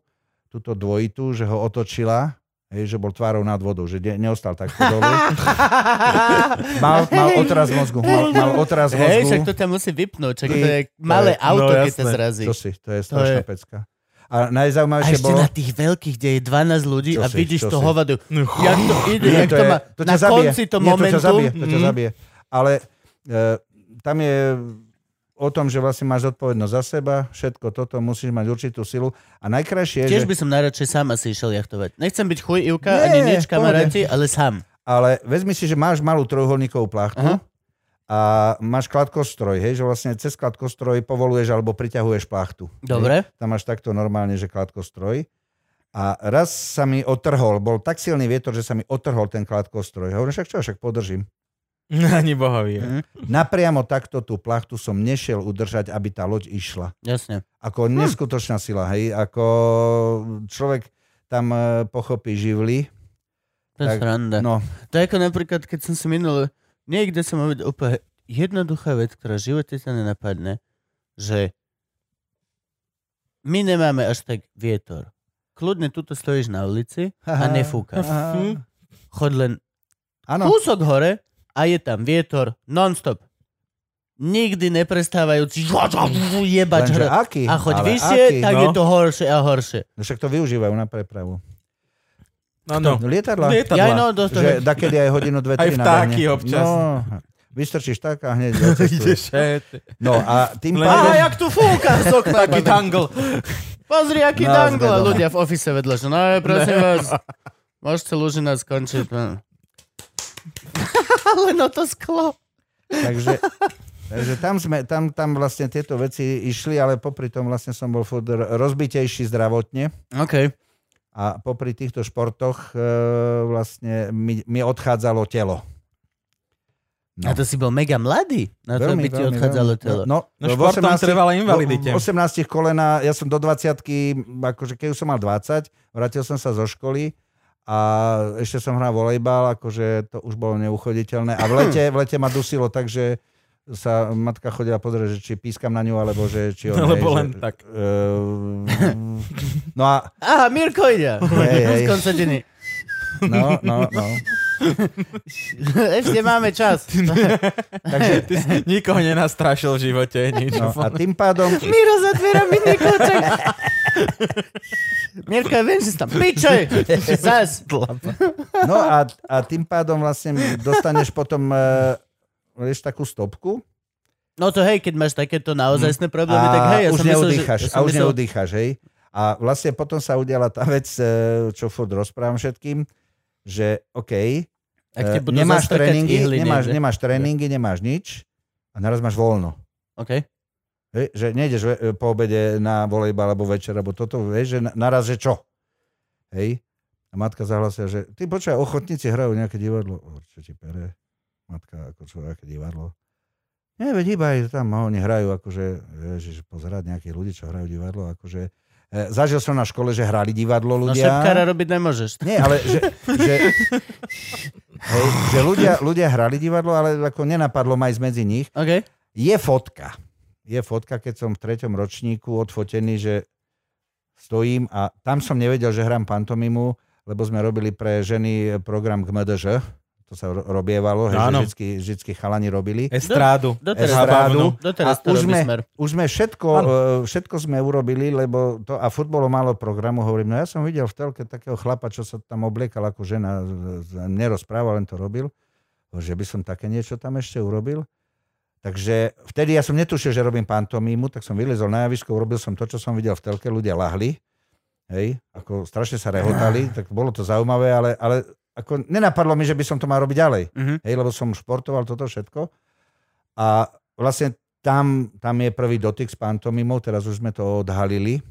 [SPEAKER 3] túto dvojitu, že ho otočila, hej, že bol tvárou nad vodou, že ne, neostal takto dole. mal, mal otraz mozgu, mal, mal otraz
[SPEAKER 2] Hej, však to
[SPEAKER 3] mozgu.
[SPEAKER 2] tam musí vypnúť. Čak
[SPEAKER 3] Ty-
[SPEAKER 2] to je malé
[SPEAKER 1] no,
[SPEAKER 2] auto, keď sa
[SPEAKER 1] jasné.
[SPEAKER 2] zrazí.
[SPEAKER 3] To si, to je
[SPEAKER 2] je-
[SPEAKER 3] strašná pecka.
[SPEAKER 2] A
[SPEAKER 3] A
[SPEAKER 2] ešte
[SPEAKER 3] najzaujímavejšie bolo...
[SPEAKER 2] na tých veľkých, kde je 12 ľudí
[SPEAKER 3] Čo
[SPEAKER 2] a
[SPEAKER 3] si,
[SPEAKER 2] vidíš
[SPEAKER 3] čo
[SPEAKER 2] to
[SPEAKER 3] si. No
[SPEAKER 2] hovado. Jak to ide,
[SPEAKER 3] Nie,
[SPEAKER 2] jak to
[SPEAKER 3] je-
[SPEAKER 2] má...
[SPEAKER 3] to ťa
[SPEAKER 2] Na
[SPEAKER 3] zabije.
[SPEAKER 2] konci to
[SPEAKER 3] Nie, To ťa
[SPEAKER 2] momentum...
[SPEAKER 3] zabije, to ťa
[SPEAKER 2] Mm.
[SPEAKER 3] zabije. Ale e, tam je o tom, že vlastne máš zodpovednosť za seba, všetko toto, musíš mať určitú silu. A najkrajšie je,
[SPEAKER 2] Tiež
[SPEAKER 3] že,
[SPEAKER 2] by som najradšej sám asi išiel jachtovať. Nechcem byť chuj Ivka,
[SPEAKER 3] Nie,
[SPEAKER 2] ani nič
[SPEAKER 3] pohode.
[SPEAKER 2] kamaráti, ale sám.
[SPEAKER 3] ale vezmi si, že máš malú trojuholníkovú plachtu
[SPEAKER 2] Aha.
[SPEAKER 3] a máš kladkostroj, hej, že vlastne cez kladkostroj povoluješ alebo priťahuješ plachtu.
[SPEAKER 2] Dobre.
[SPEAKER 3] tam máš takto normálne, že kladkostroj. A raz sa mi otrhol, bol tak silný vietor, že sa mi otrhol ten kladkostroj. Hovorím, však čo, však podržím.
[SPEAKER 1] Ani bohovie.
[SPEAKER 2] Mhm.
[SPEAKER 3] Napriamo takto tú plachtu som nešiel udržať, aby tá loď išla.
[SPEAKER 2] Jasne.
[SPEAKER 3] Ako neskutočná sila, hej. Ako človek tam e, pochopí živly.
[SPEAKER 2] To je
[SPEAKER 3] Tak,
[SPEAKER 2] sranda.
[SPEAKER 3] No,
[SPEAKER 2] To je ako napríklad, keď som si minul, niekde som uvedel úplne jednoduchá vec, ktorá v živote sa nenapadne, že my nemáme až tak vietor. Kľudne tuto stojíš na ulici a nefúkaš.
[SPEAKER 3] Aha.
[SPEAKER 2] Chod len
[SPEAKER 3] Áno,
[SPEAKER 2] kúsok hore a je tam vietor non-stop. Nikdy neprestávajúci jebať
[SPEAKER 3] lenže
[SPEAKER 2] hrad.
[SPEAKER 3] aký?
[SPEAKER 2] A choď
[SPEAKER 3] Ale
[SPEAKER 2] vyššie,
[SPEAKER 3] aký?
[SPEAKER 2] tak
[SPEAKER 1] no.
[SPEAKER 2] je to horšie a horšie.
[SPEAKER 3] No, však to využívajú na prepravu.
[SPEAKER 1] No, no.
[SPEAKER 3] No, lietadla.
[SPEAKER 2] Ja
[SPEAKER 1] Lietadla.
[SPEAKER 2] aj no, dosť
[SPEAKER 3] Že dakedy aj hodinu, dve,
[SPEAKER 1] Aj
[SPEAKER 3] tri
[SPEAKER 1] vtáky
[SPEAKER 3] nabehne.
[SPEAKER 1] občas.
[SPEAKER 3] No, vystrčíš tak a hneď docestuješ.
[SPEAKER 1] Ideš, hej, ty.
[SPEAKER 3] No a tým
[SPEAKER 1] Len-
[SPEAKER 3] pádom...
[SPEAKER 2] Aha, jak tu fúka z okna.
[SPEAKER 1] Taký tangle.
[SPEAKER 2] Pozri, aký no,
[SPEAKER 3] No, sme
[SPEAKER 2] dangle
[SPEAKER 3] doma.
[SPEAKER 2] ľudia v ofise vedľa. Že, no prosím vás, môžete Lužina skončiť. no. Ale no to sklo.
[SPEAKER 3] Takže, takže tam, sme, tam, tam vlastne tieto veci išli, ale popri tom vlastne som bol furt r- rozbitejší zdravotne
[SPEAKER 2] OK.
[SPEAKER 3] a popri týchto športoch e, vlastne mi, mi odchádzalo telo.
[SPEAKER 2] No. A to si bol mega mladý. Na to by ti odchádzalo telo. No,
[SPEAKER 3] No,
[SPEAKER 1] No športom trvalé invalidite.
[SPEAKER 3] V 18 kolena, ja som do 20 akože keď už som mal 20, vrátil som sa zo školy a ešte som hral volejbal, akože to už bolo neuchoditeľné. A v lete, v lete ma dusilo tak, že sa matka chodila pozrieť, že či pískam na ňu, alebo že či on...
[SPEAKER 1] Lebo len
[SPEAKER 3] že,
[SPEAKER 1] tak.
[SPEAKER 3] Ehm, no a...
[SPEAKER 2] Aha, Mirko ide.
[SPEAKER 3] Hej, hej.
[SPEAKER 2] Z konca diny.
[SPEAKER 3] No, no, no.
[SPEAKER 2] Ešte máme čas.
[SPEAKER 3] Takže,
[SPEAKER 1] Ty si nikoho nenastrašil v živote, nič.
[SPEAKER 3] no, a tým pádom...
[SPEAKER 2] Miro zatvira mini koček. Mirko, ja viem, že si tam pičoj. Zas.
[SPEAKER 3] No a, a tým pádom vlastne dostaneš potom e, vieš, takú stopku
[SPEAKER 2] No to hej, keď máš takéto naozajstné problémy,
[SPEAKER 3] a
[SPEAKER 2] tak hej, ja
[SPEAKER 3] už
[SPEAKER 2] som myslel, že...
[SPEAKER 3] neudýchaš,
[SPEAKER 2] ja som
[SPEAKER 3] a už
[SPEAKER 2] myslel-
[SPEAKER 3] neudýchaš, hej. A vlastne potom sa udiala tá vec, e, čo furt rozprávam všetkým, že OK,
[SPEAKER 2] Ak
[SPEAKER 3] e,
[SPEAKER 2] ti budú
[SPEAKER 3] nemáš
[SPEAKER 2] zastrkať
[SPEAKER 3] tréningy,
[SPEAKER 2] ihly, nie,
[SPEAKER 3] nemáš,
[SPEAKER 2] že?
[SPEAKER 3] nemáš tréningy, nemáš nič a naraz máš voľno.
[SPEAKER 2] OK.
[SPEAKER 3] Hej, že nejdeš ve- po obede na volejbal alebo večer, alebo toto, vieš, že na- naraz, že čo? Hej. A matka zahlasila, že ty počkaj, ochotníci hrajú nejaké divadlo. O, čo ti pere? Matka, ako čo, aké divadlo? Nie, veď iba aj tam, a oni hrajú akože, ježiš, pozerať nejakých ľudí, čo hrajú divadlo, akože. E, zažil som na škole, že hrali divadlo
[SPEAKER 2] No
[SPEAKER 3] ľudia.
[SPEAKER 2] šepkára robiť nemôžeš.
[SPEAKER 3] Nie, ale že, že, hej, že ľudia, ľudia hrali divadlo, ale ako nenapadlo ma ísť medzi nich.
[SPEAKER 2] OK.
[SPEAKER 3] Je fotka. Je fotka, keď som v treťom ročníku odfotený, že stojím a tam som nevedel, že hrám pantomimu, lebo sme robili pre ženy program k MDŽ. To sa ro- robievalo, hej, že
[SPEAKER 1] Áno.
[SPEAKER 3] vždycky, vždycky chalani robili.
[SPEAKER 1] Estrádu.
[SPEAKER 2] Doteraz,
[SPEAKER 3] Estrádu.
[SPEAKER 2] doteraz
[SPEAKER 3] No, A
[SPEAKER 2] to
[SPEAKER 3] už
[SPEAKER 2] robí
[SPEAKER 3] sme-
[SPEAKER 2] smer.
[SPEAKER 3] Už sme všetko,
[SPEAKER 1] Áno.
[SPEAKER 3] e, všetko sme urobili, lebo to, a futbolo malo programu, hovorím, no ja som videl v telke takého chlapa, čo sa tam obliekal ako žena, z- z- nerozprával, len to robil, že by som také niečo tam ešte urobil. Takže vtedy ja som netušil, že robím pantomímu, tak som vylezol na javisko, urobil som to, čo som videl v telke, ľudia lahli, hej, ako strašne sa rehotali, tak bolo to zaujímavé, ale, ale ako nenapadlo mi, že by som to mal robiť ďalej
[SPEAKER 2] Mhm.
[SPEAKER 3] hej, lebo som športoval toto všetko. A vlastne tam, tam je prvý dotyk s pantomimou, teraz už sme to odhalili.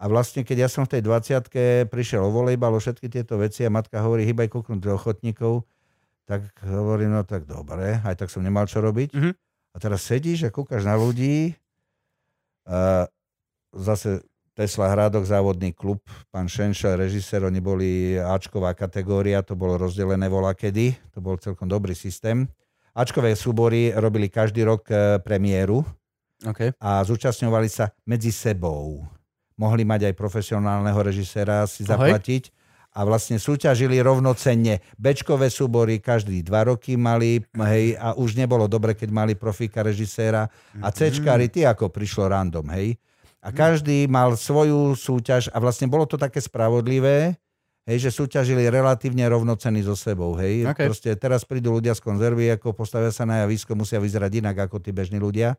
[SPEAKER 3] A vlastne, keď ja som v tej 20 prišiel o volejbal, o všetky tieto veci a matka hovorí, hýbaj kúknúť do ochotníkov, tak hovorím, no tak dobre, aj tak som nemal čo robiť.
[SPEAKER 2] Mhm.
[SPEAKER 3] A teraz sedíš a kúkaš na ľudí, a zase Tesla Hrádok, závodný klub, pán Šenšel, režisér, oni boli Ačková kategória, to bolo rozdelené vola kedy, to bol celkom dobrý systém. Ačkové súbory robili každý rok e, premiéru
[SPEAKER 2] OK.
[SPEAKER 3] a zúčastňovali sa medzi sebou. Mohli mať aj profesionálneho režiséra si
[SPEAKER 2] Ahoj.
[SPEAKER 3] zaplatiť a vlastne súťažili rovnocenne. Bečkové súbory každý dva roky mali hej, a už nebolo dobre, keď mali profíka režiséra
[SPEAKER 2] Mhm.
[SPEAKER 3] a Cčkári, ty ako prišlo random, hej. A každý mal svoju súťaž a vlastne bolo to také spravodlivé, hej, že súťažili relatívne rovnocenní so sebou, hej.
[SPEAKER 2] OK.
[SPEAKER 3] Proste teraz prídu ľudia z konzervy, ako postavia sa na javisko, musia vyzerať inak ako tí bežní ľudia,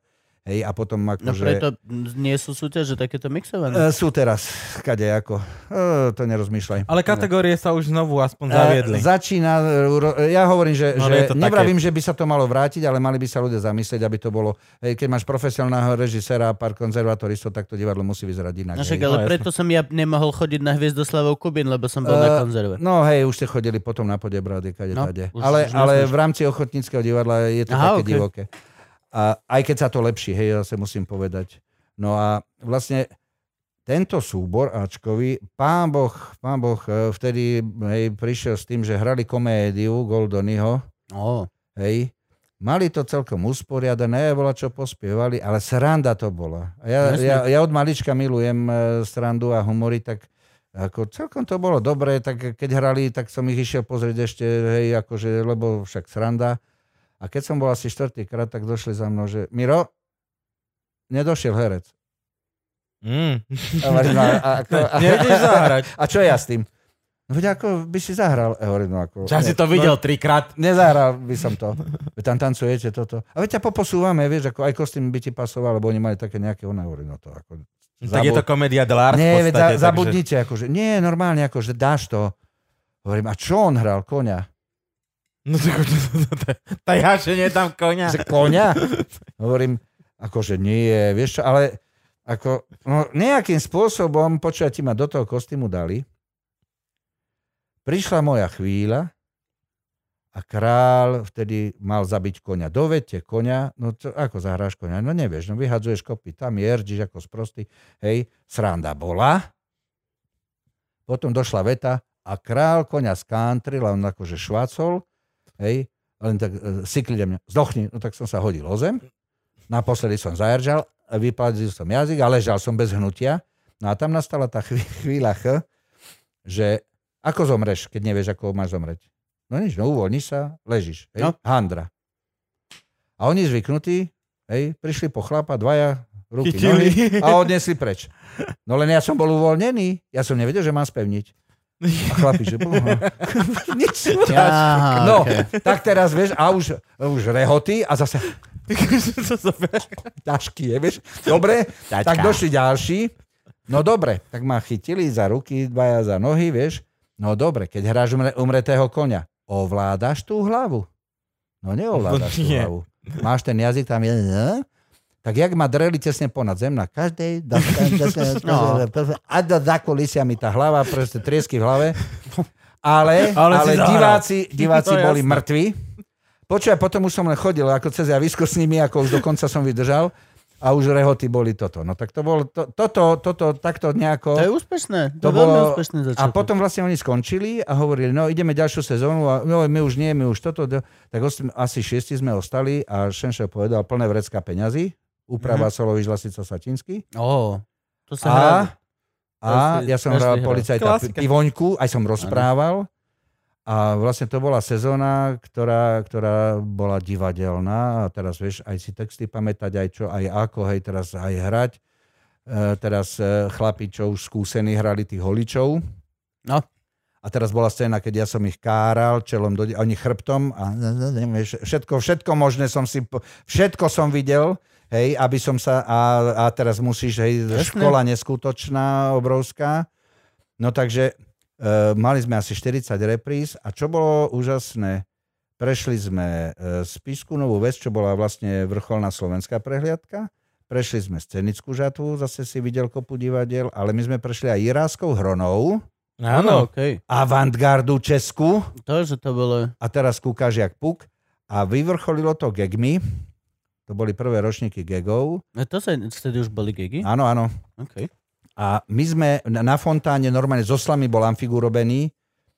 [SPEAKER 3] hej, a potom
[SPEAKER 2] No
[SPEAKER 3] akože...
[SPEAKER 2] preto nie sú súťaže takéto mixované.
[SPEAKER 3] E, sú teraz, kade ako. E, to nerozmýšľaj.
[SPEAKER 1] Ale kategórie sa už znovu aspoň
[SPEAKER 3] E,
[SPEAKER 1] zaviedli.
[SPEAKER 3] Začína, e, ro- e, ja hovorím, že,
[SPEAKER 1] No, ale je
[SPEAKER 3] že
[SPEAKER 1] to také.
[SPEAKER 3] nevravím, že by sa to malo vrátiť, ale mali by sa ľudia zamyslieť, aby to bolo, hej, keď máš profesionálneho režiséra a pár konzervatoristov, tak to divadlo musí vyzerať inak.
[SPEAKER 2] No
[SPEAKER 3] hej.
[SPEAKER 2] však, ale
[SPEAKER 1] No, jasné.
[SPEAKER 2] preto som ja nemohol chodiť na Hviezdoslavov Kubin, lebo som bol
[SPEAKER 3] Eh,
[SPEAKER 2] na konzerve.
[SPEAKER 3] No hej, už ste chodili potom na podebrady, kade
[SPEAKER 2] No,
[SPEAKER 3] no, tade.
[SPEAKER 2] už-
[SPEAKER 3] ale
[SPEAKER 2] už
[SPEAKER 3] ale
[SPEAKER 2] nesmieš.
[SPEAKER 3] v rámci ochotníckého divadla je to
[SPEAKER 2] Aha,
[SPEAKER 3] Aha, také
[SPEAKER 2] ok.
[SPEAKER 3] okay. divoké. A, aj keď sa to lepší, hej, ja sa musím povedať. No a vlastne tento súbor Ačkovi, pán Boh, pán boh e, vtedy hej, prišiel s tým, že hrali komédiu Goldonyho,
[SPEAKER 2] Oh.
[SPEAKER 3] no. hej, Mali to celkom usporiadané, bola čo pospievali, ale sranda to bola. A Ja,
[SPEAKER 2] Jasne.
[SPEAKER 3] ja, ja od malička milujem e, srandu a humory, tak ako celkom to bolo dobré, tak keď hrali, tak som ich išiel pozrieť ešte, hej, akože, lebo však sranda. A keď som bol asi štvrtýkrát, tak došli za mnou, že Miro, nedošiel herec.
[SPEAKER 1] Mm.
[SPEAKER 3] A, hovorím, no, a, a, a,
[SPEAKER 1] Nejdeš zahrať.
[SPEAKER 3] a čo ja s tým? No veď ako by si zahral, E, hovorím, no ako...
[SPEAKER 1] Ja si to
[SPEAKER 3] No,
[SPEAKER 1] videl trikrát.
[SPEAKER 3] Nezahral by som to. Veď tam tancujete toto. A veď ťa poposúvame, vieš, ako aj kostým by ti pasoval, lebo oni mali také nejaké, ona hovorí, no to ako,
[SPEAKER 1] Tak je to komédia dlár
[SPEAKER 3] Nie,
[SPEAKER 1] v
[SPEAKER 3] veď
[SPEAKER 1] podstate. takže-
[SPEAKER 3] za, zabudnite, akože, nie, normálne, akože dáš to. Hovorím, a čo on hral, konia?
[SPEAKER 1] No tak tá jašenie tam konia.
[SPEAKER 3] Že konia? Hovorím, akože nie, vieš čo, ale ako, no, nejakým spôsobom, počúva, ti ma do toho kostýmu dali, prišla moja chvíľa a král vtedy mal zabiť konia. Dovete konia, no to, ako zahráš konia? No nevieš, no vyhadzuješ kopy, tam jerdíš ako sprostý. Hej, sranda bola. Potom došla veta a král konia skantril a on akože švácol, hej, a len tak e, sikli na mňa, zdochni, no tak som sa hodil o zem. Naposledy som zajržal, vypadil som jazyk a ležal som bez hnutia. No a tam nastala tá chví- chvíľa, ch, že ako zomreš, keď nevieš, ako máš zomreť? No nič, no uvoľni sa, ležíš. Hej?
[SPEAKER 2] No.
[SPEAKER 3] No. Handra. A oni zvyknutí, hej, prišli po chlapa, dvaja, ruky, nohy
[SPEAKER 1] Chytili.
[SPEAKER 3] a odnesli preč. No len ja som bol uvoľnený, ja som nevedel, že mám spevniť. A chlapi, že boha. Nič.
[SPEAKER 2] Aha,
[SPEAKER 3] No,
[SPEAKER 2] okay.
[SPEAKER 3] tak teraz vieš, a už, už rehoty a zase tašky, je, vieš. Dobre,
[SPEAKER 1] Tačka.
[SPEAKER 3] tak došli ďalší. No dobre, tak ma chytili za ruky, dvaja za nohy, vieš. No dobre, keď hráš umre, umretého konia, ovládaš tú hlavu. No neovládaš tú
[SPEAKER 1] Nie.
[SPEAKER 3] hlavu. Máš ten jazyk tam, je, ne? tak jak ma dreli tesne ponad zem na každej, da- da- da- da-
[SPEAKER 2] No.
[SPEAKER 3] da- a da- za kulisiami tá hlava, proste triesky v hlave. Ale,
[SPEAKER 1] Ale
[SPEAKER 3] ale,
[SPEAKER 1] si zahral.
[SPEAKER 3] diváci, diváci
[SPEAKER 1] No,
[SPEAKER 3] boli
[SPEAKER 1] jasné.
[SPEAKER 3] mŕtvi. Počúvaj, potom už som len chodil ako cez javisko s nimi, ako už dokonca som vydržal a už rehoty boli toto. No tak to bolo, to, toto, toto, takto nejako.
[SPEAKER 2] To je úspešné. To,
[SPEAKER 3] To
[SPEAKER 2] je veľmi
[SPEAKER 3] bolo-
[SPEAKER 2] úspešné
[SPEAKER 3] A
[SPEAKER 2] začiatok.
[SPEAKER 3] potom vlastne oni skončili a hovorili, no ideme ďalšiu sezónu a no, my už nie, my už toto. do- Tak os- asi šiesti sme ostali a Šenšel povedal plné vrecka peňazí.
[SPEAKER 2] Mhm.
[SPEAKER 3] Úprava mm-hmm. Solovič Lasica Sačínsky.
[SPEAKER 2] Oh, to sa hrá.
[SPEAKER 3] A, a
[SPEAKER 2] To si
[SPEAKER 3] ja som
[SPEAKER 2] každý
[SPEAKER 3] hral
[SPEAKER 2] hral.
[SPEAKER 3] policajta
[SPEAKER 1] Klasika.
[SPEAKER 3] Pi- Pivoňku, aj som rozprával. A vlastne to bola sezóna, ktorá, ktorá bola divadelná a teraz vieš aj si texty pamätať, aj čo, aj ako, hej, teraz aj hrať. E, teraz e, chlapi, čo už skúsení, hrali tých holičov.
[SPEAKER 2] No.
[SPEAKER 3] A teraz bola scéna, keď ja som ich káral čelom, do, oni chrbtom a vieš, všetko, všetko možné som si, po- všetko som videl, hej, aby som sa, a, a teraz musíš, hej,
[SPEAKER 2] Jasné.
[SPEAKER 3] škola neskutočná, obrovská. No takže e, mali sme asi 40 repríz a čo bolo úžasné, prešli sme e, z Pisku novú vec, čo bola vlastne vrcholná slovenská prehliadka, prešli sme scenickú žatvu, zase si videl kopu divadiel, ale my sme prešli aj Jiráskou hronou, No.
[SPEAKER 1] Áno.
[SPEAKER 2] okay.
[SPEAKER 3] avantgardu Česku
[SPEAKER 2] No, To, že to bolo...
[SPEAKER 3] a teraz kúkaš jak puk a vyvrcholilo to gegmi, to boli prvé ročníky gegov,
[SPEAKER 2] A e, to sa vtedy už boli gigy?
[SPEAKER 3] áno, áno,
[SPEAKER 2] Okay.
[SPEAKER 3] A my sme na na fontáne normálne so slami bol amfik urobený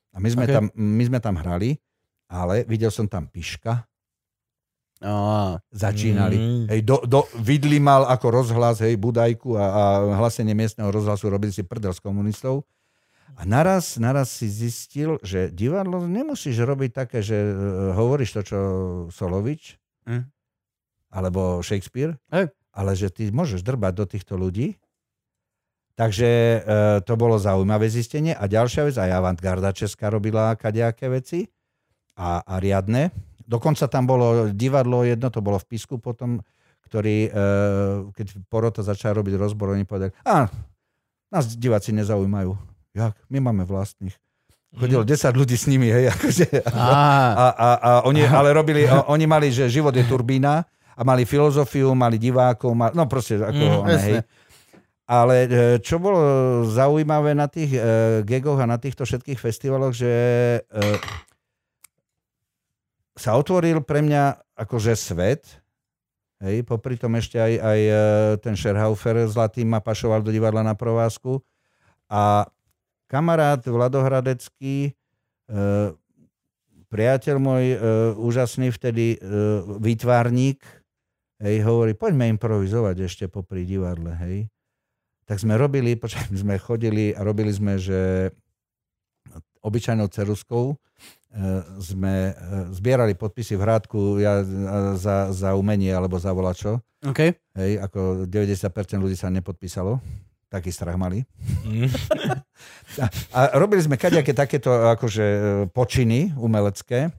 [SPEAKER 3] a my
[SPEAKER 2] Ok.
[SPEAKER 3] sme, okay. tam, my sme tam hrali, ale videl som tam piška,
[SPEAKER 2] Oh,
[SPEAKER 3] začínali. Mm.
[SPEAKER 1] Mm.
[SPEAKER 3] Hej, do, do, vidli mal ako rozhlas, hej, Budajku a, a hlasenie miestneho rozhlasu robili si prdel s komunistov. A naraz, naraz si zistil, že divadlo nemusíš robiť také, že e, hovoríš to, čo Solovič
[SPEAKER 2] Mm.
[SPEAKER 3] alebo Shakespeare,
[SPEAKER 2] Hej.
[SPEAKER 3] ale že ty môžeš drbať do týchto ľudí. Takže e, to bolo zaujímavé zistenie. A ďalšia vec, aj Avantgarda Česká robila kadejaké veci a, a riadne. Dokonca tam bolo divadlo jedno, to bolo v Pisku potom, ktorý, e, keď porota začala robiť rozbor, oni povedali, a nás diváci nezaujímajú. Jak? My máme vlastných. Chodilo 10 ľudí s nimi, hej, akože.
[SPEAKER 2] Á,
[SPEAKER 3] A, a, a oni, ale robili, a, oni mali, že život je turbína a mali filozofiu, mali divákov, mali, no proste ako
[SPEAKER 1] Mm,
[SPEAKER 3] mm, one, hej.
[SPEAKER 2] jasne.
[SPEAKER 3] Ale e, čo bolo zaujímavé na tých e, gegoch a na týchto všetkých festivaloch, že e, sa otvoril pre mňa akože svet, hej, popri tom ešte aj, aj e, ten Scherhaufer zlatý ma pašoval do divadla na provázku a kamarát Vladohradecký e, priateľ môj e, úžasný vtedy e, výtvarník, hej, hovorí, poďme improvizovať ešte popri divadle, hej. Tak sme robili, počkaj, my sme chodili a robili sme, že obyčajnou ceruskou e, sme e, zbierali podpisy v hrádku ja, e, za, za umenie alebo za volačo.
[SPEAKER 2] OK.
[SPEAKER 3] Hej, ako 90% ľudí sa nepodpísalo. Taký strach mali.
[SPEAKER 1] Mm.
[SPEAKER 3] A robili sme kaďaké takéto akože, e, počiny umelecké.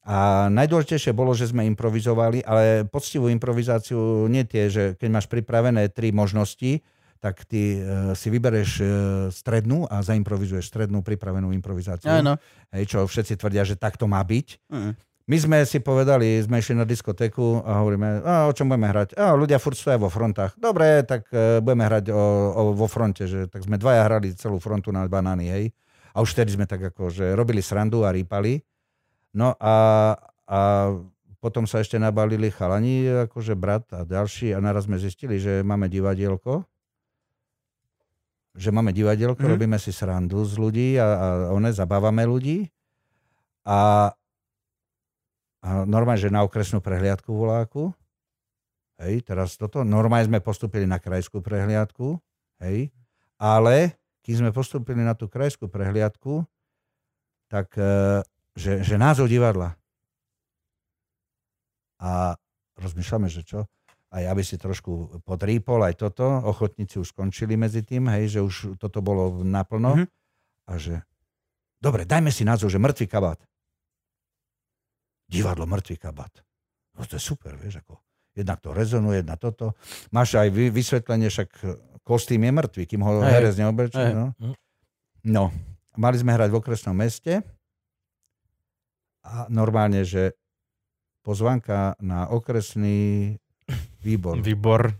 [SPEAKER 3] A najdôležitejšie bolo, že sme improvizovali, ale poctivú improvizáciu nie tie, že keď máš pripravené tri možnosti, tak ty e, si vybereš e, strednú a zaimprovizuješ strednú pripravenú improvizáciu.
[SPEAKER 4] Áno.
[SPEAKER 3] Hej, čo všetci tvrdia, že tak to má byť.
[SPEAKER 4] Mm.
[SPEAKER 3] My sme si povedali, sme išli na diskotéku a hovoríme, a o čom budeme hrať? A ľudia furt stoja vo frontách. Dobre, tak e, budeme hrať o, o, vo fronte. Že, tak sme dvaja hrali celú frontu na banány, hej. A už vtedy sme tak ako, že robili srandu a rýpali. No a, a potom sa ešte nabalili chalani, akože brat a ďalší a naraz sme zistili, že máme divadielko. Že máme divadielko,
[SPEAKER 4] Mhm.
[SPEAKER 3] mm-hmm. robíme si srandu z ľudí a, a one, zabávame ľudí. A, a normálne, že na okresnú prehliadku voláku. Hej, teraz toto. Normálne sme postupili na krajskú prehliadku. Hej, ale keď sme postupili na tú krajskú prehliadku, tak e, že, že názov divadla. A rozmýšľame, že čo? Aj aby si trošku podrýpol aj toto. Ochotníci už skončili medzi tým, hej, že už toto bolo naplno.
[SPEAKER 4] Mhm.
[SPEAKER 3] Mm-hmm. A že, dobre, dajme si názov, že mŕtvý kabát. Divadlo mŕtvý kabát. No to je super, vieš, ako jednak to rezonuje, na toto. Máš aj vy- vysvetlenie, však kostým je mŕtvý, kým ho
[SPEAKER 4] Hej.
[SPEAKER 3] herec neoblečí.
[SPEAKER 4] Hej.
[SPEAKER 3] No.
[SPEAKER 1] Hm.
[SPEAKER 3] no, mali sme hrať v okresnom meste a normálne, že pozvanka na okresný výbor.
[SPEAKER 4] Výbor.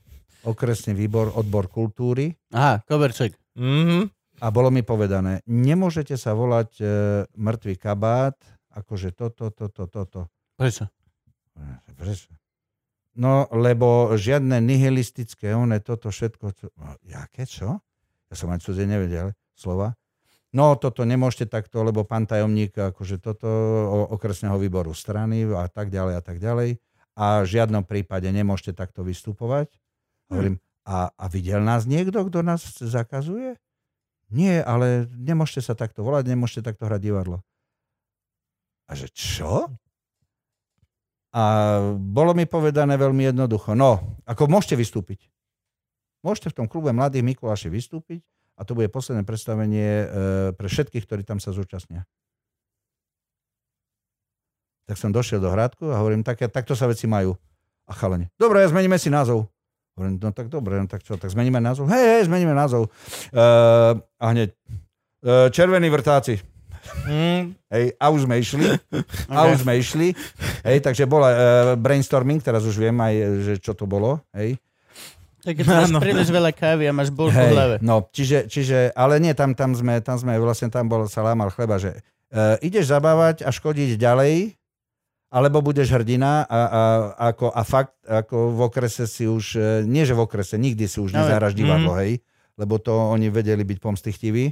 [SPEAKER 3] Okresný výbor, odbor kultúry.
[SPEAKER 2] Aha, koberček.
[SPEAKER 1] Mm-hmm.
[SPEAKER 3] A bolo mi povedané, nemôžete sa volať e, mŕtvý kabát, akože toto, toto, toto.
[SPEAKER 2] Prečo?
[SPEAKER 3] Prečo? Hm, No, lebo žiadne nihilistické, one toto všetko, čo, no, jaké čo? Ja som ani cudzie nevedel, slova. No, toto nemôžete takto, lebo pán tajomník, akože toto o- okresného výboru strany a tak ďalej a tak ďalej. A v žiadnom prípade nemôžete takto vystupovať. Hovorím, a, a videl nás niekto, kto nás zakazuje? Nie, ale nemôžete sa takto volať, nemôžete takto hrať divadlo. A že čo? A bolo mi povedané veľmi jednoducho, no, ako môžete vystúpiť. Môžete v tom klube Mladých Mikuláši vystúpiť a to bude posledné predstavenie e, pre všetkých, ktorí tam sa zúčastnia. Tak som došiel do Hradku a hovorím, tak, takto sa veci majú. A chalene, dobre, zmeníme si názov. Hovorím, no tak dobre, no tak čo, tak zmeníme názov? Hej, hej, zmeníme názov. E, a hneď, e, Červení vrtáci.
[SPEAKER 1] Mm.
[SPEAKER 3] Hej, a už sme išli. A už sme išli. Hej, takže bola uh, brainstorming, teraz už viem aj, že čo to bolo. Hej.
[SPEAKER 2] Tak keď máš
[SPEAKER 1] Áno.
[SPEAKER 2] príliš veľa kávy a máš bol v hlave.
[SPEAKER 3] No. Hej, no, čiže, čiže, ale nie, tam, tam, sme, tam sme, vlastne tam bol sa lámal chleba, že uh, ideš zabávať a škodiť ďalej, alebo budeš hrdina a, a, ako, a fakt, ako v okrese si už, e, nie že v okrese, nikdy si už
[SPEAKER 2] No,
[SPEAKER 3] nezahraš divadlo, hej, lebo to oni vedeli byť pomstichtiví.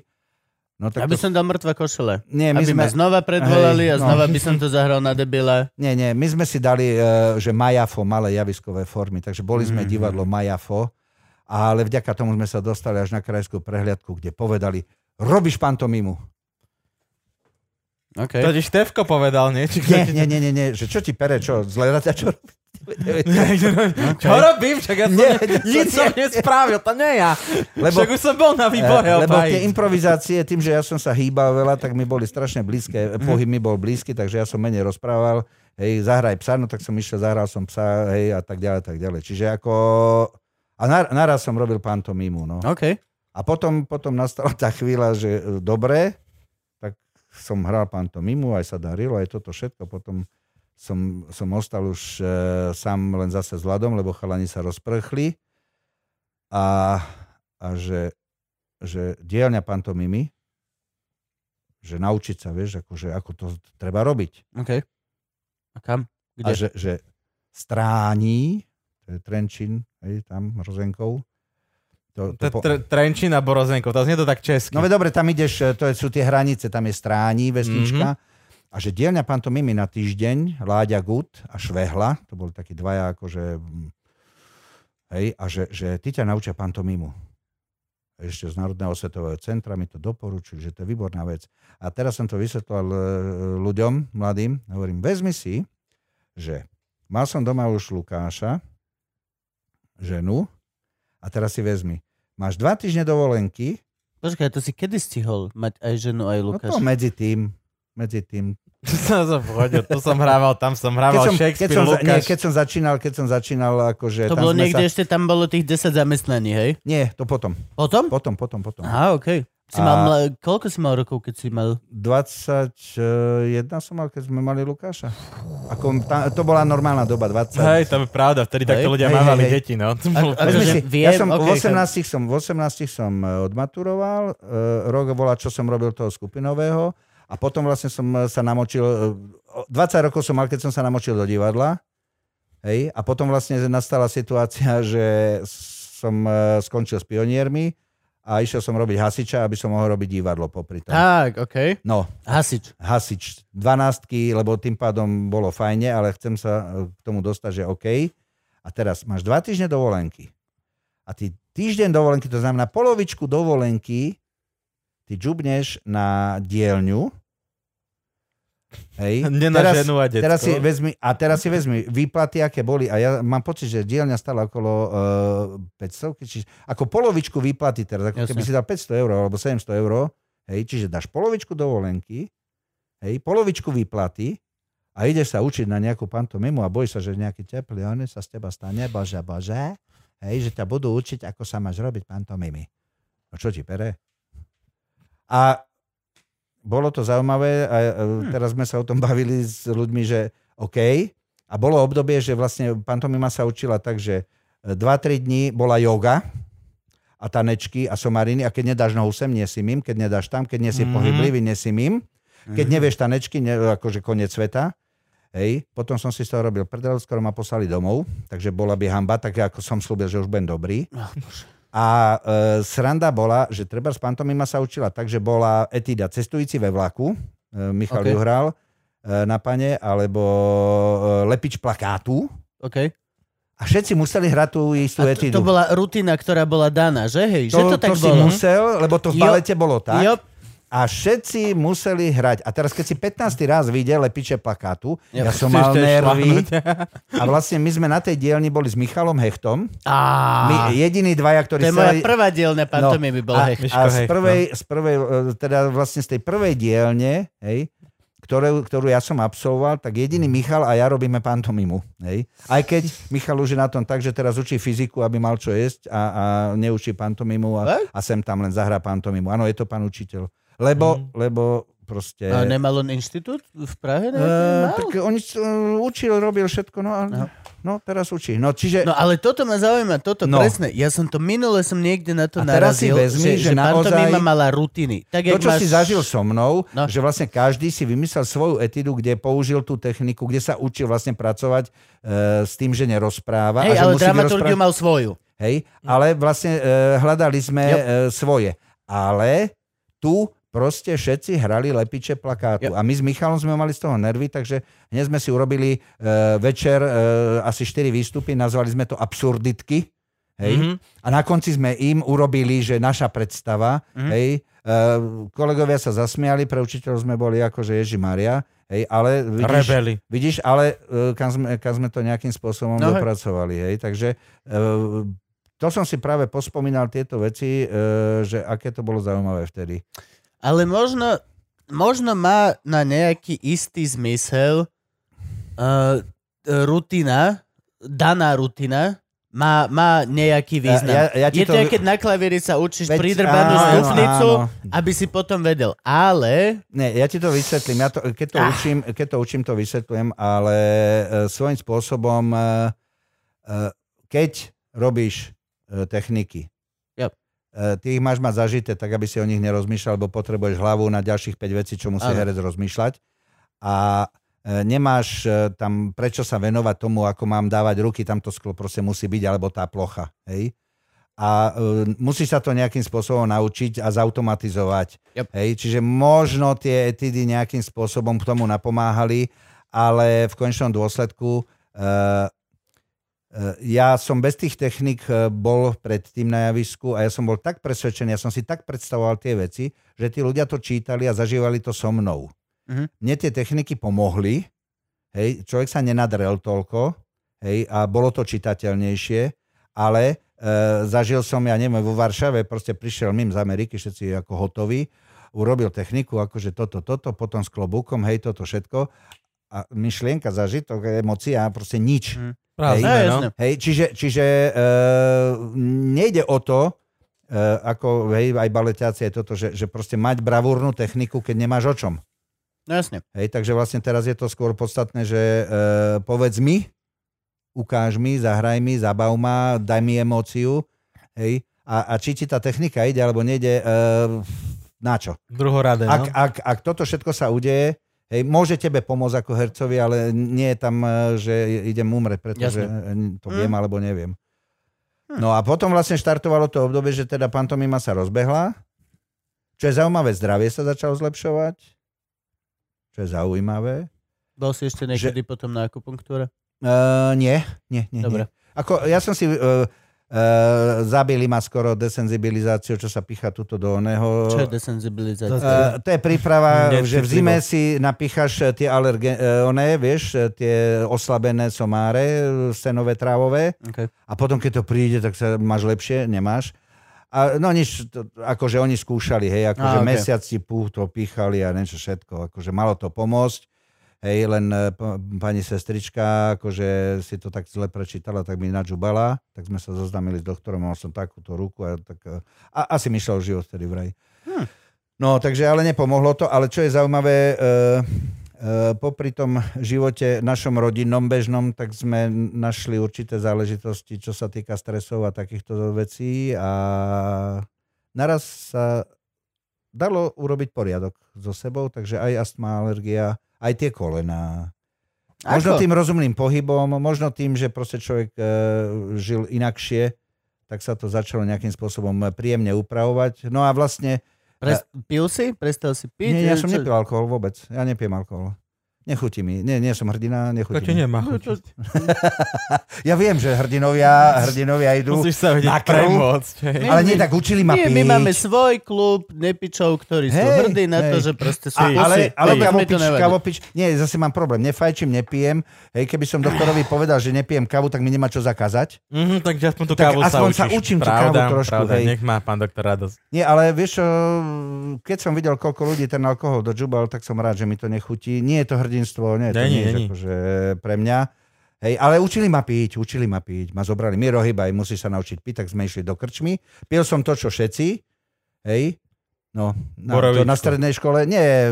[SPEAKER 3] No tak
[SPEAKER 2] Aby
[SPEAKER 3] to,
[SPEAKER 2] som dal mŕtve košele.
[SPEAKER 3] nie, my
[SPEAKER 2] Aby ma
[SPEAKER 3] sme,
[SPEAKER 2] znova predvolali a
[SPEAKER 3] Hej, no.
[SPEAKER 2] znova by som to zahral na debila.
[SPEAKER 3] Nie, nie, my sme si dali, eh, že Majafo, malé javiskové formy, takže boli sme
[SPEAKER 1] Mhm.
[SPEAKER 3] divadlo Majafo, ale vďaka tomu sme sa dostali až na krajskú prehliadku, kde povedali, robíš pantomimu.
[SPEAKER 2] OK.
[SPEAKER 1] To ti Štefko povedal, nie? Či kto ti-
[SPEAKER 3] Nie, nie, nie, nie, nie, že čo ti pere, čo, zle a čo robí?
[SPEAKER 1] Čo robím? Však ja som,
[SPEAKER 3] No, Nie,
[SPEAKER 1] nič
[SPEAKER 3] to
[SPEAKER 1] som nespravil, to nie ja.
[SPEAKER 3] Lebo,
[SPEAKER 1] Však už som bol na výbore,
[SPEAKER 3] eh, lebo
[SPEAKER 1] obaji.
[SPEAKER 3] tie improvizácie, tým, že ja som sa hýbal veľa, tak mi boli strašne blízke,
[SPEAKER 1] Mhm.
[SPEAKER 3] eh, pohyb mi bol blízky, takže ja som menej rozprával, hej, zahraj psa, no tak som išiel, zahral som psa, hej, a tak ďalej, tak ďalej. Čiže ako... A nar- naraz som robil pantomimu, no.
[SPEAKER 2] OK.
[SPEAKER 3] A potom, potom nastala tá chvíľa, že e, dobre, tak som hral pantomimu, aj sa darilo, aj toto všetko. Potom som, som ostal už e, sám len zase s Vladom, lebo chalani sa rozprchli. A, a že, že dielňa pantomimy, že naučiť sa, vieš, akože, ako to treba robiť.
[SPEAKER 2] OK. A kam? Kde?
[SPEAKER 3] A že, že strání, to je Trenčín, hej, tam, Rozenkov. To,
[SPEAKER 1] To je tr- Trenčín a Borozenko, to znie to tak česky.
[SPEAKER 3] No veď dobre, tam ideš, e, to je- sú tie hranice, tam je stráni, vesnička. A že dielňa pantomimy na týždeň, Láďa Gut a Švehla, to boli takí dvaja akože... mm, Hej, a že, že ty ťa naučia pantomimu. Ešte z Národného svetového centra mi to doporučili, že to je výborná vec. A teraz som to vysvetloval e, ľuďom, mladým, hovorím, vezmi si, že mal som doma už Lukáša, ženu, a teraz si vezmi, máš dva týždne dovolenky,
[SPEAKER 2] Počkaj, to si kedy stihol mať aj ženu, aj
[SPEAKER 3] No
[SPEAKER 2] Lukáša?
[SPEAKER 3] to medzi tým, medzi tým,
[SPEAKER 1] som pohodil, tu som hrával, tam som
[SPEAKER 3] Keď
[SPEAKER 1] hrával
[SPEAKER 3] som, keď,
[SPEAKER 1] Shakespeare,
[SPEAKER 3] som, za- nie,
[SPEAKER 1] Lukáš.
[SPEAKER 3] keď som začínal, keď som začínal, akože...
[SPEAKER 2] To
[SPEAKER 3] tam
[SPEAKER 2] bolo
[SPEAKER 3] sme
[SPEAKER 2] niekde,
[SPEAKER 3] Sa...
[SPEAKER 2] ešte tam bolo tých 10 zamestnaní, hej?
[SPEAKER 3] Nie, to potom.
[SPEAKER 2] Potom?
[SPEAKER 3] Potom, potom, potom.
[SPEAKER 2] Aha, okej. Si
[SPEAKER 3] A-
[SPEAKER 2] mal, mla- koľko si mal rokov, keď si mal?
[SPEAKER 3] 21 eh, som mal, keď sme mali Lukáša. Ako, tá, to bola normálna doba, 20.
[SPEAKER 1] Hej, to je pravda, vtedy
[SPEAKER 2] Hej,
[SPEAKER 1] takto ľudia
[SPEAKER 3] hej,
[SPEAKER 1] mávali
[SPEAKER 3] hej, hej.
[SPEAKER 1] deti, no. To bolo
[SPEAKER 2] A-
[SPEAKER 3] Ale
[SPEAKER 2] Akože
[SPEAKER 3] sme
[SPEAKER 1] že-
[SPEAKER 3] si,
[SPEAKER 2] viem,
[SPEAKER 3] ja som
[SPEAKER 2] okej,
[SPEAKER 3] v 18 som, v 18 som e, odmaturoval, e, rok bola, čo som robil toho skupinového a potom vlastne som e, sa namočil, e, o- 20 rokov som mal, keď som sa namočil do divadla, hej, a potom vlastne nastala situácia, že som e, skončil s pioniermi a išiel som robiť hasiča, aby som mohol robiť divadlo popri tom.
[SPEAKER 2] Tak, okej.
[SPEAKER 3] No,
[SPEAKER 2] Hasič.
[SPEAKER 3] hasič 12, lebo tým pádom bolo fajne, ale chcem sa e, k tomu dostať, že OK. A teraz máš dva týždne dovolenky. A ty týždeň dovolenky, to znamená polovičku dovolenky, ty džubneš na dielňu. Hej.
[SPEAKER 1] Nie na ženu a detko.
[SPEAKER 3] Teraz si vezmi, a teraz si vezmi výplaty, aké boli. A ja mám pocit, že dielňa stala okolo uh, 500, čiže ako polovičku výplaty teraz. Ako
[SPEAKER 2] Jasne.
[SPEAKER 3] keby si dal 500 eur alebo 700 eur. Hej, čiže dáš polovičku dovolenky, hej, polovičku výplaty a ideš sa učiť na nejakú pantomimu a bojíš sa, že nejaký teplý on sa z teba stane, bože, bože, hej, že ťa budú učiť, ako sa máš robiť pantomimy. No čo ti pere? A bolo to zaujímavé a e, teraz sme sa o tom bavili s ľuďmi, že OK. A bolo obdobie, že vlastne pantomima sa učila tak, že 2-3 dní bola joga a tanečky a somariny a keď nedáš nohu sem, nesimím, keď nedáš tam, keď nie
[SPEAKER 1] Mhm.
[SPEAKER 3] si mm-hmm. pohyblivý, nesimím. Keď
[SPEAKER 2] Mhm.
[SPEAKER 3] nevieš tanečky, ne, akože koniec sveta. Hej, potom som si z toho robil prdel, skoro ma poslali domov, takže bola by hamba, tak ako som slúbil, že už budem dobrý.
[SPEAKER 2] Ach, bože.
[SPEAKER 3] A e, sranda bola, že treba s pantomima sa učila tak, že bola etída cestujíci ve vlaku, e, Michal
[SPEAKER 2] Ok.
[SPEAKER 3] okay. Juhral e, na pane, alebo e, lepič plakátu.
[SPEAKER 2] Okej.
[SPEAKER 3] A všetci museli hrať tú istú
[SPEAKER 2] A to,
[SPEAKER 3] etídu.
[SPEAKER 2] to bola rutina, ktorá bola daná, že hej? že to tak
[SPEAKER 3] to si
[SPEAKER 2] bolo?
[SPEAKER 3] musel, lebo to v
[SPEAKER 2] Jo.
[SPEAKER 3] balete bolo tak.
[SPEAKER 2] Jop.
[SPEAKER 3] A všetci museli hrať. A teraz, keď si 15. raz vyjde lepiče plakátu,
[SPEAKER 2] Ja
[SPEAKER 3] ja, som
[SPEAKER 1] Chceš
[SPEAKER 3] mal
[SPEAKER 1] to
[SPEAKER 3] nervy.
[SPEAKER 1] šláhnuť?
[SPEAKER 3] A vlastne my sme na tej dielni boli s Michalom Hechtom.
[SPEAKER 2] Á,
[SPEAKER 3] My jediní dvaja,
[SPEAKER 2] to je
[SPEAKER 3] ktorí
[SPEAKER 2] moja prvá dielna pantomimy bol,
[SPEAKER 3] No. a,
[SPEAKER 2] hej.
[SPEAKER 1] Miško
[SPEAKER 3] a z
[SPEAKER 1] Hecht,
[SPEAKER 3] prvej, z prvej, e, teda vlastne z tej prvej dielne, hej, ktorú, ktorú ja som absolvoval, tak jediný Michal a ja robíme pantomimu. Hej. Aj keď Michal už je na tom tak, že teraz učí fyziku, aby mal čo jesť a, a neučí pantomimu a, a sem tam len zahrá pantomimu. Áno, je to pán učiteľ. Lebo, mm. lebo proste...
[SPEAKER 2] A nemal on inštitút v Prahe?
[SPEAKER 3] e,
[SPEAKER 2] Ne? Mal.
[SPEAKER 3] tak on e, učil, robil všetko, no, ale, no. no teraz učí. No čiže...
[SPEAKER 2] No ale toto ma zaujíma, toto
[SPEAKER 3] No.
[SPEAKER 2] presne. Ja som to minule som niekde na to
[SPEAKER 3] A teraz si
[SPEAKER 2] narazil,
[SPEAKER 3] vezmi,
[SPEAKER 2] že,
[SPEAKER 3] že naozaj-
[SPEAKER 2] pantomima mala rutiny. Tak,
[SPEAKER 3] to,
[SPEAKER 2] jak
[SPEAKER 3] čo
[SPEAKER 2] máš...
[SPEAKER 3] si zažil so mnou,
[SPEAKER 2] No.
[SPEAKER 3] no. že vlastne každý si vymyslel svoju etidu, kde použil tú techniku, kde sa učil vlastne pracovať e, s tým, že nerozpráva.
[SPEAKER 2] Hej,
[SPEAKER 3] a že
[SPEAKER 2] ale
[SPEAKER 3] musí
[SPEAKER 2] dramaturgiu
[SPEAKER 3] vyrozprávať-
[SPEAKER 2] mal svoju.
[SPEAKER 3] Hej, ale vlastne e, hľadali sme
[SPEAKER 2] Jo.
[SPEAKER 3] e, svoje. Ale tu proste všetci hrali lepiče plakátu.
[SPEAKER 2] Jo.
[SPEAKER 3] A my s Michalom sme mali z toho nervy, takže hneď sme si urobili e, večer e, asi 4 výstupy, nazvali sme to absurditky. Hej.
[SPEAKER 1] Mhm.
[SPEAKER 3] A na konci sme im urobili, že naša predstava,
[SPEAKER 2] Mhm.
[SPEAKER 3] mm. hej, e, kolegovia sa zasmiali, pre učiteľov sme boli akože Ježi Maria, hej, ale vidíš,
[SPEAKER 1] Rebeli.
[SPEAKER 3] vidíš ale e, kam sme, kam sme to nejakým
[SPEAKER 2] No
[SPEAKER 3] spôsobom no,
[SPEAKER 2] hej.
[SPEAKER 3] dopracovali, hej, takže e, to som si práve pospomínal tieto veci, e, že aké to bolo zaujímavé vtedy.
[SPEAKER 2] Ale možno, možno má na nejaký istý zmysel uh, rutina, daná rutina, má, má nejaký význam.
[SPEAKER 3] Ja- ja- ja ti
[SPEAKER 2] je to,
[SPEAKER 3] to-
[SPEAKER 2] jak keď na klavíri sa učíš
[SPEAKER 3] Veď-
[SPEAKER 2] pridrbanú
[SPEAKER 3] áno,
[SPEAKER 2] stupnicu,
[SPEAKER 3] áno.
[SPEAKER 2] aby si potom vedel. Ale
[SPEAKER 3] Nie, ja ti to vysvetlím. Ja to, keď, to
[SPEAKER 2] Ah.
[SPEAKER 3] učím, keď to učím, to vysvetľujem, ale e, svojím spôsobom, e, e, keď robíš e, techniky,
[SPEAKER 2] Yep.
[SPEAKER 3] e, ty ich máš mať zažité, tak aby si o nich nerozmýšľal, lebo potrebuješ hlavu na ďalších 5 vecí, čo musí
[SPEAKER 2] Áno.
[SPEAKER 3] herec rozmýšľať. A e, nemáš e, tam prečo sa venovať tomu, ako mám dávať ruky, tam to sklo proste musí byť, alebo tá plocha. Hej? A e, musíš sa to nejakým spôsobom naučiť a zautomatizovať.
[SPEAKER 2] Yep.
[SPEAKER 3] Hej? Čiže možno tie etidy nejakým spôsobom k tomu napomáhali, ale v konečnom dôsledku e, E, ja som bez tých technik e, bol predtým na javisku a ja som bol tak presvedčený, ja som si tak predstavoval tie veci, že tí ľudia to čítali a zažívali to so mnou.
[SPEAKER 2] Mhm.
[SPEAKER 3] Mne tie techniky pomohli, hej, človek sa nenadrel toľko, hej, a bolo to čitateľnejšie, ale e, zažil som, ja neviem, vo Varšave, proste prišiel mým z Ameriky, všetci ako hotoví, urobil techniku, akože toto, toto, potom s klobúkom, hej, toto všetko. A myšlienka, zažitok, emócia, proste nič.
[SPEAKER 2] Mm. Hej,
[SPEAKER 1] Prázdne, no.
[SPEAKER 2] jasné.
[SPEAKER 3] Hej, čiže, čiže e, nejde o to, e, ako hej, aj baletáci je toto, že, že proste mať bravúrnu techniku, keď nemáš o čom.
[SPEAKER 2] No jasne.
[SPEAKER 3] Hej, takže vlastne teraz je to skôr podstatné, že e, povedz mi, ukáž mi, zahraj mi, zabav ma, daj mi emóciu. Hej, a, a či ti tá technika ide alebo nejde, e, na čo?
[SPEAKER 4] Druhoradé, no.
[SPEAKER 3] Ak, ak, ak toto všetko sa udeje, hej, môže tebe pomôcť ako hercovi, ale nie je tam, e, že idem umrieť, pretože Jasne.
[SPEAKER 2] Hm.
[SPEAKER 3] to viem alebo neviem. No a potom vlastne štartovalo to obdobie, že teda pantomima sa rozbehla. Čo je zaujímavé, zdravie sa začalo zlepšovať. Čo je zaujímavé.
[SPEAKER 2] Bol si ešte niekedy potom na akupunktúre?
[SPEAKER 3] Uh, nie, nie, nie.
[SPEAKER 2] Dobre.
[SPEAKER 3] Nie. Ako, ja som si... Uh, Uh, zabili ma skoro desenzibilizáciu, čo sa picha tuto do oného.
[SPEAKER 2] Čo je desenzibilizácia?
[SPEAKER 4] Zase-
[SPEAKER 3] Uh, to je príprava,
[SPEAKER 1] Necitlivosť.
[SPEAKER 3] že v zime si napíchaš eh, tie alerge, uh, one, vieš, tie oslabené somáre, eh, senové, trávové
[SPEAKER 2] Okay.
[SPEAKER 3] a potom keď to príde, tak sa máš lepšie, nemáš. A, no nič, to, akože oni skúšali, hej, akože
[SPEAKER 2] Á,
[SPEAKER 3] okay.
[SPEAKER 2] ok.
[SPEAKER 3] mesiac ti pú, to píchali a niečo všetko, akože malo to pomôcť. Hej, len eh, p- pani sestrička, akože si to tak zle prečítala, tak mi nadžubala, tak sme sa zoznamili s doktorom, mal som takúto ruku a tak... eh, A, asi mi šlo o život vtedy vraj.
[SPEAKER 2] Hm.
[SPEAKER 3] No, takže ale nepomohlo to, ale čo je zaujímavé, e, e, popri tom živote našom rodinnom bežnom, tak sme našli určité záležitosti, čo sa týka stresov a takýchto vecí a naraz sa dalo urobiť poriadok so sebou, takže aj astma, alergia, aj tie kolená. Možno
[SPEAKER 2] Ako?
[SPEAKER 3] tým rozumným pohybom, možno tým, že proste človek e, žil inakšie, tak sa to začalo nejakým spôsobom príjemne upravovať. No a vlastne
[SPEAKER 2] Pres, pil si? Prestal si piť?
[SPEAKER 3] nie, ja som
[SPEAKER 2] Čo-
[SPEAKER 3] nepil alkohol vôbec. Ja nepijem alkohol. Nechutí mi. Nie, nie som
[SPEAKER 4] To
[SPEAKER 3] hrdina, nechutí
[SPEAKER 4] ti
[SPEAKER 3] mi.
[SPEAKER 4] nemá
[SPEAKER 2] No, to-
[SPEAKER 4] chuť.
[SPEAKER 3] Ja viem, že hrdinovia, hrdinovia idú,
[SPEAKER 1] Musíš sa
[SPEAKER 3] na
[SPEAKER 1] vedieť
[SPEAKER 3] krv.
[SPEAKER 1] premôcť. hej.
[SPEAKER 2] My-
[SPEAKER 3] ale nie tak učili ma
[SPEAKER 2] Nie,
[SPEAKER 3] piť.
[SPEAKER 2] my máme svoj klub nepičov, ktorí sú
[SPEAKER 3] Hej,
[SPEAKER 2] hrdí na to,
[SPEAKER 3] hej.
[SPEAKER 2] že proste sú
[SPEAKER 3] a, ale,
[SPEAKER 2] pusy.
[SPEAKER 3] ale
[SPEAKER 2] Hej, mi to
[SPEAKER 3] kavopič,
[SPEAKER 2] nevadí.
[SPEAKER 3] kavopič, nie, zase mám problém, nefajčím, nepijem, hej, keby som doktorovi povedal, že nepijem kavu, tak mi nemá čo zakázať.
[SPEAKER 1] Mhm, takže aspoň tú
[SPEAKER 3] Tak
[SPEAKER 1] kávu
[SPEAKER 3] aspoň
[SPEAKER 1] sa
[SPEAKER 3] sa
[SPEAKER 1] učíš.
[SPEAKER 3] učím tú kávu
[SPEAKER 1] pravda,
[SPEAKER 3] trošku,
[SPEAKER 1] pravda,
[SPEAKER 3] hej.
[SPEAKER 1] nech má pán doktor radosť.
[SPEAKER 3] Nie, ale vieš čo, keď som videl, koľko ľudí ten alkohol dožubal, tak som rád, že mi to nechutí. Nie je to hrdinstvo, nie je to
[SPEAKER 1] Není,
[SPEAKER 3] nič,
[SPEAKER 1] není.
[SPEAKER 3] akože pre mňa. Hej, ale učili ma piť, učili ma piť. Ma zobrali Miro Hybaj, musíš sa naučiť piť, tak sme išli do krčmy. Pil som to, čo všetci. Hej, no, na, to
[SPEAKER 1] Borovičku.
[SPEAKER 3] na strednej škole, nie, e,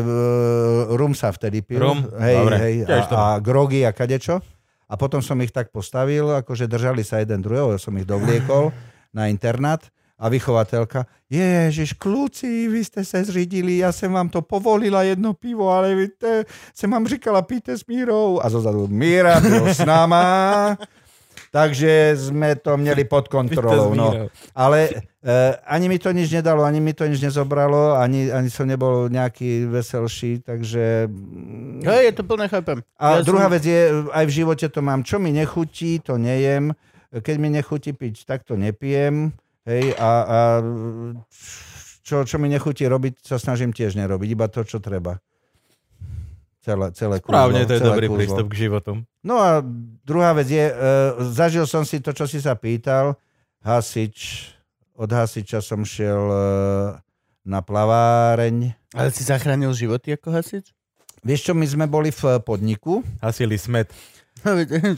[SPEAKER 3] rum sa vtedy pil.
[SPEAKER 1] Rum?
[SPEAKER 3] hej,
[SPEAKER 1] Dobre.
[SPEAKER 3] hej,
[SPEAKER 1] Tiež to.
[SPEAKER 3] a, a grogy a kadečo. A potom som ich tak postavil, akože držali sa jeden druhého, ja som ich dovliekol na internát a vychovateľka, ježiš, kľúci, vy ste sa zřídili, ja som vám to povolila jedno pivo, ale vy te, som vám říkala, píte s Mírou. A zozadu, Míra byl s náma. Takže sme to měli pod
[SPEAKER 1] Píte s
[SPEAKER 3] kontrolou. No.
[SPEAKER 1] Mírou.
[SPEAKER 3] Ale e, ani mi to nič nedalo, ani mi to nič nezobralo, ani, ani som nebol nejaký veselší, takže... mm,
[SPEAKER 2] Hej, je to plne chápem. Ja
[SPEAKER 3] a ja druhá
[SPEAKER 2] som-
[SPEAKER 3] vec je, aj v živote to mám, čo mi nechutí, to nejem. Keď mi nechutí piť, tak to nepijem. Hej, a, a čo, čo mi nechutí robiť, sa snažím tiež nerobiť, iba to, čo treba. Celé, celé kúzlo,
[SPEAKER 1] Právne, to je
[SPEAKER 3] celé
[SPEAKER 1] dobrý
[SPEAKER 3] kúzlo.
[SPEAKER 1] prístup k životu.
[SPEAKER 3] No a druhá vec je, e, zažil som si to, čo si sa pýtal, hasič, od hasiča som šiel e, na plaváreň.
[SPEAKER 2] Ale si zachránil životy ako hasič?
[SPEAKER 3] Vieš čo, my sme boli v podniku,
[SPEAKER 1] Hasili smet.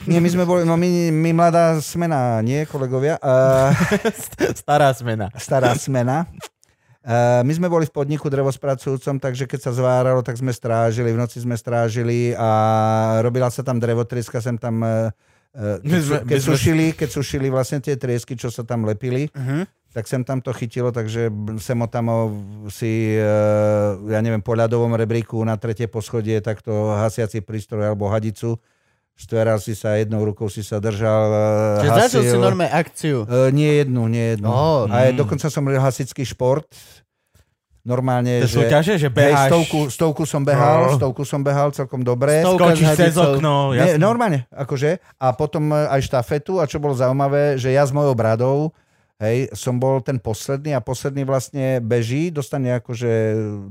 [SPEAKER 3] Nie, my sme boli, no my, my mladá smena, nie, kolegovia? Uh,
[SPEAKER 1] Stará smena.
[SPEAKER 3] stará smena. Uh, my sme boli v podniku drevospracujúcom, takže keď sa zváralo, tak sme strážili, v noci sme strážili a robila sa tam drevotrieska, sem tam... Uh,
[SPEAKER 1] My
[SPEAKER 3] keď,
[SPEAKER 1] sme-
[SPEAKER 3] sú- keď,
[SPEAKER 1] my sme-
[SPEAKER 3] sušili, keď sušili vlastne tie triesky, čo sa tam lepili,
[SPEAKER 2] Mhm.
[SPEAKER 3] tak sem tam to chytilo, takže sem o tam o- si, e, ja neviem, po ľadovom rebríku na tretie poschodie takto hasiaci prístroj alebo hadicu. Stveral si sa, jednou rukou si sa držal, e,
[SPEAKER 2] Čiže zažil si
[SPEAKER 3] hasil.
[SPEAKER 2] normálne akciu.
[SPEAKER 3] E, nie jednu, nie jednu.
[SPEAKER 2] Ó.
[SPEAKER 3] A
[SPEAKER 1] Mm.
[SPEAKER 3] dokonca som robil hasičský šport.
[SPEAKER 1] To
[SPEAKER 3] Normálne, že...
[SPEAKER 1] sú ťaže, že
[SPEAKER 3] Hej,
[SPEAKER 1] beháš,
[SPEAKER 3] stovku, stovku som behal,
[SPEAKER 1] No.
[SPEAKER 3] stovku som behal celkom dobre.
[SPEAKER 2] Stovku
[SPEAKER 1] skočíš
[SPEAKER 2] s
[SPEAKER 1] cez
[SPEAKER 2] hadicou.
[SPEAKER 1] okno. jasné.
[SPEAKER 3] Nie, normálne, akože. A potom e, aj štafetu. A čo bolo zaujímavé, že ja s mojou bradou, hej, som bol ten posledný a posledný vlastne beží, dostane akože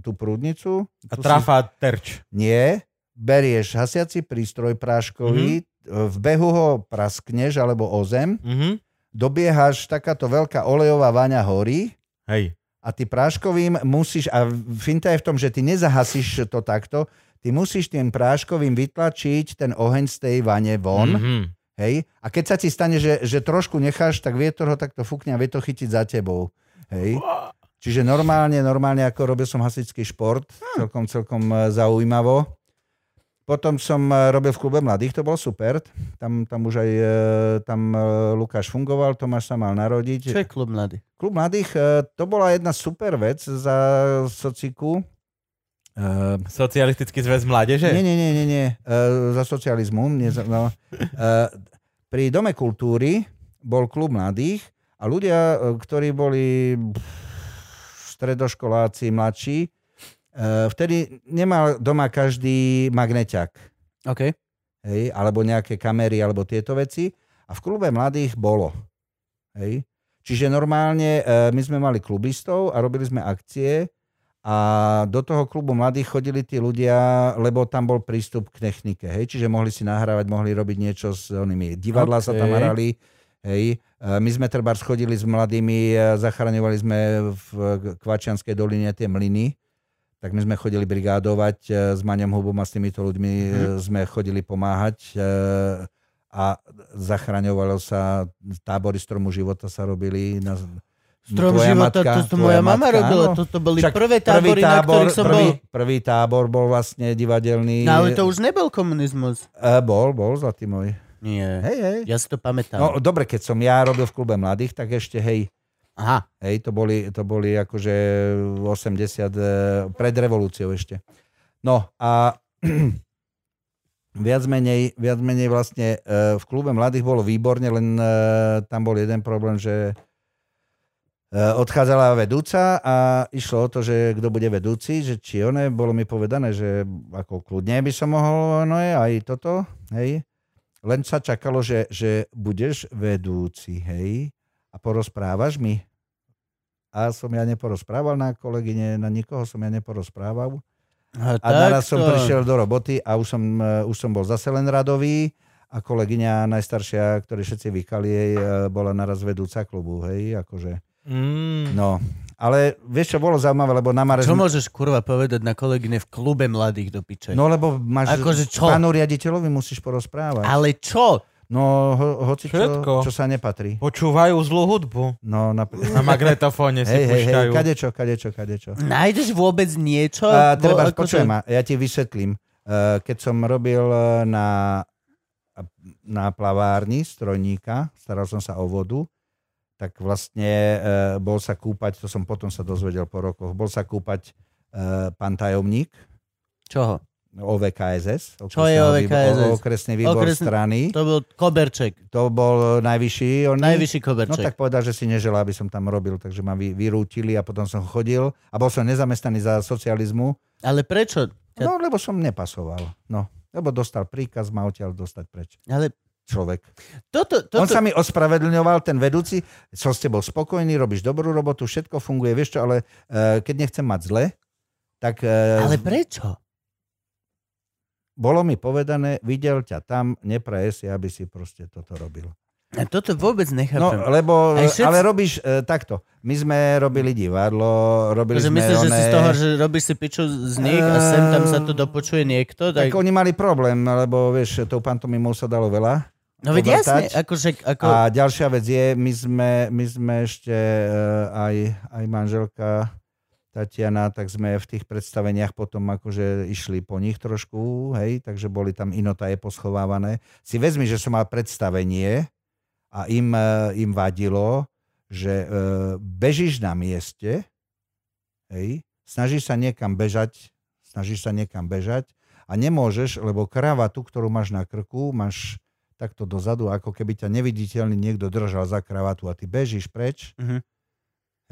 [SPEAKER 3] tú prúdnicu.
[SPEAKER 1] A
[SPEAKER 3] Tu si-
[SPEAKER 1] trafá terč.
[SPEAKER 3] Nie. Berieš hasiaci prístroj práškový, e, v behu ho praskneš alebo o zem,
[SPEAKER 1] Mhm.
[SPEAKER 3] dobiehaš, takáto veľká olejová vaňa horí
[SPEAKER 1] Hej.
[SPEAKER 3] a A ty práškovým musíš, a finta je v tom, že ty nezahasíš to takto, ty musíš tým práškovým vytlačiť ten oheň z tej vane von. Mm-hmm.
[SPEAKER 1] Mm-hmm.
[SPEAKER 3] Hej? A keď sa ti stane, že, že trošku necháš, tak vietor ho takto fúkne a vie to chytiť za tebou. Hej? Čiže normálne, normálne, ako robil som hasičský šport, celkom, celkom eh, zaujímavo. Potom som eh, robil v klube mladých, to bol super. Tam, tam už aj eh, tam eh, Lukáš fungoval, Tomáš sa mal narodiť.
[SPEAKER 2] Čo je klub mladý?
[SPEAKER 3] Klub mladých, eh, to bola jedna super vec za sociku. Eh,
[SPEAKER 1] Socialistický zväz mládeže?
[SPEAKER 3] nie, nie, nie, nie, nie. Uh, za socializmu. Nie, za, no. uh, pri Dome kultúry bol klub mladých a ľudia, eh, ktorí boli pff, stredoškoláci, mladší, uh, vtedy nemal doma každý magneťak.
[SPEAKER 2] OK.
[SPEAKER 3] Hej, alebo nejaké kamery, alebo tieto veci. A v klube mladých bolo. Hej. Čiže normálne e, my sme mali klubistov a robili sme akcie a do toho klubu mladých chodili tí ľudia, lebo tam bol prístup k technike. Hej. Čiže mohli si nahrávať, mohli robiť niečo s onými. Divadlá okay. sa tam
[SPEAKER 1] Okej.
[SPEAKER 3] hrali. Hej. E, My sme treba schodili s mladými, e, zachraňovali sme v Kvačianskej doline tie mlyny tak my sme chodili brigádovať e, s Maňom Hubom a s týmito ľuďmi e,
[SPEAKER 2] Mhm.
[SPEAKER 3] sme chodili pomáhať e, a zachraňovalo sa tábory stromu života sa robili na
[SPEAKER 2] Strom
[SPEAKER 3] Tvoja
[SPEAKER 2] života,
[SPEAKER 3] matka-
[SPEAKER 2] to, to
[SPEAKER 3] tvoja
[SPEAKER 2] moja mama
[SPEAKER 3] matka,
[SPEAKER 2] robila.
[SPEAKER 3] áno.
[SPEAKER 2] Toto boli prvé tábory, na ktorých som
[SPEAKER 3] prvý,
[SPEAKER 2] bol.
[SPEAKER 3] prvý tábor bol vlastne divadelný.
[SPEAKER 2] No ale to už nebol komunizmus.
[SPEAKER 3] e, bol, bol, zlatý môj.
[SPEAKER 2] Nie.
[SPEAKER 3] Hej, hej.
[SPEAKER 2] Ja si to pamätám.
[SPEAKER 3] No dobre, keď som ja robil v klube mladých, tak ešte hej,
[SPEAKER 2] Aha.
[SPEAKER 3] Hej, to boli, to boli akože 80, e, pred revolúciou ešte. No a viac menej, viac menej vlastne e, v klube mladých bolo výborne, len e, tam bol jeden problém, že e, odchádzala vedúca a išlo o to, že kto bude vedúci, že či one, bolo mi povedané, že ako kľudne by som mohol ono je, aj toto, hej. Len sa čakalo, že, že budeš vedúci, hej, a porozprávaš mi a som ja neporozprával na kolegyne, na nikoho som ja neporozprával.
[SPEAKER 2] A,
[SPEAKER 3] A naraz som prišiel do roboty a už som, eh, už som bol zase len radový a kolegyňa najstaršia, ktorej všetci vykali, jej eh, bola naraz vedúca klubu, hej, akože.
[SPEAKER 1] Mm.
[SPEAKER 3] No, ale vieš, čo bolo zaujímavé, lebo na Mare...
[SPEAKER 2] Čo
[SPEAKER 3] sme-
[SPEAKER 2] môžeš kurva povedať na kolegyne v klube mladých do piče?
[SPEAKER 3] No, lebo máš...
[SPEAKER 2] Akože čo?
[SPEAKER 3] Pánu riaditeľovi musíš porozprávať.
[SPEAKER 2] Ale čo?
[SPEAKER 3] No, ho, hoci čo,
[SPEAKER 1] Všetko.
[SPEAKER 3] čo sa nepatrí.
[SPEAKER 1] Počúvajú zlú hudbu.
[SPEAKER 3] No, napríklad...
[SPEAKER 1] Na magnetofóne si
[SPEAKER 3] Hej, hej, hej,
[SPEAKER 1] púšťajú.
[SPEAKER 3] kadečo, kadečo, kadečo.
[SPEAKER 2] Nájdeš vôbec niečo? Bo
[SPEAKER 3] A Eh, treba,
[SPEAKER 2] akože-
[SPEAKER 3] počuj ma, ja ti vysvetlím. Eh, Keď som robil eh, na, na plavárni strojníka, staral som sa o vodu, tak vlastne eh, bol sa kúpať, to som potom sa dozvedel po rokoch, bol sa kúpať eh, pán tajomník
[SPEAKER 2] Čoho?
[SPEAKER 3] OVKSS,
[SPEAKER 2] Čo je
[SPEAKER 3] okresného
[SPEAKER 2] OVKSS?
[SPEAKER 3] výbor- okresný výbor
[SPEAKER 2] Okresný-
[SPEAKER 3] strany.
[SPEAKER 2] To bol koberček.
[SPEAKER 3] To bol najvyšší. On
[SPEAKER 2] Najvyšší
[SPEAKER 3] No
[SPEAKER 2] koberček.
[SPEAKER 3] tak povedal, že si neželá, aby som tam robil, takže ma vy, vyrútili a potom som chodil a bol som nezamestnaný za socializmu.
[SPEAKER 2] Ale prečo? Ťa-
[SPEAKER 3] No, lebo som nepasoval. No, lebo dostal príkaz, ma odtiaľ dostať preč.
[SPEAKER 2] Ale
[SPEAKER 3] Človek.
[SPEAKER 2] toto,
[SPEAKER 3] Toto... On
[SPEAKER 2] toto,
[SPEAKER 3] sa mi ospravedlňoval, ten vedúci, som s tebou spokojný, robíš dobrú robotu, všetko funguje, vieš čo, ale e, keď nechcem mať zle, tak e,
[SPEAKER 2] ale
[SPEAKER 3] ale...
[SPEAKER 2] prečo?
[SPEAKER 3] bolo mi povedané, videl ťa tam, nepraje si, aby si proste toto robil.
[SPEAKER 2] A toto vôbec
[SPEAKER 3] No,
[SPEAKER 2] nechápem.
[SPEAKER 3] lebo,
[SPEAKER 2] Aj všetci-
[SPEAKER 3] ale robíš e, takto. My sme robili divadlo, robili
[SPEAKER 2] Takže
[SPEAKER 3] sme
[SPEAKER 2] Akože myslíš, že si z
[SPEAKER 3] oné-
[SPEAKER 2] toho, že robíš si piču z nich a sem tam sa to dopočuje niekto? Tak,
[SPEAKER 3] Tak oni mali problém, lebo vieš, tou pantomimou sa dalo veľa.
[SPEAKER 2] no veď jasne,
[SPEAKER 3] obrtať.
[SPEAKER 2] akože, ako,
[SPEAKER 3] A ďalšia vec je, my sme, my sme ešte e, aj, aj manželka Tatiana, tak sme v tých predstaveniach potom akože išli po nich trošku, hej, takže boli tam inotaje poschovávané. Si vezmi, že som mal predstavenie a im, e, im vadilo, že e, bežíš na mieste, hej, snažíš sa niekam bežať, snažíš sa niekam bežať a nemôžeš, lebo kravatu, ktorú máš na krku, máš takto dozadu, ako keby ťa neviditeľný niekto držal za kravatu a ty bežíš preč,
[SPEAKER 2] Mhm.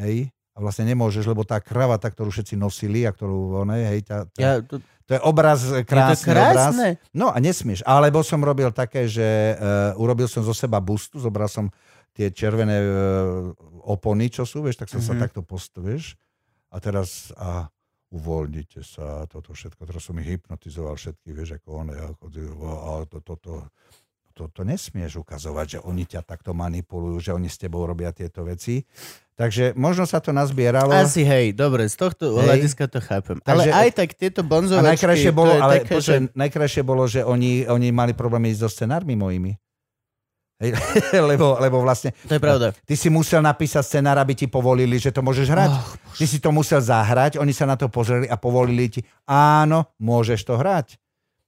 [SPEAKER 3] hej, a vlastne nemôžeš, lebo tá kravata, ktorú všetci nosili a ktorú, one, hej, ťa, ťa, ja,
[SPEAKER 2] ja, to,
[SPEAKER 3] to je obraz,
[SPEAKER 2] je to
[SPEAKER 3] krásny obraz.
[SPEAKER 2] krásne.
[SPEAKER 3] No a nesmieš. Alebo som robil také, že uh, urobil som zo seba bustu, zobral som tie červené uh, opony, čo sú, vieš, tak som mm-hmm.
[SPEAKER 2] Mhm.
[SPEAKER 3] sa takto postavíš a teraz a uvoľnite sa, toto všetko, teraz som ich hypnotizoval všetky, vieš, ako one, ako, a to, toto, to, toto nesmieš ukazovať, že oni ťa takto manipulujú, že oni s tebou robia tieto veci. Takže možno sa to nazbieralo.
[SPEAKER 2] Asi hej, dobre, z tohto
[SPEAKER 3] Hej.
[SPEAKER 2] hľadiska to chápem. ale
[SPEAKER 3] Takže-
[SPEAKER 2] aj tak tieto
[SPEAKER 3] A
[SPEAKER 2] bonzovačky,
[SPEAKER 3] najkrajšie
[SPEAKER 2] to
[SPEAKER 3] bolo,
[SPEAKER 2] je
[SPEAKER 3] ale
[SPEAKER 2] také,
[SPEAKER 3] také,
[SPEAKER 2] že...
[SPEAKER 3] najkrajšie bolo, že oni, oni mali problémy so scenármi mojimi. Hej, lebo, lebo vlastne
[SPEAKER 2] To je pravda.
[SPEAKER 3] ty si musel napísať scenár, aby ti povolili, že to môžeš hrať.
[SPEAKER 2] Oh,
[SPEAKER 3] Ty si to musel zahrať, oni sa na to pozreli a povolili ti, áno, môžeš to hrať.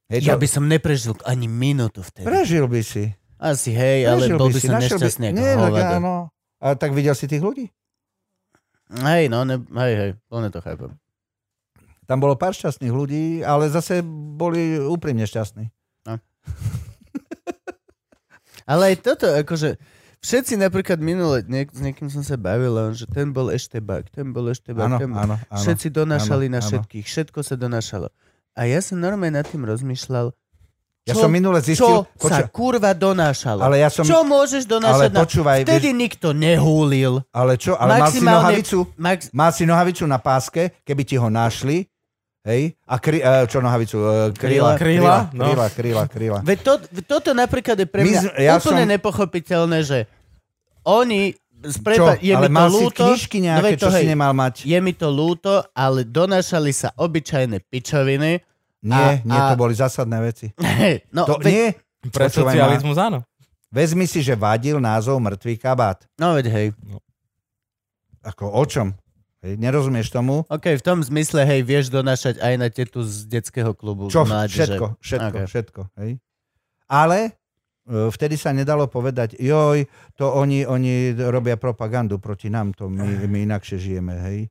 [SPEAKER 3] Hej,
[SPEAKER 2] ja
[SPEAKER 3] to-
[SPEAKER 2] by som neprežil ani minútu vtedy.
[SPEAKER 3] Prežil by si.
[SPEAKER 2] Asi hej, ale
[SPEAKER 3] prežil
[SPEAKER 2] bol by
[SPEAKER 3] si,
[SPEAKER 2] som
[SPEAKER 3] našiel
[SPEAKER 2] nešťastný ako
[SPEAKER 3] Nie, tak
[SPEAKER 2] hovado.
[SPEAKER 3] áno. A tak videl si tých ľudí?
[SPEAKER 2] Hej, no, ne, hej, hej, plne to chápem.
[SPEAKER 3] Tam bolo pár šťastných ľudí, ale zase boli úprimne šťastní.
[SPEAKER 2] Ale aj toto, akože, všetci napríklad minule, niek- s niekým som sa bavil, a on, že ten bol eštebák, ten bol eštebák,
[SPEAKER 3] Áno,
[SPEAKER 2] ten bol...
[SPEAKER 3] áno, áno.
[SPEAKER 2] Všetci donášali na
[SPEAKER 3] áno, áno.
[SPEAKER 2] všetkých, všetko sa donášalo. A ja som normálne nad tým rozmýšľal,
[SPEAKER 3] Ja
[SPEAKER 2] čo-
[SPEAKER 3] som minule
[SPEAKER 2] čo
[SPEAKER 3] zistil...
[SPEAKER 2] sa
[SPEAKER 3] Počúva,
[SPEAKER 2] kurva donášalo.
[SPEAKER 3] ale ja som...
[SPEAKER 2] Čo môžeš donášať
[SPEAKER 3] Ale počúvaj,
[SPEAKER 2] na... Vtedy nikto nehúlil.
[SPEAKER 3] Ale čo? Ale mal si
[SPEAKER 2] Maximálne-
[SPEAKER 3] nohavicu?
[SPEAKER 2] Max...
[SPEAKER 3] Mal si nohavicu na páske, keby ti ho našli. Hej? A kry, e, čo nohavicu? E,
[SPEAKER 2] Kryla.
[SPEAKER 3] Kryla.
[SPEAKER 1] Kryla, no.
[SPEAKER 3] Kryla, kryla, kryla.
[SPEAKER 2] Veď to, toto napríklad je pre
[SPEAKER 3] My
[SPEAKER 2] mňa
[SPEAKER 3] sme- ja
[SPEAKER 2] úplne
[SPEAKER 3] som-
[SPEAKER 2] nepochopiteľné, že oni...
[SPEAKER 3] Čo?
[SPEAKER 2] Sprepa, je
[SPEAKER 3] ale
[SPEAKER 2] mi to
[SPEAKER 3] mal
[SPEAKER 2] ľúto, no
[SPEAKER 3] si knižky nejaké,
[SPEAKER 2] veď to
[SPEAKER 3] čo si
[SPEAKER 2] hej,
[SPEAKER 3] nemal mať.
[SPEAKER 2] Je mi to ľúto, ale donášali sa obyčajné pičoviny.
[SPEAKER 3] Nie,
[SPEAKER 2] a-
[SPEAKER 3] nie, to
[SPEAKER 2] a-
[SPEAKER 3] boli zásadné veci.
[SPEAKER 2] No,
[SPEAKER 3] To,
[SPEAKER 2] veď,
[SPEAKER 3] nie,
[SPEAKER 1] Pre
[SPEAKER 3] Počúvaj ma.
[SPEAKER 1] socializmus, áno.
[SPEAKER 3] vezmi si, že vadil názov Mŕtvý kabát.
[SPEAKER 2] no veď hej.
[SPEAKER 3] Ako o čom? Hej, nerozumieš tomu?
[SPEAKER 2] OK, v tom zmysle, hej, vieš donášať aj na tetu z detského klubu.
[SPEAKER 3] Čo?
[SPEAKER 2] z mládeže.
[SPEAKER 3] Všetko, všetko,
[SPEAKER 2] Ok.
[SPEAKER 3] všetko. Hej. Ale e, vtedy sa nedalo povedať, joj, to oni, oni robia propagandu proti nám, to my, my inakšie žijeme, hej.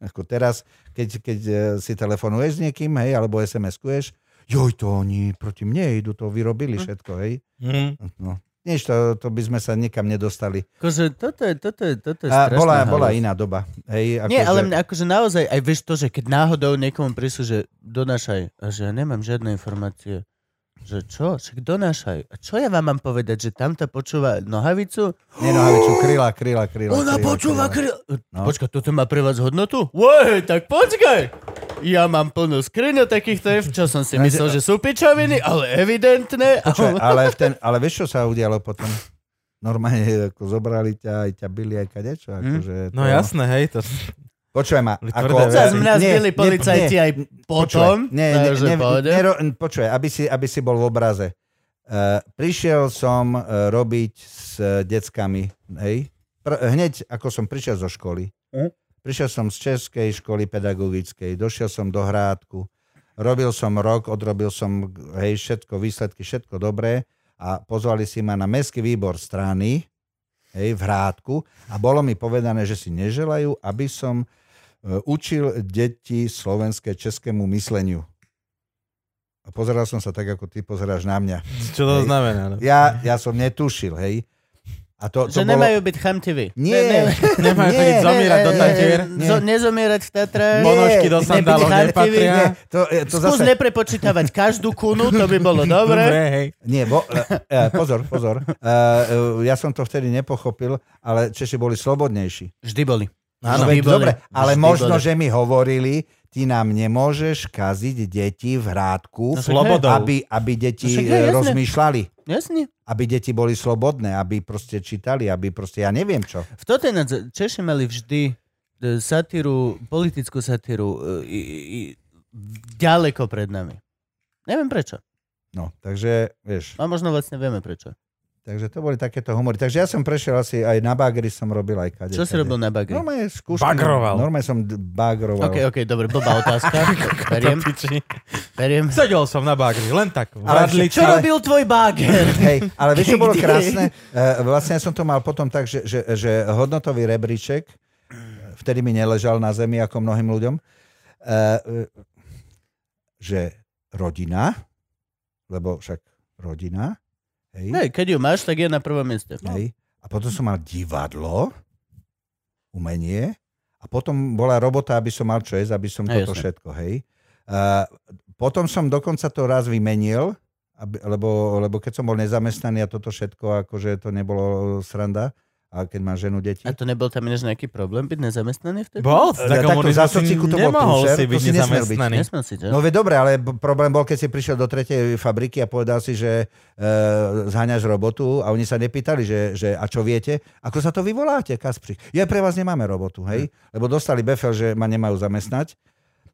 [SPEAKER 3] Ako teraz, keď, keď e, si telefonuješ s niekým, hej, alebo SMS-kuješ, joj, to oni proti mne idú, to
[SPEAKER 2] Hm.
[SPEAKER 3] vyrobili všetko, hej.
[SPEAKER 1] Mm.
[SPEAKER 3] No. Nič, to, to by sme sa nikam nedostali.
[SPEAKER 2] Akože toto je, toto je, toto je
[SPEAKER 3] A
[SPEAKER 2] strašná
[SPEAKER 3] bola, bola
[SPEAKER 2] halus.
[SPEAKER 3] iná doba. Hej,
[SPEAKER 2] Nie,
[SPEAKER 3] akože-
[SPEAKER 2] ale mne, akože naozaj, aj vieš to, že keď náhodou niekomu prísu, že donášaj, a že ja nemám žiadne informácie, že čo, však donášaj. A čo ja vám mám povedať, že tamta počúva nohavicu?
[SPEAKER 3] Nie nohaviču, kryla, kryla, kryla.
[SPEAKER 2] Ona
[SPEAKER 3] kryla,
[SPEAKER 2] počúva
[SPEAKER 3] kryla.
[SPEAKER 2] kryl... No.
[SPEAKER 3] No.
[SPEAKER 2] Počkaj, toto má pre vás hodnotu? Uej, tak počkaj! Ja mám plnú skriňu takých tém, čo som si myslel, že sú pičoviny, ale evidentné.
[SPEAKER 3] Počkaj, ale, v ten, ale vieš, čo sa udialo potom? Normálne ako zobrali ťa, aj ťa byli, aj kadečo. Akože
[SPEAKER 1] No
[SPEAKER 3] to-
[SPEAKER 1] jasné, hej, to...
[SPEAKER 3] Počúvaj ma.
[SPEAKER 1] Boli
[SPEAKER 3] Ako,
[SPEAKER 1] tvrdé
[SPEAKER 2] Zas
[SPEAKER 1] veci.
[SPEAKER 2] mňa zbili
[SPEAKER 3] nie,
[SPEAKER 2] policajti
[SPEAKER 3] nie,
[SPEAKER 2] aj potom.
[SPEAKER 3] Počúvaj, nie, nie,
[SPEAKER 2] takže
[SPEAKER 3] ne,
[SPEAKER 2] pohode.
[SPEAKER 3] nero, počúvaj aby, si, aby si bol v obraze. Uh, prišiel som uh, robiť s uh, deckami, hej? Pr- hneď ako som prišiel zo školy.
[SPEAKER 2] Mhm.
[SPEAKER 3] Prišiel som z českej školy pedagogickej, došiel som do Hrádku, robil som rok, odrobil som, hej, všetko, výsledky, všetko dobré a pozvali si ma na mestský výbor strany, hej, v Hrádku a bolo mi povedané, že si neželajú, aby som e, učil deti slovenské českému mysleniu. A pozeral som sa tak, ako ty pozeráš na mňa.
[SPEAKER 1] Čo to
[SPEAKER 3] Hej.
[SPEAKER 1] znamená? No?
[SPEAKER 3] Ja, ja som netušil, hej. A to, to
[SPEAKER 2] Že
[SPEAKER 3] bolo...
[SPEAKER 2] nemajú byť chamtiví.
[SPEAKER 3] Nie,
[SPEAKER 2] Ne, ne,
[SPEAKER 1] Nemajú
[SPEAKER 3] nie,
[SPEAKER 1] chodiť zomierať do
[SPEAKER 3] nie,
[SPEAKER 1] tatier,
[SPEAKER 3] nie.
[SPEAKER 2] E, zo- nezomierať v Tatrách.
[SPEAKER 3] Nie,
[SPEAKER 1] ponožky do
[SPEAKER 3] nebyť
[SPEAKER 1] sandálov
[SPEAKER 2] chamtivý,
[SPEAKER 3] nie,
[SPEAKER 1] nepatria.
[SPEAKER 3] to, e, to
[SPEAKER 2] Skús
[SPEAKER 3] zase...
[SPEAKER 2] neprepočítavať každú kunu, to by bolo dobre.
[SPEAKER 1] hej.
[SPEAKER 3] Nie, bo, e, e, pozor, pozor. E, e, ja som to vtedy nepochopil, ale Češi boli slobodnejší.
[SPEAKER 2] Vždy boli.
[SPEAKER 3] No,
[SPEAKER 2] Vždy
[SPEAKER 3] veď
[SPEAKER 2] boli.
[SPEAKER 3] dobre, ale
[SPEAKER 2] Vždy boli.
[SPEAKER 3] možno, že mi hovorili, ty nám nemôžeš kaziť deti v
[SPEAKER 2] No,
[SPEAKER 3] hrádku,
[SPEAKER 1] Slobodou.
[SPEAKER 3] aby, aby deti
[SPEAKER 2] Však hej,
[SPEAKER 3] e,
[SPEAKER 2] jasné.
[SPEAKER 3] rozmýšľali.
[SPEAKER 2] Jasne.
[SPEAKER 3] aby deti boli slobodné, aby proste čítali, aby proste ja neviem čo.
[SPEAKER 2] V toto je nadz- Češi mali vždy e, satíru, politickú satíru e, i, i, ďaleko pred nami. Neviem prečo.
[SPEAKER 3] No, takže, vieš,
[SPEAKER 2] A možno vlastne vieme prečo.
[SPEAKER 3] takže to boli takéto humory. Takže ja som prešiel asi aj na bagri som robil aj kade.
[SPEAKER 2] Čo si robil na bagri?
[SPEAKER 3] Normálne skúšam.
[SPEAKER 1] Bagroval.
[SPEAKER 3] Normálne som d- bagroval.
[SPEAKER 2] OK, OK, dobre, blbá otázka. Beriem,
[SPEAKER 1] To piči.
[SPEAKER 2] beriem.
[SPEAKER 1] Sedel som na bagri, len tak. v
[SPEAKER 3] Ale
[SPEAKER 1] radlici.
[SPEAKER 2] Čo robil tvoj báger?
[SPEAKER 3] Hej, ale vieš, čo bolo
[SPEAKER 2] Kedy?
[SPEAKER 3] krásne? E, Vlastne ja som to mal potom tak, že, že, že hodnotový rebríček, e, vtedy mi neležal na zemi ako mnohým ľuďom, e, e, že rodina, lebo však rodina, hej,
[SPEAKER 2] Ne, keď ju máš, tak je na prvom mieste.
[SPEAKER 3] Hej. A potom som mal divadlo, umenie, a potom bola robota, aby som mal čo jesť, aby som
[SPEAKER 2] Hej,
[SPEAKER 3] toto
[SPEAKER 2] No, jasné.
[SPEAKER 3] všetko, hej. A potom som dokonca to raz vymenil, aby, lebo, lebo keď som bol nezamestnaný a toto všetko, akože to nebolo sranda, A keď má ženu deti...
[SPEAKER 2] A to nebol tam ináč nejaký problém byť nezamestnaný vtedy?
[SPEAKER 1] Bol,
[SPEAKER 3] Ja
[SPEAKER 1] za
[SPEAKER 3] takto
[SPEAKER 1] komunizmu
[SPEAKER 3] za
[SPEAKER 1] si
[SPEAKER 3] sociku to bol
[SPEAKER 1] nemohol
[SPEAKER 3] prúser,
[SPEAKER 1] si
[SPEAKER 3] to
[SPEAKER 1] byť
[SPEAKER 3] si nesmel byť,
[SPEAKER 1] nezamestnaný.
[SPEAKER 2] Nesmel si, že?
[SPEAKER 3] No veď dobre, ale b- problém bol, keď si prišiel do tretej fabriky a povedal si, že e, zháňaš robotu a oni sa nepýtali, že, že a čo viete, ako sa to vyvoláte, Kasprik. Ja pre vás nemáme robotu, hej? Lebo dostali befel, že ma nemajú zamestnať.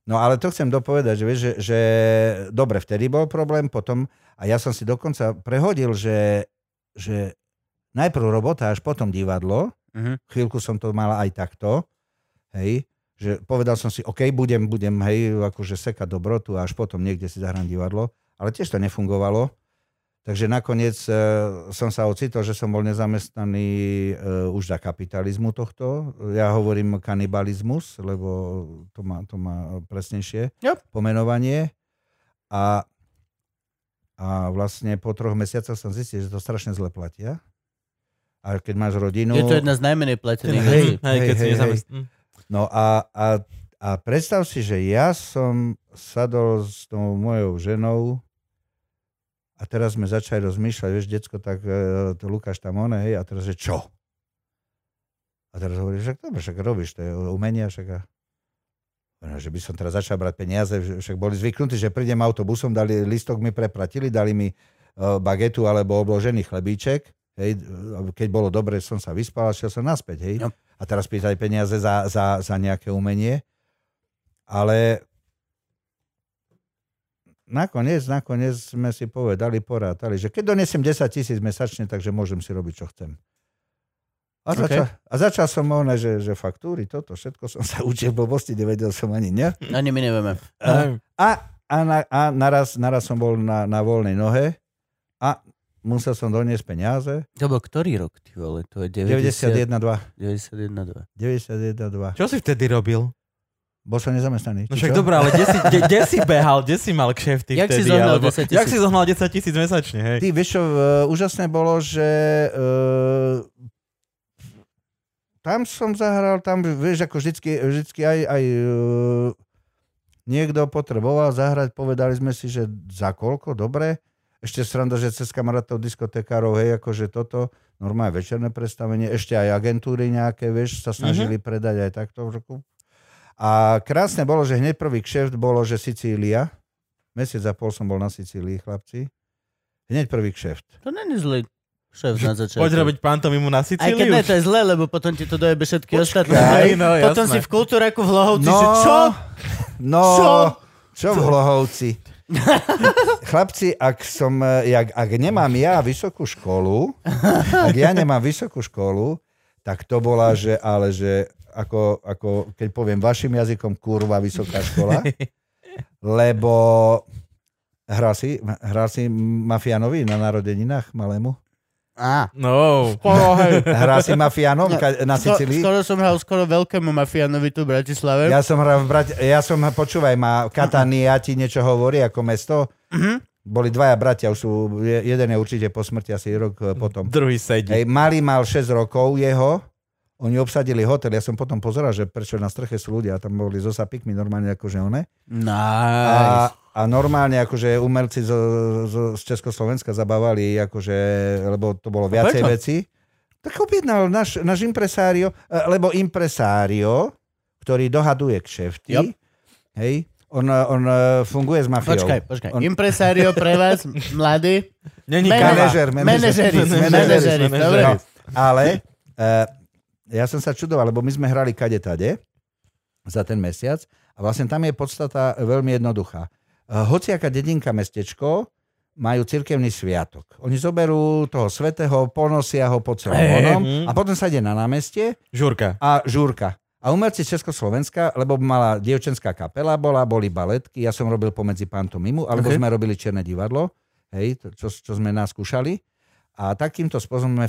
[SPEAKER 3] No ale to chcem dopovedať, že, vieš, že, že dobre, vtedy bol problém, potom a ja som si dokonca prehodil, že, že najprv robota, až potom divadlo.
[SPEAKER 2] Mhm.
[SPEAKER 3] Chvíľku som to mal aj takto. Hej. Že povedal som si, OK, budem, budem, hej, akože sekať dobrotu a až potom niekde si zahrám divadlo. Ale tiež to nefungovalo. Takže nakoniec e, som sa ocitol, že som bol nezamestnaný e, už za kapitalizmu tohto. Ja hovorím kanibalizmus, lebo to má, to má presnejšie
[SPEAKER 2] Yep.
[SPEAKER 3] pomenovanie. A, a vlastne po troch mesiacoch som zistil, že to strašne zle platia. A keď máš rodinu...
[SPEAKER 2] Je to jedna z najmenej platených
[SPEAKER 3] Hej.
[SPEAKER 2] vecí.
[SPEAKER 1] no. Hej, keď si
[SPEAKER 3] hej,
[SPEAKER 1] Hm.
[SPEAKER 3] hej.
[SPEAKER 1] nezamestnaný.
[SPEAKER 3] No a, a, a predstav si, že ja som sadol s tou mojou ženou a teraz sme začali rozmýšľať, vieš, decko, tak e, to Lukáš tam one, hej, a teraz, že čo? A teraz hovorí, však dobre, však robíš, to je umenie, však a... No, že by som teraz začal brať peniaze, že- však boli zvyknutí, že prídem autobusom, dali listok mi prepratili, dali mi e, bagetu alebo obložený chlebíček, hej, e, keď bolo dobre, som sa vyspal a šiel som naspäť, hej.
[SPEAKER 2] No.
[SPEAKER 3] A teraz pýtali peniaze za, za, za nejaké umenie, ale nakoniec, nakoniec sme si povedali, porátali, že keď donesem 10 tisíc mesačne, takže môžem si robiť, čo chcem. A
[SPEAKER 2] OK.
[SPEAKER 3] začal, a začal som ono, že, že faktúry, toto, všetko som sa učil v blbosti, nevedel som ani ne.
[SPEAKER 2] Ani my nevieme.
[SPEAKER 1] Hej.
[SPEAKER 3] A, a, na, a naraz, naraz som bol na, na voľnej nohe a musel som doniesť peniaze.
[SPEAKER 2] To bol ktorý rok, ty vole? To je 90,
[SPEAKER 3] 91, 2.
[SPEAKER 2] 91, 2.
[SPEAKER 3] 91, 2.
[SPEAKER 1] Čo si vtedy robil?
[SPEAKER 3] Bol som nezamestnaný.
[SPEAKER 1] No
[SPEAKER 3] či
[SPEAKER 1] však
[SPEAKER 3] čo?
[SPEAKER 1] dobré, ale kde si, kde, kde si behal, kde si mal kšefty
[SPEAKER 2] Jak si
[SPEAKER 1] vtedy?
[SPEAKER 2] zohnal
[SPEAKER 1] alebo,
[SPEAKER 2] 10 000?
[SPEAKER 1] jak si zohnal 10 tisíc mesačne, hej?
[SPEAKER 3] Ty, vieš čo, e, úžasné bolo, že e, tam som zahral, tam, vieš, ako vždycky, vždycky aj, aj e, niekto potreboval zahrať, povedali sme si, že za koľko, dobre. Ešte sranda, že cez kamarátov diskotekárov, hej, akože toto, normálne večerné predstavenie, ešte aj agentúry nejaké, vieš, sa snažili predať aj takto v roku. A krásne bolo, že hneď prvý kšeft bolo, že Sicília. Mesiac a pol som bol na Sicílii, chlapci. Hneď prvý kšeft.
[SPEAKER 2] To není zlý šéf na začiatku.
[SPEAKER 1] Poď robiť pantomimu na
[SPEAKER 2] Aj keď
[SPEAKER 1] Sicíliu.
[SPEAKER 2] ne, to je zlé, lebo potom ti to dojebe všetky ostatné.
[SPEAKER 1] Aj, no,
[SPEAKER 2] potom
[SPEAKER 1] jasné.
[SPEAKER 2] si v kultúraku v Lohovci, že čo?
[SPEAKER 3] No,
[SPEAKER 2] Čo?
[SPEAKER 3] čo? Čo v Hlohovci? Chlapci, ak, som, e, jak, ak nemám ja vysokú školu, ak ja nemám vysokú školu, tak to bola, že, ale že, ako, ako keď poviem vašim jazykom, kurva vysoká škola, lebo hral si, hral si Mafianovi na narodeninách malému?
[SPEAKER 2] Á.
[SPEAKER 1] No.
[SPEAKER 3] Hral si Mafianom ka- na
[SPEAKER 2] Sko-
[SPEAKER 3] Sicílii?
[SPEAKER 2] Skoro som hral skoro veľkému mafianovi tu v Bratislave.
[SPEAKER 3] Ja som hral v Brat... Ja som, počúvaj ma, Katania ti niečo hovorí ako mesto. Boli dvaja bratia, už sú, je- jeden je určite po smrti, asi rok e, potom.
[SPEAKER 1] Druhý sedí.
[SPEAKER 3] Hej, malý mal 6 rokov jeho, oni obsadili hotel, ja som potom pozeral, že prečo na streche sú ľudia, a tam boli so sapikmi normálne akože one.
[SPEAKER 2] Nice.
[SPEAKER 3] A, a normálne akože umelci zo, zo, z Československa zabávali, akože, lebo to bolo viacej
[SPEAKER 2] prečo?
[SPEAKER 3] veci. Tak objednal náš, náš impresário, e, lebo impresário, ktorý dohaduje kšefty,
[SPEAKER 2] Yep.
[SPEAKER 3] hej, on, e, on e, funguje s mafiou.
[SPEAKER 2] Počkaj, počkaj.
[SPEAKER 3] On-
[SPEAKER 2] Impresario pre vás, m- mladý.
[SPEAKER 1] Není
[SPEAKER 2] Mene-
[SPEAKER 1] káva.
[SPEAKER 3] Manažer, manažer.
[SPEAKER 2] Manažeris,
[SPEAKER 1] Manažeris,
[SPEAKER 2] manažeris,
[SPEAKER 1] manažeris.
[SPEAKER 2] dobre.
[SPEAKER 3] No, ale uh, ja som sa čudoval, lebo my sme hrali kade tade za ten mesiac a vlastne tam je podstata veľmi jednoduchá. Uh, hociaká dedinka, mestečko majú cirkevný sviatok. Oni zoberú toho svetého, ponosia ho po celom
[SPEAKER 2] Hej. Mhm.
[SPEAKER 3] onom
[SPEAKER 1] Mm.
[SPEAKER 3] a potom sa ide na námestie
[SPEAKER 1] Žurka.
[SPEAKER 3] a žúrka. A umelci z Československa, lebo mala dievčenská kapela, bola, boli baletky, ja som robil pomedzi pantomimu, alebo
[SPEAKER 1] Ok.
[SPEAKER 3] sme robili čierne divadlo, hej, to, čo, čo sme naskúšali. A takýmto spôsobom sme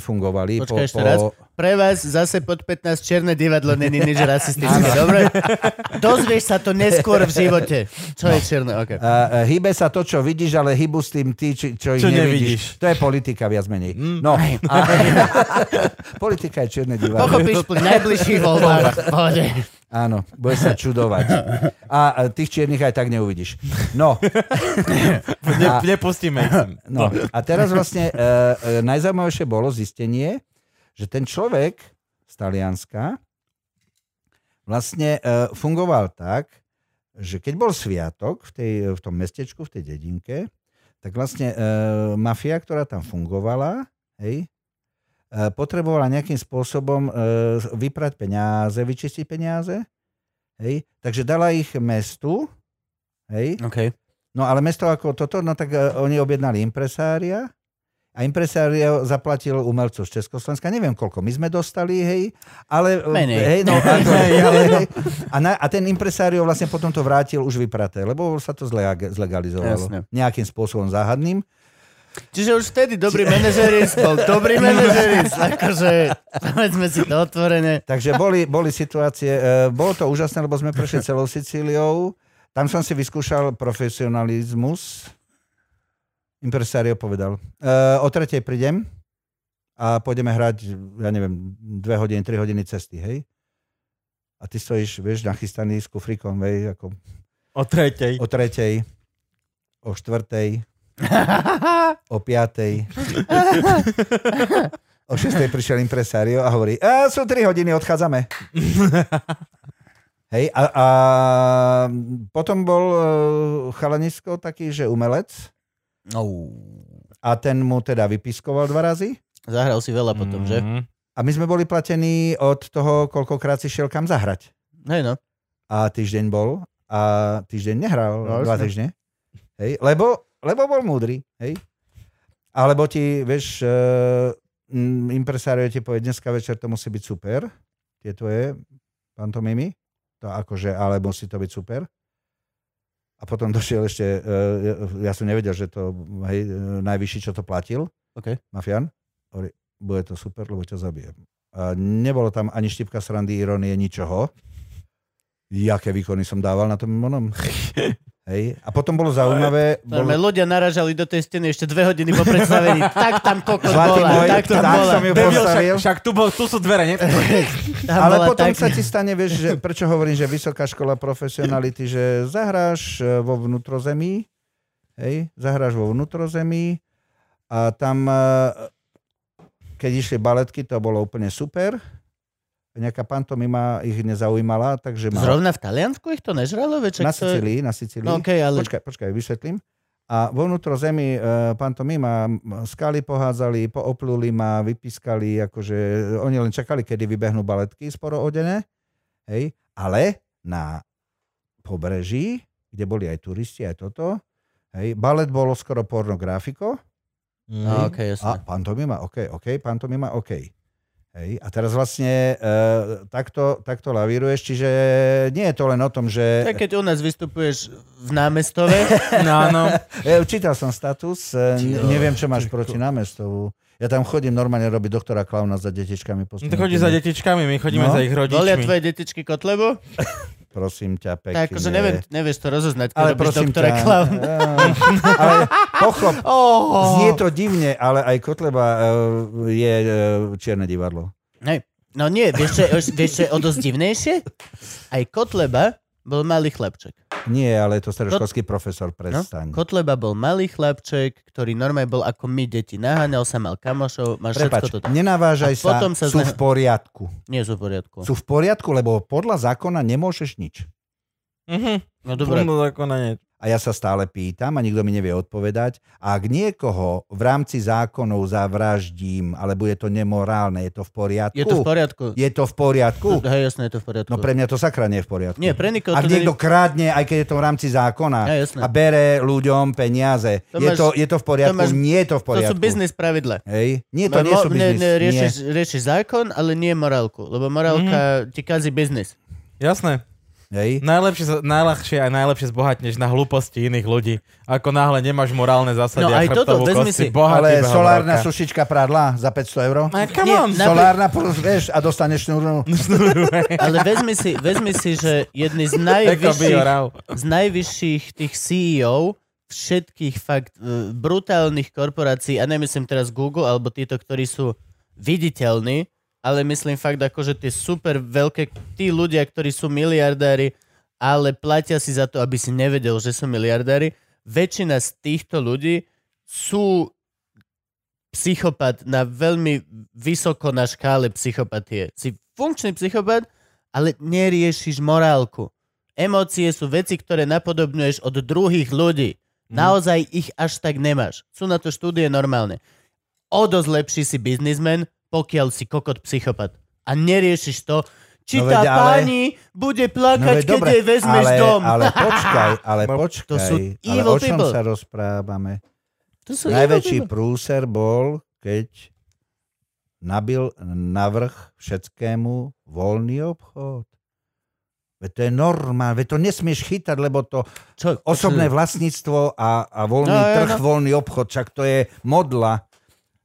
[SPEAKER 2] No,
[SPEAKER 3] fungovali.
[SPEAKER 2] Počkaj ešte raz. Pre vás zase pod 15 čierne divadlo není nič rasistické, dobre? Dozvieš sa to neskôr v živote. Čo
[SPEAKER 3] No.
[SPEAKER 2] je čierne? Okay.
[SPEAKER 3] Uh, hýbe sa to, čo vidíš, ale hýbu s tým tí, či, čo ich
[SPEAKER 1] Čo
[SPEAKER 3] nevidíš. To je politika viac menej. No, a, politika je čierne divadlo.
[SPEAKER 2] Pochopíš pri najbližších voľbách. V Pohode.
[SPEAKER 3] Áno, bude sa čudovať. A e, tých čiernych aj tak neuvidíš. No,
[SPEAKER 1] Ne, nepustíme ich.
[SPEAKER 3] No a teraz vlastne e, e, najzaujímavejšie bolo zistenie, že ten človek z Talianska vlastne e, fungoval tak, že keď bol sviatok v, tej, v tom mestečku, v tej dedinke, tak vlastne e, mafia, ktorá tam fungovala, hej, e, potrebovala nejakým spôsobom e, vyprať peniaze, vyčistiť peniaze, hej, takže dala ich mestu, hej,
[SPEAKER 2] OK.
[SPEAKER 3] No ale mesto ako toto, no tak eh, oni objednali impresária a impresário zaplatil umelcu z Československa. Neviem koľko my sme dostali, hej, ale... eh,
[SPEAKER 2] Menej.
[SPEAKER 3] Hej, no, ako, hej, ale, hej. A, na, a ten impresário vlastne potom to vrátil už vypraté, lebo sa to zlega- zlegalizovalo.
[SPEAKER 2] Jasne.
[SPEAKER 3] Nejakým spôsobom záhadným.
[SPEAKER 2] Čiže už vtedy dobrý manažerist bol dobrý manažerist. Akože, povedzme si to otvorene.
[SPEAKER 3] Takže boli, boli situácie, eh, bolo to úžasné, lebo sme prešli celou Sicíliou. Tam som si vyskúšal profesionalizmus. Impresario povedal, e, o tretej prídem a pôjdeme hrať, ja neviem, dve hodiny, tri hodiny cesty, hej? A ty stojíš, vieš, nachystaný s kufrikom, hej, ako
[SPEAKER 1] O tretej.
[SPEAKER 3] o tretej, o štvrtej, o piatej. O šestej prišiel impresario a hovorí, a sú tri hodiny, odchádzame. Hej, a, a potom bol e, chalanisko taký, že umelec
[SPEAKER 2] No.
[SPEAKER 3] a ten mu teda vypiskoval dva razy
[SPEAKER 2] Zahral si veľa potom, že?
[SPEAKER 3] Mm.
[SPEAKER 1] Mhm.
[SPEAKER 3] a my sme boli platení od toho, koľkokrát si šiel kam zahrať.
[SPEAKER 2] Hej no.
[SPEAKER 3] A týždeň bol a týždeň nehral,
[SPEAKER 2] No,
[SPEAKER 3] dva
[SPEAKER 2] jasne.
[SPEAKER 3] týždne. Hej, lebo, lebo bol múdry, hej. Alebo ti, vieš, uh, impresario ti povie, dneska večer to musí byť super, tieto je, pantomimy, to akože, ale musí to byť super. A potom došiel ešte, eh, ja, ja som nevedel, že to, hej, eh, najvyšší, čo to platil,
[SPEAKER 2] OK.
[SPEAKER 3] mafián, hovorí, bude to super, lebo ťa zabijem. A nebolo tam ani štipka srandy, ironie, ničoho. Jaké výkony som dával na tom onom. Hej. A potom bolo zaujímavé,
[SPEAKER 2] Bol...
[SPEAKER 3] bolo,
[SPEAKER 2] Ľudia naražali do tej steny ešte dve hodiny po predstavení. tak tam kokot
[SPEAKER 3] Zlatý
[SPEAKER 2] bola, No,
[SPEAKER 3] môj,
[SPEAKER 2] tak tam
[SPEAKER 3] tak
[SPEAKER 2] bola.
[SPEAKER 3] som ju
[SPEAKER 1] Debil,
[SPEAKER 3] postavil.
[SPEAKER 1] však, však tu, bol, tu sú dvere, nie?
[SPEAKER 2] Tam
[SPEAKER 3] ale
[SPEAKER 2] bola
[SPEAKER 3] potom
[SPEAKER 2] tak...
[SPEAKER 3] sa ti stane, vieš, že, prečo hovorím, že vysoká škola profesionality, že zahráš e, vo vnútrozemí, hej, zahráš vo vnútrozemí a tam, e, keď išli baletky, to bolo úplne super. Nejaká pantomima ich nezaujímala, takže ma...
[SPEAKER 2] Zrovna v Taliansku ich to nežralo? Večer,
[SPEAKER 3] Na Sicílii, na Sicílii.
[SPEAKER 2] No okej, ale...
[SPEAKER 3] Počkaj, počkaj, vysvetlím. A vo vnútrozemí e, pantomima m, skaly pohádzali, poopluli ma, vypískali, akože oni len čakali, kedy vybehnú baletky sporo odené. Hej, ale na pobreží, kde boli aj turisti, aj toto, hej, balet bolo skoro pornografiko
[SPEAKER 2] No, okay, jasne.
[SPEAKER 3] a pantomima, OK, OK, pantomima, OK. Hej, a teraz vlastne e, takto, takto lavíruješ, čiže nie je to len o tom, že...
[SPEAKER 2] Tak keď u nás vystupuješ v námestove,
[SPEAKER 1] No, áno.
[SPEAKER 3] E, Čítal som status, e,
[SPEAKER 2] Čítal.
[SPEAKER 3] neviem, čo máš proti námestovu. Ja tam chodím normálne robiť doktora klauna za detičkami.
[SPEAKER 1] No, to chodí za detičkami, my chodíme
[SPEAKER 3] No.
[SPEAKER 1] za ich
[SPEAKER 2] volia
[SPEAKER 1] rodičmi.
[SPEAKER 2] tvoje detičky kotlebu,
[SPEAKER 3] Prosím ťa, pekne.
[SPEAKER 2] tak akože neviem, nevieš to rozoznať, keď
[SPEAKER 3] ale
[SPEAKER 2] robíš
[SPEAKER 3] prosím
[SPEAKER 2] doktora
[SPEAKER 3] ťa.
[SPEAKER 2] Klauna.
[SPEAKER 3] e, ale pochop,
[SPEAKER 2] Oh.
[SPEAKER 3] znie to divne, ale aj Kotleba e, je e, čierne divadlo.
[SPEAKER 2] Hej. No nie, vieš čo, je- vieš, čo je o dosť divnejšie? Aj Kotleba bol malý chlapček.
[SPEAKER 3] Nie, ale je to stredoškolský
[SPEAKER 2] No,
[SPEAKER 3] profesor, prestaň.
[SPEAKER 2] Kotleba bol malý chlapček, ktorý normálne bol ako my deti. Naháňal sa, mal kamošov, mal všetko
[SPEAKER 3] Prepač,
[SPEAKER 2] toto.
[SPEAKER 3] nenavážaj
[SPEAKER 2] A
[SPEAKER 3] sa,
[SPEAKER 2] potom sa
[SPEAKER 3] sú
[SPEAKER 2] zna-
[SPEAKER 3] v poriadku.
[SPEAKER 2] Nie sú v poriadku.
[SPEAKER 3] Sú v poriadku, lebo podľa zákona nemôžeš nič.
[SPEAKER 1] Mhm.
[SPEAKER 2] No
[SPEAKER 1] Dobre.
[SPEAKER 2] dobre.
[SPEAKER 3] A ja sa stále pýtam a nikto mi nevie odpovedať. Ak niekoho v rámci zákonov zavraždím, alebo je to nemorálne, je to v poriadku?
[SPEAKER 2] Je to v poriadku.
[SPEAKER 3] Je to v poriadku?
[SPEAKER 2] Hej, jasné, je to v poriadku.
[SPEAKER 3] No pre mňa to sakra nie je v poriadku.
[SPEAKER 2] Nie, pre nikoho to
[SPEAKER 3] Ak niekto
[SPEAKER 2] nie...
[SPEAKER 3] krádne, aj keď je to v rámci zákona
[SPEAKER 2] Ja, jasné.
[SPEAKER 3] a bere ľuďom peniaze,
[SPEAKER 2] To
[SPEAKER 3] je,
[SPEAKER 2] máš-
[SPEAKER 3] to, je to v poriadku?
[SPEAKER 2] to máš-
[SPEAKER 3] nie je to v
[SPEAKER 2] To
[SPEAKER 3] poriadku.
[SPEAKER 2] sú biznis pravidla.
[SPEAKER 3] Hej? Nie, to nie sú
[SPEAKER 2] Ne,
[SPEAKER 3] biznis.
[SPEAKER 2] ne,
[SPEAKER 3] Nie.
[SPEAKER 2] riešiš, riešiš zákon, ale nie morálku, lebo morálka
[SPEAKER 1] Mhm.
[SPEAKER 2] ti kazí biznis.
[SPEAKER 1] Jasné.
[SPEAKER 3] Hej?
[SPEAKER 2] No,
[SPEAKER 1] Najlepšie, sa- najľahšie a najlepšie zbohatneš na hlúposti iných ľudí. Ako náhle nemáš morálne
[SPEAKER 2] No,
[SPEAKER 1] zásady a
[SPEAKER 2] aj toto,
[SPEAKER 1] chrbtovú
[SPEAKER 2] vezmi
[SPEAKER 1] kosti.
[SPEAKER 2] si.
[SPEAKER 1] Bohatý
[SPEAKER 3] Ale
[SPEAKER 1] behavrálka.
[SPEAKER 3] solárna sušička pradla za 500 eur?
[SPEAKER 1] Aj, come
[SPEAKER 2] Nie,
[SPEAKER 1] on.
[SPEAKER 2] na-
[SPEAKER 3] Solárna, vieš, a dostaneš šnúrnu.
[SPEAKER 2] Ale vezmi si, vezmi si že jedný z
[SPEAKER 1] Eko by
[SPEAKER 2] najvyšších,
[SPEAKER 1] oral.
[SPEAKER 2] z najvyšších tých CEO všetkých fakt e, brutálnych korporácií, a nemyslím teraz Google, alebo títo, ktorí sú viditeľní, ale myslím fakt ako, že tie super veľké, tí ľudia, ktorí sú miliardári, ale platia si za to, aby si nevedel, že sú miliardári, väčšina z týchto ľudí sú psychopat na veľmi vysoko na škále psychopatie. Si funkčný psychopat, ale neriešiš morálku. Emócie sú veci, ktoré napodobňuješ od druhých
[SPEAKER 3] Mhm.
[SPEAKER 2] ľudí. Naozaj ich až tak nemáš. Sú na to štúdie normálne. O dosť lepší si biznismen, pokiaľ si kokot psychopat. A neriešiš to, či
[SPEAKER 3] No
[SPEAKER 2] tá
[SPEAKER 3] veď, ale-
[SPEAKER 2] pani bude plakať,
[SPEAKER 3] No, veď
[SPEAKER 2] keď
[SPEAKER 3] dobre,
[SPEAKER 2] jej vezmeš
[SPEAKER 3] ale,
[SPEAKER 2] dom.
[SPEAKER 3] Ale počkaj, ale
[SPEAKER 1] No,
[SPEAKER 3] počkaj.
[SPEAKER 2] to sú
[SPEAKER 3] ale
[SPEAKER 2] evil
[SPEAKER 3] o čom
[SPEAKER 2] people.
[SPEAKER 3] sa rozprávame?
[SPEAKER 2] To sú
[SPEAKER 3] Najväčší
[SPEAKER 2] iba-
[SPEAKER 3] prúser bol, keď nabil navrh všetkému voľný obchod. Veď to je normálne, veď to nesmieš chytať, lebo to
[SPEAKER 2] Čo?
[SPEAKER 3] osobné vlastníctvo a, a
[SPEAKER 2] Hm.
[SPEAKER 3] voľný
[SPEAKER 2] No,
[SPEAKER 3] no,
[SPEAKER 2] jo,
[SPEAKER 3] trh,
[SPEAKER 2] no.
[SPEAKER 3] no. voľný obchod, však to je modla.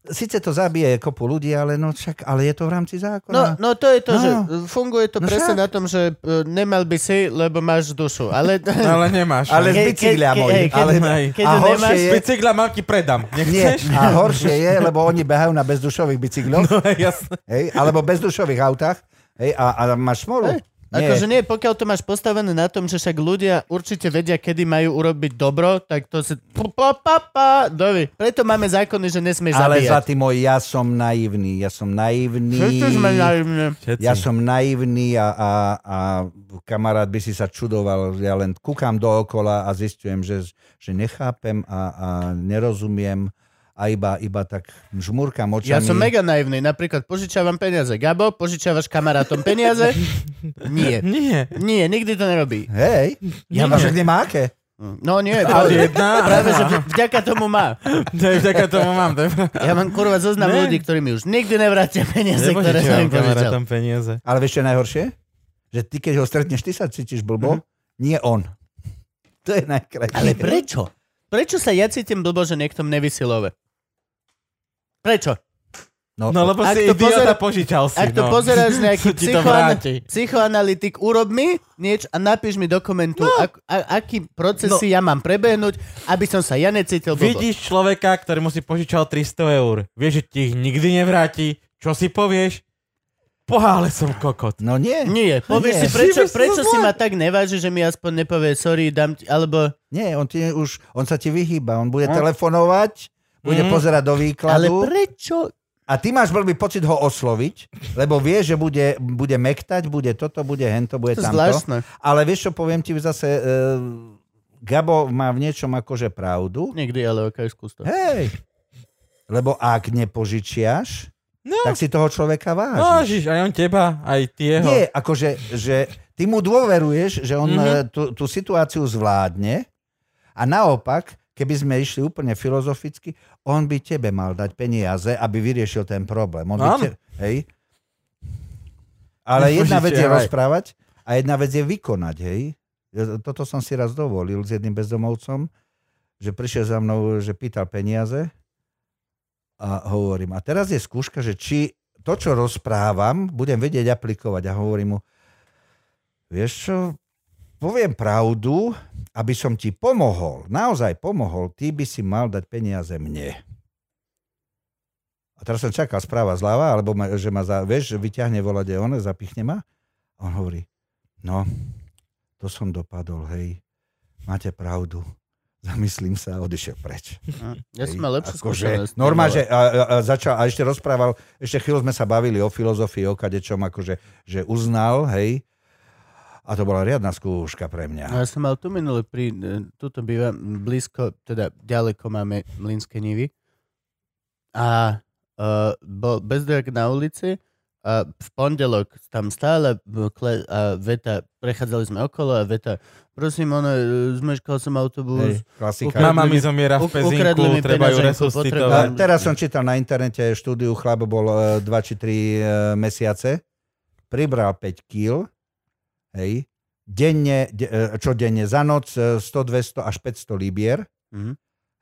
[SPEAKER 3] Sice to zabije kopu ľudí, ale, no, však, ale je to v rámci
[SPEAKER 2] No,
[SPEAKER 3] zákona.
[SPEAKER 2] no to je to,
[SPEAKER 3] No.
[SPEAKER 2] že funguje to
[SPEAKER 3] No
[SPEAKER 2] presne
[SPEAKER 3] však.
[SPEAKER 2] na tom, že e, nemal by si, lebo máš dušu. Ale,
[SPEAKER 1] Ale nemáš.
[SPEAKER 3] No, ale
[SPEAKER 2] Ke-
[SPEAKER 3] z
[SPEAKER 2] ke-
[SPEAKER 3] bicykla
[SPEAKER 2] ke-
[SPEAKER 3] môj.
[SPEAKER 2] hej, keď-
[SPEAKER 3] ale,
[SPEAKER 1] hej.
[SPEAKER 2] keď
[SPEAKER 3] a
[SPEAKER 2] ju
[SPEAKER 3] horšie
[SPEAKER 2] nemáš,
[SPEAKER 3] je,
[SPEAKER 1] Bicykla mám ti predám.
[SPEAKER 3] nie,
[SPEAKER 1] Nechceš?
[SPEAKER 3] a horšie je, lebo oni behajú na bezdušových bicykloch.
[SPEAKER 1] No, jasné.
[SPEAKER 3] Hej, alebo bezdušových autách. Hej, a, a máš smolu.
[SPEAKER 2] Hej, Akože nie, pokiaľ to máš postavené na tom, že však ľudia určite vedia, kedy majú urobiť dobro, tak to si... Pa, pa, pa, pa, dovi. Preto máme zákony, že nesmieš
[SPEAKER 3] ale
[SPEAKER 2] zabíjať.
[SPEAKER 3] zlatý môj, ja som naivný. Ja som naivný.
[SPEAKER 2] Všetci sme naivní.
[SPEAKER 1] Všetci.
[SPEAKER 3] Ja som naivný a, a, a kamarát by si sa čudoval, ja len kúkam dookola a zistujem, že, že nechápem a, a nerozumiem a iba, iba tak žmúrkam očami.
[SPEAKER 2] Ja som mega naivný. Napríklad požičiavam peniaze. Gabo, požičiavaš kamarátom peniaze? Nie.
[SPEAKER 1] Nie.
[SPEAKER 2] Nie, nikdy to nerobí.
[SPEAKER 3] Hej,
[SPEAKER 2] Ja
[SPEAKER 3] ja
[SPEAKER 2] mám-
[SPEAKER 3] mám... však nemá aké.
[SPEAKER 2] No nie, práve,
[SPEAKER 1] Ale jedna.
[SPEAKER 2] práve že vďaka tomu má.
[SPEAKER 1] To je vďaka tomu mám. To je pravda.
[SPEAKER 2] Ja mám kurva zoznam
[SPEAKER 1] Ne.
[SPEAKER 2] ľudí, ktorí mi už nikdy nevrátia peniaze, ktoré som im
[SPEAKER 1] Nepožičiavam
[SPEAKER 2] požičal.
[SPEAKER 1] kamarátom peniaze.
[SPEAKER 3] Ale vieš, čo je najhoršie? Že ty, keď ho stretneš, ty sa cítiš blbo, nie on. To je najkrajšie.
[SPEAKER 2] Ale prečo? Prečo sa ja cítim blbo, že niekto mne vysilove? Prečo?
[SPEAKER 1] No lebo
[SPEAKER 2] Ak
[SPEAKER 1] si
[SPEAKER 2] to
[SPEAKER 1] idiota
[SPEAKER 2] pozera-
[SPEAKER 1] požičal si.
[SPEAKER 2] Ak to
[SPEAKER 1] no.
[SPEAKER 2] pozeráš nejaký
[SPEAKER 1] Ti to
[SPEAKER 2] psychoana-
[SPEAKER 1] vráti.
[SPEAKER 2] psychoanalytik, urob mi niečo a napíš mi dokumentu, ak, a, aký proces
[SPEAKER 1] No.
[SPEAKER 2] si ja mám prebehnúť, aby som sa ja necítil blbo.
[SPEAKER 1] Vidíš človeka, ktorému si požičal 300 eur. Vieš, že ti ich nikdy nevráti. Čo si povieš? Pohále som kokot.
[SPEAKER 3] No nie, nie.
[SPEAKER 2] Nie, povieš
[SPEAKER 3] Nie.
[SPEAKER 2] si, prečo,
[SPEAKER 1] Si myslíš,
[SPEAKER 2] prečo
[SPEAKER 1] že
[SPEAKER 2] si
[SPEAKER 1] zle?
[SPEAKER 2] ma tak neváži, že mi aspoň nepovie sorry, dám ti, alebo...
[SPEAKER 3] nie on, ti už, on sa ti vyhýba, on bude telefonovať, bude
[SPEAKER 1] Mhm.
[SPEAKER 3] pozerať do výkladu.
[SPEAKER 2] Ale prečo?
[SPEAKER 3] A ty máš veľmi pocit ho osloviť, lebo vie, že bude, bude mektať, bude toto, bude hento,
[SPEAKER 2] To
[SPEAKER 3] bude
[SPEAKER 2] je
[SPEAKER 3] tamto.
[SPEAKER 2] zvláštne.
[SPEAKER 3] Ale vieš čo, poviem ti zase, e, Gabo má v niečom akože pravdu.
[SPEAKER 2] Nikdy, ale okej, skús to.
[SPEAKER 3] Hej! Lebo ak nepožičiaš,
[SPEAKER 1] No.
[SPEAKER 3] tak si toho človeka
[SPEAKER 1] No,
[SPEAKER 3] vážiš.
[SPEAKER 1] žiž, aj on teba, aj ty jeho.
[SPEAKER 3] Nie, akože, že ty mu dôveruješ, že on
[SPEAKER 1] Mhm.
[SPEAKER 3] mm-hmm. tú, tú situáciu zvládne a naopak, keby sme išli úplne filozoficky, on by tebe mal dať peniaze, aby vyriešil ten problém. On by
[SPEAKER 1] Áno.
[SPEAKER 3] te, hej? Ale jedna vec je
[SPEAKER 1] Nepožičiavaj.
[SPEAKER 3] rozprávať a jedna vec je vykonať, hej? Ja- Toto som si raz dovolil s jedným bezdomovcom, že prišiel za mnou, že pýtal peniaze a hovorím, a teraz je skúška, že či to, čo rozprávam, budem vedieť aplikovať. A hovorím mu, vieš čo, poviem pravdu, aby som ti pomohol, naozaj pomohol, ty by si mal dať peniaze mne. A teraz som čakal správa zľava, alebo ma, že ma za, vieš, že vyťahne volade on, zapichne ma. A on hovorí, no, to som dopadol, hej, máte pravdu. Zamyslím sa a odišiel preč.
[SPEAKER 2] Ja som
[SPEAKER 3] Hej,
[SPEAKER 2] mal lepšiu
[SPEAKER 3] akože,
[SPEAKER 2] skúsenosť. ty
[SPEAKER 3] Normálne, že a, a, a začal, a ešte rozprával, ešte chvíľu sme sa bavili o filozofii, o kadečom, akože, že uznal, hej, a to bola riadna skúška pre
[SPEAKER 2] No,
[SPEAKER 3] mňa.
[SPEAKER 2] ja som mal tu minule pri, e, tuto býva blízko, teda ďaleko máme Mlinské nivy. A uh, bol bezdrak na ulici a v pondelok tam stále b- kle, a veta, prechádzali sme okolo a veta, prosím, ono, e, zmeškal som autobus.
[SPEAKER 3] Hej, klasika.
[SPEAKER 2] Ukradli
[SPEAKER 1] Mama mi
[SPEAKER 2] mi-
[SPEAKER 1] zomiera v
[SPEAKER 2] uk- ukradli mi
[SPEAKER 1] pezinku, treba
[SPEAKER 2] peňaženku,
[SPEAKER 1] ju
[SPEAKER 3] A
[SPEAKER 2] potreboval-
[SPEAKER 1] resuscitovať.
[SPEAKER 3] teraz som čítal na internete štúdiu, chlap bol 2 či 3 mesiace, pribral 5 kg, hej, denne, de, e, čo denne, za noc e, 100, 200 až 500 libier,
[SPEAKER 2] Mhm.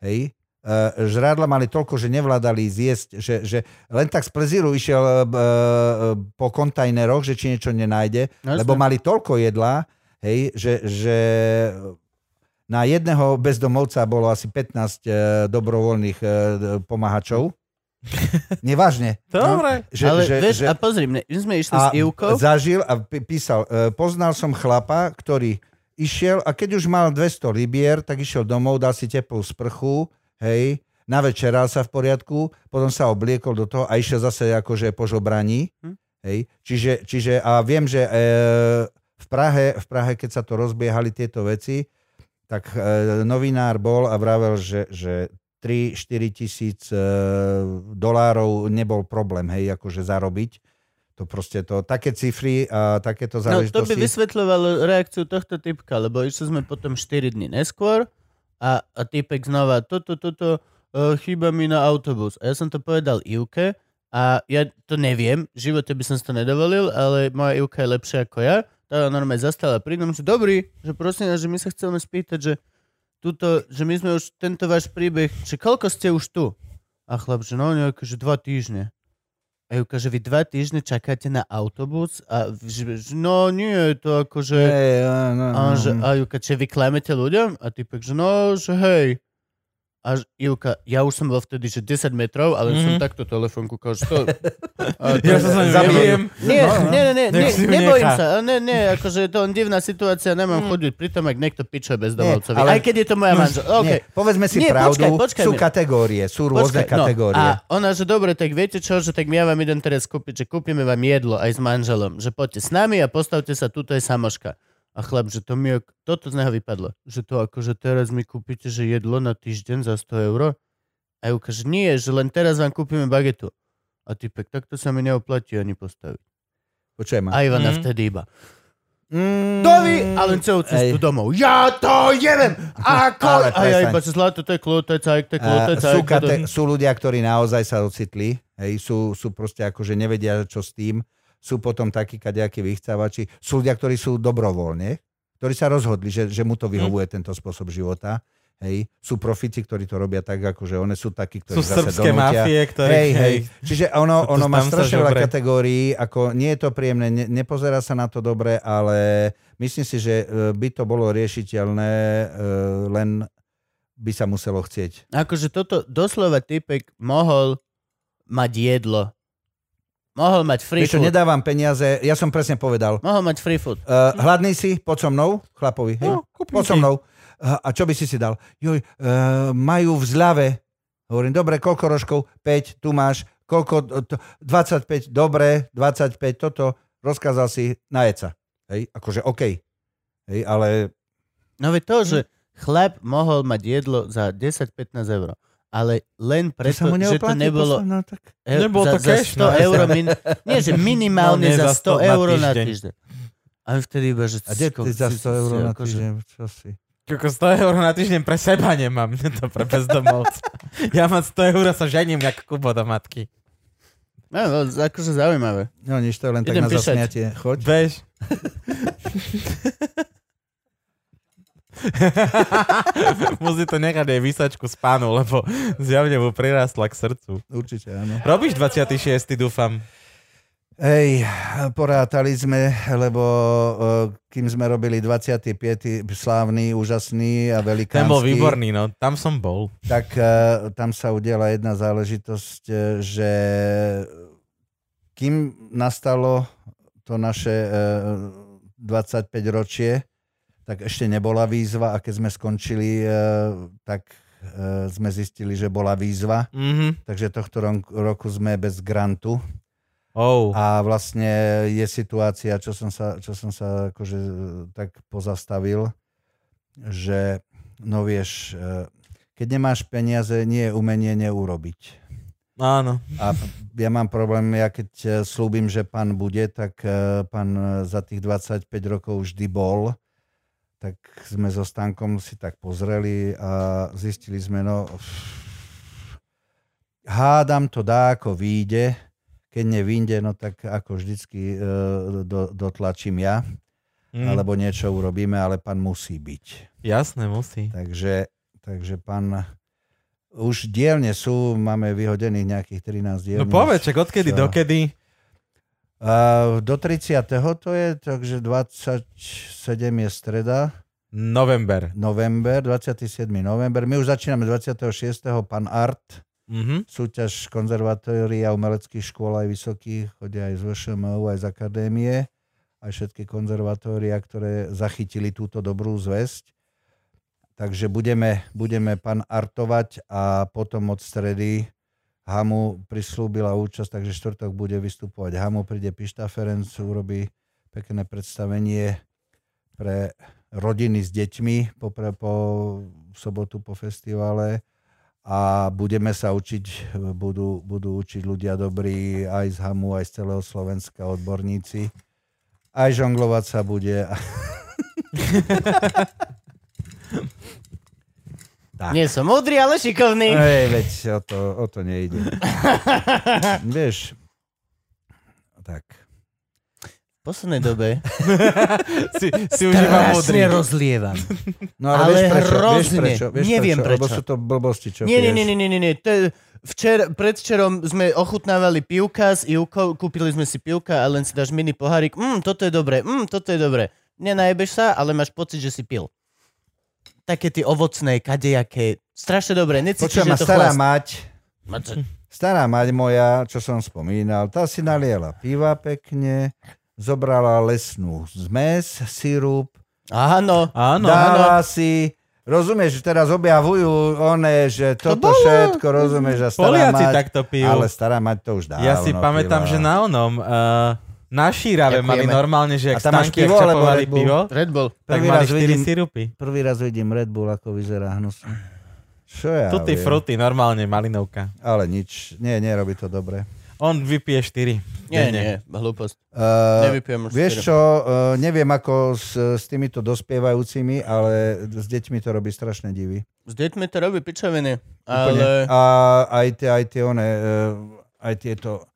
[SPEAKER 3] hej, e, žrádla mali toľko, že nevládali zjesť, že, že len tak z plezíru išiel e, b- e, po kontajneroch, že či niečo nenájde,
[SPEAKER 2] No,
[SPEAKER 3] lebo
[SPEAKER 2] jasné.
[SPEAKER 3] mali toľko jedla, hej, že, že na jedného bezdomovca bolo asi 15 e, dobrovoľných e, d- pomáhačov. Nevážne.
[SPEAKER 1] Dobre.
[SPEAKER 3] Že,
[SPEAKER 2] ale
[SPEAKER 3] že,
[SPEAKER 2] vieš,
[SPEAKER 3] že,
[SPEAKER 2] a pozri, mne, my sme išli s Ivkou.
[SPEAKER 3] zažil a p- písal, e, poznal som chlapa, ktorý išiel a keď už mal 200 libier, tak išiel domov, dal si teplú sprchu, hej, navečeral sa v poriadku, potom sa obliekol do toho a išiel zase akože po žobraní.
[SPEAKER 2] Hm.
[SPEAKER 3] Hej. Čiže, čiže a viem, že e, v, Prahe, v Prahe, keď sa to rozbiehali tieto veci, tak e, novinár bol a vravel, že, že 3-4 tisíc e, dolárov nebol problém, hej, akože zarobiť. To proste to, také cifry a takéto
[SPEAKER 2] No to by
[SPEAKER 3] záležitosti.
[SPEAKER 2] vysvetľovalo reakciu tohto typka, lebo išli sme potom 4 dní neskôr a, a typek znova toto, toto, e, chýba mi na autobus. A ja som to povedal Ivke a ja to neviem, v živote by som si to nedovolil, ale moja Ivka je lepšia ako ja. Tá ma normálne zastala pri tom, že dobrý, že prosím, vás, že my sa chceme spýtať, že tuto, že my sme už tento váš príbeh, že koľko ste už tu? A chlap, že no, nejako, že dva týždne. A ju že vy dva týždne čakáte na autobus a v- že, že no nie, je to akože...
[SPEAKER 3] Hej, áno,
[SPEAKER 2] A, on, že, a Juka, čiže vy klamete ľuďom? A typek, že no, že hej. A ž- Juka, ja už som bol vtedy, že 10 metrov, ale mm-hmm. som
[SPEAKER 1] Mhm.
[SPEAKER 2] takto telefon kúkal, že to... A to
[SPEAKER 1] Ja sa sa zabijem.
[SPEAKER 2] nie, nie, nie, nie,
[SPEAKER 1] No,
[SPEAKER 2] nie,
[SPEAKER 1] Nech si ju
[SPEAKER 2] nebojím
[SPEAKER 1] nechá.
[SPEAKER 2] sa, ne, ne, akože je to len divná situácia, nemám chodiť pri tom, ak niekto pičuje bezdomovcovi.
[SPEAKER 3] ale-
[SPEAKER 2] Aj keď je to
[SPEAKER 1] no,
[SPEAKER 2] moja manžel. Okay.
[SPEAKER 3] Nie, povedzme si
[SPEAKER 2] Nie,
[SPEAKER 3] pravdu,
[SPEAKER 2] počkaj, počkaj,
[SPEAKER 3] sú
[SPEAKER 2] Miro.
[SPEAKER 3] kategórie, sú rôzne kategórie.
[SPEAKER 2] No, a ona, že dobre, tak viete čo, že tak ja vám idem teraz kúpiť, že kúpime vám jedlo aj s manželom, že poďte s nami a postavte sa, tuto je samoška. A chlap, že to mi, ak- toto z neho vypadlo, že to akože teraz mi kúpite, že jedlo na týždeň za 100 eur. A ju že nie, že len teraz vám kúpime bagetu. A typek, takto sa mi neoplatí ani postaviť.
[SPEAKER 3] Počujem ma.
[SPEAKER 2] A Ivana
[SPEAKER 1] Mhm.
[SPEAKER 2] vtedy iba.
[SPEAKER 3] Mm,
[SPEAKER 2] To vy, ale celú cestu domov. Ja to jevem! Ako?
[SPEAKER 3] Ale
[SPEAKER 2] A ja
[SPEAKER 3] prestaň.
[SPEAKER 2] iba, že zlato, to je klo, to je cajk, to je klo, to je
[SPEAKER 3] A
[SPEAKER 2] cajk. to
[SPEAKER 3] sú,
[SPEAKER 2] je-
[SPEAKER 3] kate, sú ľudia, ktorí naozaj sa ocitli, hej, sú, sú proste akože nevedia, čo s tým, sú potom takí kadejakí vychcávači, sú ľudia, ktorí sú dobrovoľne, ktorí sa rozhodli, že, že mu
[SPEAKER 1] Mhm.
[SPEAKER 3] to vyhovuje tento spôsob života, hej, sú profici, ktorí to robia tak, akože one sú takí, ktorí
[SPEAKER 1] Sú
[SPEAKER 3] zase
[SPEAKER 1] srbské
[SPEAKER 3] donútia,
[SPEAKER 1] mafie, ktoré...
[SPEAKER 3] Hej, hej. Čiže ono,
[SPEAKER 1] To
[SPEAKER 3] ono má
[SPEAKER 1] tam sa
[SPEAKER 3] strašne veľa
[SPEAKER 1] žobre.
[SPEAKER 3] kategórií, ako nie je to príjemné, ne, nepozerá sa na to dobre, ale myslím si, že e, by to bolo riešiteľné, e, len by sa muselo chcieť.
[SPEAKER 2] Akože toto doslova typek mohol mať jedlo. Mohol mať free
[SPEAKER 3] Vieš čo,
[SPEAKER 2] food.
[SPEAKER 3] nedávam peniaze, ja som presne povedal.
[SPEAKER 2] Mohol mať free food.
[SPEAKER 3] E, hladný si, poď so mnou, chlapovi, hej,
[SPEAKER 1] No, kúpim
[SPEAKER 3] poď so
[SPEAKER 1] ti.
[SPEAKER 3] mnou. Eh, A a čo by si si dal? Joj, e, majú v zľave. Hovorím, dobre, koľko rožkov? 5, tu máš. Koľko? eh, To, 25, dobre, 25, toto. Rozkázal si na jeca. Hej, akože OK. Hej, ale
[SPEAKER 2] No veď to, že
[SPEAKER 3] Hm.
[SPEAKER 2] chlap mohol mať jedlo za 10-15 eur. Ale len preto,
[SPEAKER 3] Preto, to sa mu
[SPEAKER 2] že to
[SPEAKER 3] neoplatí
[SPEAKER 2] nebolo...
[SPEAKER 3] posledná, tak...
[SPEAKER 2] E,
[SPEAKER 1] Nebolo
[SPEAKER 2] za,
[SPEAKER 1] to
[SPEAKER 2] za
[SPEAKER 1] cash,
[SPEAKER 2] 100
[SPEAKER 1] no.
[SPEAKER 2] eur, min, nie, že minimálne
[SPEAKER 1] No, nie,
[SPEAKER 2] za 100
[SPEAKER 1] za 100 na
[SPEAKER 2] eur na
[SPEAKER 1] týždeň.
[SPEAKER 2] týždeň. A vtedy iba, že...
[SPEAKER 3] A kde ty
[SPEAKER 2] si-
[SPEAKER 3] za
[SPEAKER 2] si-
[SPEAKER 3] 100 eur
[SPEAKER 2] si-
[SPEAKER 3] na
[SPEAKER 2] akože-
[SPEAKER 3] týždeň? Čo si?
[SPEAKER 1] Koľko 100 eur na týždeň pre seba nemám, nie to pre bezdomovca. ja mám 100 eur a sa žením jak Kubo do matky.
[SPEAKER 2] No, no, akože zaujímavé.
[SPEAKER 3] No nič, to je len tak
[SPEAKER 2] Idem
[SPEAKER 3] na
[SPEAKER 2] píšať.
[SPEAKER 3] zasmiatie. Choď.
[SPEAKER 1] Bež. Musí to nechať aj výsačku z pánu, lebo zjavne mu prirastla k srdcu.
[SPEAKER 3] Určite, áno.
[SPEAKER 1] Robíš 26. dúfam.
[SPEAKER 3] Hej, porátali sme, lebo e, kým sme robili 25. slávny, úžasný a velikánsky,
[SPEAKER 1] Ten bol výborný, no. Tam som bol.
[SPEAKER 3] tak e, tam sa udiela jedna záležitosť, e, že kým nastalo to naše eh, e, 25 ročie, tak ešte nebola výzva a keď sme skončili, e, tak e, sme zistili, že bola výzva.
[SPEAKER 1] Mhm.
[SPEAKER 3] Takže tohto ron- roku sme bez grantu.
[SPEAKER 1] Oh.
[SPEAKER 3] A vlastne je situácia, čo som sa, čo som sa akože e, tak pozastavil, že no vieš, e, keď nemáš peniaze, nie je umenie neurobiť.
[SPEAKER 1] Áno.
[SPEAKER 3] A ja mám problém, ja keď e, slúbim, že pán bude, tak e, pán e, za tých 25 rokov vždy bol. Tak sme so Stankom si tak pozreli a zistili sme, no hádam to dá, ako vyjde. Keď nevyjde, no tak ako vždycky e, do, dotlačím ja,
[SPEAKER 1] Mm.
[SPEAKER 3] alebo niečo urobíme, ale pán musí byť.
[SPEAKER 1] Jasné, musí.
[SPEAKER 3] Takže, takže pán... Už dielne sú, máme vyhodených nejakých 13 dielň.
[SPEAKER 1] No povedz, čak odkedy,
[SPEAKER 3] čo?
[SPEAKER 1] dokedy?
[SPEAKER 3] A do 30. to je, takže 27 je streda,
[SPEAKER 1] November.
[SPEAKER 3] november, 27. november. My už začíname 26. Pan Art,
[SPEAKER 1] Mhm.
[SPEAKER 3] súťaž konzervatória umeleckých škôl aj vysokých, chodia aj z VŠMU, aj z akadémie, aj všetky konzervatória, ktoré zachytili túto dobrú zväzť. Takže budeme, budeme pán artovať a potom od stredy Hamu prislúbila účasť, takže štvrtok bude vystupovať Hamu, príde Pišta Ferenc, urobí pekné predstavenie pre rodiny s deťmi po, pre, po v sobotu po festivale a budeme sa učiť, budú, budú učiť ľudia dobrí aj z Hamu, aj z celého Slovenska odborníci. Aj žonglovať sa bude. tak.
[SPEAKER 2] Nie som múdry, ale šikovný.
[SPEAKER 3] Ej, veď o to, o to nejde. Vieš, tak.
[SPEAKER 2] V poslednej dobe
[SPEAKER 1] Si, si už iba modrý.
[SPEAKER 2] strašne rozlievam.
[SPEAKER 3] No
[SPEAKER 2] Ale
[SPEAKER 3] vieš prečo?
[SPEAKER 2] hrozne.
[SPEAKER 3] Vieš prečo? Vieš
[SPEAKER 2] Neviem
[SPEAKER 3] prečo? Lebo
[SPEAKER 2] prečo.
[SPEAKER 3] sú to blbosti, čo
[SPEAKER 2] Nie, nie,
[SPEAKER 3] piješ.
[SPEAKER 2] nie, nie, nie, nie, nie. To je, včer, predvčerom sme ochutnávali pivka s Ivkou, kúpili sme si pivka a len si dáš mini pohárik. Mm, toto je dobré, mm, toto je dobré. Nenajebeš sa, ale máš pocit, že si pil. Také tie ovocné, kadejaké, strašne dobré. Necítiš,
[SPEAKER 3] Počujem,
[SPEAKER 2] že
[SPEAKER 3] ma
[SPEAKER 2] to
[SPEAKER 3] stará
[SPEAKER 2] chlast.
[SPEAKER 3] mať,
[SPEAKER 2] Ma to-
[SPEAKER 3] stará mať moja, čo som spomínal, tá si naliela piva pekne, zobrala lesnú zmes, sirup,
[SPEAKER 2] Áno.
[SPEAKER 1] Áno, áno.
[SPEAKER 3] dáva si... Rozumieš, že teraz objavujú one, že
[SPEAKER 2] To
[SPEAKER 3] toto
[SPEAKER 2] bolo.
[SPEAKER 3] všetko, rozumieš, a stará
[SPEAKER 1] Poliaci
[SPEAKER 3] mať,
[SPEAKER 1] takto pijú.
[SPEAKER 3] Ale stará mať to už dávno
[SPEAKER 1] Ja si pamätám,
[SPEAKER 3] pila.
[SPEAKER 1] že na onom, uh, na Šírave
[SPEAKER 2] Ďakujeme.
[SPEAKER 1] mali normálne, že
[SPEAKER 3] A
[SPEAKER 1] ak
[SPEAKER 3] tam máš
[SPEAKER 1] stanky, ak
[SPEAKER 3] pivo, alebo
[SPEAKER 1] čapovali
[SPEAKER 3] Red Bull?
[SPEAKER 1] pivo,
[SPEAKER 2] Red Bull.
[SPEAKER 1] tak
[SPEAKER 3] Prvý
[SPEAKER 1] mali
[SPEAKER 3] raz
[SPEAKER 1] 4
[SPEAKER 3] vidím-
[SPEAKER 1] sirupy.
[SPEAKER 3] Prvý raz vidím Red Bull, ako vyzerá hnusne. Čo ja
[SPEAKER 1] Tutti
[SPEAKER 3] viem.
[SPEAKER 1] frutti, normálne malinovka.
[SPEAKER 3] Ale nič, nie, nerobí to dobre.
[SPEAKER 1] On vypije 4.
[SPEAKER 2] Nie, nie, hlúposť.
[SPEAKER 3] Uh,
[SPEAKER 2] Nevypijem už
[SPEAKER 3] vieš
[SPEAKER 2] štyri.
[SPEAKER 3] čo, uh, neviem ako s, s týmito dospievajúcimi, ale s deťmi to robí strašné divy.
[SPEAKER 2] S deťmi to robí pičoviny,
[SPEAKER 3] Úplne.
[SPEAKER 2] ale...
[SPEAKER 3] A aj tie, aj tie one, uh, aj tieto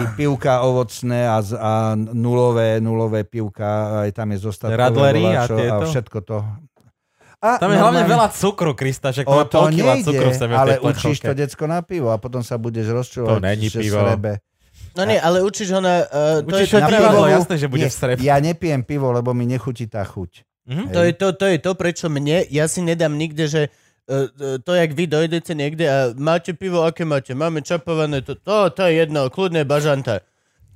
[SPEAKER 3] i pivka ovocné a, z- a nulové, nulové pivka, aj tam je zostatkové.
[SPEAKER 1] Radlery a
[SPEAKER 3] voláčo
[SPEAKER 1] tieto?
[SPEAKER 3] A všetko to. A
[SPEAKER 1] Tam je hlavne
[SPEAKER 3] normálne-
[SPEAKER 1] veľa cukru, Krista, že
[SPEAKER 3] O
[SPEAKER 1] má
[SPEAKER 3] to
[SPEAKER 1] pol kila
[SPEAKER 3] nejde,
[SPEAKER 1] cukru v sebe v tej
[SPEAKER 3] ale
[SPEAKER 1] plechovke.
[SPEAKER 3] učíš to decko na pivo a potom sa budeš rozčulovať,
[SPEAKER 1] To není
[SPEAKER 3] že
[SPEAKER 1] pivo.
[SPEAKER 3] srebe.
[SPEAKER 2] No nie, ale učíš ho na... Uh, to, je
[SPEAKER 1] Učíš
[SPEAKER 2] to,
[SPEAKER 1] ho
[SPEAKER 3] Na
[SPEAKER 1] divadlo,
[SPEAKER 3] pivovú-
[SPEAKER 1] jasné, že bude
[SPEAKER 3] Nie,
[SPEAKER 1] v srebe.
[SPEAKER 3] Ja nepijem pivo, lebo mi nechutí tá chuť.
[SPEAKER 1] Mhm.
[SPEAKER 2] to, je to, to je to, prečo mne, ja si nedám nikde, že eh, eh, to, jak vy dojdete niekde a máte pivo, aké máte, máme čapované, to, to, to je jedno, kľudné bažanta.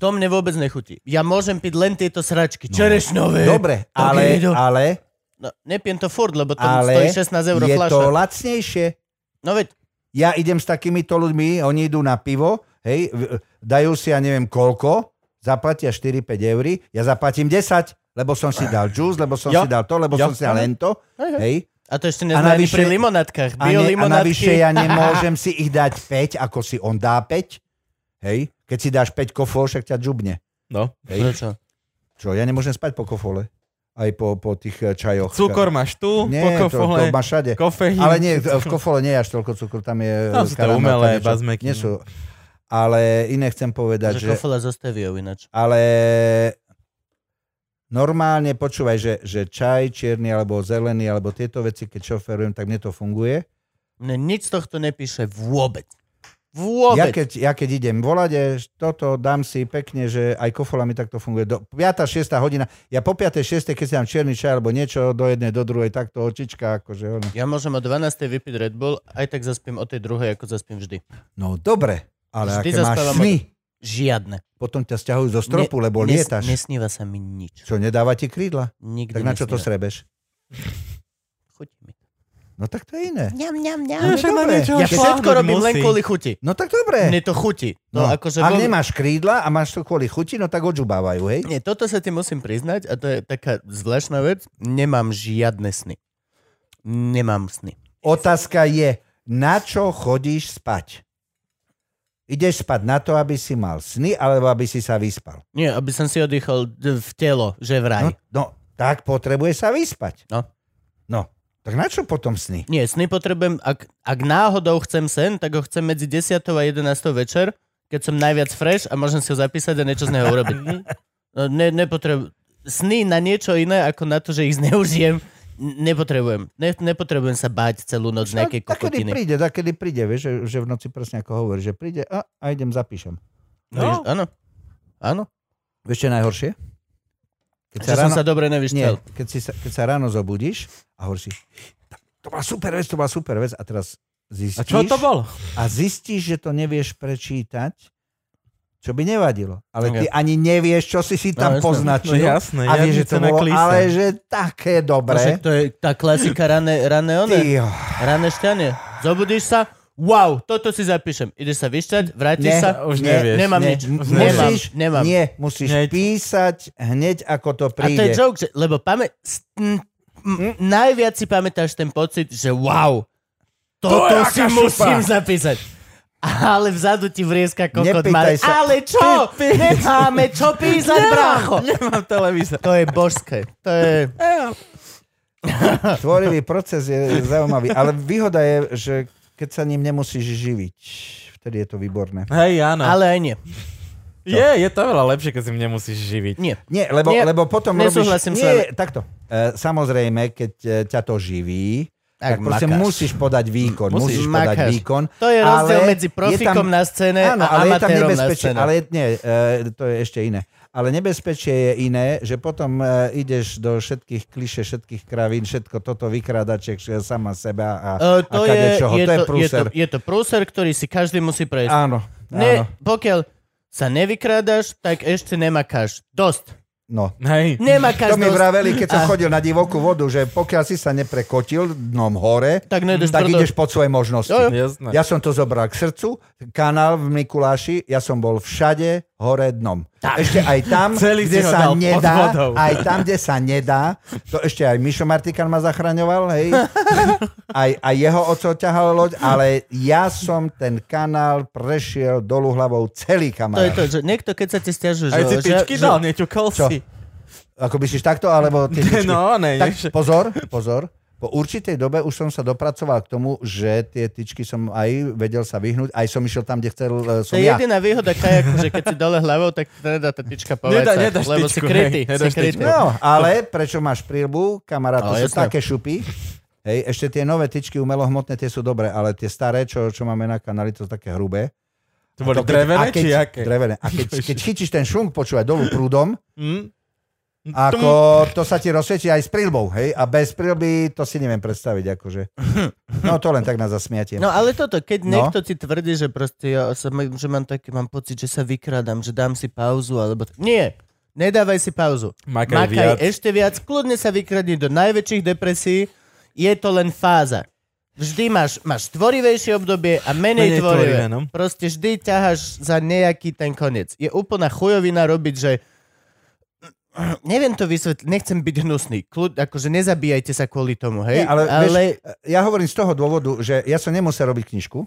[SPEAKER 2] To mne vôbec nechutí. Ja môžem piť len tieto sračky. No. Čerešnové.
[SPEAKER 3] Dobre,
[SPEAKER 2] také
[SPEAKER 3] ale,
[SPEAKER 2] jedno.
[SPEAKER 3] ale,
[SPEAKER 2] No, nepijem to furt, lebo to
[SPEAKER 3] ale
[SPEAKER 2] stojí 16 eur
[SPEAKER 3] je
[SPEAKER 2] fľaša.
[SPEAKER 3] to lacnejšie.
[SPEAKER 2] No veď,
[SPEAKER 3] Ja idem s takýmito ľuďmi, oni idú na pivo, hej, v- dajú si ja neviem koľko, zaplatia 4-5 eur, ja zaplatím 10, lebo som si dal juice, lebo som
[SPEAKER 1] Jo.
[SPEAKER 3] si dal to, lebo
[SPEAKER 1] Jo.
[SPEAKER 3] som si dal len to,
[SPEAKER 2] Hej, hej.
[SPEAKER 3] hej.
[SPEAKER 2] a to ešte neznám ani
[SPEAKER 3] navyše-
[SPEAKER 2] pri limonátkach.
[SPEAKER 3] A, ne, a
[SPEAKER 2] Biolimonátky.
[SPEAKER 3] navyše ja nemôžem si ich dať 5, ako si on dá 5, hej. Keď si dáš 5 kofol, však ťa džubne.
[SPEAKER 1] No.
[SPEAKER 3] Hej.
[SPEAKER 2] Prečo?
[SPEAKER 3] Čo, ja nemôžem spať po kofole. Aj po, po tých eh, čajoch.
[SPEAKER 1] Cukor máš tu,
[SPEAKER 3] Nie,
[SPEAKER 1] po
[SPEAKER 3] to,
[SPEAKER 1] kofole,
[SPEAKER 3] to máš všade.
[SPEAKER 1] kofeín.
[SPEAKER 3] Ale nie, v kofole nie je až toľko cukru, tam je... e,
[SPEAKER 1] Tam sú to
[SPEAKER 3] karamel,
[SPEAKER 1] umelé
[SPEAKER 3] niečo.
[SPEAKER 1] bazmeky,
[SPEAKER 3] Nie
[SPEAKER 1] no.
[SPEAKER 3] sú. Ale iné chcem
[SPEAKER 2] Že
[SPEAKER 3] povedať, že...
[SPEAKER 2] kofola zostaví ináč.
[SPEAKER 3] Ale normálne počúvaj, že, že čaj čierny alebo zelený alebo tieto veci, keď šoferujem, tak mne to funguje.
[SPEAKER 2] Mne nič z tohto nepíše vôbec. Vôbec.
[SPEAKER 3] Ja keď, ja keď idem volať, je, že toto dám si pekne, že aj kofola mi takto funguje. Do 5. 6. hodina, ja po 5. 6. keď si dám čierny čaj alebo niečo, do jednej, do druhej, takto očička, akože ono.
[SPEAKER 2] Ja môžem o 12. vypiť Red Bull, aj tak zaspím o tej druhej, ako zaspím vždy.
[SPEAKER 3] No dobre, ale
[SPEAKER 2] Vždy
[SPEAKER 3] aké máš
[SPEAKER 2] zastávam-
[SPEAKER 3] sny,
[SPEAKER 2] Žiadne.
[SPEAKER 3] potom ťa stiahujú zo stropu, lebo
[SPEAKER 2] Nes-
[SPEAKER 3] lietaš.
[SPEAKER 2] Nesníva sa mi nič.
[SPEAKER 3] Čo, nedáva ti krídla?
[SPEAKER 2] Nikdy
[SPEAKER 3] Tak na čo to
[SPEAKER 2] nesníva.
[SPEAKER 3] srebeš?
[SPEAKER 2] Chutí mi.
[SPEAKER 3] No tak to je iné.
[SPEAKER 2] Ňam, ňam, ňam.
[SPEAKER 1] No,
[SPEAKER 3] Ale
[SPEAKER 1] však na
[SPEAKER 3] dobre.
[SPEAKER 1] niečo
[SPEAKER 2] Ja
[SPEAKER 1] šláhnuť
[SPEAKER 2] všetko robím len
[SPEAKER 1] musí.
[SPEAKER 2] kvôli chuti.
[SPEAKER 3] No tak dobre.
[SPEAKER 2] Mne to chutí. To
[SPEAKER 3] No,
[SPEAKER 2] akože
[SPEAKER 3] ak
[SPEAKER 2] veľmi-
[SPEAKER 3] nemáš krídla a máš to kvôli chuti, no tak odžubávajú, hej?
[SPEAKER 2] Nie, toto sa ti musím priznať a to je taká zvláštna vec. Nemám žiadne sny. Nemám sny.
[SPEAKER 3] Otázka je, na čo chodíš spať? Ideš spať na to, aby si mal sny, alebo aby si sa vyspal?
[SPEAKER 2] Nie, aby som si oddychol d- v telo, že vraj.
[SPEAKER 3] No, no tak potrebuje sa vyspať.
[SPEAKER 2] No.
[SPEAKER 3] No, tak na čo potom sny?
[SPEAKER 2] Nie, sny potrebujem, ak, ak náhodou chcem sen, tak ho chcem medzi 10. a 11. večer, keď som najviac fresh a môžem si ho zapísať a niečo z neho urobiť.
[SPEAKER 3] Mhm.
[SPEAKER 2] No, ne, nepotrebu- sny na niečo iné, ako na to, že ich zneužijem, n- nepotrebujem. Ne, nepotrebujem sa báť celú noc
[SPEAKER 3] No,
[SPEAKER 2] nejakej
[SPEAKER 3] kedy
[SPEAKER 2] kokotiny.
[SPEAKER 3] príde, tak kedy príde, vieš, že, že v noci presne ako hovorí, že príde a, a idem zapíšem.
[SPEAKER 2] Vieš,
[SPEAKER 1] No.
[SPEAKER 2] Áno. Áno.
[SPEAKER 3] Vieš, čo je najhoršie? Keď
[SPEAKER 2] Že som sa dobre nevyštel.
[SPEAKER 3] Nie, keď, si sa, keď sa ráno zobudíš a hovoríš si, "Tak, to bola super vec, to bola super vec a teraz
[SPEAKER 1] A
[SPEAKER 3] zistíš
[SPEAKER 1] čo to bolo?
[SPEAKER 3] a zistíš, že to nevieš prečítať Čo by nevadilo. Ale
[SPEAKER 1] No,
[SPEAKER 3] ty ani nevieš, čo si si tam
[SPEAKER 2] jasné.
[SPEAKER 3] poznačil.
[SPEAKER 1] No, jasné,
[SPEAKER 3] a vieš, že
[SPEAKER 1] jadnice
[SPEAKER 3] to
[SPEAKER 1] na
[SPEAKER 3] bolo,
[SPEAKER 1] klíse.
[SPEAKER 3] ale že také
[SPEAKER 2] No, Však
[SPEAKER 3] dobré.
[SPEAKER 2] to je tá klasika rané, rané one.
[SPEAKER 3] Ty,
[SPEAKER 2] Rané šťanie. Zobudíš sa, wow, toto si zapíšem. Ideš sa vyšťať, vrátiš
[SPEAKER 3] Ne,
[SPEAKER 2] sa.
[SPEAKER 1] Už
[SPEAKER 3] Nie,
[SPEAKER 1] nevieš.
[SPEAKER 2] nemám
[SPEAKER 3] Ne,
[SPEAKER 2] nič.
[SPEAKER 1] nemám,
[SPEAKER 3] musíš,
[SPEAKER 2] nemám.
[SPEAKER 3] Nie, musíš
[SPEAKER 1] Hneď.
[SPEAKER 3] písať hneď, ako to
[SPEAKER 2] A to je
[SPEAKER 3] príde. Hm?
[SPEAKER 2] joke, že, lebo pamä... s- m- m- najviac si pamätáš ten pocit, že wow, toto si
[SPEAKER 1] je aká šupa.
[SPEAKER 2] musím zapísať. Ale vzadu ti vrieska kokot
[SPEAKER 3] Nepýtaj
[SPEAKER 2] malý.
[SPEAKER 3] sa.
[SPEAKER 2] Ale čo? Nemáme čo písať, brácho. No.
[SPEAKER 1] Nemám televízor.
[SPEAKER 2] To je božské. To je...
[SPEAKER 3] Tvorivý proces je zaujímavý, ale výhoda je, že keď sa ním nemusíš živiť, vtedy je to výborné.
[SPEAKER 1] Hej, áno.
[SPEAKER 2] Ale aj nie.
[SPEAKER 1] Je, je to veľa lepšie, keď si nemusíš živiť.
[SPEAKER 2] Nie.
[SPEAKER 3] Nie, lebo,
[SPEAKER 2] Nie,
[SPEAKER 3] lebo potom
[SPEAKER 2] nesúhlasím s
[SPEAKER 3] robíš... Nie, takto. E, samozrejme, keď e, ťa to živí,
[SPEAKER 2] Ak
[SPEAKER 3] tak proste
[SPEAKER 2] makáš.
[SPEAKER 3] musíš podať výkon.
[SPEAKER 2] Musíš.
[SPEAKER 3] Musíš, podať
[SPEAKER 2] Makáš.
[SPEAKER 3] výkon.
[SPEAKER 2] To je rozdiel
[SPEAKER 3] ale
[SPEAKER 2] medzi profikom
[SPEAKER 3] je tam,
[SPEAKER 2] na scéne
[SPEAKER 3] áno,
[SPEAKER 2] a
[SPEAKER 3] ale je tam
[SPEAKER 2] amatérom na
[SPEAKER 3] nebezpečie,
[SPEAKER 2] scéne.
[SPEAKER 3] Ale nie, e, to je ešte iné. Ale nebezpečie je iné, že potom e, ideš do všetkých kliše, všetkých kravín, všetko toto vykrádaček že sama seba a,
[SPEAKER 2] Uh,
[SPEAKER 3] a
[SPEAKER 2] to, je,
[SPEAKER 3] kadečoho.
[SPEAKER 2] je,
[SPEAKER 3] to je
[SPEAKER 2] to, je, to,
[SPEAKER 3] prúser.
[SPEAKER 2] je to prúser, ktorý si každý musí prejsť.
[SPEAKER 3] Áno, áno.
[SPEAKER 2] Ne, pokiaľ sa nevykrádaš, tak ešte nemakáš. Dosť.
[SPEAKER 3] No.
[SPEAKER 1] Hej.
[SPEAKER 2] Nemakáš
[SPEAKER 3] To
[SPEAKER 2] dosť.
[SPEAKER 3] mi vraveli, keď som chodil na divokú vodu, že pokiaľ si sa neprekotil dnom hore,
[SPEAKER 2] Tak nejdeš
[SPEAKER 3] tak
[SPEAKER 2] brdo.
[SPEAKER 3] ideš pod svoje možnosti.
[SPEAKER 2] Jo,
[SPEAKER 1] Jasné.
[SPEAKER 3] Ja som to zobral k srdcu, kanál v Mikuláši, ja som bol všade hore dnom. Tak. Ešte aj tam,
[SPEAKER 1] Celý si
[SPEAKER 3] kde
[SPEAKER 1] ho
[SPEAKER 3] sa
[SPEAKER 1] dal pod
[SPEAKER 3] nedá,
[SPEAKER 1] vodou.
[SPEAKER 3] aj tam, kde sa nedá, to ešte aj Mišo Martikan ma zachraňoval, hej, aj, aj jeho oco ťahal loď, ale ja som ten kanál prešiel dolu hlavou celý
[SPEAKER 2] To je
[SPEAKER 3] kamarát.
[SPEAKER 2] to, že niekto, keď sa ti stiažuje,
[SPEAKER 1] Aj No,
[SPEAKER 2] že,
[SPEAKER 1] si
[SPEAKER 2] že,
[SPEAKER 1] tyčky
[SPEAKER 2] že,
[SPEAKER 1] dal, neťukal
[SPEAKER 3] Čo?
[SPEAKER 1] si.
[SPEAKER 3] Ako by si takto, alebo... tie tyčky?
[SPEAKER 1] No, ne,
[SPEAKER 3] tak
[SPEAKER 1] nie, že-
[SPEAKER 3] pozor, pozor. Po určitej dobe už som sa dopracoval k tomu, že tie tyčky som aj vedel sa vyhnúť, aj som išiel tam, kde chcel e,
[SPEAKER 2] to
[SPEAKER 3] som
[SPEAKER 2] je
[SPEAKER 3] ja.
[SPEAKER 2] jediná výhoda kajaku, že keď si dole hlavou, tak ti nedá tá tyčka povedať.
[SPEAKER 1] Nedá- nedáš
[SPEAKER 2] lebo si
[SPEAKER 1] tyčku, hej,
[SPEAKER 2] krytý. si
[SPEAKER 1] nedáš
[SPEAKER 2] krytý.
[SPEAKER 1] tyčku.
[SPEAKER 3] No, ale prečo máš príľbu? Kamarát, to
[SPEAKER 2] No,
[SPEAKER 3] sú
[SPEAKER 2] jasné.
[SPEAKER 3] také šupy. Hej, ešte tie nové tyčky umelohmotné, tie sú dobré, ale tie staré, čo, čo máme na kanáli, to sú také hrubé.
[SPEAKER 1] To boli
[SPEAKER 3] To keď- a
[SPEAKER 1] drevené
[SPEAKER 3] keď-
[SPEAKER 1] či aké?
[SPEAKER 3] Drevené. A keď, keď chytíš ten šunk, počúvaj, dolu prúdom,
[SPEAKER 1] Hm?
[SPEAKER 3] Ako to sa ti rozsvieti aj s príľbou, hej? A bez príľby to si neviem predstaviť, akože. No to len tak na zasmiatie.
[SPEAKER 2] No ale toto, keď
[SPEAKER 3] No.
[SPEAKER 2] niekto ti tvrdí, že proste ja sa, že mám taký, mám pocit, že sa vykrádam, že dám si pauzu, alebo... t- Nie, nedávaj si pauzu.
[SPEAKER 1] Makaj
[SPEAKER 2] Makaj
[SPEAKER 1] viac.
[SPEAKER 2] ešte viac, kľudne sa vykradni do najväčších depresí, je to len fáza. Vždy máš, máš tvorivejšie obdobie a menej,
[SPEAKER 1] Menej
[SPEAKER 2] tvorivé.
[SPEAKER 1] tvorivé, no.
[SPEAKER 2] Proste vždy ťaháš za nejaký ten koniec. Je úplná chujovina robiť, že neviem to vysvetliť, nechcem byť hnusný. Kľud, akože nezabíjajte sa kvôli tomu, hej?
[SPEAKER 3] Nie, ale,
[SPEAKER 2] ale...
[SPEAKER 3] ale... Vieš, e, ja hovorím z toho dôvodu, že ja som nemusel robiť knižku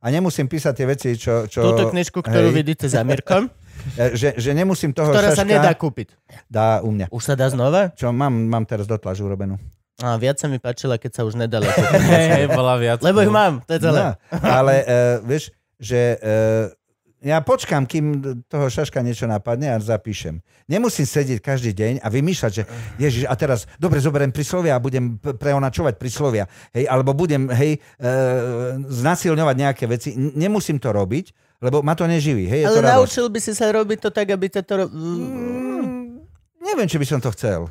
[SPEAKER 3] a nemusím písať tie veci, čo... čo
[SPEAKER 2] Túto knižku, ktorú
[SPEAKER 3] hej, e,
[SPEAKER 2] vidíte za Mirkom,
[SPEAKER 3] že, že nemusím toho
[SPEAKER 2] ktorá sa
[SPEAKER 3] šaška,
[SPEAKER 2] nedá kúpiť.
[SPEAKER 3] Dá u mňa.
[SPEAKER 2] Už sa dá znova?
[SPEAKER 3] Čo mám, mám teraz dotlač urobenú.
[SPEAKER 2] A viac sa mi páčila, keď sa už nedala kúpiť.
[SPEAKER 1] Hej, hej, bola viac.
[SPEAKER 2] Lebo ich mám, to je celé.
[SPEAKER 3] No, ale uh, vieš, že uh, ja počkam, kým toho šaška niečo napadne a zapíšem. Nemusím sedieť každý deň a vymýšľať, že ježiš, a teraz dobre zoberiem príslovia a budem p- preonačovať príslovia. Hej, alebo budem, hej, uh, znasilňovať nejaké veci. N- Nemusím to robiť, lebo ma to neživí. Hej, je
[SPEAKER 2] Ale
[SPEAKER 3] to radosť.
[SPEAKER 2] naučil by si sa robiť to tak, aby ťa to... ro- Mm,
[SPEAKER 3] Neviem, či by som to chcel.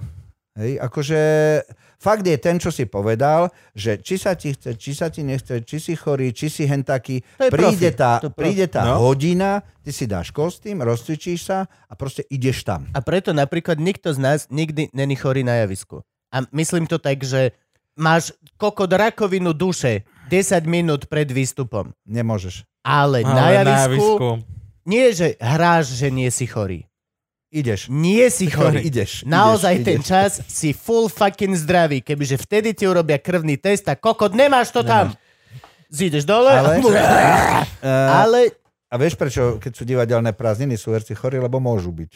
[SPEAKER 3] Hej, akože fakt je ten, čo si povedal, že či sa ti chce, či sa ti nechce, či si chorý, či si hentaký,
[SPEAKER 2] To je
[SPEAKER 3] príde
[SPEAKER 2] profi.
[SPEAKER 3] tá,
[SPEAKER 2] To je profi.
[SPEAKER 3] príde tá
[SPEAKER 1] No.
[SPEAKER 3] hodina, ty si dáš kostým, rozcvičíš sa a proste ideš tam.
[SPEAKER 2] A preto napríklad nikto z nás nikdy není chorý na javisku. A myslím to tak, že máš kokot rakovinu duše 10 minút pred výstupom.
[SPEAKER 3] Nemôžeš.
[SPEAKER 2] Ale, na,
[SPEAKER 1] Ale
[SPEAKER 2] javisku, nie, že hráš, že nie si chorý.
[SPEAKER 3] Ideš.
[SPEAKER 2] Nie si chorý.
[SPEAKER 3] Ideš.
[SPEAKER 2] Naozaj
[SPEAKER 3] ideš,
[SPEAKER 2] ten
[SPEAKER 3] ideš.
[SPEAKER 2] čas si full fucking zdravý, kebyže vtedy ti urobia krvný test a kokot, nemáš to tam. Zídeš dole, ale,
[SPEAKER 3] Ale- Eh,
[SPEAKER 2] ale
[SPEAKER 3] a vieš prečo, keď sú divadelné prázdniny, sú herci chorí, lebo môžu byť.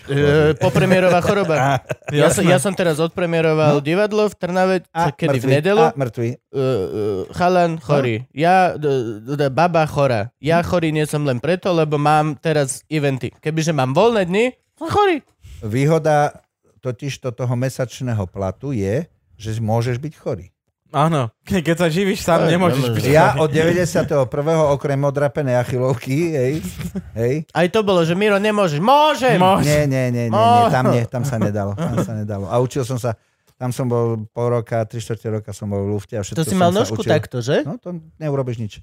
[SPEAKER 2] e,
[SPEAKER 3] chorí.
[SPEAKER 2] popremierová choroba. Ja, som, ja som teraz odpremieroval divadlo v Trnave, čo, kedy v
[SPEAKER 3] mŕtvi,
[SPEAKER 2] nedelu.
[SPEAKER 3] A mŕtvi.
[SPEAKER 2] uh, chalan chorý. Ja, d- d- baba chora. Ja chorý nie som len preto, lebo mám teraz eventy. Kebyže mám voľné dni, som chorý.
[SPEAKER 3] Výhoda totiž to toho mesačného platu je, že môžeš byť chorý.
[SPEAKER 1] Áno, ke- keď sa živíš sám,
[SPEAKER 2] Hej,
[SPEAKER 1] nemôžeš
[SPEAKER 2] nemôžeš.
[SPEAKER 1] byť
[SPEAKER 3] Ja od 91. okrem odrapenej achilovky, hej, hej.
[SPEAKER 2] Aj to bolo, že Miro, nemôžeš. Môžem! Mo-
[SPEAKER 1] Môž.
[SPEAKER 3] Nie, nie, nie, nie, nie, tam nie, tam sa nedalo, tam sa nedalo. A učil som sa, tam som bol pol roka, tri štvrte roka som bol v lufte a všetko
[SPEAKER 2] to si
[SPEAKER 3] som
[SPEAKER 2] mal
[SPEAKER 3] sa
[SPEAKER 2] nožku
[SPEAKER 3] učil.
[SPEAKER 2] takto, že?
[SPEAKER 3] No, to neurobiš nič.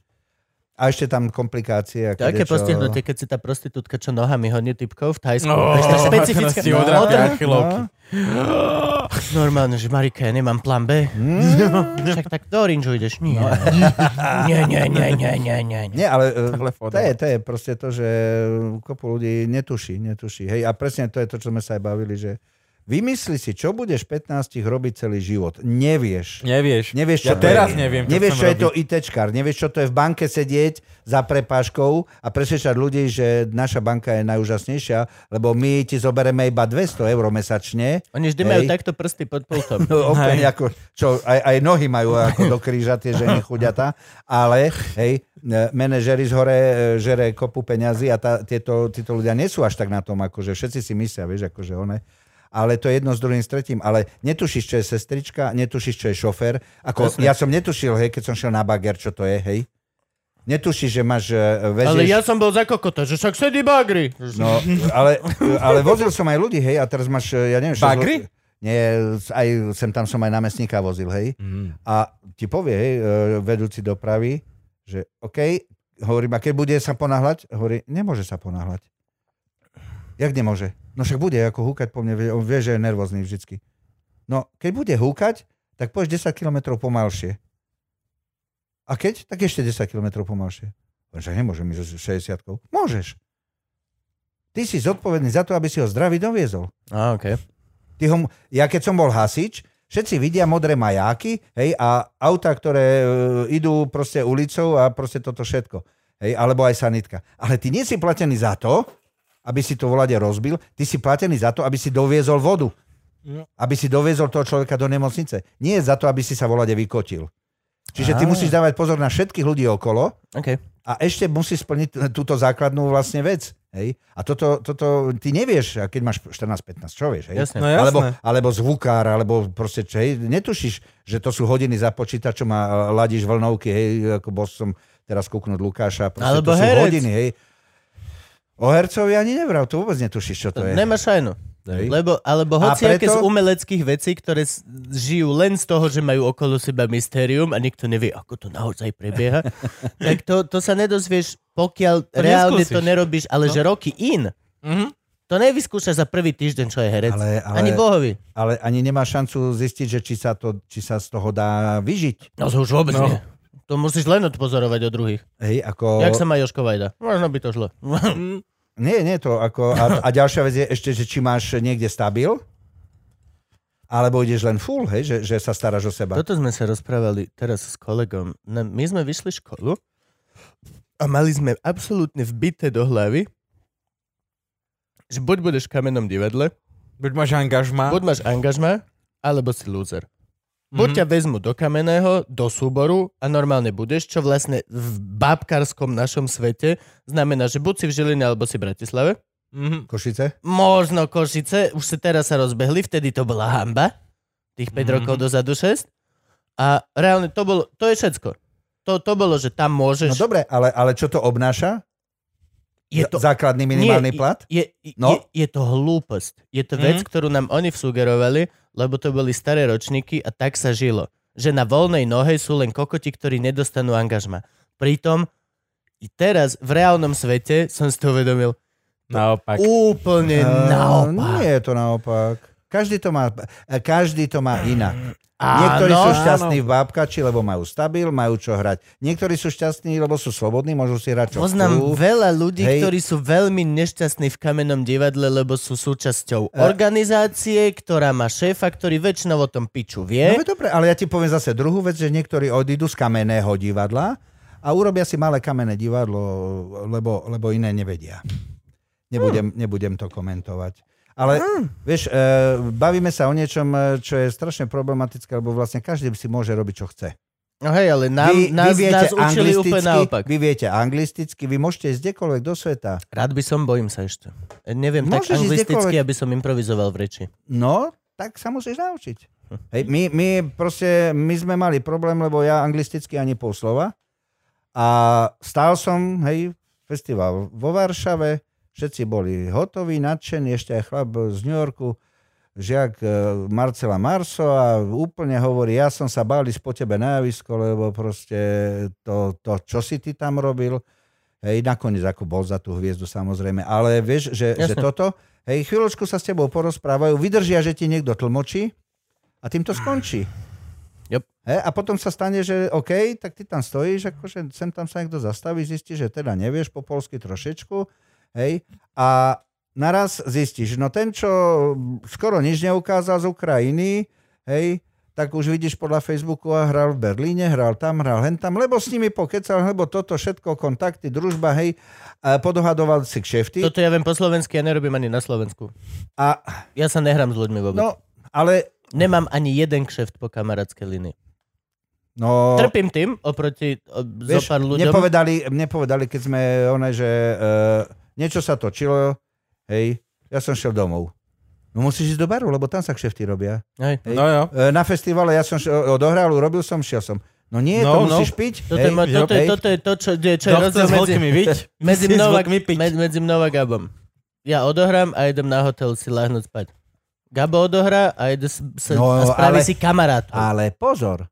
[SPEAKER 3] A ešte tam komplikácie. a
[SPEAKER 2] To je aké
[SPEAKER 3] kadečo.
[SPEAKER 2] postihnutie, keď si tá prostitútka, čo nohami honí typkov v Thajsku.
[SPEAKER 1] No,
[SPEAKER 2] Vieš, to je špecifické.
[SPEAKER 1] teraz ti
[SPEAKER 2] No,
[SPEAKER 1] odrapia.
[SPEAKER 2] odra-
[SPEAKER 1] achilovky.
[SPEAKER 2] Normálne, že Marika, ja nemám plán B.
[SPEAKER 3] Mm.
[SPEAKER 2] Však tak do Orange ideš.
[SPEAKER 3] No.
[SPEAKER 2] Nie. Nie, nie, nie, nie, nie, nie, nie.
[SPEAKER 3] Nie, ale e,
[SPEAKER 1] Takhle
[SPEAKER 3] to je, to je proste to, že kopu ľudí netuší, netuší. Hej, a presne to je to, čo sme sa aj bavili, že vymysli si, čo budeš 15 robiť celý život. Nevieš.
[SPEAKER 1] Nevieš.
[SPEAKER 3] Nevieš,
[SPEAKER 1] ja
[SPEAKER 3] čo
[SPEAKER 1] teraz
[SPEAKER 3] to je.
[SPEAKER 1] neviem, čo
[SPEAKER 3] Nevieš,
[SPEAKER 1] chcem
[SPEAKER 3] čo je
[SPEAKER 1] robiť.
[SPEAKER 3] to ITčkar, nevieš, čo to je v banke sedieť za prepážkou a presvedčať ľudí, že naša banka je najúžasnejšia, lebo my ti zoberieme iba 200 eur mesačne.
[SPEAKER 2] Oni vždy majú
[SPEAKER 3] Hej.
[SPEAKER 2] takto prsty pod pultom.
[SPEAKER 3] No, opäť ako, čo, aj, aj nohy majú ako do kríža tie ženy chuďata, ale hej, e, manažeri z hore e, žere kopu peňazí a tá, tieto, títo ľudia nie sú až tak na tom, akože všetci si myslia, vieš, akože one, ale to je jedno s druhým, s tretím. Ale netušíš, čo je sestrička, netušíš, čo je šofér. Ako, ja som netušil, hej, keď som šiel na bager, čo to je, hej. Netušíš, že máš... e, Vezieš...
[SPEAKER 2] Ale ja som bol za kokota, že však sedí bagri.
[SPEAKER 3] No, ale, ale vozil som aj ľudí, hej, a teraz máš, e, ja neviem... čo-
[SPEAKER 1] Bagry?
[SPEAKER 3] Nie, aj sem tam som aj námestníka vozil, hej.
[SPEAKER 1] Mm.
[SPEAKER 3] A ti povie, hej, e, vedúci dopravy, že OK, hovorím, a keď bude sa ponáhľať? Hovorí, nemôže sa ponáhľať. Jak nemôže? No však bude ako húkať po mne, vie- on vie, že je nervózny vždycky. No, keď bude húkať, tak pôjdeš 10 km pomalšie. A keď? Tak ešte 10 km pomalšie. Hovorím, Však nemôžem ísť so 60 Môžeš. Ty si zodpovedný za to, aby si ho zdravý doviezol.
[SPEAKER 2] A, okay.
[SPEAKER 3] Ty ho, mu- ja keď som bol hasič, všetci vidia modré majáky hej, a auta, ktoré e, idú proste ulicou a proste toto všetko. Hej, alebo aj sanitka. Ale ty nie si platený za to, aby si to volade rozbil, ty si platený za to, aby si doviezol vodu.
[SPEAKER 1] No.
[SPEAKER 3] Aby si doviezol toho človeka do nemocnice. Nie za to, aby si sa volade vykotil. Čiže ty
[SPEAKER 2] Á.
[SPEAKER 3] musíš dávať pozor na všetkých ľudí okolo,
[SPEAKER 2] Okay.
[SPEAKER 3] a ešte musí splniť túto základnú vlastne vec. Hej? A toto, toto ty nevieš, a keď máš 14-15, čo vieš? Hej?
[SPEAKER 2] Jasne.
[SPEAKER 1] No jasné.
[SPEAKER 3] Alebo, alebo zvukár, alebo proste, čo, hej, netušíš, že to sú hodiny za počítačom a ladíš vlnovky, hej, ako bol som teraz kúknúť Lukáša, proste
[SPEAKER 2] Alebo
[SPEAKER 3] to sú
[SPEAKER 2] herec.
[SPEAKER 3] hodiny, hej. O hercovi ani nevral, to vôbec netušíš, čo to je.
[SPEAKER 2] Nemáš ajno.
[SPEAKER 3] Hej.
[SPEAKER 2] Lebo, alebo
[SPEAKER 3] A
[SPEAKER 2] hociaké z
[SPEAKER 3] preto-
[SPEAKER 2] umeleckých vecí, ktoré s- žijú len z toho, že majú okolo seba mystérium a nikto nevie, ako to naozaj prebieha, tak to, to sa nedozvieš, pokiaľ to reálne
[SPEAKER 1] neskúsiš.
[SPEAKER 2] to nerobíš, ale no. že roky in.
[SPEAKER 1] Mhm.
[SPEAKER 2] To nevyskúšaš za prvý týždeň, čo je herec.
[SPEAKER 3] Ale- ale-
[SPEAKER 2] Ani bohovi.
[SPEAKER 3] Ale ani nemá šancu zistiť, že či sa, to, či sa z toho dá vyžiť.
[SPEAKER 2] No to už vôbec
[SPEAKER 1] No.
[SPEAKER 2] nie. To musíš len odpozorovať od druhých.
[SPEAKER 3] Hej, ako...
[SPEAKER 2] Jak sa má Joško Vajda? Možno by to šlo.
[SPEAKER 1] Mhm.
[SPEAKER 3] Nie, nie to ako... A, a ďalšia vec je ešte, že či máš niekde stabil, alebo ideš len full, hej, že, že sa staráš o seba.
[SPEAKER 2] Toto sme sa rozprávali teraz s kolegom. Na- My sme vyšli školu a mali sme absolútne vbité do hlavy, že buď budeš v kamennom divadle,
[SPEAKER 1] Buď máš angažma.
[SPEAKER 2] buď máš angažma, alebo si loser. Buď
[SPEAKER 1] Mhm.
[SPEAKER 2] ťa vezmu do kamenného, do súboru a normálne budeš, čo vlastne v babkárskom našom svete znamená, že buď si v Žiline, alebo si v Bratislave.
[SPEAKER 1] Mhm.
[SPEAKER 3] Košice?
[SPEAKER 2] Možno Košice, už sa teraz sa rozbehli, vtedy to bola hamba, tých 5 mm-hmm.
[SPEAKER 1] Mhm.
[SPEAKER 2] rokov dozadu 6. A reálne to bolo, to je všetko. To, to bolo, že tam
[SPEAKER 3] No
[SPEAKER 2] môžeš...
[SPEAKER 3] dobre, ale, ale čo to obnáša?
[SPEAKER 2] je to,
[SPEAKER 3] Z- Základný minimálny
[SPEAKER 2] nie,
[SPEAKER 3] plat?
[SPEAKER 2] Je, je,
[SPEAKER 3] No.
[SPEAKER 2] je, je to hlúposť. Je to vec,
[SPEAKER 1] Mhm.
[SPEAKER 2] ktorú nám oni vsugerovali, lebo to boli staré ročníky a tak sa žilo. Že na voľnej nohe sú len kokoti, ktorí nedostanú angažma. Pritom i teraz v reálnom svete som si to uvedomil
[SPEAKER 1] Naopak.
[SPEAKER 2] úplne
[SPEAKER 3] Eh,
[SPEAKER 2] naopak.
[SPEAKER 3] Nie je to naopak. Každý to má, eh, každý to má inak.
[SPEAKER 2] Áno.
[SPEAKER 3] Niektorí sú šťastní v bábkači, lebo majú stabil, majú čo hrať. Niektorí sú šťastní, lebo sú slobodní, môžu si hrať čo
[SPEAKER 2] Poznám
[SPEAKER 3] chcú.
[SPEAKER 2] veľa ľudí,
[SPEAKER 3] Hej.
[SPEAKER 2] Hej. ktorí sú veľmi nešťastní v kamennom divadle, lebo sú súčasťou
[SPEAKER 3] E.
[SPEAKER 2] organizácie, ktorá má šéfa, ktorý väčšinou o tom piču
[SPEAKER 3] No
[SPEAKER 2] vie.
[SPEAKER 3] veď dobre, ale ja ti poviem zase druhú vec, že niektorí odídu z kamenného divadla a urobia si malé kamenné divadlo, lebo, lebo iné nevedia.
[SPEAKER 2] Hm.
[SPEAKER 3] Nebudem, nebudem to komentovať. Ale vieš, e, bavíme sa o niečom, e, čo je strašne problematické, lebo vlastne každý si môže robiť, čo chce.
[SPEAKER 2] No hej, ale nám,
[SPEAKER 3] vy,
[SPEAKER 2] nás,
[SPEAKER 3] vy
[SPEAKER 2] nás
[SPEAKER 3] viete
[SPEAKER 2] učili úplne
[SPEAKER 3] anglisticky,
[SPEAKER 2] naopak.
[SPEAKER 3] Vy viete anglisticky, vy môžete ísť kdekoľvek do sveta.
[SPEAKER 2] Rád by som, bojím sa ešte. E, Neviem
[SPEAKER 3] Môžeš ísť
[SPEAKER 2] tak anglisticky,
[SPEAKER 3] kdekoľvek.
[SPEAKER 2] aby som improvizoval v reči.
[SPEAKER 3] No, tak sa musíš naučiť. Hej, my, my, proste, my sme mali problém, lebo ja anglisticky ani pol slova. A stál som, hej, festival vo Varšave, všetci boli hotoví, nadšení, ešte aj chlap z New Yorku, e, žiak e, Marcela Marso a úplne hovorí, ja som sa bál ísť po tebe na javisko, lebo proste to, to čo si ty tam robil, hej, nakoniec ako bol za tú hviezdu samozrejme, ale vieš, že, že
[SPEAKER 2] Jasne.
[SPEAKER 3] toto, hej, chvíľočku sa s tebou porozprávajú, vydržia, že ti niekto tlmočí a tým to skončí.
[SPEAKER 2] Yep.
[SPEAKER 3] Hej, a potom sa stane, že OK, tak ty tam stojíš, akože sem tam sa niekto zastaví, zistí, že teda nevieš po polsky trošičku, hej, a naraz zistíš, no ten, čo skoro nič neukázal z Ukrajiny, hej, tak už vidíš podľa Facebooku a hral v Berlíne, hral tam, hral hen tam, lebo s nimi pokecal, lebo toto všetko, kontakty, družba, hej, a podohadoval si kšefty.
[SPEAKER 2] Toto ja viem po slovensky, ja nerobím ani na Slovensku.
[SPEAKER 3] A,
[SPEAKER 2] Ja sa nehrám s ľuďmi vôbec.
[SPEAKER 3] no, ale,
[SPEAKER 2] Nemám ani jeden kšeft po kamarátskej línii.
[SPEAKER 3] no...
[SPEAKER 2] Trpím tým oproti o,
[SPEAKER 3] Vieš,
[SPEAKER 2] zo pár ľuďom.
[SPEAKER 3] nepovedali, nepovedali, keď sme one, že e, niečo sa točilo, hej, ja som šiel domov. No musíš ísť do baru, lebo tam sa kšefty robia.
[SPEAKER 2] Hej.
[SPEAKER 3] Hej.
[SPEAKER 1] No jo.
[SPEAKER 3] E, na festivale ja som šiel, odohral, urobil som, šiel som. No nie,
[SPEAKER 1] No,
[SPEAKER 3] to
[SPEAKER 1] no.
[SPEAKER 3] musíš piť.
[SPEAKER 2] Toto, je, ma- toto, je, toto je to, čo, je,
[SPEAKER 3] No,
[SPEAKER 2] čo je
[SPEAKER 1] Kto
[SPEAKER 2] rozdiel
[SPEAKER 1] chce s
[SPEAKER 2] medzi,
[SPEAKER 1] veľkými byť?
[SPEAKER 2] medzi,
[SPEAKER 1] musí s
[SPEAKER 2] mnou a,
[SPEAKER 1] veľkými piť.
[SPEAKER 2] med, medzi mnou a Gabom. Ja odohrám a idem na hotel si lahnúť spať. Gabo odohrá a, ide s, sa,
[SPEAKER 3] No,
[SPEAKER 2] a spraví
[SPEAKER 3] ale-
[SPEAKER 2] si kamarátov.
[SPEAKER 3] Ale pozor.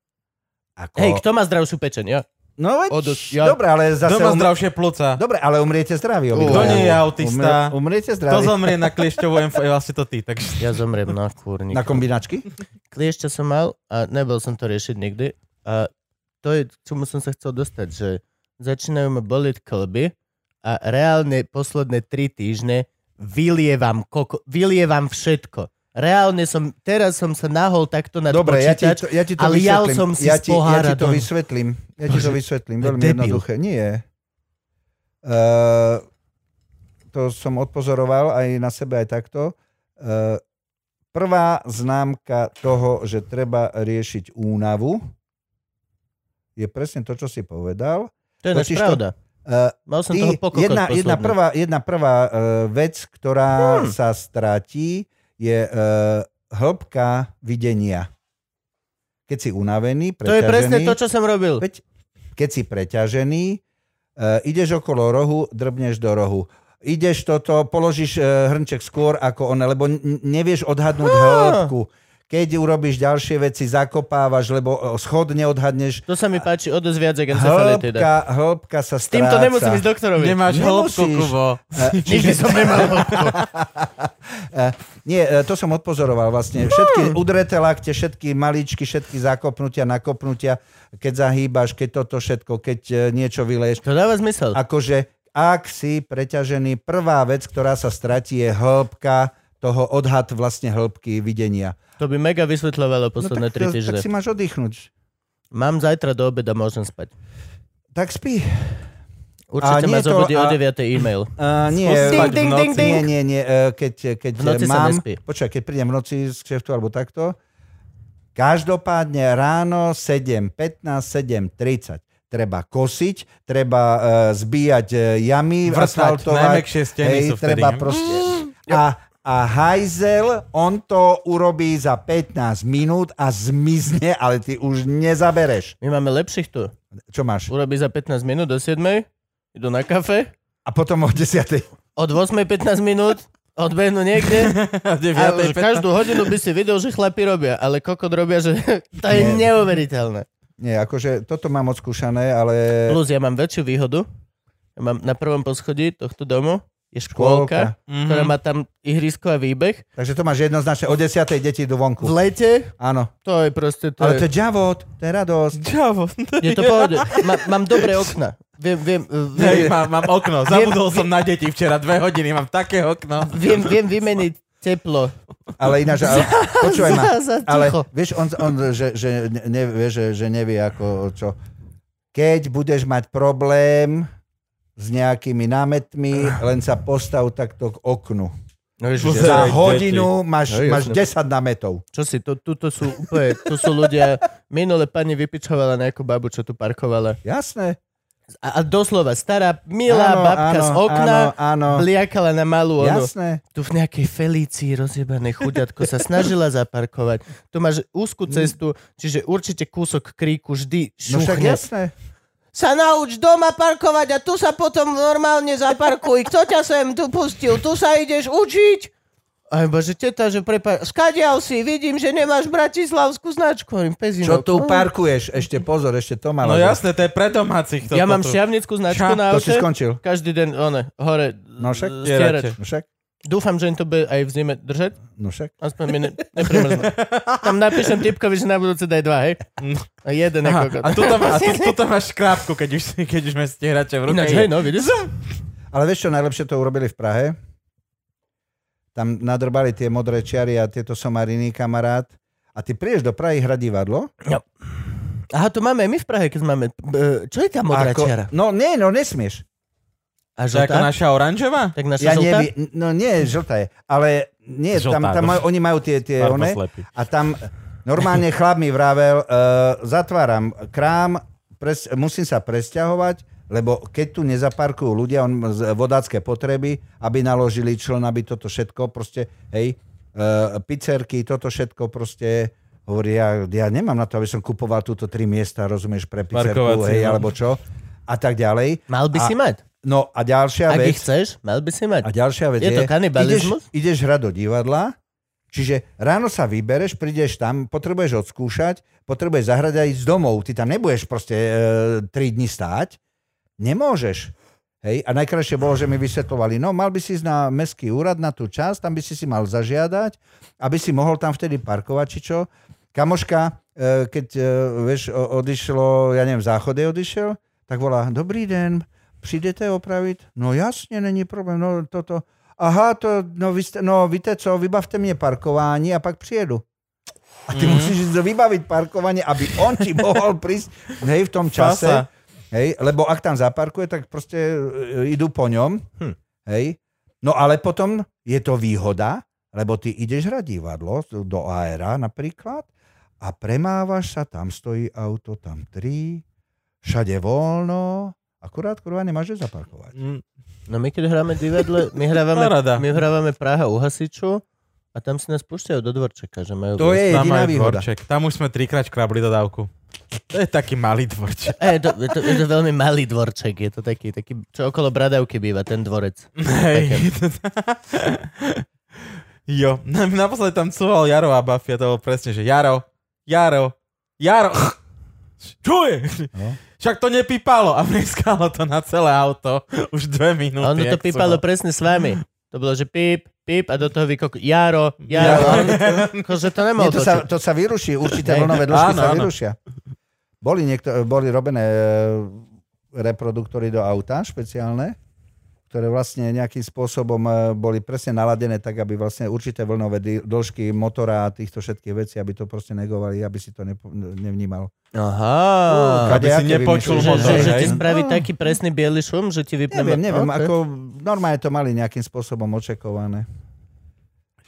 [SPEAKER 3] Ako...
[SPEAKER 2] Hej, kto má zdravšiu pečeň? Ja.
[SPEAKER 3] No veď,
[SPEAKER 2] Odo- ja-
[SPEAKER 3] dobre, ale zase...
[SPEAKER 1] Kto má
[SPEAKER 3] umr-
[SPEAKER 1] zdravšie plúca?
[SPEAKER 3] Dobre, ale umriete
[SPEAKER 1] Kto
[SPEAKER 3] zdraví.
[SPEAKER 2] no
[SPEAKER 3] obidvaja.
[SPEAKER 1] nie je autista?
[SPEAKER 3] Umr- umriete
[SPEAKER 1] Kto
[SPEAKER 3] zdraví.
[SPEAKER 1] zomrie na kliešťovú MF, je vlastne to ty. Takže...
[SPEAKER 2] ja zomriem na kúrnik.
[SPEAKER 3] Na kombinačky?
[SPEAKER 2] kliešťa som mal a nebol som to riešiť nikdy. A to je, k čomu som sa chcel dostať, že začínajú ma boliť klby a reálne posledné tri týždne vylievam, koko, vylievam všetko. Reálne som, teraz som sa nahol takto na
[SPEAKER 3] Dobre, ja ti,
[SPEAKER 2] počítač.
[SPEAKER 3] to, ja ti to
[SPEAKER 2] ale
[SPEAKER 3] vysvetlím.
[SPEAKER 2] jal som si z
[SPEAKER 3] ja ti, ja
[SPEAKER 2] pohára
[SPEAKER 3] ti to
[SPEAKER 2] dom-
[SPEAKER 3] vysvetlím. Ja ti to
[SPEAKER 2] to
[SPEAKER 3] vysvetlím.
[SPEAKER 2] je
[SPEAKER 3] Veľmi
[SPEAKER 2] debil.
[SPEAKER 3] jednoduché. Nie. Uh, to som odpozoroval aj na sebe, aj takto. Uh, prvá známka toho, že treba riešiť únavu, je presne to, čo si povedal.
[SPEAKER 2] to je naša
[SPEAKER 3] totiž to-
[SPEAKER 2] pravda.
[SPEAKER 3] Uh,
[SPEAKER 2] Mal som
[SPEAKER 3] ty-
[SPEAKER 2] toho pokokot
[SPEAKER 3] jedna,
[SPEAKER 2] posledný.
[SPEAKER 3] jedna
[SPEAKER 2] Hmm.
[SPEAKER 3] prvá, jedna prvá uh, vec, ktorá sa stratí, je uh, hĺbka videnia. Keď si unavený,
[SPEAKER 2] To je
[SPEAKER 3] preťažený,
[SPEAKER 2] presne to, čo som robil.
[SPEAKER 3] Veď, keď si preťažený, uh, ideš okolo rohu, drbneš do rohu. Ideš toto, položíš uh, hrnček skôr ako on, lebo n- nevieš odhadnúť hĺbku. Keď urobíš ďalšie veci, zakopávaš, lebo eh, schod neodhadneš.
[SPEAKER 2] To sa mi páči o dosť viac, ako encefalitida.
[SPEAKER 3] Hĺbka, hĺbka sa
[SPEAKER 2] S týmto
[SPEAKER 3] stráca.
[SPEAKER 2] nemusím ísť doktorovi.
[SPEAKER 1] Nemáš
[SPEAKER 3] Nemusíš.
[SPEAKER 1] hĺbku, Kubo.
[SPEAKER 3] Eh,
[SPEAKER 2] Nikdy som nemal hĺbku.
[SPEAKER 3] Eh, Nie, eh, to som odpozoroval
[SPEAKER 2] Mm.
[SPEAKER 3] vlastne. Všetky udreté lakte, všetky maličky, všetky zakopnutia, nakopnutia, keď zahýbaš, keď toto všetko, keď eh, niečo vyleješ.
[SPEAKER 2] To dáva zmysel.
[SPEAKER 3] Akože, ak si preťažený, prvá vec, ktorá sa stratí, je hĺbka toho odhad vlastne hĺbky videnia. No
[SPEAKER 2] To by mega vysvetľovalo posledné tri
[SPEAKER 3] tak, tak
[SPEAKER 2] týždne.
[SPEAKER 3] si máš oddychnúť.
[SPEAKER 2] Mám zajtra do obeda, môžem spať.
[SPEAKER 3] Tak spí.
[SPEAKER 2] Určite
[SPEAKER 3] A
[SPEAKER 2] ma
[SPEAKER 3] nie to-
[SPEAKER 2] zobudí o
[SPEAKER 3] a-
[SPEAKER 2] 9. e-mail.
[SPEAKER 3] Uh, nie,
[SPEAKER 1] Skús
[SPEAKER 2] Ding,
[SPEAKER 1] spať v
[SPEAKER 2] ding,
[SPEAKER 1] noci.
[SPEAKER 2] ding, ding.
[SPEAKER 3] nie, nie, nie. eh, Keď, keď
[SPEAKER 2] V noci sa
[SPEAKER 3] mám,
[SPEAKER 2] nespí.
[SPEAKER 3] Počkaj, keď prídem v noci z kšeftu alebo takto, každopádne ráno 7.15, 7.30 treba kosiť, treba eh, zbíjať eh, jamy,
[SPEAKER 1] Vrtať,
[SPEAKER 3] asfaltovať.
[SPEAKER 1] najmäkšie steny
[SPEAKER 3] hej,
[SPEAKER 1] sú vtedy.
[SPEAKER 3] treba
[SPEAKER 2] hm?
[SPEAKER 3] proste...
[SPEAKER 2] Mm.
[SPEAKER 3] A, a hajzel, on to urobí za 15 minút a zmizne, ale ty už nezabereš.
[SPEAKER 2] My máme lepších tu.
[SPEAKER 3] Čo máš?
[SPEAKER 2] Urobí za 15 minút do 7. Idú na kafe.
[SPEAKER 3] A potom o 10.
[SPEAKER 2] Od 8. 15 minút odbehnú niekde. A už každú hodinu by si videl, že chlapi robia. Ale kokot robia, že to je
[SPEAKER 3] Nie.
[SPEAKER 2] neuveriteľné.
[SPEAKER 3] Nie, akože toto mám odskúšané, ale...
[SPEAKER 2] Plus ja mám väčšiu výhodu. Ja mám na prvom poschodí tohto domu je škôlka, ktorá má tam ihrisko a výbeh.
[SPEAKER 3] Takže to máš jednoznačne. O 10. deti idú
[SPEAKER 2] V
[SPEAKER 3] vonku.
[SPEAKER 2] lete
[SPEAKER 3] Áno.
[SPEAKER 2] to je proste... To
[SPEAKER 3] Ale
[SPEAKER 2] je...
[SPEAKER 3] to je džavot, to je radosť.
[SPEAKER 2] Je to pohode. Má, mám dobré okna. Viem, viem, viem,
[SPEAKER 1] Hej, mám, mám okno. Zabudol som na deti včera dve hodiny. Mám také okno. No
[SPEAKER 2] viem, viem vymeniť teplo.
[SPEAKER 3] Ale ináč, ale, počúvaj ma.
[SPEAKER 2] Za, za
[SPEAKER 3] Ale
[SPEAKER 2] ticho.
[SPEAKER 3] vieš, on, on že, že, ne, ne- vieš, že, že nevie ako čo. Keď budeš mať problém s nejakými námetmi, len sa postav takto k oknu.
[SPEAKER 2] No,
[SPEAKER 1] Pozeraj
[SPEAKER 2] za-
[SPEAKER 3] Za
[SPEAKER 1] deti.
[SPEAKER 3] hodinu máš,
[SPEAKER 2] No, jasné.
[SPEAKER 3] máš 10 námetov.
[SPEAKER 2] čo si, to, tuto sú úplne, to sú ľudia, minule pani vypičovala nejakú babu, čo tu parkovala.
[SPEAKER 3] Jasné.
[SPEAKER 2] A, a doslova, stará, milá
[SPEAKER 3] Áno,
[SPEAKER 2] babka
[SPEAKER 3] áno,
[SPEAKER 2] z okna,
[SPEAKER 3] áno, áno.
[SPEAKER 2] bliakala na malú onu.
[SPEAKER 3] Jasné.
[SPEAKER 2] Tu v nejakej felícii rozjebané chuďatko sa snažila zaparkovať. Tu máš úzku cestu, čiže určite kúsok kríku vždy
[SPEAKER 3] No však
[SPEAKER 2] šuchne.
[SPEAKER 3] jasné.
[SPEAKER 2] sa nauč doma parkovať a tu sa potom normálne zaparkuj. Kto ťa sem tu pustil? Tu sa ideš učiť? Aj bože, teta, že prepáč, skadial si, vidím, že nemáš bratislavskú značku. Hovorím, pezinok.
[SPEAKER 3] Čo tu parkuješ? Ešte pozor, ešte to
[SPEAKER 1] No
[SPEAKER 3] malo.
[SPEAKER 1] jasné, to je pre domácich. Toto
[SPEAKER 2] Ja mám
[SPEAKER 1] tu.
[SPEAKER 2] šiavnickú značku
[SPEAKER 1] Ča,
[SPEAKER 2] na
[SPEAKER 3] To
[SPEAKER 2] aute.
[SPEAKER 3] si skončil.
[SPEAKER 2] Každý den, one, hore.
[SPEAKER 3] No však.
[SPEAKER 2] e, stierač.
[SPEAKER 1] Stierate.
[SPEAKER 3] No však.
[SPEAKER 2] Dúfam, že im to bude aj v zime držať.
[SPEAKER 3] No však.
[SPEAKER 2] Aspoň mi ne, neprimrzne. Tam napíšem typkovi, že na budúce daj dva, hej? A jeden
[SPEAKER 1] Aha,
[SPEAKER 2] ako...
[SPEAKER 1] a tuto, má, a tu, tuto máš škrápku, keď už, keď už máš stierače v ruke.
[SPEAKER 2] Ináč, hej, no, vidíš?
[SPEAKER 3] Ale vieš čo, najlepšie to urobili v Prahe. Tam nadrbali tie modré čiary a tieto somariny, kamarát. A ty prídeš do Prahy hrať divadlo.
[SPEAKER 2] Aha, to máme aj my v Prahe, keď máme... e, Čo je tá modrá
[SPEAKER 3] Ako-
[SPEAKER 2] čiara?
[SPEAKER 3] No nie, no nesmieš.
[SPEAKER 2] A
[SPEAKER 1] To je ako
[SPEAKER 2] žltá?
[SPEAKER 1] naša oranžová?
[SPEAKER 2] Tak naša
[SPEAKER 3] Ja
[SPEAKER 2] žltá?
[SPEAKER 3] neviem, no nie, žltá je. Ale nie,
[SPEAKER 1] Žltá,
[SPEAKER 3] tam, tam
[SPEAKER 1] no.
[SPEAKER 3] majú, oni majú tie, tie
[SPEAKER 1] Farba
[SPEAKER 3] one.
[SPEAKER 1] slepý.
[SPEAKER 3] A tam normálne chlap mi vravel, uh, zatváram krám, pres, musím sa presťahovať, lebo keď tu nezaparkujú ľudia on, z vodácké potreby, aby naložili člen, aby toto všetko proste, hej, uh, pizzerky, toto všetko proste, hovorí, ja, ja nemám na to, aby som kupoval túto tri miesta, rozumieš, pre pizzerku,
[SPEAKER 1] Parkovacie, no.
[SPEAKER 3] hej, alebo čo, a tak ďalej.
[SPEAKER 2] Mal by
[SPEAKER 3] a,
[SPEAKER 2] si mať.
[SPEAKER 3] No a ďalšia
[SPEAKER 2] Ak
[SPEAKER 3] vec...
[SPEAKER 2] ich chceš, mal by si mať.
[SPEAKER 3] A ďalšia vec
[SPEAKER 2] Je
[SPEAKER 3] je,
[SPEAKER 2] to kanibalizmus?
[SPEAKER 3] Ideš, ideš hrať do divadla, čiže ráno sa vybereš, prídeš tam, potrebuješ odskúšať, potrebuješ zahrať aj z domov, ty tam nebudeš proste e, 3 dní stáť, nemôžeš. Hej, a najkrajšie bolo, že mi vysvetlovali, no mal by si ísť na mestský úrad na tú časť, tam by si si mal zažiadať, aby si mohol tam vtedy parkovať, či čo. Kamoška, e, keď e, vieš, o- odišlo, ja neviem, v záchode odišiel, tak volá, dobrý den, prídete opraviť? No jasne, není problém, no toto. Aha, to, no, vy ste, no víte co, vybavte mne parkování a pak prijedu. A ty mm. musíš ísť vybaviť parkovanie, aby on ti mohol prísť hej, v tom čase.
[SPEAKER 1] Časa.
[SPEAKER 3] Hej, lebo ak tam zaparkuje, tak proste e, idú po ňom. Hm. Hej. No ale potom je to výhoda, lebo ty ideš hrať divadlo do ARA napríklad a premávaš sa, tam stojí auto, tam tri, všade voľno, akurát kurva nemáš kde zaparkovať.
[SPEAKER 1] Mm,
[SPEAKER 2] No my keď hráme divadlo, my hrávame,
[SPEAKER 1] Paráda.
[SPEAKER 2] my hrávame Praha u hasiču a tam si nás púšťajú do dvorčeka, že majú...
[SPEAKER 3] To je
[SPEAKER 1] tam
[SPEAKER 3] jediná
[SPEAKER 1] aj
[SPEAKER 3] výhoda.
[SPEAKER 1] dvorček. Tam už sme trikrát škrabli dodávku. To je taký malý dvorček.
[SPEAKER 2] E, je, to, je, to, je to veľmi malý dvorček, je to taký, taký, čo okolo Bradavky býva, ten dvorec.
[SPEAKER 1] Hej. jo, na- naposledy tam cúval Jaro a Buffy a to bolo presne, že Jaro, Jaro, Jaro. Čo je?
[SPEAKER 3] No.
[SPEAKER 1] Však to nepípalo a vrieskalo to na celé auto už dve
[SPEAKER 3] No,
[SPEAKER 1] minúty.
[SPEAKER 2] A ono to
[SPEAKER 1] jak
[SPEAKER 2] pípalo
[SPEAKER 1] cúval.
[SPEAKER 2] presne s vami. To bolo, že píp, píp a do toho vykok... Jaro, Jaro.
[SPEAKER 1] Jaro.
[SPEAKER 2] A on- Akože to nemohol
[SPEAKER 3] Nie, to, sa,
[SPEAKER 2] točiť.
[SPEAKER 3] to sa vyruší, určité
[SPEAKER 2] Hej.
[SPEAKER 3] vlnové dĺžky
[SPEAKER 1] Áno,
[SPEAKER 3] sa
[SPEAKER 1] áno.
[SPEAKER 3] vyrušia. Boli, niekto, boli robené e, reproduktory do auta špeciálne, ktoré vlastne nejakým spôsobom e, boli presne naladené tak, aby vlastne určité vlnové dý- dĺžky motora a týchto všetkých vecí, aby to proste negovali, aby si to nepo, nevnímal.
[SPEAKER 2] Aha.
[SPEAKER 3] Ka-
[SPEAKER 1] Aby si
[SPEAKER 3] Kadejaké
[SPEAKER 1] nepočul
[SPEAKER 2] Že,
[SPEAKER 3] vymysleli.
[SPEAKER 2] že,
[SPEAKER 1] motor,
[SPEAKER 2] že
[SPEAKER 1] hej?
[SPEAKER 2] ti spraví
[SPEAKER 3] No.
[SPEAKER 2] taký presný biely šum, že ti vypne...
[SPEAKER 3] Neviem, neviem,
[SPEAKER 1] no,
[SPEAKER 2] Ok.
[SPEAKER 3] ako normálne to mali nejakým spôsobom očakované.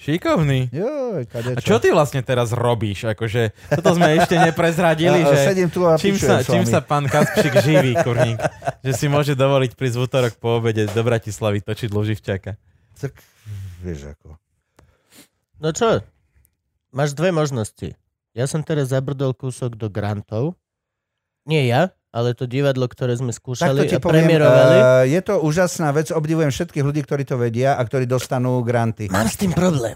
[SPEAKER 1] Šikovný.
[SPEAKER 3] Joj,
[SPEAKER 1] A
[SPEAKER 3] kadečo.
[SPEAKER 1] čo ty vlastne teraz robíš? Akože, toto sme ešte neprezradili,
[SPEAKER 3] Ja,
[SPEAKER 1] že
[SPEAKER 3] Sedím tu a
[SPEAKER 1] čím sa,
[SPEAKER 3] pičujem s
[SPEAKER 1] čím
[SPEAKER 3] vami.
[SPEAKER 1] sa pán Kaspšik živí, kurník? Že si môže dovoliť prísť v útorok po obede do Bratislavy točiť loživčaka.
[SPEAKER 3] Tak, vieš ako.
[SPEAKER 2] No čo? Máš dve možnosti. Ja som teraz zabrdol kúsok do grantov. Nie ja, ale to divadlo, ktoré sme skúšali a premiérovali.
[SPEAKER 3] eh, je to úžasná vec, obdivujem všetkých ľudí, ktorí to vedia a ktorí dostanú granty.
[SPEAKER 2] Mám s tým problém.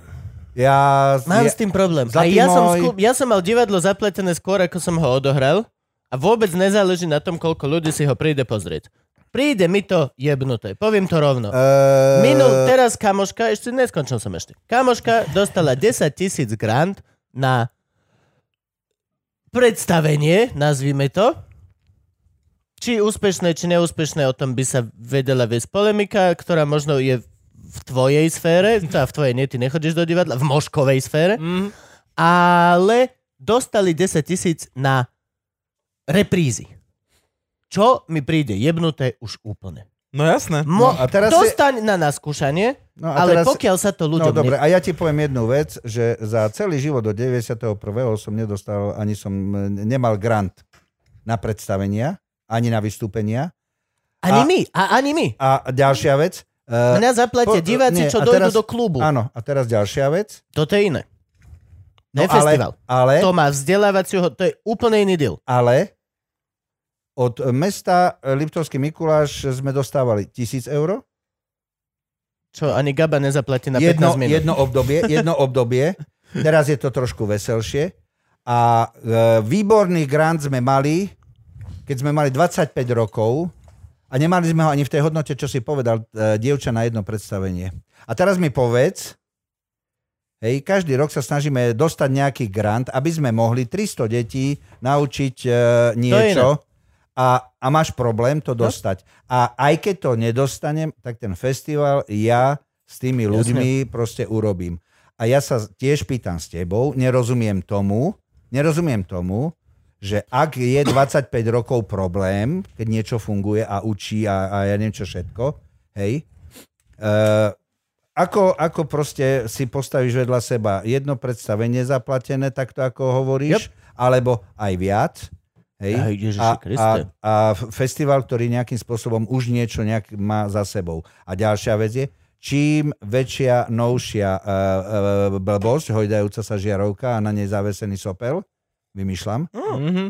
[SPEAKER 3] Ja,
[SPEAKER 2] Mám
[SPEAKER 3] ja
[SPEAKER 2] s tým problém. A
[SPEAKER 3] Zlatý
[SPEAKER 2] ja som,
[SPEAKER 3] môj.
[SPEAKER 2] skú... ja som mal divadlo zapletené skôr, ako som ho odohral a vôbec nezáleží na tom, koľko ľudí si ho príde pozrieť. Príde mi to jebnuté. Poviem to rovno.
[SPEAKER 3] eh,
[SPEAKER 2] Minul teraz kamoška, ešte neskončil som ešte. Kamoška dostala 10 tisíc grant na predstavenie, nazvime to. Či úspešné, či neúspešné, o tom by sa vedela viesť polemika, ktorá možno je v tvojej sfére, tá v tvojej nie, ty nechodíš do divadla, v moškovej sfére,
[SPEAKER 1] Mm.
[SPEAKER 2] ale dostali 10 tisíc na reprízy. Čo mi príde jebnuté už úplne.
[SPEAKER 1] No jasné.
[SPEAKER 2] Mo-
[SPEAKER 3] No a teraz je-
[SPEAKER 2] dostaň na nás skúšanie,
[SPEAKER 3] no a
[SPEAKER 2] ale
[SPEAKER 3] teraz-
[SPEAKER 2] pokiaľ sa to ľuďom...
[SPEAKER 3] No dobre, a ja ti poviem jednu vec, že za celý život do 91. som nedostal, ani som eh, nemal grant na predstavenia, ani na vystúpenia.
[SPEAKER 2] Ne... Ani
[SPEAKER 3] a-
[SPEAKER 2] my, a ani my.
[SPEAKER 3] A ďalšia vec... eh,
[SPEAKER 2] Mňa zaplatia
[SPEAKER 3] po-
[SPEAKER 2] diváci,
[SPEAKER 3] nie,
[SPEAKER 2] čo
[SPEAKER 3] a
[SPEAKER 2] dojdú
[SPEAKER 3] teraz-
[SPEAKER 2] do klubu.
[SPEAKER 3] Áno, a teraz ďalšia vec.
[SPEAKER 2] Toto je iné.
[SPEAKER 3] No
[SPEAKER 2] Ne festival.
[SPEAKER 3] Ale, E? ale,
[SPEAKER 2] To má vzdelávaciu... ho- To je úplne iný deal.
[SPEAKER 3] ale od mesta Liptovský Mikuláš sme dostávali 1000 eur,
[SPEAKER 2] Čo, ani Gaba nezaplatí na 15
[SPEAKER 3] jedno,
[SPEAKER 2] minút.
[SPEAKER 3] jedno obdobie, jedno obdobie. Teraz je to trošku veselšie. A e, výborný grant sme mali, keď sme mali 25 rokov a nemali sme ho ani v tej hodnote, čo si povedal, e, dievča na jedno predstavenie. A teraz mi povedz, hej, každý rok sa snažíme dostať nejaký grant, aby sme mohli 300 detí naučiť e, niečo. A, a máš problém to dostať. A aj keď to nedostanem, tak ten festival ja s tými ľuďmi proste urobím. A ja sa tiež pýtam s tebou, nerozumiem tomu, nerozumiem tomu, že ak je 25 rokov problém, keď niečo funguje a učí a, a ja neviem čo všetko, hej, uh, ako, ako proste si postavíš vedľa seba jedno predstavenie zaplatené, takto ako hovoríš, alebo aj viac, hej,
[SPEAKER 2] Aj, Ježiši
[SPEAKER 3] a, a,
[SPEAKER 2] Kriste.
[SPEAKER 3] a f- festival, ktorý nejakým spôsobom už niečo nejak má za sebou. A ďalšia vec je, čím väčšia, novšia uh, uh, blbosť, hojdajúca sa žiarovka a na nej zavesený sopel, vymýšľam,
[SPEAKER 1] Mm-hmm.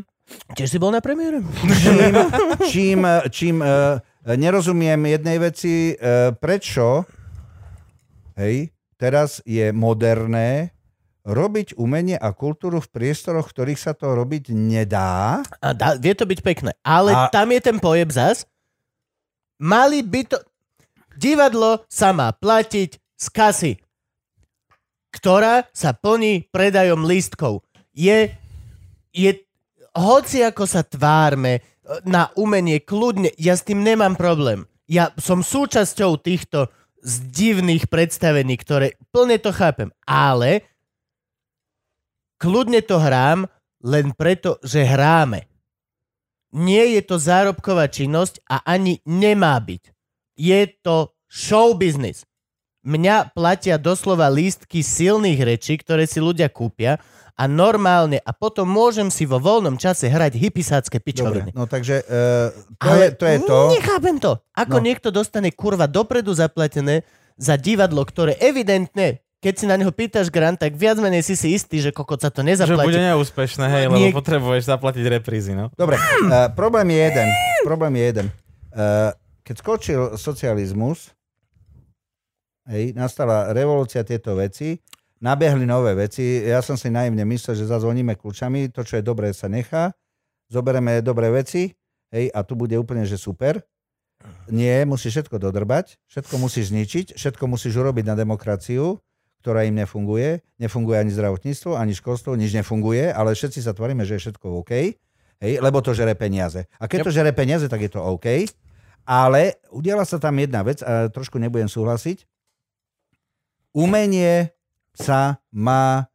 [SPEAKER 2] Tiež si bol na premiére?
[SPEAKER 3] čím, čím, čím uh, nerozumiem jednej veci, uh, prečo hej, teraz je moderné robiť umenie a kultúru v priestoroch, v ktorých sa to robiť nedá.
[SPEAKER 2] A da, vie to byť pekné. Ale a...
[SPEAKER 3] A-
[SPEAKER 2] tam je ten pojeb zas. Mali by to... Divadlo sa má platiť z kasy, ktorá sa plní predajom lístkov. Je, je hoci ako sa tvárme e, na umenie kľudne, ja s tým nemám problém. Ja som súčasťou týchto z divných predstavení, ktoré plne to chápem, ale kľudne to hrám len preto, že hráme. Nie je to zárobková činnosť a ani nemá byť. Je to show business. Mňa platia doslova lístky silných rečí, ktoré si ľudia kúpia a normálne a potom môžem si vo voľnom čase hrať hypisácké pičoviny.
[SPEAKER 3] no takže uh, to, je, to je to.
[SPEAKER 2] Nechápem to. Ako no.
[SPEAKER 3] No.
[SPEAKER 2] niekto dostane kurva dopredu zaplatené za divadlo, ktoré evidentne, keď si na neho pýtaš grant, tak viac menej si si istý, že kokot sa to
[SPEAKER 1] Že bude
[SPEAKER 2] nezaplatí.
[SPEAKER 1] neúspešné, hej, lebo
[SPEAKER 2] Niek-
[SPEAKER 1] potrebuješ zaplatiť reprízy, no.
[SPEAKER 3] Dobre, uh, problém je jeden. Problém je jeden. Uh, keď skočil socializmus, hej, nastala revolúcia, tieto veci, nabehli nové veci. Ja som si naivne myslel, že zazvoníme kľúčami, to, čo je dobré, sa nechá, zoberieme dobré veci, hej, a tu bude úplne, že super. Nie, musíš všetko dodrbať, všetko musíš zničiť, všetko musíš urobiť na demokraciu, ktorá im nefunguje. Nefunguje ani zdravotníctvo, ani školstvo, nič nefunguje, ale všetci sa tvaríme, že je všetko OK. Hej, lebo to žere peniaze. A keď to žere peniaze, tak je to OK. Ale udiala sa tam jedna vec, a trošku nebudem súhlasiť. Umenie sa má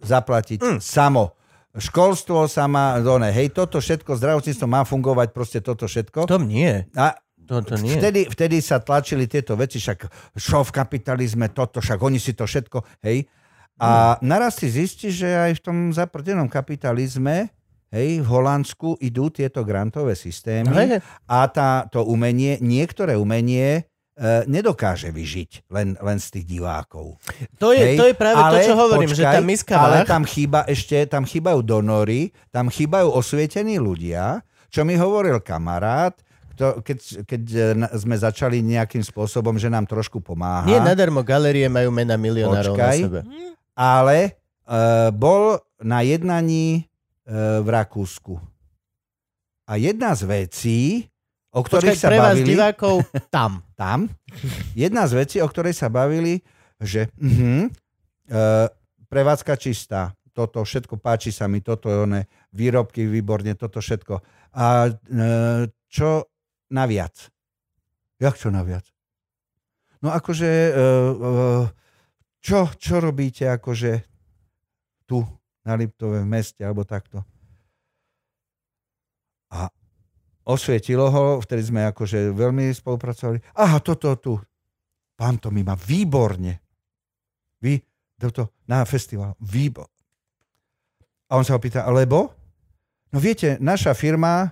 [SPEAKER 3] zaplatiť mm. samo. Školstvo sa má, one, hej, toto všetko, zdravotníctvo má fungovať, proste toto všetko.
[SPEAKER 2] To nie.
[SPEAKER 3] A
[SPEAKER 2] To, No, to nie.
[SPEAKER 3] Vtedy, vtedy sa tlačili tieto veci, však šo v kapitalizme, toto, však oni si to všetko, hej. A naraz si zistí, že aj v tom zaprdenom kapitalizme, hej, v Holandsku idú tieto grantové systémy
[SPEAKER 2] Hej, hej.
[SPEAKER 3] a tá, to umenie, niektoré umenie e, nedokáže vyžiť len, len z tých divákov.
[SPEAKER 2] To je,
[SPEAKER 3] Hej,
[SPEAKER 2] to je práve to,
[SPEAKER 3] ale
[SPEAKER 2] čo hovorím, že tá miska
[SPEAKER 3] Ale
[SPEAKER 2] váh,
[SPEAKER 3] tam chýba ešte, tam chýbajú donory, tam chýbajú osvietení ľudia, čo mi hovoril kamarát, to, keď, keď e, na- sme začali nejakým spôsobom, že nám trošku pomáha,
[SPEAKER 2] nie nadarmo galerie majú mena milionárov
[SPEAKER 3] Počkaj.
[SPEAKER 2] na sebe.
[SPEAKER 3] ale uh, bol na jednaní uh, v Rakúsku. A jedna z vecí, o
[SPEAKER 2] Počkaj,
[SPEAKER 3] ktorých sa
[SPEAKER 2] pre vás
[SPEAKER 3] bavili...
[SPEAKER 2] divákov tam.
[SPEAKER 3] tam. Jedna z vecí, o ktorej sa bavili, že uh-huh, uh, prevádzka čistá, toto všetko páči sa mi, toto je one, výrobky výborne, toto všetko. A uh, čo naviac? Jak čo naviac? No akože, uh, uh, čo, čo robíte akože tu na Liptove v meste alebo takto? A osvietilo ho, vtedy sme akože veľmi spolupracovali. Aha, toto tu. Pán to mi má výborne. Vy, toto, na festival. Výbor. A on sa ho pýta, lebo? No viete, naša firma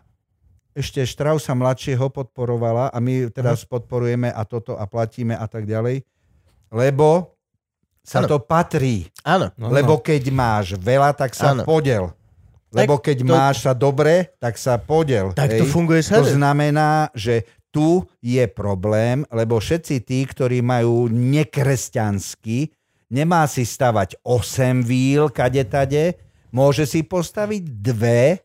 [SPEAKER 3] ešte Štrausa mladšieho podporovala a my teraz podporujeme a toto a platíme a tak ďalej, lebo sa
[SPEAKER 2] Áno.
[SPEAKER 3] to patrí.
[SPEAKER 2] Áno.
[SPEAKER 1] no
[SPEAKER 3] Lebo keď máš veľa, tak sa
[SPEAKER 2] Áno.
[SPEAKER 3] podel. Lebo keď
[SPEAKER 2] to-
[SPEAKER 3] máš sa dobre, tak sa podel.
[SPEAKER 2] Tak to
[SPEAKER 3] hej.
[SPEAKER 2] funguje
[SPEAKER 3] To
[SPEAKER 2] všade.
[SPEAKER 3] znamená, že tu je problém, lebo všetci tí, ktorí majú nekresťanský, nemá si stavať 8 víl kade tade, môže si postaviť dve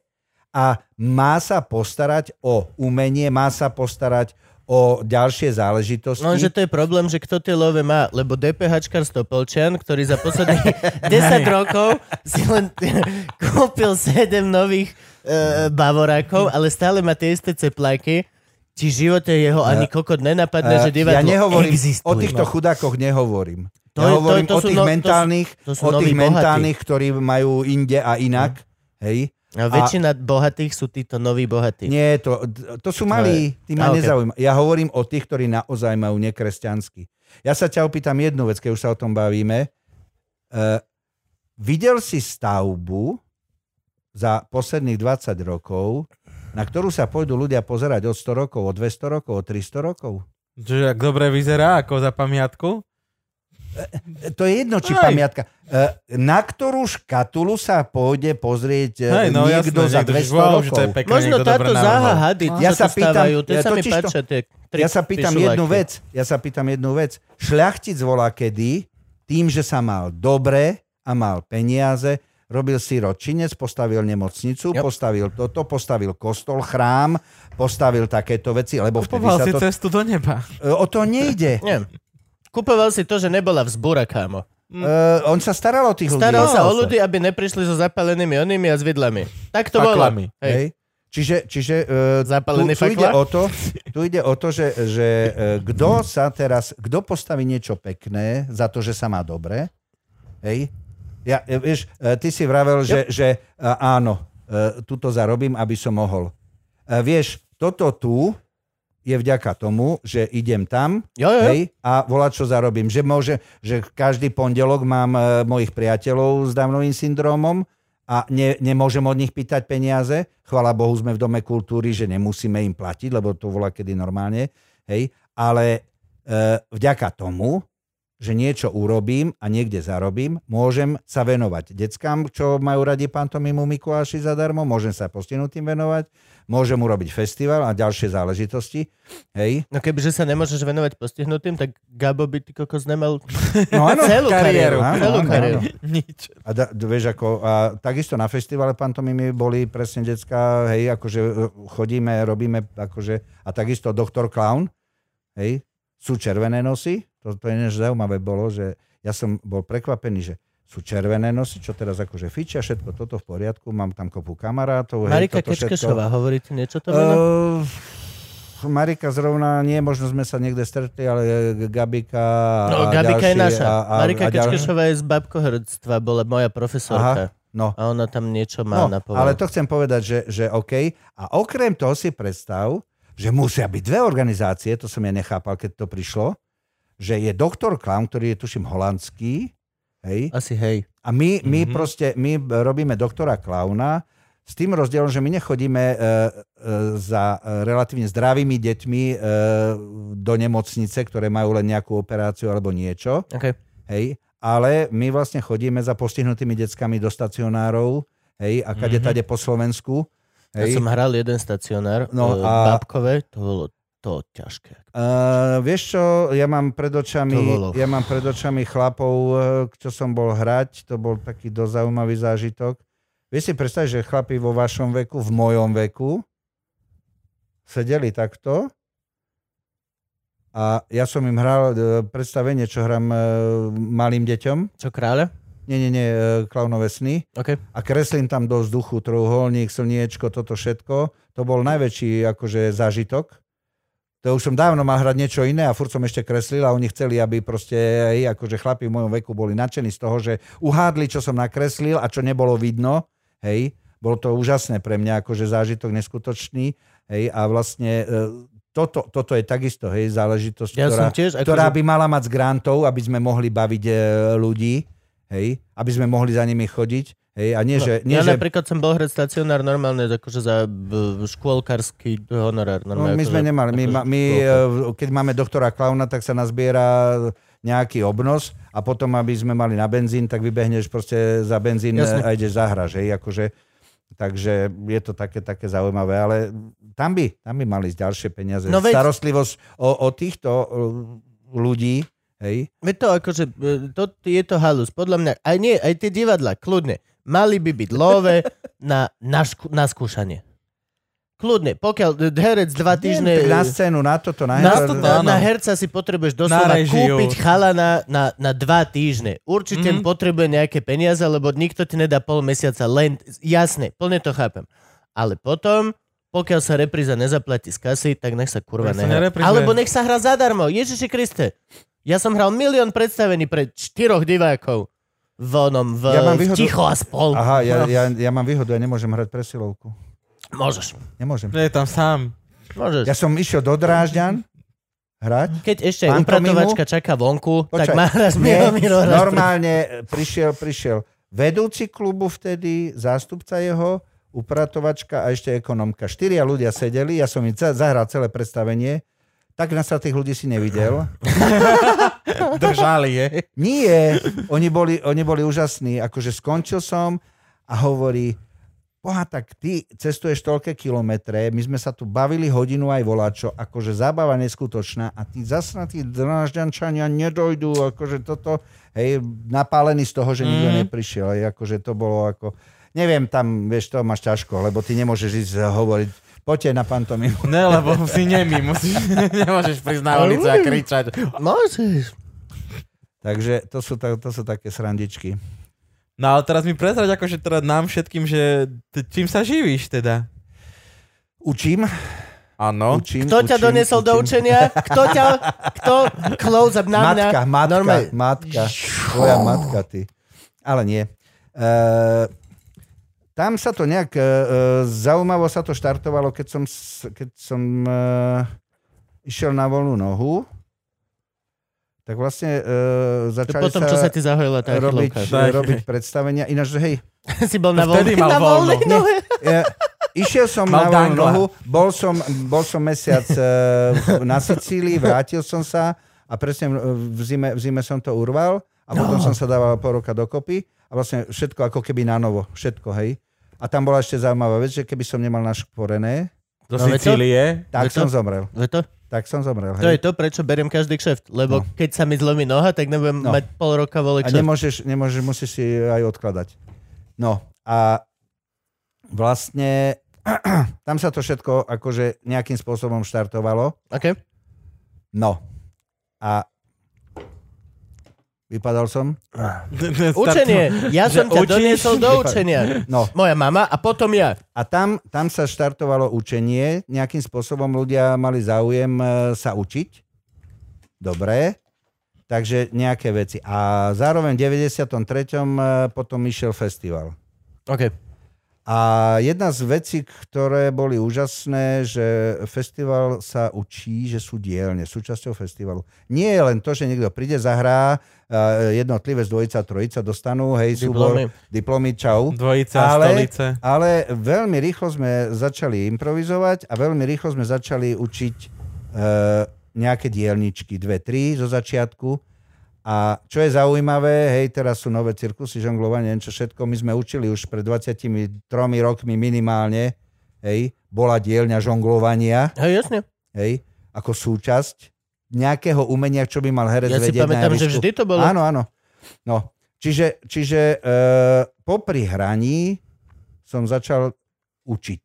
[SPEAKER 3] a má sa postarať o umenie, má sa postarať o ďalšie záležitosti.
[SPEAKER 2] Lenže to je problém, No, že kto tie love má, lebo DPHčkar Stopolčian, ktorý za posledných 10 rokov si len kúpil 7 nových e,
[SPEAKER 3] Hm.
[SPEAKER 2] bavorákov, ale stále má tie isté cepláky, či v živote jeho ani kokot nenapadne, že divadlo
[SPEAKER 3] Eh, ja nehovorím,
[SPEAKER 2] existuje. no.
[SPEAKER 3] o týchto chudákoch nehovorím.
[SPEAKER 2] To
[SPEAKER 3] To ja
[SPEAKER 2] je- to-
[SPEAKER 3] hovorím
[SPEAKER 2] to
[SPEAKER 3] to, to o
[SPEAKER 2] sú
[SPEAKER 3] tých
[SPEAKER 2] no- to sú-
[SPEAKER 3] mentálnych,
[SPEAKER 2] to
[SPEAKER 3] to
[SPEAKER 2] sú
[SPEAKER 3] sú,
[SPEAKER 2] noví
[SPEAKER 3] o tých
[SPEAKER 2] bohatí. Mm.
[SPEAKER 3] mentálnych, ktorí majú inde a inak. Hej.
[SPEAKER 2] A No, väčšina bohatých sú títo noví bohatí.
[SPEAKER 3] Nie, to, to sú malí, tí
[SPEAKER 2] a
[SPEAKER 3] ma
[SPEAKER 2] okej.
[SPEAKER 3] nezaujíma. Ja hovorím o tých, ktorí naozaj majú nekresťanský. Ja sa ťa opýtam jednu vec, keď už sa o tom bavíme. Uh, videl si stavbu za posledných 20 rokov, na ktorú sa pôjdu ľudia pozerať od 100 rokov, od 200 rokov, od 300 rokov?
[SPEAKER 1] Čiže ak dobre vyzerá, ako za pamiatku?
[SPEAKER 3] To je jedno, či
[SPEAKER 1] Hej.
[SPEAKER 3] pamiatka. E, Na ktorú škatulu sa pôjde pozrieť e, niekto za 200
[SPEAKER 1] no že
[SPEAKER 3] rokov?
[SPEAKER 1] to je pekné,
[SPEAKER 2] Možno
[SPEAKER 1] niekto dobre
[SPEAKER 2] táto Zaha
[SPEAKER 1] navrhol.
[SPEAKER 2] Hadid,
[SPEAKER 3] No. Ja
[SPEAKER 2] čo
[SPEAKER 3] sa
[SPEAKER 2] tu
[SPEAKER 3] pýtam-
[SPEAKER 2] stávajú, tie
[SPEAKER 3] ja
[SPEAKER 2] sa mi
[SPEAKER 3] totiž to-
[SPEAKER 2] páčia, tie tri
[SPEAKER 3] ja sa pýtam jednu
[SPEAKER 2] pišuláky.
[SPEAKER 3] vec. Ja sa pýtam jednu vec. Šľachtic volá kedy, tým, že sa mal dobre a mal peniaze, robil si ročinec, postavil nemocnicu,
[SPEAKER 2] Yep.
[SPEAKER 3] yep. postavil toto, postavil kostol, chrám, postavil takéto veci, lebo vtedy
[SPEAKER 1] Kupoval
[SPEAKER 3] sa
[SPEAKER 1] si
[SPEAKER 3] to...
[SPEAKER 1] cestu do neba.
[SPEAKER 3] E, O to nejde.
[SPEAKER 2] Nie. Kupoval si to, že nebola vzbúra, kámo.
[SPEAKER 3] E, on sa staral o tých
[SPEAKER 2] Mm. Staral
[SPEAKER 3] ľudí.
[SPEAKER 2] sa o ľudí, aby neprišli so zapalenými onými a s vidlami. Tak to bolo.
[SPEAKER 1] Faklami.
[SPEAKER 2] Hej.
[SPEAKER 3] Hej. Čiže, čiže uh, tu,
[SPEAKER 2] Zapálený
[SPEAKER 3] tu, ide
[SPEAKER 2] fakla?
[SPEAKER 3] o to, tu ide o to, že, že uh, kto sa teraz, kto postaví niečo pekné za to, že sa má dobre, hej? Ja, e, vieš, e, ty si vravel, že, že e, áno, e, tuto zarobím, aby som mohol. E, Vieš, toto tu je vďaka tomu, že idem tam
[SPEAKER 2] Jo, jo, jo.
[SPEAKER 3] hej, a volá, čo zarobím. Že, môže, že každý pondelok mám e, mojich priateľov s Downovým syndrómom a ne, nemôžem od nich pýtať peniaze. Chvala Bohu, sme v Dome kultúry, že nemusíme im platiť, lebo to volá kedy normálne. Hej. Ale e, vďaka tomu, že niečo urobím a niekde zarobím, môžem sa venovať deckám, čo majú radi pantomimu Mikuláši zadarmo, môžem sa postihnutým venovať, môžem urobiť festival a ďalšie záležitosti. Hej.
[SPEAKER 2] No kebyže sa nemôžeš venovať postihnutým, tak Gabo by ty kokos nemal
[SPEAKER 3] No áno.
[SPEAKER 2] celú kariéru.
[SPEAKER 1] Kariéru.
[SPEAKER 3] Áno,
[SPEAKER 2] Celú
[SPEAKER 3] áno,
[SPEAKER 2] kariéru.
[SPEAKER 3] áno.
[SPEAKER 1] Nič.
[SPEAKER 3] A, da, d- vieš, ako, a takisto na festivale pantomimy boli presne decka, hej, akože e, chodíme, robíme, akože, a takisto doktor Clown, hej, sú červené nosy, to, to je než zaujímavé bolo, že ja som bol prekvapený, že sú červené nosy, čo teraz akože fičia, všetko toto v poriadku, mám tam kopu kamarátov, hej,
[SPEAKER 2] Marika
[SPEAKER 3] toto
[SPEAKER 2] Kečkešová, hovorí ti niečo to meno?
[SPEAKER 3] Uh, Marika zrovna nie, možno sme sa niekde stretli, ale e, Gabika a
[SPEAKER 2] No, Gabika
[SPEAKER 3] ďalší,
[SPEAKER 2] je naša.
[SPEAKER 3] A, a,
[SPEAKER 2] Marika
[SPEAKER 3] a ďal-
[SPEAKER 2] Kečkešová je z babkohrdstva, bola moja profesorka.
[SPEAKER 3] No,
[SPEAKER 2] A ona tam niečo má na
[SPEAKER 3] ale
[SPEAKER 2] povahu.
[SPEAKER 3] to chcem povedať, že, že OK. A okrem toho si predstav, že musia byť dve organizácie, to som ja nechápal, keď to prišlo, že je doktor Clown, ktorý je tuším holandský, hej,
[SPEAKER 2] Asi hej.
[SPEAKER 3] a my, my
[SPEAKER 1] Mhm.
[SPEAKER 3] mm-hmm. proste, my robíme doktora Klauna s tým rozdielom, že my nechodíme e, e, za e, relatívne zdravými deťmi e, do nemocnice, ktoré majú len nejakú operáciu alebo niečo.
[SPEAKER 2] Okay.
[SPEAKER 3] Hej, ale my vlastne chodíme za postihnutými deckami do stacionárov, hej, a kade tade po Slovensku.
[SPEAKER 2] Mhm. Ja
[SPEAKER 3] Hej.
[SPEAKER 2] som hral jeden stacionár no,
[SPEAKER 3] No
[SPEAKER 2] a...
[SPEAKER 3] a-
[SPEAKER 2] babkové, to bolo to ťažké.
[SPEAKER 3] Uh, vieš čo, ja mám pred očami,
[SPEAKER 2] To bolo.
[SPEAKER 3] ja mám pred očami chlapov, eh, čo som bol hrať, to bol taký dosť zaujímavý zážitok. Vieš si predstaviť, že chlapi vo vašom veku, v mojom veku, sedeli takto a ja som im hral eh, predstavenie, čo hrám eh, malým deťom.
[SPEAKER 2] Čo kráľa?
[SPEAKER 3] Nie, nie, nie, eh, klaunové sny.
[SPEAKER 2] OK.
[SPEAKER 3] a kreslím tam do vzduchu trojuholník, slniečko, toto všetko. To bol najväčší akože zážitok. To už som dávno mal hrať niečo iné a furt som ešte kreslil a oni chceli, aby proste hej, akože chlapi v mojom veku boli nadšení z toho, že uhádli, čo som nakreslil a čo nebolo vidno. Hej, bolo to úžasné pre mňa, akože zážitok neskutočný. Hej, a vlastne e, toto, toto je takisto, hej, záležitosť,
[SPEAKER 2] Ja
[SPEAKER 3] ktorá,
[SPEAKER 2] som tiež... Akože...
[SPEAKER 3] ktorá by mala mať z grantov, aby sme mohli baviť e, ľudí, hej, aby sme mohli za nimi chodiť, hej, a nie,
[SPEAKER 2] No,
[SPEAKER 3] že... Nie,
[SPEAKER 2] ja
[SPEAKER 3] že
[SPEAKER 2] napríklad som bol hrať stacionár normálne, akože za b, škôlkarský honorár.
[SPEAKER 3] no,
[SPEAKER 2] Normálne,
[SPEAKER 3] my
[SPEAKER 2] akože,
[SPEAKER 3] sme nemali, my, ma- my, e, keď máme doktora Klauna, tak sa nazbiera nejaký obnos a potom, aby sme mali na benzín, tak vybehneš proste za benzín
[SPEAKER 2] Jasne.
[SPEAKER 3] Jasne. a ideš zahraž, hej, akože... Takže je to také, také zaujímavé, ale tam by, tam by mali ísť ďalšie peniaze.
[SPEAKER 2] No
[SPEAKER 3] No
[SPEAKER 2] veď-
[SPEAKER 3] Starostlivosť o, o týchto e, ľudí, hej,
[SPEAKER 2] Veď to akože, e, to, je to halus. Podľa mňa, aj nie, aj tie divadla, kľudne, mali by byť love na, na, šku, na skúšanie. Kľudne, pokiaľ e, herec dva týždne...
[SPEAKER 3] tak na
[SPEAKER 2] e,
[SPEAKER 3] scénu, na toto,
[SPEAKER 2] na,
[SPEAKER 3] na, inter-
[SPEAKER 1] toto,
[SPEAKER 2] na,
[SPEAKER 1] áno.
[SPEAKER 2] na herca si potrebuješ doslova
[SPEAKER 1] Na režiu.
[SPEAKER 2] kúpiť chalana na, na dva týždne. Určite mm-hmm.
[SPEAKER 1] Mhm.
[SPEAKER 2] potrebuje nejaké peniaze, lebo nikto ti nedá pol mesiaca len... Jasne, plne to chápem. Ale potom, pokiaľ sa repríza nezaplatí z kasy, tak nech sa kurva
[SPEAKER 1] Nech sa
[SPEAKER 2] nehrá.
[SPEAKER 1] nereprízuje.
[SPEAKER 2] Alebo nech sa hrá zadarmo. Ježiši Kriste, ja som hral milión predstavení pre štyroch divákov. Vonom v,
[SPEAKER 3] Ja mám
[SPEAKER 2] v
[SPEAKER 3] výhodu-
[SPEAKER 2] ticho a spol.
[SPEAKER 3] Aha, ja, ja, ja mám výhodu, ja nemôžem hrať presilovku.
[SPEAKER 2] Môžeš,
[SPEAKER 3] Nemôžem.
[SPEAKER 1] Že No je tam sám.
[SPEAKER 2] môžeš.
[SPEAKER 3] Ja som išiel do Drážďan hrať.
[SPEAKER 2] Keď ešte aj
[SPEAKER 3] Pantomimu?
[SPEAKER 2] upratovačka čaká vonku, tak
[SPEAKER 3] Počkaj,
[SPEAKER 2] má raz
[SPEAKER 3] Nie,
[SPEAKER 2] Miro, raz
[SPEAKER 3] normálne prišiel, prišiel vedúci klubu vtedy, zástupca jeho, upratovačka a ešte ekonomka. Štyria ľudia sedeli, ja som im za- zahral celé predstavenie, tak na sa tých ľudí si nevidel.
[SPEAKER 1] Držali je.
[SPEAKER 3] Nie, oni boli, oni boli úžasní. Akože skončil som a hovorí, boha, tak ty cestuješ toľké kilometre, my sme sa tu bavili hodinu aj voláčo, akože zábava neskutočná a tí zasnatí drážďančania nedojdú, akože toto, hej, napálený z toho, že nikto
[SPEAKER 1] Mhm.
[SPEAKER 3] neprišiel, hej, akože to bolo ako, neviem, tam, vieš, to máš ťažko, lebo ty nemôžeš ísť eh, hovoriť, poďte na pantomimu.
[SPEAKER 1] Ne, lebo si nemý, musíš, nemôžeš prísť na ulicu a kričať.
[SPEAKER 2] No, Môžeš.
[SPEAKER 3] Takže to sú, ta- to sú také srandičky.
[SPEAKER 1] No ale teraz mi prezrať, akože teda nám všetkým, že t- čím sa živíš teda?
[SPEAKER 3] Učím,
[SPEAKER 1] Áno.
[SPEAKER 3] učím,
[SPEAKER 2] No. Kto ťa
[SPEAKER 3] učím,
[SPEAKER 2] donesol do
[SPEAKER 3] učím.
[SPEAKER 2] učenia? Kto ťa... Kto? Close up na mňa.
[SPEAKER 3] matka, matka,
[SPEAKER 2] Normálne.
[SPEAKER 3] matka. Tvoja matka, ty. Ale nie. E, tam sa to nejak... E, e, zaujímavo sa to štartovalo, keď som, s- keď som e, išiel na voľnú nohu. Tak vlastne e,
[SPEAKER 2] To
[SPEAKER 3] začali
[SPEAKER 2] potom,
[SPEAKER 3] sa,
[SPEAKER 2] čo sa ti zahojila tá
[SPEAKER 3] robiť,
[SPEAKER 2] chylovka.
[SPEAKER 1] Tak.
[SPEAKER 3] robiť predstavenia. Ináč, že hej,
[SPEAKER 2] si bol na
[SPEAKER 1] To vtedy
[SPEAKER 2] voľnej,
[SPEAKER 1] mal
[SPEAKER 2] na
[SPEAKER 1] voľno.
[SPEAKER 2] voľnej
[SPEAKER 1] Nie.
[SPEAKER 2] nohe.
[SPEAKER 3] ja, išiel som
[SPEAKER 1] Mal
[SPEAKER 3] na voľnú
[SPEAKER 1] dangla.
[SPEAKER 3] nohu, bol som, bol som mesiac e, v- na Sicílii, vrátil som sa a presne e, v zime, v zime som to urval a
[SPEAKER 2] No.
[SPEAKER 3] potom som sa dával pol roka dokopy a vlastne všetko ako keby na novo, všetko, hej. A tam bola ešte zaujímavá vec, že keby som nemal našporené,
[SPEAKER 1] Do
[SPEAKER 2] No, veď to-
[SPEAKER 1] Sicílie.
[SPEAKER 3] tak
[SPEAKER 2] Veď to-
[SPEAKER 3] som zomrel.
[SPEAKER 2] Ve To,
[SPEAKER 3] Tak som zomrel,
[SPEAKER 2] to je
[SPEAKER 3] hej.
[SPEAKER 2] to, prečo beriem každý kšeft. Lebo keď sa mi zlomí noha, tak nebudem
[SPEAKER 3] No.
[SPEAKER 2] mať pol roka voľný
[SPEAKER 3] A
[SPEAKER 2] kšeft.
[SPEAKER 3] nemôžeš, nemôžeš, musíš si aj odkladať. No a vlastne tam sa to všetko akože nejakým spôsobom štartovalo.
[SPEAKER 2] Okay.
[SPEAKER 3] No. A vypadal som?
[SPEAKER 2] Učenie. Ja som
[SPEAKER 1] Že
[SPEAKER 2] ťa
[SPEAKER 1] učíš?
[SPEAKER 2] doniesol do učenia.
[SPEAKER 3] No.
[SPEAKER 2] Moja mama a potom ja.
[SPEAKER 3] A tam, tam sa štartovalo učenie. Nejakým spôsobom ľudia mali záujem e, sa učiť. Dobre. Takže nejaké veci. A zároveň v 93. e, potom išiel festival.
[SPEAKER 2] OK.
[SPEAKER 3] A jedna z vecí, ktoré boli úžasné, že festival sa učí, že sú dielne, súčasťou festivalu. Nie je len to, že niekto príde, zahrá, eh, jednotlivec, dvojica, trojica dostanú, hej,
[SPEAKER 2] Diplomy.
[SPEAKER 3] súbor, diplomy, čau.
[SPEAKER 1] Dvojica, ale...
[SPEAKER 3] Ale,
[SPEAKER 1] stolice.
[SPEAKER 3] ale veľmi rýchlo sme začali improvizovať a veľmi rýchlo sme začali učiť eh, nejaké dielničky, dve, tri zo začiatku. A čo je zaujímavé, hej, teraz sú nové cirkusy, žonglovanie, niečo všetko. My sme učili už pred 23 rokmi minimálne, hej, bola dielňa žonglovania,
[SPEAKER 2] Hej, jasne.
[SPEAKER 3] hej, ako súčasť nejakého umenia, čo by mal herec
[SPEAKER 2] Ja si
[SPEAKER 3] vedieť na
[SPEAKER 2] pamätám, že
[SPEAKER 3] javisku.
[SPEAKER 2] vždy to bolo.
[SPEAKER 3] Áno, áno. No, čiže, čiže e, popri hraní som začal učiť.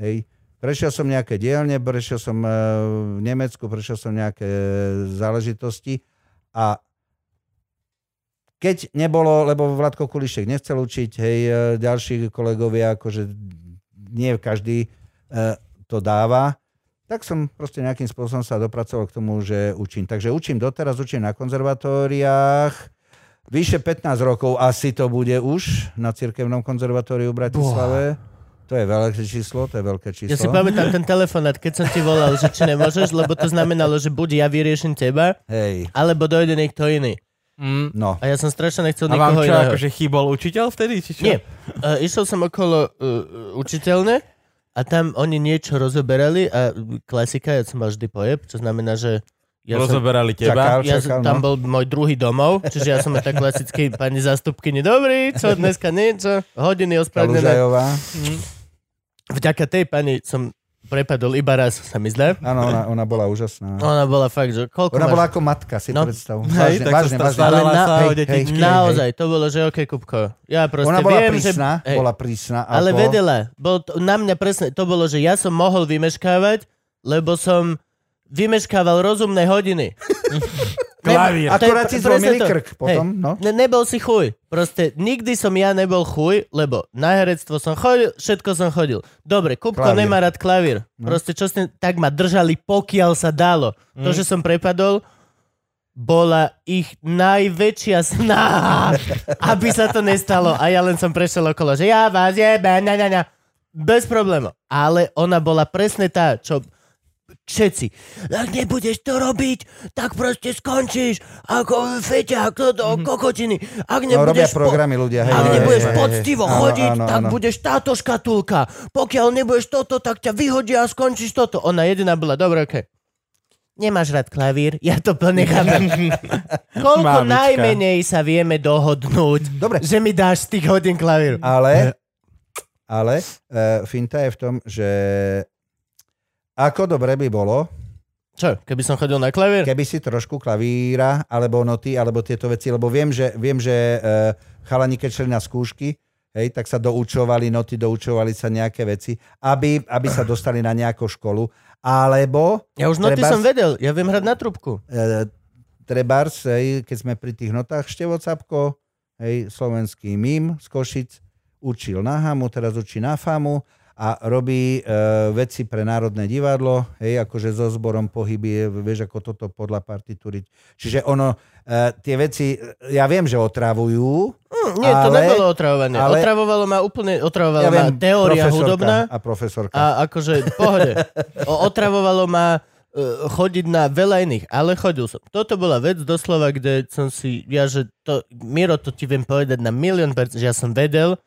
[SPEAKER 3] Hej. Prešiel som nejaké dielne, prešiel som e, v Nemecku, prešiel som nejaké záležitosti a keď nebolo, lebo Vladko Kulišek nechcel učiť, hej, e, ďalší kolegovia, akože nie každý e, to dáva, tak som proste nejakým spôsobom sa dopracoval k tomu, že učím. Takže učím doteraz, učím na konzervatóriách. Vyše 15 rokov asi to bude už na Cirkevnom konzervatóriu v Bratislave. To je veľké číslo, to je veľké číslo.
[SPEAKER 2] Ja si pamätám ten telefonát, keď som ti volal, že či nemôžeš, lebo to znamenalo, že buď ja vyriešim teba,
[SPEAKER 3] Hej,
[SPEAKER 2] alebo dojde niekto iný.
[SPEAKER 1] Mm.
[SPEAKER 3] no.
[SPEAKER 2] A ja som strašne nechcel
[SPEAKER 1] A vám
[SPEAKER 2] nikoho
[SPEAKER 1] čo,
[SPEAKER 2] iného.
[SPEAKER 1] akože chýbol učiteľ vtedy, či čo?
[SPEAKER 2] Nie. Uh, išiel som okolo uh, učiteľne a tam oni niečo rozoberali a klasika, ja som mal vždy pojeb, čo znamená, že Ja som,
[SPEAKER 1] Rozoberali teba.
[SPEAKER 3] Čakal.
[SPEAKER 2] ja som,
[SPEAKER 3] čakal,
[SPEAKER 2] tam
[SPEAKER 3] no.
[SPEAKER 2] bol môj druhý domov, čiže ja som tak klasicky pani zástupkyni, dobrý, čo dneska niečo, hodiny ospravedlnené.
[SPEAKER 3] Kalužajová.
[SPEAKER 2] Vďaka tej pani som prepadol iba raz, sa mi zdá.
[SPEAKER 3] Áno, ona, ona bola úžasná.
[SPEAKER 2] Ona bola fakt, že koľko
[SPEAKER 3] Ona
[SPEAKER 2] máš?
[SPEAKER 3] bola ako matka, si
[SPEAKER 2] No.
[SPEAKER 3] no. predstav.
[SPEAKER 1] Hej,
[SPEAKER 3] Vážne,
[SPEAKER 1] tak
[SPEAKER 3] vážne,
[SPEAKER 1] sa
[SPEAKER 3] vážne.
[SPEAKER 1] starala
[SPEAKER 2] Ale na-
[SPEAKER 1] sa o
[SPEAKER 3] hej,
[SPEAKER 1] detičky.
[SPEAKER 3] hej.
[SPEAKER 2] Naozaj, to bolo, že OK, Kupko. Ja proste
[SPEAKER 3] Ona bola
[SPEAKER 2] viem,
[SPEAKER 3] prísna,
[SPEAKER 2] že... Hej,
[SPEAKER 3] bola prísna. Ako...
[SPEAKER 2] Ale vedela. Bol to, na mňa presne, to bolo, že ja som mohol vymeškávať, lebo som vymeškával rozumné hodiny. to
[SPEAKER 1] Klavír.
[SPEAKER 2] je
[SPEAKER 3] Akorát
[SPEAKER 2] pr-
[SPEAKER 3] si
[SPEAKER 2] presne
[SPEAKER 3] zlomili
[SPEAKER 2] to.
[SPEAKER 3] krk potom, no.
[SPEAKER 2] Ne, nebol si chuj. Proste nikdy som ja nebol chuj, lebo na herectvo som chodil, všetko som chodil. Dobre, Kupko
[SPEAKER 3] Klavír. No.
[SPEAKER 2] nemá rád klavír. Proste čo ste, tak ma držali, pokiaľ sa dalo.
[SPEAKER 3] Mm.
[SPEAKER 2] To, že som prepadol, bola ich najväčšia snaha, aby sa to nestalo. A ja len som prešiel okolo, že ja vás jebe, na, na, na. Bez problémov. Ale ona bola presne tá, čo všetci. Ak nebudeš to robiť, tak proste skončíš ako feťák, toto, kokotiny. Ak
[SPEAKER 3] Mhm. No robia
[SPEAKER 2] nebudeš po-
[SPEAKER 3] programy ľudia. Hej,
[SPEAKER 2] ak
[SPEAKER 3] hej,
[SPEAKER 2] nebudeš
[SPEAKER 3] hej, hej,
[SPEAKER 2] poctivo
[SPEAKER 3] hej. Áno,
[SPEAKER 2] chodiť,
[SPEAKER 3] áno,
[SPEAKER 2] tak
[SPEAKER 3] áno.
[SPEAKER 2] budeš táto škatulka. Pokiaľ nebudeš toto, tak ťa vyhodia a skončíš toto. Ona jediná bola, dobre, okej. Nemáš rád klavír? Ja to plne chápem. Koľko
[SPEAKER 1] Mamička.
[SPEAKER 2] najmenej sa vieme dohodnúť,
[SPEAKER 3] Dobre.
[SPEAKER 2] že mi dáš z tých hodín klavír.
[SPEAKER 3] Ale, ale uh, finta je v tom, že ako dobre by bolo,
[SPEAKER 2] Čo, keby som chodil na klavír?
[SPEAKER 3] keby si trošku klavíra, alebo noty, alebo tieto veci, lebo viem, že, viem, že uh, chalani, keď šli na skúšky, hej, tak sa doučovali noty, doučovali sa nejaké veci, aby, aby sa dostali na nejakú školu, alebo
[SPEAKER 2] Ja už noty
[SPEAKER 3] Trebárs-
[SPEAKER 2] som vedel, ja viem hrať na trubku.
[SPEAKER 3] e, trebárs, hej, keď sme pri tých notách, Števo Capko, hej, slovenský mím z Košic, učil na Hamu, teraz učí na Famu a robí e, veci pre Národné divadlo, hej, akože so zborom pohyby, vieš, ako toto podľa partitúry. Čiže ono, e, tie veci, e, ja viem, že otrávujú,
[SPEAKER 2] Hm, nie, to
[SPEAKER 3] Ale-
[SPEAKER 2] nebolo otravovanie.
[SPEAKER 3] ale-
[SPEAKER 2] Otravovalo ma úplne, otravovala
[SPEAKER 3] ja
[SPEAKER 2] ma
[SPEAKER 3] viem,
[SPEAKER 2] teória
[SPEAKER 3] profesorka
[SPEAKER 2] hudobná.
[SPEAKER 3] a profesorka.
[SPEAKER 2] A akože, v pohode. O, otravovalo ma e, chodiť na veľa iných, ale chodil som. Toto bola vec doslova, kde som si, ja že to, Miro, to ti viem povedať na milión percent, že ja som vedel,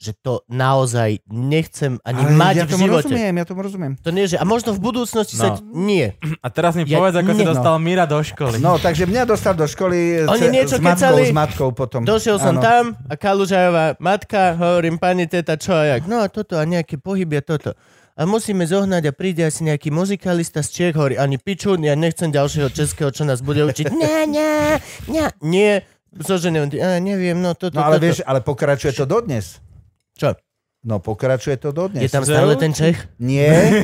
[SPEAKER 2] že to naozaj nechcem ani
[SPEAKER 3] Ale
[SPEAKER 2] mať
[SPEAKER 3] ja
[SPEAKER 2] v
[SPEAKER 3] tomu
[SPEAKER 2] živote.
[SPEAKER 3] rozumiem, ja tomu rozumiem.
[SPEAKER 2] To nie, že, a možno v budúcnosti sa...
[SPEAKER 1] No.
[SPEAKER 2] Nie.
[SPEAKER 1] A teraz mi
[SPEAKER 2] Ja-
[SPEAKER 1] povedz, ako si
[SPEAKER 2] nie, no.
[SPEAKER 1] dostal Mira do školy.
[SPEAKER 3] No, takže mňa dostal do školy
[SPEAKER 2] Oni
[SPEAKER 3] ce-
[SPEAKER 2] niečo
[SPEAKER 3] s, matkou,
[SPEAKER 2] kecali.
[SPEAKER 3] s matkou potom.
[SPEAKER 2] Došiel som
[SPEAKER 3] Áno.
[SPEAKER 2] tam a Kalužajová matka, hovorím, pani teta, čo a jak? No a toto a nejaké pohyby a toto. A musíme zohnať a príde asi nejaký muzikalista z Čech, hovorí, ani piču, ja nechcem ďalšieho českého, čo nás bude učiť. Ne, ne, ne, nie. Zoženiem, a neviem, no toto,
[SPEAKER 3] No ale
[SPEAKER 2] toto.
[SPEAKER 3] vieš, ale pokračuje to dodnes.
[SPEAKER 2] Čo?
[SPEAKER 3] No pokračuje to dodnes.
[SPEAKER 2] Je tam stále ten Čech?
[SPEAKER 3] Nie,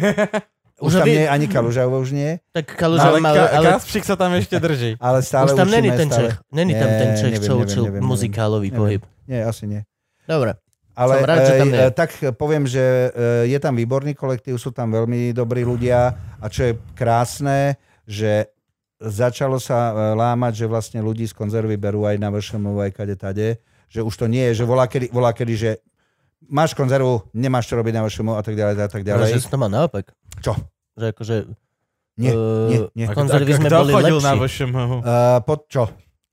[SPEAKER 2] Už
[SPEAKER 3] už tam
[SPEAKER 2] vy-
[SPEAKER 3] nie, ani Kalužajová už nie,
[SPEAKER 2] Tak
[SPEAKER 1] No, Ale,
[SPEAKER 3] No,
[SPEAKER 2] Kalužajová mal,
[SPEAKER 1] Ka-
[SPEAKER 2] ale
[SPEAKER 1] Kaspřík sa tam ešte drží.
[SPEAKER 3] ale stále
[SPEAKER 2] už tam
[SPEAKER 3] učíme
[SPEAKER 2] není ten
[SPEAKER 3] stále.
[SPEAKER 2] Čech. Není tam
[SPEAKER 3] Nie,
[SPEAKER 2] ten Čech,
[SPEAKER 3] neviem,
[SPEAKER 2] čo
[SPEAKER 3] neviem,
[SPEAKER 2] učil
[SPEAKER 3] neviem,
[SPEAKER 2] muzikálový
[SPEAKER 3] neviem.
[SPEAKER 2] pohyb.
[SPEAKER 3] Nie, asi nie.
[SPEAKER 2] Dobre.
[SPEAKER 3] Ale
[SPEAKER 2] Som rád, že tam nie.
[SPEAKER 3] e, e, tak poviem, že e, je tam výborný kolektív, sú tam veľmi dobrí ľudia a čo je krásne, že začalo sa e, lámať, že vlastne ľudí z konzervy berú aj na VŠMU, aj kade tade, že už to nie je, že volá kedy, volá kedy že máš konzervu, nemáš čo robiť na VŠMU a tak ďalej a tak
[SPEAKER 2] Ale že
[SPEAKER 3] ďalej.
[SPEAKER 2] som to mal naopak.
[SPEAKER 3] Čo?
[SPEAKER 2] Že akože...
[SPEAKER 3] Nie, nie, nie.
[SPEAKER 2] eh, Konzervy
[SPEAKER 1] A- a
[SPEAKER 2] sme
[SPEAKER 1] kto
[SPEAKER 2] boli
[SPEAKER 1] chodil na
[SPEAKER 2] lepší.
[SPEAKER 1] VŠMU?
[SPEAKER 3] Uh, pod, čo?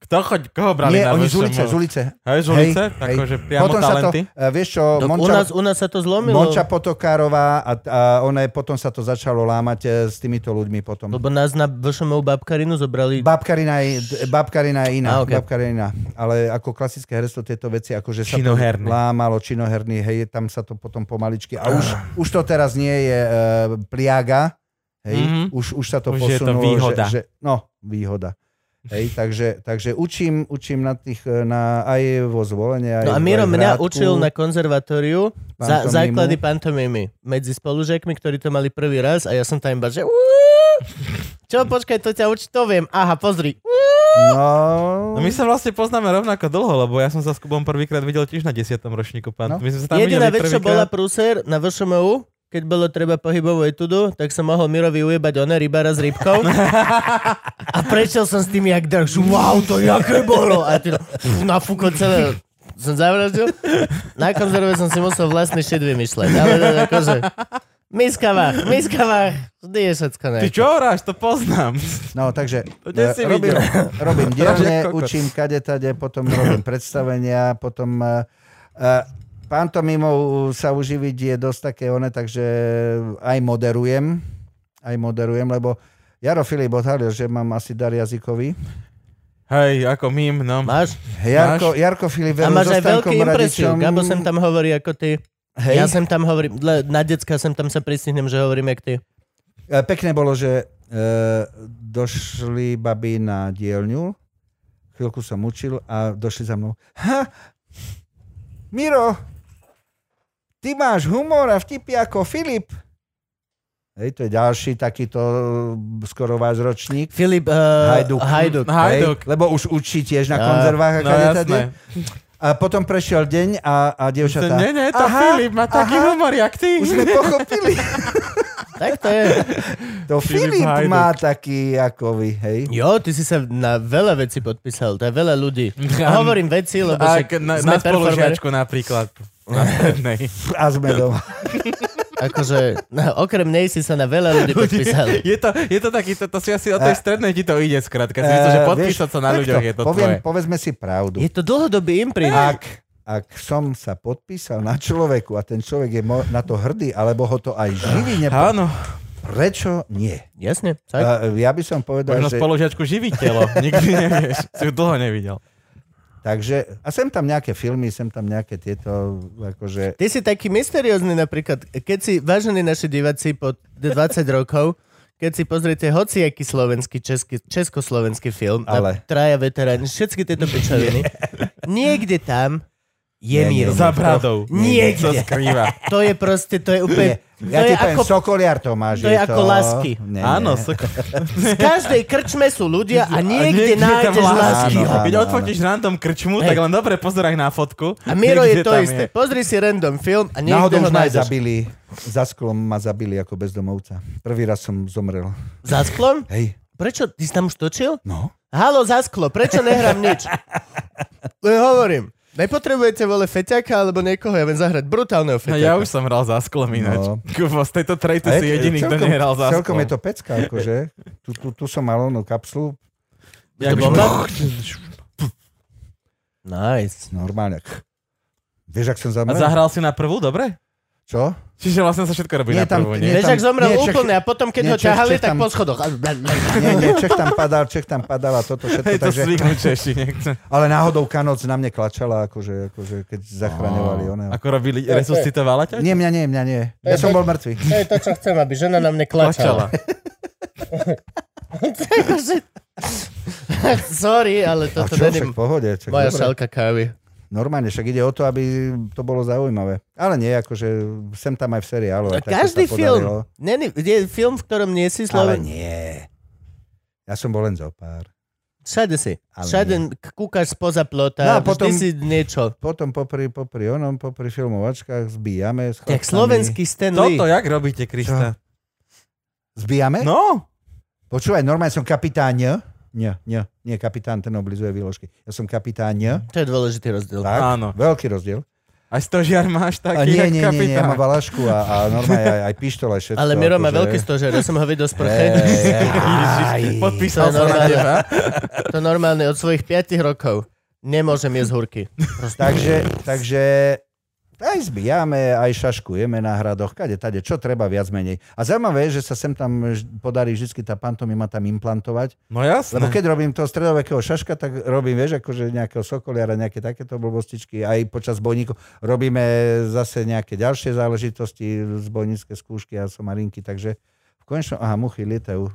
[SPEAKER 1] Kto choď, koho brali
[SPEAKER 3] nie,
[SPEAKER 1] na
[SPEAKER 3] oni
[SPEAKER 1] VŠMU?
[SPEAKER 3] z ulice, z ulice.
[SPEAKER 1] Hej, z ulice? Akože priamo
[SPEAKER 3] potom
[SPEAKER 1] talenty?
[SPEAKER 3] Sa to, e, vieš čo,
[SPEAKER 2] Tak u
[SPEAKER 3] Monča,
[SPEAKER 2] nás, u nás sa to zlomilo.
[SPEAKER 3] Monča Potokárová a, a ona je, potom sa to začalo lámať e, s týmito ľuďmi potom.
[SPEAKER 2] Lebo nás na VŠMU babkarinu zobrali... Ba-
[SPEAKER 3] Babkarina je, d- babkarina je
[SPEAKER 2] Á,
[SPEAKER 3] iná,
[SPEAKER 2] ok.
[SPEAKER 3] babkarina, ale ako klasické herectvo tieto veci, akože sa
[SPEAKER 1] Činoherný.
[SPEAKER 3] to lámalo, činoherný, hej, tam sa to potom pomaličky, a už, už to teraz nie je e, pliaga, hej,
[SPEAKER 1] Mhm.
[SPEAKER 3] už, už sa to
[SPEAKER 1] Už je to
[SPEAKER 3] posunulo.
[SPEAKER 1] výhoda.
[SPEAKER 3] Že, že, no, výhoda. Hej, takže, takže učím, učím na tých, e, na, aj vo zvolenie, aj
[SPEAKER 2] no a
[SPEAKER 3] aj
[SPEAKER 2] Miro
[SPEAKER 3] v
[SPEAKER 2] mňa
[SPEAKER 3] Hrádku.
[SPEAKER 2] učil na konzervatóriu za,
[SPEAKER 3] Pantomimu.
[SPEAKER 2] základy pantomimy medzi spolužiakmi, ktorí to mali prvý raz a ja som tam iba, že... "Uú, Čo, počkaj, to ťa uč, to viem. Aha, pozri.
[SPEAKER 1] No
[SPEAKER 3] No,
[SPEAKER 1] my sa vlastne poznáme rovnako dlho, lebo ja som sa s Kubom prvýkrát videl tiež na 10. ročníku. Pán.
[SPEAKER 3] No.
[SPEAKER 1] My sme sa tam
[SPEAKER 2] Jediná
[SPEAKER 1] videli
[SPEAKER 2] vec, čo bola
[SPEAKER 1] prvýkrát.
[SPEAKER 2] prúser na VŠMU, keď bolo treba pohybovú etudu, tak som mohol Mirovi ujebať ona rybára s rybkou. a prešiel som s tým jak drž. Wow, to jaké bolo. A ty to pf, nafúkol celé. Som zavraždil. Na konzerve som si musel vlastný shit vymýšľať. Ale to je akože... Miska vach, miska vach. Vždy je všetko
[SPEAKER 1] Ty
[SPEAKER 2] ne.
[SPEAKER 1] čo hráš? To poznám.
[SPEAKER 3] no takže
[SPEAKER 1] To kde
[SPEAKER 3] e,
[SPEAKER 1] si
[SPEAKER 3] robím,
[SPEAKER 1] videl?
[SPEAKER 3] robím dielne,
[SPEAKER 1] Že kokot.
[SPEAKER 3] učím kade tade, potom robím predstavenia, potom e, e, pantomimou sa uživiť je dosť také one, takže aj moderujem, aj moderujem, lebo Jaro Filip odhalil, že mám asi dar jazykový.
[SPEAKER 1] Hej, ako mím, no.
[SPEAKER 2] Máš?
[SPEAKER 3] Jarko, Jarko Filip
[SPEAKER 2] A
[SPEAKER 3] Veru
[SPEAKER 2] máš
[SPEAKER 3] so
[SPEAKER 2] aj veľký
[SPEAKER 3] Stankom
[SPEAKER 2] impresiu.
[SPEAKER 3] Radičom.
[SPEAKER 2] Gabo sem tam hovorí ako ty.
[SPEAKER 3] Hej.
[SPEAKER 2] Ja sem tam hovorím, le- na decka sem tam sa pristihnem, že hovorím jak ty.
[SPEAKER 3] E, Pekné bolo, že e, došli baby na dielňu, chvíľku som učil a došli za mnou. Ha! Miro, ty máš humor a vtipy ako Filip. Hej, to je ďalší takýto e, skoro vážročník.
[SPEAKER 2] Filip uh,
[SPEAKER 3] Hajduk.
[SPEAKER 2] Hajduk.
[SPEAKER 1] Hajduk.
[SPEAKER 3] Hej, lebo už učí tiež na
[SPEAKER 2] Ja,
[SPEAKER 3] konzervách.
[SPEAKER 1] No
[SPEAKER 3] a kade tade.
[SPEAKER 1] jasné.
[SPEAKER 3] A potom prešiel deň a,
[SPEAKER 1] To,
[SPEAKER 3] a dievčatá...
[SPEAKER 1] nie, nie, to
[SPEAKER 3] aha,
[SPEAKER 1] Filip má taký
[SPEAKER 3] aha,
[SPEAKER 1] humor, jak ty.
[SPEAKER 3] Už sme pochopili.
[SPEAKER 2] Tak to je.
[SPEAKER 3] To
[SPEAKER 1] Filip
[SPEAKER 3] Filip,
[SPEAKER 1] Hajduk.
[SPEAKER 3] má taký ako vy, hej.
[SPEAKER 2] Jo, ty si sa na veľa vecí podpísal, to je veľa ľudí.
[SPEAKER 1] Áno.
[SPEAKER 2] Hovorím veci, lebo
[SPEAKER 1] A,
[SPEAKER 2] však
[SPEAKER 1] k- na,
[SPEAKER 2] sme
[SPEAKER 1] na
[SPEAKER 2] performer.
[SPEAKER 1] spolužiačku napríklad. Na strednej.
[SPEAKER 3] A sme doma.
[SPEAKER 2] Akože, no, okrem nej si sa na veľa ľudí podpísal.
[SPEAKER 1] Je to, je to taký, to, to si asi o tej
[SPEAKER 3] A-
[SPEAKER 1] strednej ti to ide skrátka. Si myslíš, že
[SPEAKER 3] Eh,
[SPEAKER 1] podpísať
[SPEAKER 3] vieš,
[SPEAKER 1] sa na
[SPEAKER 3] takto,
[SPEAKER 1] ľuďoch je to
[SPEAKER 3] poviem,
[SPEAKER 1] tvoje.
[SPEAKER 3] Povedzme si pravdu.
[SPEAKER 2] Je to dlhodobý imprint.
[SPEAKER 3] Ak, ak som sa podpísal na človeku a ten človek je mo- na to hrdý, alebo ho to aj živí, nepo-
[SPEAKER 1] Áno,
[SPEAKER 3] prečo nie?
[SPEAKER 2] Jasne, tak?
[SPEAKER 3] Uh, ja by som povedal,
[SPEAKER 1] možno
[SPEAKER 3] že...
[SPEAKER 1] spolužiačku živí telo. Nikdy nevieš. Si ju dlho nevidel.
[SPEAKER 3] Takže, a sem tam nejaké filmy, sem tam nejaké tieto, akože...
[SPEAKER 2] Ty si taký mysteriózny napríklad, keď si, vážení naši diváci pod 20 rokov, keď si pozriete hociaký slovenský, český, československý film, Ale.
[SPEAKER 3] Ale.
[SPEAKER 2] traja veteráni, všetky tieto pečoviny, niekde tam je
[SPEAKER 3] Nie, nie,
[SPEAKER 2] Miro.
[SPEAKER 3] nie.
[SPEAKER 1] Za bradou.
[SPEAKER 2] Niekde.
[SPEAKER 1] Sa skrýva.
[SPEAKER 2] To je proste, to je úplne...
[SPEAKER 3] Nie, ja
[SPEAKER 2] to
[SPEAKER 3] ti
[SPEAKER 2] je
[SPEAKER 3] poviem,
[SPEAKER 2] ako,
[SPEAKER 3] Sokoliar to máš.
[SPEAKER 2] to je ako lásky.
[SPEAKER 3] Nie,
[SPEAKER 1] Áno,
[SPEAKER 3] nie.
[SPEAKER 1] so,
[SPEAKER 2] z každej krčme sú ľudia a niekde, nájdeš lásky.
[SPEAKER 3] vlastne- Áno, áno,
[SPEAKER 1] Keď
[SPEAKER 3] áno.
[SPEAKER 1] odfotíš random krčmu, tak len dobre pozeraj na fotku.
[SPEAKER 2] A Miro je
[SPEAKER 1] Niekde
[SPEAKER 2] to
[SPEAKER 1] tam
[SPEAKER 2] isté. Pozri si random film a niekde
[SPEAKER 3] Náhodou
[SPEAKER 2] ho
[SPEAKER 3] už ma aj
[SPEAKER 2] nájdeš.
[SPEAKER 3] zabili. Za sklom ma zabili ako bezdomovca. Prvý raz som zomrel.
[SPEAKER 2] Za sklom?
[SPEAKER 3] Hej,
[SPEAKER 2] Prečo? Ty si tam už točil?
[SPEAKER 3] no.
[SPEAKER 2] Halo, za sklo, prečo nehrám nič? Len hovorím. Nepotrebujete vole feťaka alebo niekoho, ja viem zahrať brutálneho
[SPEAKER 1] No,
[SPEAKER 2] feťaka.
[SPEAKER 1] ja už som hral za sklom ináč.
[SPEAKER 3] No.
[SPEAKER 1] No. Z tejto trejty
[SPEAKER 3] A
[SPEAKER 1] si
[SPEAKER 3] je-
[SPEAKER 1] jediný, kto
[SPEAKER 3] celkom-
[SPEAKER 1] nehral za
[SPEAKER 3] Celkom
[SPEAKER 1] sklom.
[SPEAKER 3] je to pecka, akože. Tu, tu, tu som mal onú kapslu,
[SPEAKER 2] Je to
[SPEAKER 1] Jakže-
[SPEAKER 2] bomba? Nice.
[SPEAKER 3] normálne. k- Vieš, ak som
[SPEAKER 1] A
[SPEAKER 3] zamrel?
[SPEAKER 1] zahral si na prvú, dobre?
[SPEAKER 3] Čo?
[SPEAKER 1] Čiže vlastne sa všetko robí
[SPEAKER 3] Nie,
[SPEAKER 1] na
[SPEAKER 3] tam-
[SPEAKER 1] prvú, nie?
[SPEAKER 3] nie,
[SPEAKER 2] Vieš, ak zomrel
[SPEAKER 3] nie, Čech-
[SPEAKER 2] úplne a potom, keď
[SPEAKER 3] nie,
[SPEAKER 2] ho
[SPEAKER 3] Čech-
[SPEAKER 2] ťahali,
[SPEAKER 3] Čech
[SPEAKER 2] tak
[SPEAKER 3] tam-
[SPEAKER 2] po schodoch.
[SPEAKER 3] Nie, nie, Čech tam padal, Čech tam padal a toto všetko.
[SPEAKER 1] Hej, to
[SPEAKER 3] takže,
[SPEAKER 1] zvyknú Češi, nechce.
[SPEAKER 3] ale náhodou kanoc na mne klačala, akože, akože keď zachraňovali oného.
[SPEAKER 1] Ako robili, resuscitovala ťa?
[SPEAKER 3] Nie, mňa nie, mňa nie. Ja som bol mŕtvy.
[SPEAKER 2] To je to, čo chcem, aby žena na mne
[SPEAKER 1] Plačala.
[SPEAKER 2] Sorry, ale
[SPEAKER 3] A
[SPEAKER 2] toto
[SPEAKER 3] čo, však
[SPEAKER 2] není
[SPEAKER 3] v pohode. Čak,
[SPEAKER 2] teda moja
[SPEAKER 3] dobre.
[SPEAKER 2] šalka kávy.
[SPEAKER 3] Normálne, však ide o to, aby to bolo zaujímavé. Ale nie, akože sem tam aj v seriálu. Aj takto
[SPEAKER 2] Každý
[SPEAKER 3] sa podarilo.
[SPEAKER 2] film. Není, je film, v ktorom nie si
[SPEAKER 3] Ale
[SPEAKER 2] Sloven.
[SPEAKER 3] nie. Ja som bol len zo pár.
[SPEAKER 2] Všade si.
[SPEAKER 3] Ale
[SPEAKER 2] Všade k- kúkaš spoza plota.
[SPEAKER 3] No a
[SPEAKER 2] No, potom...
[SPEAKER 3] potom-
[SPEAKER 2] Vždy si niečo.
[SPEAKER 3] Potom popri, popri onom, popri filmovačkách zbijame s
[SPEAKER 2] Jak
[SPEAKER 3] chlapcami.
[SPEAKER 2] slovenský Stan Lee.
[SPEAKER 1] Toto, jak robíte, Krista?
[SPEAKER 3] Zbijame?
[SPEAKER 1] No,
[SPEAKER 3] Počúvaj, normálne som kapitán. Nie, nie, nie, kapitán ten oblizuje výložky. Ja som kapitán.
[SPEAKER 2] To je dôležitý rozdiel.
[SPEAKER 3] Tak,
[SPEAKER 1] Áno.
[SPEAKER 3] veľký rozdiel.
[SPEAKER 1] aj stožiar máš
[SPEAKER 3] A
[SPEAKER 1] taký,
[SPEAKER 3] nie,
[SPEAKER 1] jak
[SPEAKER 3] nie, nie, nie, ja
[SPEAKER 1] kapitán.
[SPEAKER 3] mám valašku a, a normálne aj, aj pištol, aj všetko.
[SPEAKER 2] Ale Miro má
[SPEAKER 3] akože-
[SPEAKER 2] veľký stožer, ja som ho videl z prche.
[SPEAKER 3] Ej, aj.
[SPEAKER 1] Ježiš, Podpísal
[SPEAKER 2] To je
[SPEAKER 1] sa na
[SPEAKER 2] normálne.
[SPEAKER 1] teba.
[SPEAKER 2] To normálne od svojich 5 rokov. Nemôžem jesť húrky.
[SPEAKER 3] Takže, takže aj zbijame, aj šaškujeme na hradoch, kade, tade, čo treba viac menej. A zaujímavé je, že sa sem tam vž- podarí vždy tá pantomima tam implantovať,
[SPEAKER 1] No jasné.
[SPEAKER 3] lebo keď robím toho stredovekého šaška, tak robím, vieš, akože nejakého sokoliara, nejaké takéto blbostičky, aj počas bojníkov. Robíme zase nejaké ďalšie záležitosti, zbojnícke skúšky a somarinky, takže v konečnom... Aha, muchy lietajú.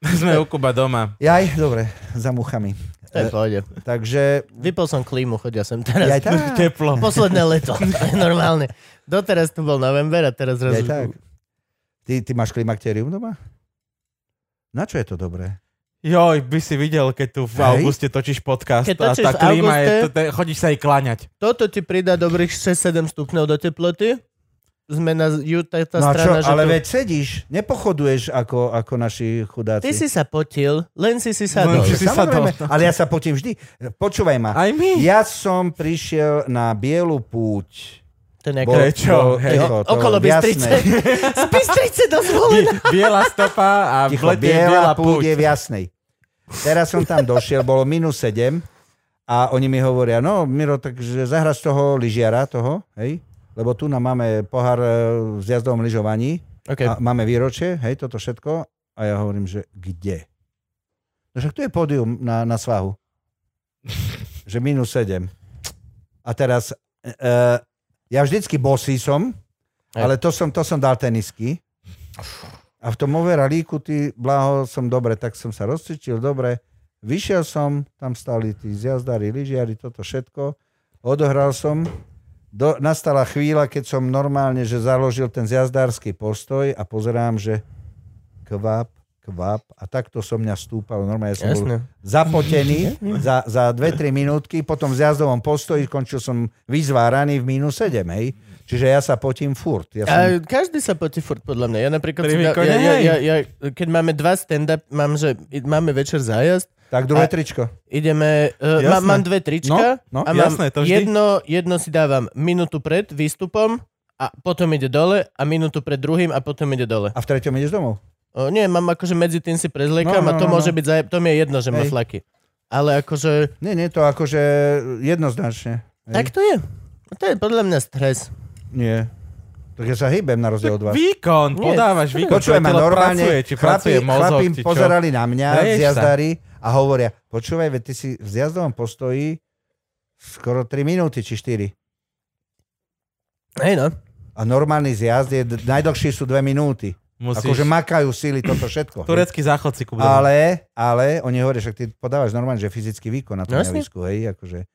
[SPEAKER 1] Sme u Kuba doma.
[SPEAKER 3] Jaj, dobre, za muchami.
[SPEAKER 2] To je v pohode.
[SPEAKER 3] Takže...
[SPEAKER 2] Vypol som klímu, chodia sem
[SPEAKER 3] Jaj
[SPEAKER 2] teraz.
[SPEAKER 3] tak,
[SPEAKER 1] Teplo.
[SPEAKER 2] Posledné leto, to je normálne. Doteraz tu bol november a teraz raz...
[SPEAKER 3] jaj tak. Ty, ty máš klimakterium doma? Na čo je to dobré?
[SPEAKER 1] Joj, by si videl, keď tu v
[SPEAKER 3] Hej.
[SPEAKER 1] auguste točíš podcast
[SPEAKER 2] Keď
[SPEAKER 1] a
[SPEAKER 2] točíš
[SPEAKER 1] tá
[SPEAKER 2] v
[SPEAKER 1] klíma je,
[SPEAKER 2] auguste-
[SPEAKER 1] to- to- chodíš sa jej kláňať.
[SPEAKER 2] Toto ti pridá dobrých 6-7 stupňov do teploty. Sme na ju, tá, tá
[SPEAKER 3] no a
[SPEAKER 2] strana,
[SPEAKER 3] čo,
[SPEAKER 2] že
[SPEAKER 3] ale
[SPEAKER 2] tu...
[SPEAKER 3] veď sedíš, nepochoduješ ako, ako naši chudáci.
[SPEAKER 2] Ty si sa potil, len si si sadol.
[SPEAKER 1] Len si-
[SPEAKER 3] Samozrejme,
[SPEAKER 1] sadol.
[SPEAKER 3] ale ja sa potím vždy. Počúvaj ma.
[SPEAKER 1] Aj my.
[SPEAKER 3] Ja som prišiel na bielu púť.
[SPEAKER 2] To je
[SPEAKER 1] Bol-
[SPEAKER 2] nejaké...
[SPEAKER 1] Prečo? Hej.
[SPEAKER 2] Okolo Bystrice. Z Bystrice do Zvolena.
[SPEAKER 1] Bie- Biela stopa a v
[SPEAKER 3] Ticho,
[SPEAKER 1] lete je biela púť.
[SPEAKER 3] je v jasnej. Teraz som tam došiel, bolo minus 7 a oni mi hovoria, no Miro, takže zahraš toho lyžiara, toho, hej? Lebo tu nám máme pohár e, v zjazdovom lyžovaní
[SPEAKER 2] Okay.
[SPEAKER 3] a máme výročie, hej, toto všetko. A ja hovorím, že kde? No však tu je pódium na, na svahu. že minus 7. A teraz, e, e, ja vždycky bosý som,
[SPEAKER 2] Hej.
[SPEAKER 3] ale to som, to som dal tenisky. A v tom overalíku, ty, blaho, som dobre, tak som sa rozcvičil, dobre. Vyšiel som, tam stali tí zjazdári, lyžiari, toto všetko. Odohral som. Do, nastala chvíľa, keď som normálne, že založil ten zjazdársky postoj a pozerám, že kvap, kvap. A takto som mňa stúpal. Normálne som bol
[SPEAKER 2] Jasné.
[SPEAKER 3] zapotený
[SPEAKER 1] Mhm.
[SPEAKER 3] za, za 2-3 minútky, potom v zjazdovom postoji končil som vyzváraný v minus 7, hej. Čiže ja sa potím furt. Ja som,
[SPEAKER 2] A každý sa potí furt, podľa mňa. Ja napríklad... si
[SPEAKER 1] Pri
[SPEAKER 2] dá-
[SPEAKER 1] výkone,
[SPEAKER 2] ja, ja,
[SPEAKER 1] hej.
[SPEAKER 2] ja, ja, keď máme dva stand-up, mám, že máme večer zájazd,
[SPEAKER 3] tak druhé
[SPEAKER 2] a-
[SPEAKER 3] tričko.
[SPEAKER 2] Ideme, uh,
[SPEAKER 1] Jasné.
[SPEAKER 2] mám, mám dve trička
[SPEAKER 1] No, no,
[SPEAKER 2] a mám
[SPEAKER 1] jasné, to vždy.
[SPEAKER 2] jedno, jedno si dávam minútu pred výstupom a potom ide dole a minútu pred druhým a potom ide dole.
[SPEAKER 3] A v treťom ideš domov?
[SPEAKER 2] O, nie, mám akože medzi tým si prezliekam no,
[SPEAKER 3] No,
[SPEAKER 2] no, a
[SPEAKER 3] no,
[SPEAKER 2] to
[SPEAKER 3] no,
[SPEAKER 2] môže
[SPEAKER 3] no.
[SPEAKER 2] byť, zaj- to mi je jedno, že má
[SPEAKER 3] Hej.
[SPEAKER 2] flaky. Ale akože,
[SPEAKER 3] Nie, nie, to akože jednoznačne. Hej.
[SPEAKER 2] tak to je. To je podľa mňa stres.
[SPEAKER 3] Nie. Tak ja sa hýbem na rozdiel od vás.
[SPEAKER 1] Výkon,
[SPEAKER 2] Nie.
[SPEAKER 1] podávaš výkon.
[SPEAKER 3] Počujem ma
[SPEAKER 1] tvoje telo
[SPEAKER 3] normálne,
[SPEAKER 1] Pracuje, či pracuje
[SPEAKER 3] chlapi,
[SPEAKER 1] mozog,
[SPEAKER 3] chlapi
[SPEAKER 1] či čo?
[SPEAKER 3] pozerali na mňa,
[SPEAKER 1] Heješ sa.
[SPEAKER 3] zjazdári, a hovoria, počúvaj, veď ty si v zjazdovom postoji skoro 3 minúty, či 4.
[SPEAKER 2] Hej no.
[SPEAKER 3] A normálny zjazd je, d- najdlhší sú 2 minúty.
[SPEAKER 1] Musíš...
[SPEAKER 3] Akože makajú síly, toto všetko.
[SPEAKER 1] Turecký záchod si kúpil.
[SPEAKER 3] Ale, ale, oni hovoria, však ty podávaš normálne, že fyzický výkon na tom
[SPEAKER 2] No Jasne.
[SPEAKER 3] javisku, hej, akože.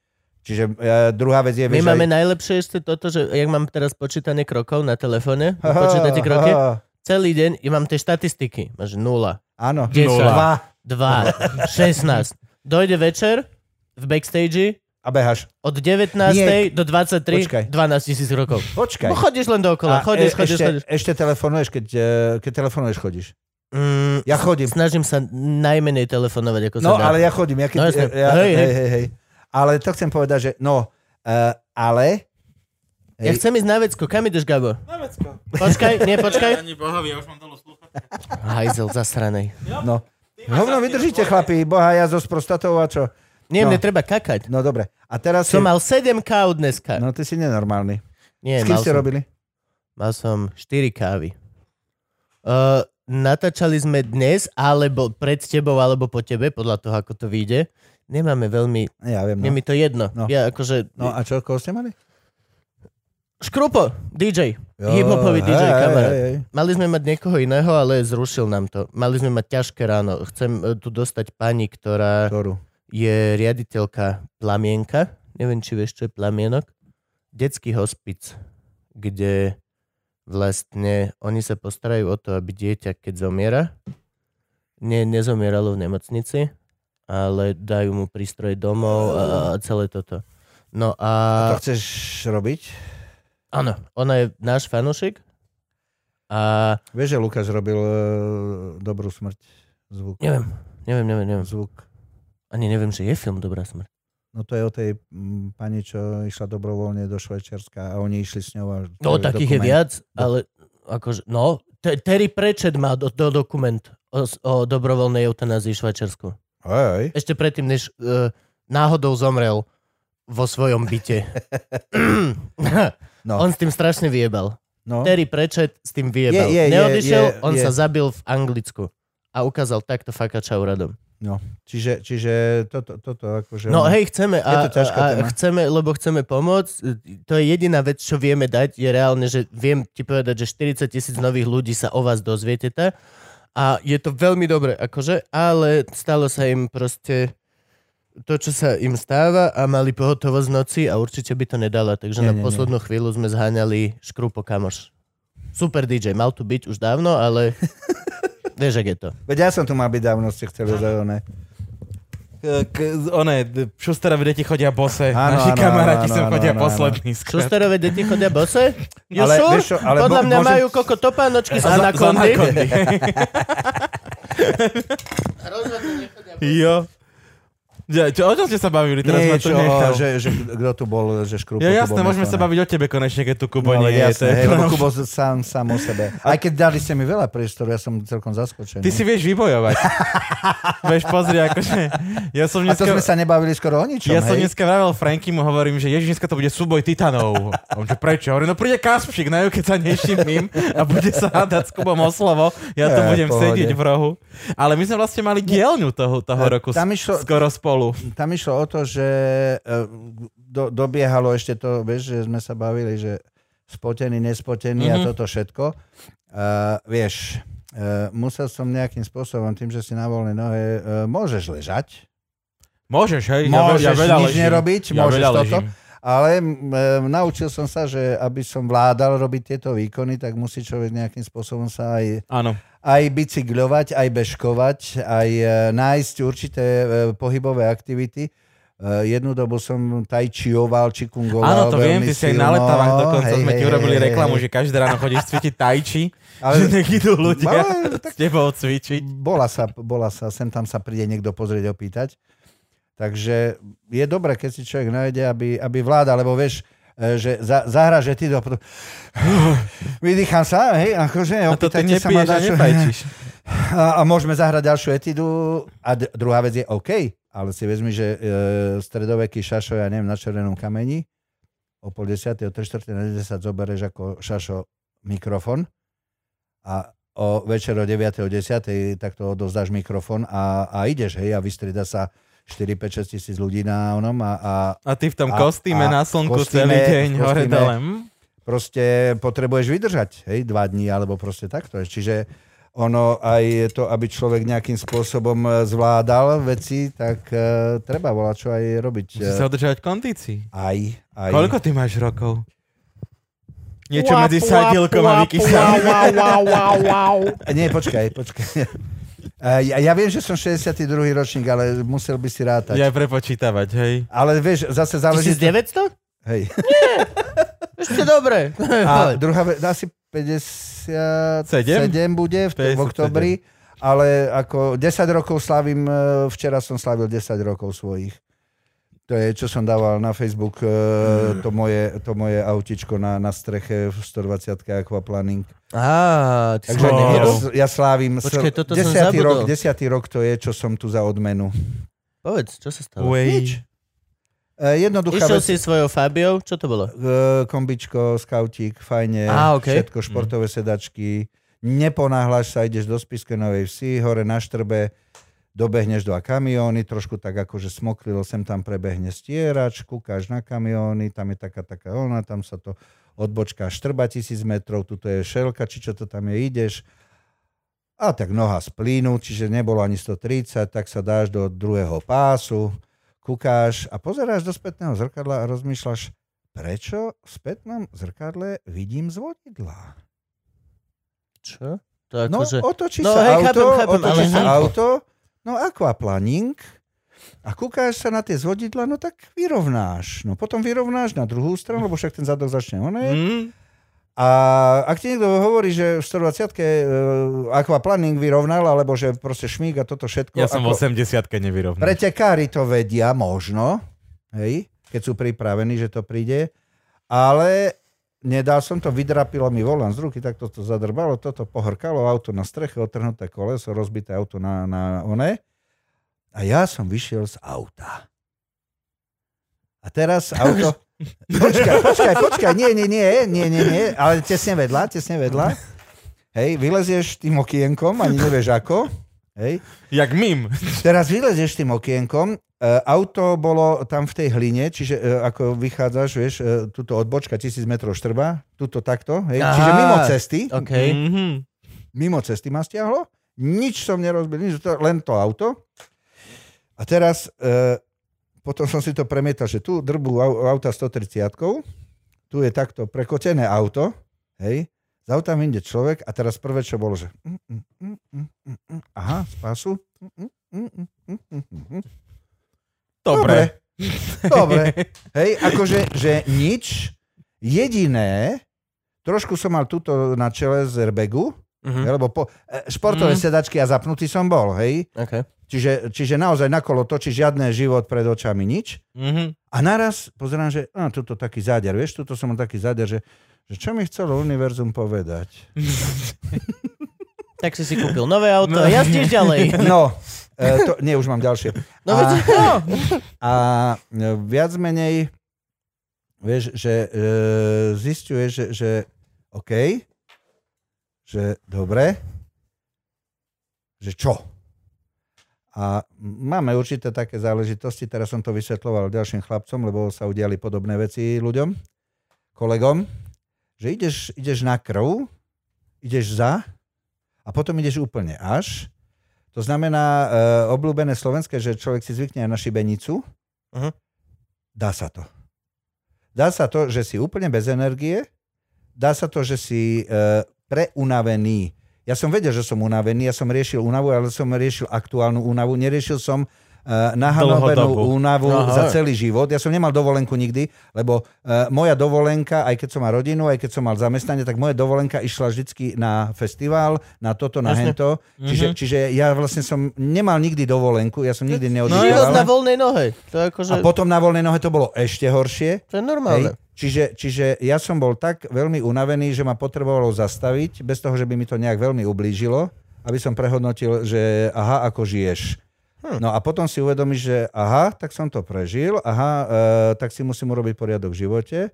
[SPEAKER 3] Čiže e, druhá vec je,
[SPEAKER 2] My
[SPEAKER 3] vieš,
[SPEAKER 2] máme
[SPEAKER 3] aj-
[SPEAKER 2] najlepšie ešte toto, že jak mám teraz počítanie krokov na telefóne, počítate kroky, celý deň ja mám tie štatistiky. Máš 0,
[SPEAKER 3] Áno,
[SPEAKER 2] 10.
[SPEAKER 3] dva
[SPEAKER 2] 2, 16. Dojde večer v backstage
[SPEAKER 3] a behaš.
[SPEAKER 2] Od 19.
[SPEAKER 3] Nie.
[SPEAKER 2] do 23,
[SPEAKER 3] Počkaj.
[SPEAKER 2] 12 tisíc rokov.
[SPEAKER 3] Počkaj.
[SPEAKER 2] No chodíš len
[SPEAKER 3] A
[SPEAKER 2] dookola, chodíš,
[SPEAKER 3] e-
[SPEAKER 2] chodíš,
[SPEAKER 3] ešte,
[SPEAKER 2] chodíš.
[SPEAKER 3] ešte telefonuješ, keď, e, keď telefonuješ, chodíš.
[SPEAKER 2] Mm,
[SPEAKER 3] Ja chodím.
[SPEAKER 2] snažím sa najmenej telefonovať, ako sa
[SPEAKER 3] No,
[SPEAKER 2] dá.
[SPEAKER 3] ale ja chodím. Ja keď,
[SPEAKER 2] No, jasné.
[SPEAKER 3] ja, ja,
[SPEAKER 2] Hej,
[SPEAKER 3] hej,
[SPEAKER 2] hej.
[SPEAKER 3] hej, hej, hej. Ale to chcem povedať, že no, uh, ale...
[SPEAKER 2] ja chcem ísť na vecko. Kam ideš, Gabo? Počkaj, nie, počkaj.
[SPEAKER 1] Ani bohovi, ja už mám dolu slúchať.
[SPEAKER 2] Hajzel zasranej.
[SPEAKER 3] No. Hovno vydržíte, chlapi, boha, ja zo prostatou a čo?
[SPEAKER 2] Nie,
[SPEAKER 3] No.
[SPEAKER 2] mne treba kakať.
[SPEAKER 3] No dobre. A teraz...
[SPEAKER 2] Som
[SPEAKER 3] je-
[SPEAKER 2] mal 7 káv dneska.
[SPEAKER 3] No, ty si nenormálny.
[SPEAKER 2] Nie,
[SPEAKER 3] S kým
[SPEAKER 2] mal
[SPEAKER 3] ste
[SPEAKER 2] som,
[SPEAKER 3] robili?
[SPEAKER 2] mal som 4 kávy. Uh, natáčali sme dnes, alebo pred tebou, alebo po tebe, podľa toho, ako to vyjde. Nemáme veľmi,
[SPEAKER 3] Ja viem,
[SPEAKER 2] je
[SPEAKER 3] no.
[SPEAKER 2] mi to jedno.
[SPEAKER 3] No.
[SPEAKER 2] Ja akože,
[SPEAKER 3] No a čo, koho ste mali?
[SPEAKER 2] Škrupo, DJ, hip-hopový DJ
[SPEAKER 3] hej,
[SPEAKER 2] kamarát.
[SPEAKER 3] hej, hej.
[SPEAKER 2] Mali sme mať niekoho iného, ale zrušil nám to. Mali sme mať ťažké ráno. Chcem e, tu dostať pani, ktorá
[SPEAKER 3] Ktorú?
[SPEAKER 2] je riaditeľka Plamienka. Neviem, či vieš, čo je Plamienok. Detský hospic, kde vlastne oni sa postarajú o to, aby dieťa, keď zomiera, ne, nezomieralo v nemocnici, ale dajú mu prístroj domov a, a celé toto. No a...
[SPEAKER 3] To chceš robiť?
[SPEAKER 2] Áno, ona je náš fanúšik. A
[SPEAKER 3] Vieš, že Lukáš robil e, dobrú smrť zvuk.
[SPEAKER 2] neviem, neviem, neviem, neviem.
[SPEAKER 3] Zvuk.
[SPEAKER 2] Ani neviem, že je film Dobrá smrť.
[SPEAKER 3] No to je o tej mm, pani, čo išla dobrovoľne do Švajčiarska a oni išli s ňou. A
[SPEAKER 2] No,
[SPEAKER 3] to je
[SPEAKER 2] takých je
[SPEAKER 3] dokument.
[SPEAKER 2] viac, ale akože, no, Te- Terry Prečet má do, do dokument o, s- o dobrovoľnej eutanázii v Švajčiarsku.
[SPEAKER 3] Hej, hej.
[SPEAKER 2] Ešte predtým, než e, náhodou zomrel vo svojom byte.
[SPEAKER 3] No,
[SPEAKER 2] on s tým strašne vyjebal.
[SPEAKER 3] no.
[SPEAKER 2] Terry Prečet s tým vyjebal.
[SPEAKER 3] Je, je, je,
[SPEAKER 2] Neodišiel,
[SPEAKER 3] je,
[SPEAKER 2] on
[SPEAKER 3] je.
[SPEAKER 2] sa zabil v Anglicku a ukázal takto fakača úradom.
[SPEAKER 3] Čiže, čiže toto, toto akože...
[SPEAKER 2] No hej, chceme a,
[SPEAKER 3] Je to ťažká
[SPEAKER 2] a a
[SPEAKER 3] téma.
[SPEAKER 2] chceme, lebo chceme pomôcť. To je jediná vec, čo vieme dať, je reálne, že viem ti povedať, že 40 tisíc nových ľudí sa o vás dozviete tá. a je to veľmi dobre, akože, ale stalo sa im proste to, čo sa im stáva a mali pohotovosť v noci a určite by to nedala, takže
[SPEAKER 3] Nie,
[SPEAKER 2] nie, na
[SPEAKER 3] nie, nie.
[SPEAKER 2] poslednú chvíľu sme zháňali škrupo kamoš. Super DJ, mal tu byť už dávno, ale vieš, ak je to.
[SPEAKER 3] Veď ja som tu mal byť dávno, ste chceli za ne.
[SPEAKER 1] One, d- šusterové deti chodia bose.
[SPEAKER 3] Áno,
[SPEAKER 1] Naši
[SPEAKER 3] áno,
[SPEAKER 1] kamaráti
[SPEAKER 3] áno,
[SPEAKER 1] sem
[SPEAKER 3] áno,
[SPEAKER 1] chodia
[SPEAKER 3] áno, áno.
[SPEAKER 1] poslední. skrátka.
[SPEAKER 2] Šusterové deti chodia bose? You
[SPEAKER 3] Ale
[SPEAKER 2] sure?
[SPEAKER 3] vieš čo, ale
[SPEAKER 2] Podľa
[SPEAKER 3] mo-
[SPEAKER 2] mňa
[SPEAKER 3] môžem-
[SPEAKER 2] majú koko topánočky z
[SPEAKER 1] A za- za
[SPEAKER 2] anakondy.
[SPEAKER 1] anakondy. Jo. Ja, čo, o čom ste sa bavili? Teraz ma
[SPEAKER 3] Nie,
[SPEAKER 1] to
[SPEAKER 3] čo,
[SPEAKER 1] nechal.
[SPEAKER 3] že, že kto tu bol, že škrupo
[SPEAKER 1] Ja
[SPEAKER 3] tu
[SPEAKER 1] jasné,
[SPEAKER 3] bol
[SPEAKER 1] môžeme sa
[SPEAKER 3] Mekona.
[SPEAKER 1] baviť o tebe konečne, keď tu Kubo
[SPEAKER 3] No, ale
[SPEAKER 1] nie je. to
[SPEAKER 3] jasné,
[SPEAKER 1] je
[SPEAKER 3] hej, lebo
[SPEAKER 1] pravda.
[SPEAKER 3] Kubo sám, sám o sebe. Aj keď dali ste mi veľa priestoru, ja som celkom zaskočený.
[SPEAKER 1] Ty si vieš vybojovať. vieš, pozri, akože... Ja som
[SPEAKER 3] A to
[SPEAKER 1] dneska...
[SPEAKER 3] sme sa nebavili skoro o ničom,
[SPEAKER 1] ja som
[SPEAKER 3] hej?
[SPEAKER 1] dneska vravel Franky, mu hovorím, že Ježiš, dneska to bude súboj titanov. A on, že prečo? Hovorím, no príde Kaspšik na keď sa mým a bude sa hádať s Kubom o slovo. Ja tu
[SPEAKER 3] Ja,
[SPEAKER 1] budem
[SPEAKER 3] pohode.
[SPEAKER 1] sedieť v rohu. Ale my sme vlastne mali dielňu toho, toho
[SPEAKER 3] Ja,
[SPEAKER 1] roku
[SPEAKER 3] E, tam išlo-
[SPEAKER 1] skoro spolu.
[SPEAKER 3] Tam išlo o to, že e, do, dobiehalo ešte to, vieš, že sme sa bavili, že spotený, nespotený
[SPEAKER 1] Mhm.
[SPEAKER 3] a toto všetko. Uh, vieš, uh, musel som nejakým spôsobom, tým, že si na voľnej nohe, uh, môžeš ležať,
[SPEAKER 1] Môžeš, hej?
[SPEAKER 3] Môžeš
[SPEAKER 1] ja, ve- ja veľa
[SPEAKER 3] nič
[SPEAKER 1] ležím.
[SPEAKER 3] nerobiť,
[SPEAKER 1] ja
[SPEAKER 3] môžeš
[SPEAKER 1] veľa
[SPEAKER 3] toto.
[SPEAKER 1] ležím.
[SPEAKER 3] Ale m, e, naučil som sa, že aby som vládal robiť tieto výkony, tak musí človek nejakým spôsobom sa aj,
[SPEAKER 1] Áno.
[SPEAKER 3] aj bicykľovať, aj bežkovať, aj e, nájsť určité e, pohybové aktivity. E, jednu dobu som tajčioval, čikungoval
[SPEAKER 1] Áno, to viem, ty
[SPEAKER 3] veľmi
[SPEAKER 1] si aj
[SPEAKER 3] silno.
[SPEAKER 1] na letavách dokonca
[SPEAKER 3] Hej,
[SPEAKER 1] sme
[SPEAKER 3] hej,
[SPEAKER 1] ti
[SPEAKER 3] hej,
[SPEAKER 1] urobili
[SPEAKER 3] hej,
[SPEAKER 1] reklamu,
[SPEAKER 3] hej.
[SPEAKER 1] že každé ráno chodíš cvičiť tajči,
[SPEAKER 3] Ale- no,
[SPEAKER 1] že nech idú ľudia
[SPEAKER 3] Ale
[SPEAKER 1] s tebou cvičiť.
[SPEAKER 3] Bola sa, bola sa, sem tam sa príde niekto pozrieť, opýtať. Takže je dobré, keď si človek nájde, aby, aby vláda, lebo vieš, e, že za, zahra, že ty do... Vydýcham sa, hej, akože
[SPEAKER 1] A to ty
[SPEAKER 3] opýtajte sa ma
[SPEAKER 1] nepiješ a
[SPEAKER 3] na čo-
[SPEAKER 1] netajčíš.
[SPEAKER 3] a, a môžeme zahrať ďalšiu etidu. A d- druhá vec je OK, ale si vezmi, že e, stredoveký šašo, ja neviem, na červenom kameni, o pol desiatej, o tri čtvrte na 10 zoberieš ako šašo mikrofon a o večer o 9. o 10. takto odovzdáš mikrofon a, a ideš, hej, a vystrieda sa 4, 5, 6 tisíc ľudí na onom a, a
[SPEAKER 1] A ty v tom
[SPEAKER 3] A-
[SPEAKER 1] kostýme na
[SPEAKER 3] a
[SPEAKER 1] slnku
[SPEAKER 3] kostýme-
[SPEAKER 1] celý deň,
[SPEAKER 3] kostýme.
[SPEAKER 1] hore dole. Hm?
[SPEAKER 3] proste potrebuješ vydržať, hej, dva dní alebo proste takto. Čiže ono aj to, aby človek nejakým spôsobom eh, zvládal veci, tak uh, treba volať, čo aj robiť.
[SPEAKER 1] Musíš sa udržať v kondícii.
[SPEAKER 3] Aj, aj.
[SPEAKER 1] Koľko ty máš rokov? Niečo
[SPEAKER 2] Uap,
[SPEAKER 1] medzi
[SPEAKER 2] uap,
[SPEAKER 1] sadilkom a
[SPEAKER 2] uap,
[SPEAKER 1] vykysaním.
[SPEAKER 2] uau, uau, uau, uau.
[SPEAKER 3] E, Nie, počkaj, počkaj. Eh, ja, ja viem, že som 62. ročník, ale musel by si rátať.
[SPEAKER 1] Ja prepočítavať, hej.
[SPEAKER 3] Ale vieš, zase záleží...
[SPEAKER 2] 1900?
[SPEAKER 3] Hej.
[SPEAKER 2] Ešte dobre.
[SPEAKER 3] A druhá vec, asi 57
[SPEAKER 1] Sedem?
[SPEAKER 3] bude v, v
[SPEAKER 1] 57.
[SPEAKER 3] oktobri, ale ako 10 rokov slavím, e, včera som slavil 10 rokov svojich. To je, čo som dával na Facebook, e, to moje, to moje autičko na, na streche v 120 Aquaplaning.
[SPEAKER 2] Á, ty
[SPEAKER 3] Takže
[SPEAKER 1] Wow.
[SPEAKER 3] ja,
[SPEAKER 2] wow.
[SPEAKER 3] ja slávim. s-
[SPEAKER 2] Počkaj, toto som
[SPEAKER 3] 10.
[SPEAKER 2] zabudol.
[SPEAKER 3] rok, 10. rok to je, čo som tu za odmenu.
[SPEAKER 2] Povedz, čo sa stalo?
[SPEAKER 1] Way.
[SPEAKER 3] E, Jednoduchá
[SPEAKER 2] Išiel
[SPEAKER 3] vec.
[SPEAKER 2] si svojou Fabiou, čo to bolo?
[SPEAKER 3] E, kombičko, skautík, fajne,
[SPEAKER 2] Á, ok. Mhm.
[SPEAKER 3] všetko, športové sedačky. Neponáhľaš sa, ideš do Spiskenovej vsi, hore na Štrbe, dobehneš dva kamióny, trošku tak akože smoklilo, sem tam prebehne stierač, kúkáš na kamióny, tam je taká, taká ona, tam sa to odbočka Štrba tisíc metrov, tuto je šelka, či čo to tam je, ideš. A tak noha z plynu, čiže nebolo ani 130, tak sa dáš do druhého pásu, kúkáš a pozeráš do spätného zrkadla a rozmýšľaš, prečo v spätnom zrkadle vidím zvodidlá?
[SPEAKER 2] Čo? To
[SPEAKER 3] No,
[SPEAKER 2] akože...
[SPEAKER 3] otočí
[SPEAKER 2] No,
[SPEAKER 3] sa
[SPEAKER 2] hej,
[SPEAKER 3] auto,
[SPEAKER 2] chápem, chápem,
[SPEAKER 3] otočí
[SPEAKER 2] ale
[SPEAKER 3] sa
[SPEAKER 2] ako?
[SPEAKER 3] auto, no aquaplaning, a kúkáš sa na tie zvodidla, no tak vyrovnáš. No potom vyrovnáš na druhú stranu, lebo však ten zadok začne onej.
[SPEAKER 2] Mm.
[SPEAKER 1] Hm?
[SPEAKER 3] A ak ti niekto hovorí, že v 120 e, aquaplaning vyrovnal, alebo že proste šmík a toto všetko.
[SPEAKER 1] Ja som v
[SPEAKER 3] ako-
[SPEAKER 1] 80-ke nevyrovnal.
[SPEAKER 3] Pretekári to vedia možno, hej, keď sú pripravení, že to príde, ale nedal som to, vydrapilo mi volant z ruky, tak toto zadrbalo, toto pohrkalo, auto na streche, otrhnuté koleso, rozbité auto na, na one. A ja som vyšiel z auta. A teraz auto... Počkaj, počkaj, počkaj, nie, nie, nie, nie, nie, nie, ale tesne vedľa, tesne vedľa. Hej, vylezieš tým okienkom, ani nevieš ako. Hej,
[SPEAKER 1] Jak mim.
[SPEAKER 3] Teraz vylezieš tým okienkom, e, auto bolo tam v tej hline, čiže e, ako vychádzaš, vieš, e, tuto odbočka 1000 metrov štrba, tuto takto, hej,
[SPEAKER 2] Aha.
[SPEAKER 3] čiže mimo cesty, Mm.
[SPEAKER 2] OK.
[SPEAKER 1] Mhm.
[SPEAKER 3] mimo cesty ma stiahlo, nič som nerozbil, nič, to, len to auto. A teraz, e, potom som si to premietal, že tu drbu au- auta 130 tu je takto prekotené auto, hej, z auta inde človek a teraz prvé, čo bolo, že mm, mm, mm, mm, mm, mm, aha, z pásu, mm, mm, mm, mm, mm, mm, mm, mm.
[SPEAKER 1] Dobre.
[SPEAKER 3] Dobre. Hej, akože, že nič. Jediné, trošku som mal túto na čele z airbagu,
[SPEAKER 2] Mhm.
[SPEAKER 3] lebo po, e, športové
[SPEAKER 1] Mhm.
[SPEAKER 3] sedačky a zapnutý som bol, hej.
[SPEAKER 2] OK.
[SPEAKER 3] Čiže, čiže naozaj na kolo točí žiadne život pred očami, nič.
[SPEAKER 1] Mm-hmm.
[SPEAKER 3] A naraz pozerám, že a, tuto taký záder, vieš, tuto som mal taký záder, že, že čo mi chcelo univerzum povedať.
[SPEAKER 2] Tak si si kúpil nové auto, no. jazdíš ďalej.
[SPEAKER 3] No, e, to, nie, už mám ďalšie.
[SPEAKER 2] No,
[SPEAKER 3] a,
[SPEAKER 2] veď- no.
[SPEAKER 3] a e, viac menej, vieš, že e, zistuje, že, že OK, že dobre, že čo? A máme určité také záležitosti, teraz som to vysvetloval ďalším chlapcom, lebo sa udiali podobné veci ľuďom, kolegom, že ideš, ideš na krv, ideš za a potom ideš úplne až. To znamená e, obľúbené slovenské, že človek si zvykne aj na šibenicu.
[SPEAKER 2] Mhm.
[SPEAKER 3] Dá sa to. Dá sa to, že si úplne bez energie, dá sa to, že si e, preunavený. Ja som vedel, že som unavený, ja som riešil únavu, ale som riešil aktuálnu únavu, neriešil som e, nahanobenú
[SPEAKER 1] Dlhodobu.
[SPEAKER 3] únavu
[SPEAKER 2] Aha.
[SPEAKER 3] za celý život. Ja som nemal dovolenku nikdy, lebo e, moja dovolenka, aj keď som mal rodinu, aj keď som mal zamestnanie, tak moja dovolenka išla vždycky na festival, na toto, na
[SPEAKER 2] Jasne.
[SPEAKER 3] hento. Čiže,
[SPEAKER 1] Mhm.
[SPEAKER 3] čiže ja vlastne som nemal nikdy dovolenku, ja som nikdy
[SPEAKER 2] No,
[SPEAKER 3] neodišiel.
[SPEAKER 2] Život na voľnej nohe. To, je akože,
[SPEAKER 3] a potom na voľnej nohe to bolo ešte horšie.
[SPEAKER 2] to je normálne.
[SPEAKER 3] Hej. Čiže, čiže ja som bol tak veľmi unavený, že ma potrebovalo zastaviť, bez toho, že by mi to nejak veľmi ublížilo, aby som prehodnotil, že aha, ako žiješ. Hm. No a potom si uvedomíš, že aha, tak som to prežil, aha, e, tak si musím urobiť poriadok v živote, e,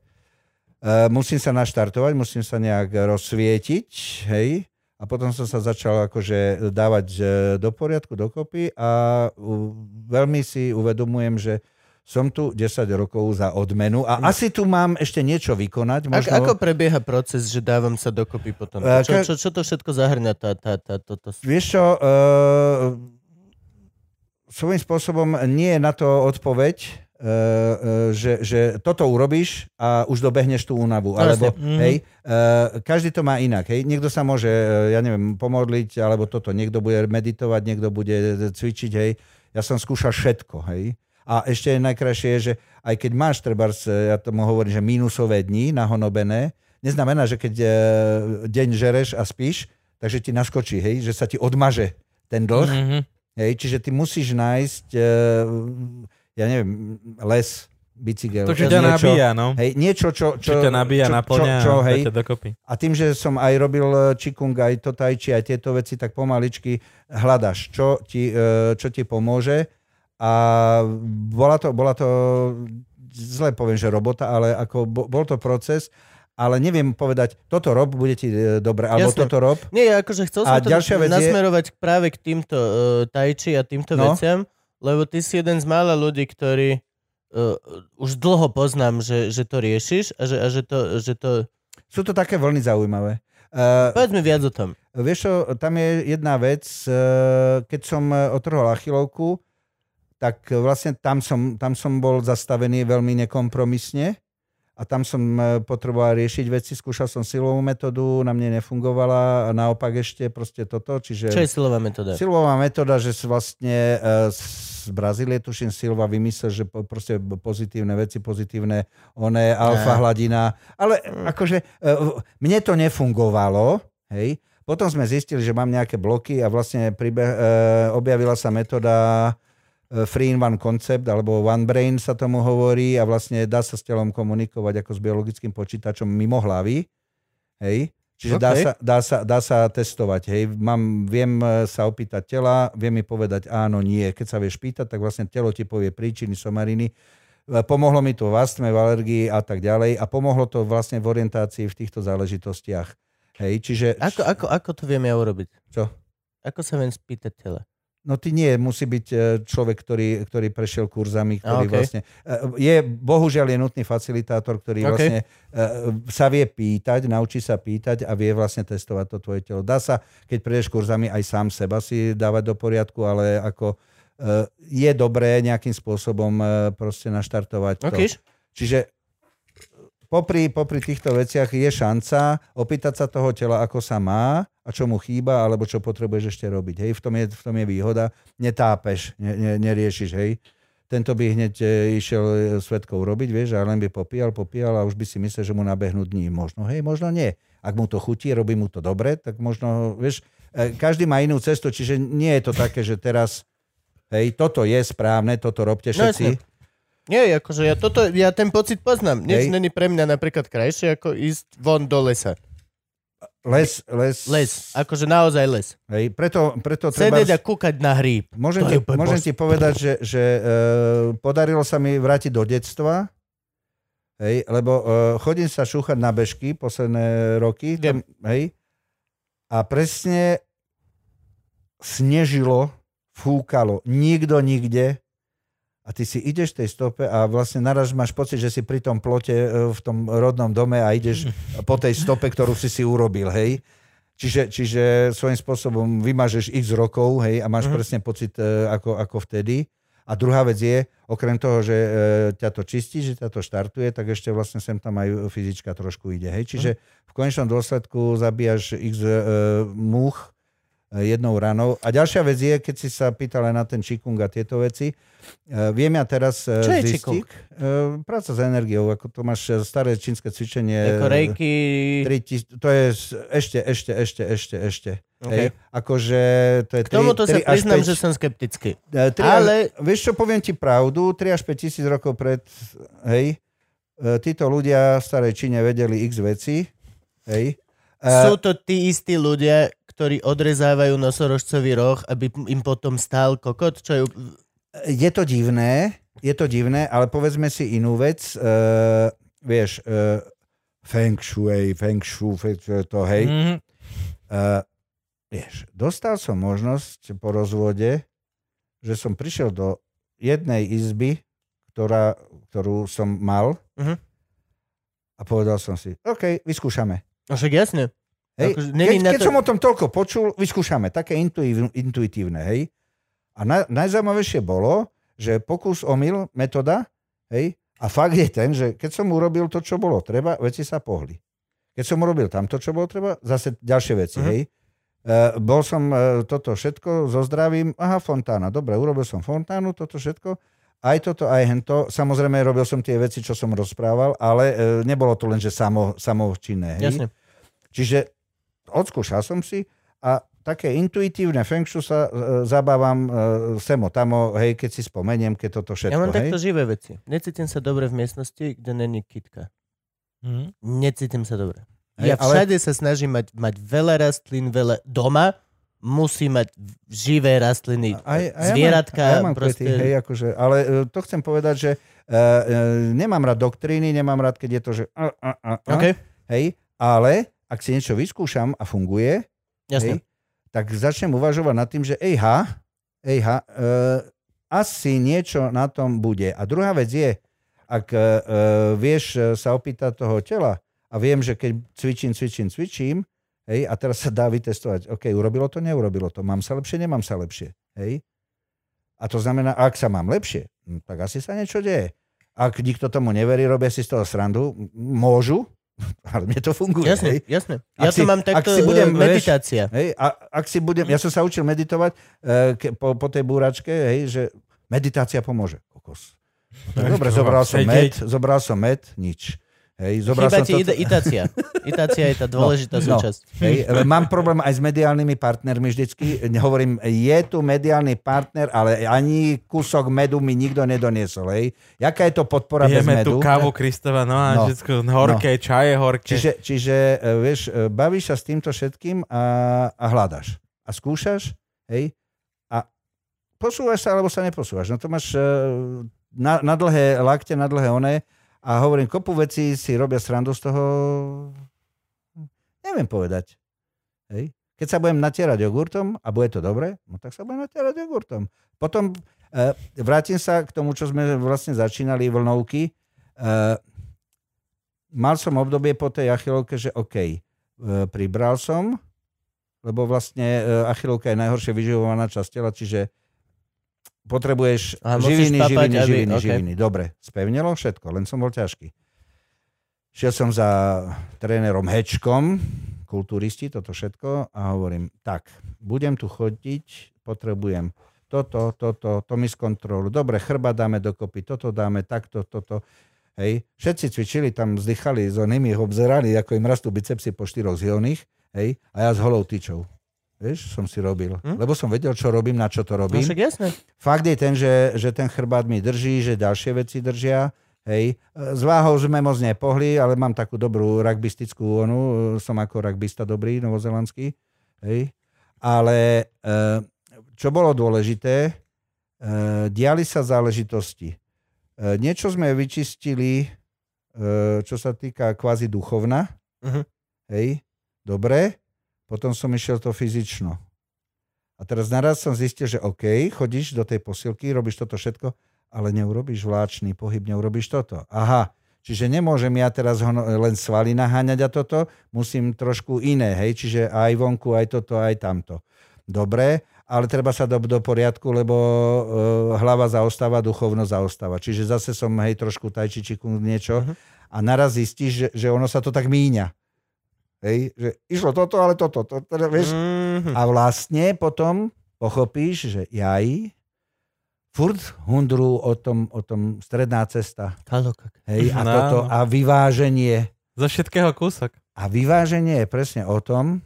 [SPEAKER 3] musím sa naštartovať, musím sa nejak rozsvietiť, hej. A potom som sa začal akože dávať e, do poriadku, dokopy a u, veľmi si uvedomujem, že som tu 10 rokov za odmenu a asi tu mám ešte niečo vykonať.
[SPEAKER 2] Možno...
[SPEAKER 3] Možno...
[SPEAKER 2] Mm. Ako prebieha proces, že dávam sa dokopy potom?
[SPEAKER 3] A
[SPEAKER 2] Čo,
[SPEAKER 3] ka-
[SPEAKER 2] čo, čo to všetko zahrňa? Tá, tá, tá, to, to...
[SPEAKER 3] Vieš čo, e, svojím spôsobom nie je na to odpoveď, e, e, že, že toto urobíš a už dobehneš tú únavu.
[SPEAKER 2] No
[SPEAKER 3] Alebo,
[SPEAKER 2] jasne. Mhm.
[SPEAKER 3] hej, e, každý to má inak. Hej. Niekto sa môže, e, ja neviem, pomodliť, alebo toto. Niekto bude meditovať, niekto bude eh, cvičiť. Hej. Ja som skúšal všetko. Hej. A ešte najkrajšie je, že aj keď máš, treba, ja tomu hovorím, že mínusové dni nahonobené, neznamená, že keď e, deň žereš a spíš, takže ti naskočí, hej, že sa ti odmaže ten dlh. Mm-hmm.
[SPEAKER 1] Mm-hmm.
[SPEAKER 3] Hej, čiže ty musíš nájsť, e, ja neviem, les, bicykel.
[SPEAKER 1] To, čo ťa
[SPEAKER 3] niečo,
[SPEAKER 1] nabíja, no.
[SPEAKER 3] Hej, niečo, čo...
[SPEAKER 1] Čo ťa nabíja,
[SPEAKER 3] čo,
[SPEAKER 1] naplňa
[SPEAKER 3] Čo, čo, hej,
[SPEAKER 1] a dá ťa dokopy.
[SPEAKER 3] a tým, že som aj robil e, Qigong, aj to tai chi, aj tieto veci, tak pomaličky hľadaš, čo ti, e, čo ti pomôže. A bola to, bola to, zle poviem, že robota, ale ako bo- bol to proces, ale neviem povedať, toto rob, bude ti e, dobre, alebo
[SPEAKER 2] Jasné.
[SPEAKER 3] toto rob.
[SPEAKER 2] Nie, akože chcel som
[SPEAKER 3] A
[SPEAKER 2] to
[SPEAKER 3] ďalšia vec je-
[SPEAKER 2] nasmerovať práve k týmto uh, tajči a týmto no.
[SPEAKER 3] No.
[SPEAKER 2] veciam, lebo ty si jeden z mála ľudí, ktorí uh, už dlho poznám, že, že to riešiš a že, a že to, že to...
[SPEAKER 3] Sú to také vlny zaujímavé. E,
[SPEAKER 2] Povedz mi viac o tom.
[SPEAKER 3] Vieš čo, tam je jedna vec, e, keď som e, otrhol achilovku, tak e, vlastne tam som, tam som bol zastavený veľmi nekompromisne a tam som e, potreboval riešiť veci, skúšal som silovú metódu, na mne nefungovala a naopak ešte proste toto, čiže...
[SPEAKER 2] Čo je silová metóda?
[SPEAKER 3] Silvová metóda, že si vlastne e, z Brazílie, tuším, Silva vymyslel, že po, proste pozitívne veci, pozitívne oné, alfa hladina. Ale
[SPEAKER 2] Mm.
[SPEAKER 3] akože e, v- mne to nefungovalo, hej. Potom sme zistili, že mám nejaké bloky a vlastne pribe, e, objavila sa metóda e, Free in One Concept, alebo One Brain sa tomu hovorí a vlastne dá sa s telom komunikovať ako s biologickým počítačom mimo hlavy. Hej? Čiže dá,
[SPEAKER 2] Okej.
[SPEAKER 3] sa, dá, sa, dá sa testovať. Hej? Mám, viem e, sa opýtať tela, viem mi povedať áno, nie. Keď sa vieš pýtať, tak vlastne telo ti povie príčiny, somariny. E, Pomohlo mi to v astme, v alergii a tak ďalej a pomohlo to vlastne v orientácii v týchto záležitostiach. Hej, čiže...
[SPEAKER 2] Ako, ako, ako to viem ja urobiť?
[SPEAKER 3] Čo?
[SPEAKER 2] Ako sa viem spýtať tela?
[SPEAKER 3] No ty nie, musí byť e, človek, ktorý, ktorý prešiel
[SPEAKER 2] A,
[SPEAKER 3] kurzami, ktorý
[SPEAKER 2] okej.
[SPEAKER 3] vlastne... e, Je, bohužiaľ je nutný facilitátor,
[SPEAKER 2] Okej.
[SPEAKER 3] ktorý vlastne e, sa vie pýtať, naučí sa pýtať a vie vlastne testovať to tvoje telo. Dá sa, keď prejdeš kurzami, aj sám seba si dávať do poriadku, ale ako e, je dobré nejakým spôsobom e, proste naštartovať to.
[SPEAKER 2] Okay.
[SPEAKER 3] Čiže e, popri, popri týchto veciach je šanca opýtať sa toho tela, ako sa má a čo mu chýba, alebo čo potrebuješ ešte robiť. Hej, v tom je, v tom je výhoda. Netápeš, ne, ne, neriešiš, hej. Tento by hneď e, išiel e, svetkov robiť, vieš, a len by popíjal, popíjal a už by si myslel, že mu nabehnú dní. Možno, hej, možno nie. Ak mu to chutí, robí mu to dobre, tak možno, vieš, e, každý má inú cestu, čiže nie je to také, že teraz Hej, toto je správne, toto robte
[SPEAKER 2] No jasne.
[SPEAKER 3] všetci.
[SPEAKER 2] Nie, akože ja, toto, ja ten pocit poznám. Nič
[SPEAKER 3] Hej.
[SPEAKER 2] není pre mňa napríklad krajšie, ako ísť von do lesa.
[SPEAKER 3] les, les,
[SPEAKER 2] Les, akože naozaj les.
[SPEAKER 3] Hej, preto, preto treba...
[SPEAKER 2] Sedieť a kúkať na hríb. To
[SPEAKER 3] Môžem, ti,
[SPEAKER 2] je úplne
[SPEAKER 3] môžem
[SPEAKER 2] božské.
[SPEAKER 3] ti povedať, že, že e, podarilo sa mi vrátiť do detstva, hej, lebo e, chodím sa šúchať na bežky posledné roky, tam, hej, a presne snežilo, fúkalo, nikto nikde a ty si ideš v tej stope a vlastne naraz máš pocit, že si pri tom plote e, v tom rodnom dome a ideš po tej stope, ktorú si si urobil, hej. Čiže, čiže svojím spôsobom vymažeš x rokov, hej, a
[SPEAKER 2] Mhm.
[SPEAKER 3] máš mm-hmm. presne pocit e, ako, ako vtedy. A druhá vec je, okrem toho, že e, ťa to čistí, že ťa to štartuje, tak ešte vlastne sem tam aj fyzička trošku ide,
[SPEAKER 2] Mhm.
[SPEAKER 3] hej. Čiže v konečnom dôsledku zabíjaš x e, múch e, jednou ranou. A ďalšia vec je, keď si sa pýtal aj na ten čikung a tieto veci, e, viem ja teraz e,
[SPEAKER 2] Čo je čikung?
[SPEAKER 3] zistiť, e, práca s energiou, ako to máš e, staré čínske cvičenie.
[SPEAKER 2] Ako rejky...
[SPEAKER 3] E, Tri tis- to je s- ešte, ešte, ešte, ešte, ešte.
[SPEAKER 2] Okay.
[SPEAKER 3] Hej, akože to je
[SPEAKER 2] K tomuto sa
[SPEAKER 3] 3, 3 až
[SPEAKER 2] priznám,
[SPEAKER 3] 5,
[SPEAKER 2] že som skeptický.
[SPEAKER 3] 3, ale...
[SPEAKER 2] Ale
[SPEAKER 3] Vieš čo, poviem ti pravdu, 3 až 5 tisíc rokov pred, hej, e, títo ľudia v starej Číne vedeli x veci, hej. E,
[SPEAKER 2] sú to tí istí ľudia, ktorí odrezávajú nosorožcový roh, aby im potom stál kokot, čo je...
[SPEAKER 3] je to divné, je to divné, ale povedzme si inú vec, e, vieš, e, feng shui, feng shu, feng shui, to hej,
[SPEAKER 1] Mm,
[SPEAKER 3] Uh, vieš, dostal som možnosť po rozvode, že som prišiel do jednej izby, ktorá, ktorú som mal
[SPEAKER 2] Mhm.
[SPEAKER 3] a povedal som si, OK, vyskúšame.
[SPEAKER 2] No však jasne.
[SPEAKER 3] Hej,
[SPEAKER 2] Akože není
[SPEAKER 3] keď,
[SPEAKER 2] na
[SPEAKER 3] keď
[SPEAKER 2] to-
[SPEAKER 3] som o tom toľko počul, vyskúšame. Také intuiv, intuitívne, hej. A na, najzaujímavejšie bolo, že pokus omyl, metóda, hej, a fakt je ten, že keď som urobil to, čo bolo treba, veci sa pohli. Keď som urobil tamto, čo bolo treba, zase ďalšie veci,
[SPEAKER 2] Mhm.
[SPEAKER 3] hej. E, bol som e, toto všetko so zdravím, aha, fontána, dobre, urobil som fontánu, toto všetko, aj toto, aj hento. Samozrejme, robil som tie veci, čo som rozprával, ale e, nebolo to len, že samo, samočinné. Hej?
[SPEAKER 2] Jasne.
[SPEAKER 3] Čiže odskúšal som si a také intuitívne feng shui sa e, zabávam e, semo, tamo, hej, keď si spomeniem, keď toto
[SPEAKER 2] Ja
[SPEAKER 3] všetko,
[SPEAKER 2] mám
[SPEAKER 3] hej.
[SPEAKER 2] takto živé veci. Necítim sa dobre v miestnosti, kde není kitka.
[SPEAKER 1] mm.
[SPEAKER 2] Necítim sa dobre. Ja
[SPEAKER 3] Hej,
[SPEAKER 2] všade sa snažím mať, mať veľa rastlín, veľa doma, musí mať živé rastliny. Zvieratka,
[SPEAKER 3] ja mám, a ja mám
[SPEAKER 2] proste...
[SPEAKER 3] kvety, hej, akože, ale e, to chcem povedať, že e, e, nemám rád doktríny, nemám rád, keď je to, že a, a, a, a,
[SPEAKER 2] OK,
[SPEAKER 3] hej, ale ak si niečo vyskúšam a funguje,
[SPEAKER 2] jasne.
[SPEAKER 3] Hej, tak začnem uvažovať nad tým, že ejha, ejha, e, asi niečo na tom bude. A druhá vec je, ak e, e, vieš e, sa opýtať toho tela a viem, že keď cvičím, cvičím, cvičím, hej, a teraz sa dá vytestovať, OK, urobilo to, neurobilo to, mám sa lepšie, nemám sa lepšie, hej. A to znamená, ak sa mám lepšie, no, tak asi sa niečo deje. Ak nikto tomu neverí, robia si z toho srandu, m- môžu, ale mne to funguje.
[SPEAKER 2] Jasne,
[SPEAKER 3] Hej.
[SPEAKER 2] jasne. Ja
[SPEAKER 3] Ak
[SPEAKER 2] to
[SPEAKER 3] si-
[SPEAKER 2] mám
[SPEAKER 3] ak
[SPEAKER 2] takto
[SPEAKER 3] si
[SPEAKER 2] e,
[SPEAKER 3] budem, vieš-
[SPEAKER 2] meditácia.
[SPEAKER 3] Hej, a ak si budem, ja som sa učil meditovať e, ke, po, po tej búračke, hej, že meditácia pomôže. Kokos. No, tak dobre,
[SPEAKER 1] to
[SPEAKER 3] zobral
[SPEAKER 1] mám
[SPEAKER 3] som med,
[SPEAKER 1] sedieť.
[SPEAKER 3] zobral som med, nič. Hej, zobral
[SPEAKER 2] Chýba
[SPEAKER 3] som
[SPEAKER 2] ti
[SPEAKER 3] to,
[SPEAKER 2] ide- itácia. Itácia je tá dôležitá
[SPEAKER 3] no.
[SPEAKER 2] súčasť. Hm.
[SPEAKER 3] hej, ale mám problém aj s mediálnymi partnermi vždycky. Hovorím, je tu mediálny partner, ale ani kúsok medu mi nikto nedoniesol. Hej. Jaká je to podpora bez
[SPEAKER 1] Pijeme tu
[SPEAKER 3] medu?
[SPEAKER 1] kávu Kristova, no a
[SPEAKER 3] No.
[SPEAKER 1] no. všetko horké, čaje horké.
[SPEAKER 3] Čiže, čiže e, vieš, e, bavíš sa s týmto všetkým a, a hľadaš. A skúšaš, hej, a posúvaš sa, alebo sa neposúvaš. No to máš e, na, na dlhé lakte, na dlhé one a hovorím, kopu vecí si robia srandu z toho, neviem povedať. Hej. Keď sa budem natierať jogurtom a bude to dobre, no tak sa budem natierať jogurtom. Potom e, vrátim sa k tomu, čo sme vlastne začínali, vlnovky. E, mal som obdobie po tej achilovke, že OK, e, pribral som, lebo vlastne e, achilovka je najhoršie vyživovaná časť tela, čiže potrebuješ
[SPEAKER 2] A musíš
[SPEAKER 3] živiny,
[SPEAKER 2] papať,
[SPEAKER 3] živiny,
[SPEAKER 2] aby-
[SPEAKER 3] živiny,
[SPEAKER 2] OK.
[SPEAKER 3] živiny. Dobre, spevnilo všetko, len som bol ťažký. Šiel som za trénerom Hečkom, kulturisti, toto všetko a hovorím, tak, budem tu chodiť, potrebujem toto, toto, to mi skontroluj. Dobre, chrba dáme dokopy, toto dáme, takto, toto. Hej. Všetci cvičili, tam vzdychali s onými, obzerali, ako im rastú bicepsy po štyroch zioných. Hej. A ja s holou tyčou. Vieš, som si robil.
[SPEAKER 2] Hm?
[SPEAKER 3] Hm? Lebo som vedel, čo robím, na čo to
[SPEAKER 2] No
[SPEAKER 3] robím.
[SPEAKER 2] však jasné.
[SPEAKER 3] Fakt je ten, že, že ten chrbát mi drží, že ďalšie veci držia. Hej. S váhou sme moc nepohli, ale mám takú dobrú rugbystickú onu. e, Som ako rugbista dobrý, novozelandský. Hej. Ale e, čo bolo dôležité, e, diali sa záležitosti. E, Niečo sme vyčistili, e, čo sa týka kvázi duchovna.
[SPEAKER 2] Mhm.
[SPEAKER 3] Hej. Dobre. Potom som išiel to fyzično. A teraz naraz som zistil, že OK, chodíš do tej posilky, robíš toto všetko, ale neurobíš vláčný pohyb, neurobíš toto. Aha, čiže nemôžem ja teraz hono, len svaly naháňať a toto, musím trošku iné, hej, čiže aj vonku, aj toto, aj tamto. Dobre, ale treba sa do, do poriadku, lebo e, hlava zaostáva, duchovno zaostáva. Čiže zase som, hej, trošku tajčičiku niečo
[SPEAKER 2] Mhm.
[SPEAKER 3] a naraz zistíš, že, že ono sa to tak míňa. Hej, že išlo toto, ale toto, to, to, vieš,
[SPEAKER 2] Mhm.
[SPEAKER 3] a vlastne potom pochopíš, že jaj, furt hundru o tom, o tom stredná cesta.
[SPEAKER 2] Kalokak.
[SPEAKER 3] Hej, a,
[SPEAKER 1] No,
[SPEAKER 3] toto,
[SPEAKER 1] áno.
[SPEAKER 3] a vyváženie.
[SPEAKER 1] Zo všetkého kúsok.
[SPEAKER 3] A vyváženie je presne o tom,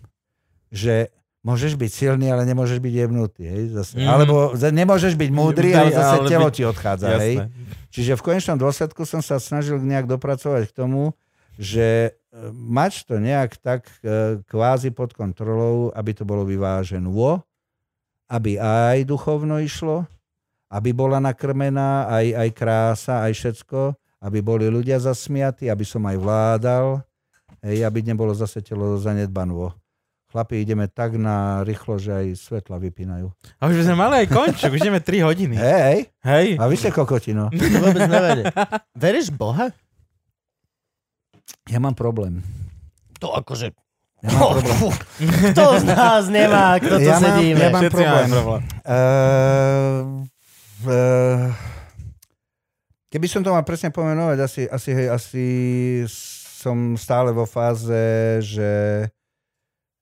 [SPEAKER 3] že môžeš byť silný, ale nemôžeš byť jemnutý. Hej, zase.
[SPEAKER 1] Mhm.
[SPEAKER 3] Alebo za- nemôžeš byť múdry,
[SPEAKER 1] Múdry,
[SPEAKER 3] ale zase
[SPEAKER 1] ale
[SPEAKER 3] telo
[SPEAKER 1] byť-
[SPEAKER 3] ti odchádza. Hej.
[SPEAKER 1] Jasné.
[SPEAKER 3] Čiže v konečnom dôsledku som sa snažil nejak dopracovať k tomu, že e, mať to nejak tak e, kvázi pod kontrolou, aby to bolo vyváženo, aby aj duchovno išlo, aby bola nakrmená aj, aj krása, aj všetko, aby boli ľudia zasmiatí, aby som aj vládal, hej, aby nebolo zase telo zanedbanvo. Chlapi, ideme tak na rýchlo, že aj svetla vypínajú.
[SPEAKER 1] A už by sme mali aj končiť, už ideme 3 hodiny.
[SPEAKER 3] Hej,
[SPEAKER 1] Hej.
[SPEAKER 3] a vy ste kokotino.
[SPEAKER 2] To vôbec nevadí. Veríš Boha?
[SPEAKER 3] Ja mám problém.
[SPEAKER 2] To akože...
[SPEAKER 3] Ja mám problém.
[SPEAKER 2] Fú, Kto z nás nemá, kto tu
[SPEAKER 3] Ja mám-
[SPEAKER 2] sedíme?
[SPEAKER 3] ja mám
[SPEAKER 1] Všetci máme
[SPEAKER 3] problém. Uh, uh, keby som to mal presne pomenovať, asi, asi, hej, asi som stále vo fáze, že,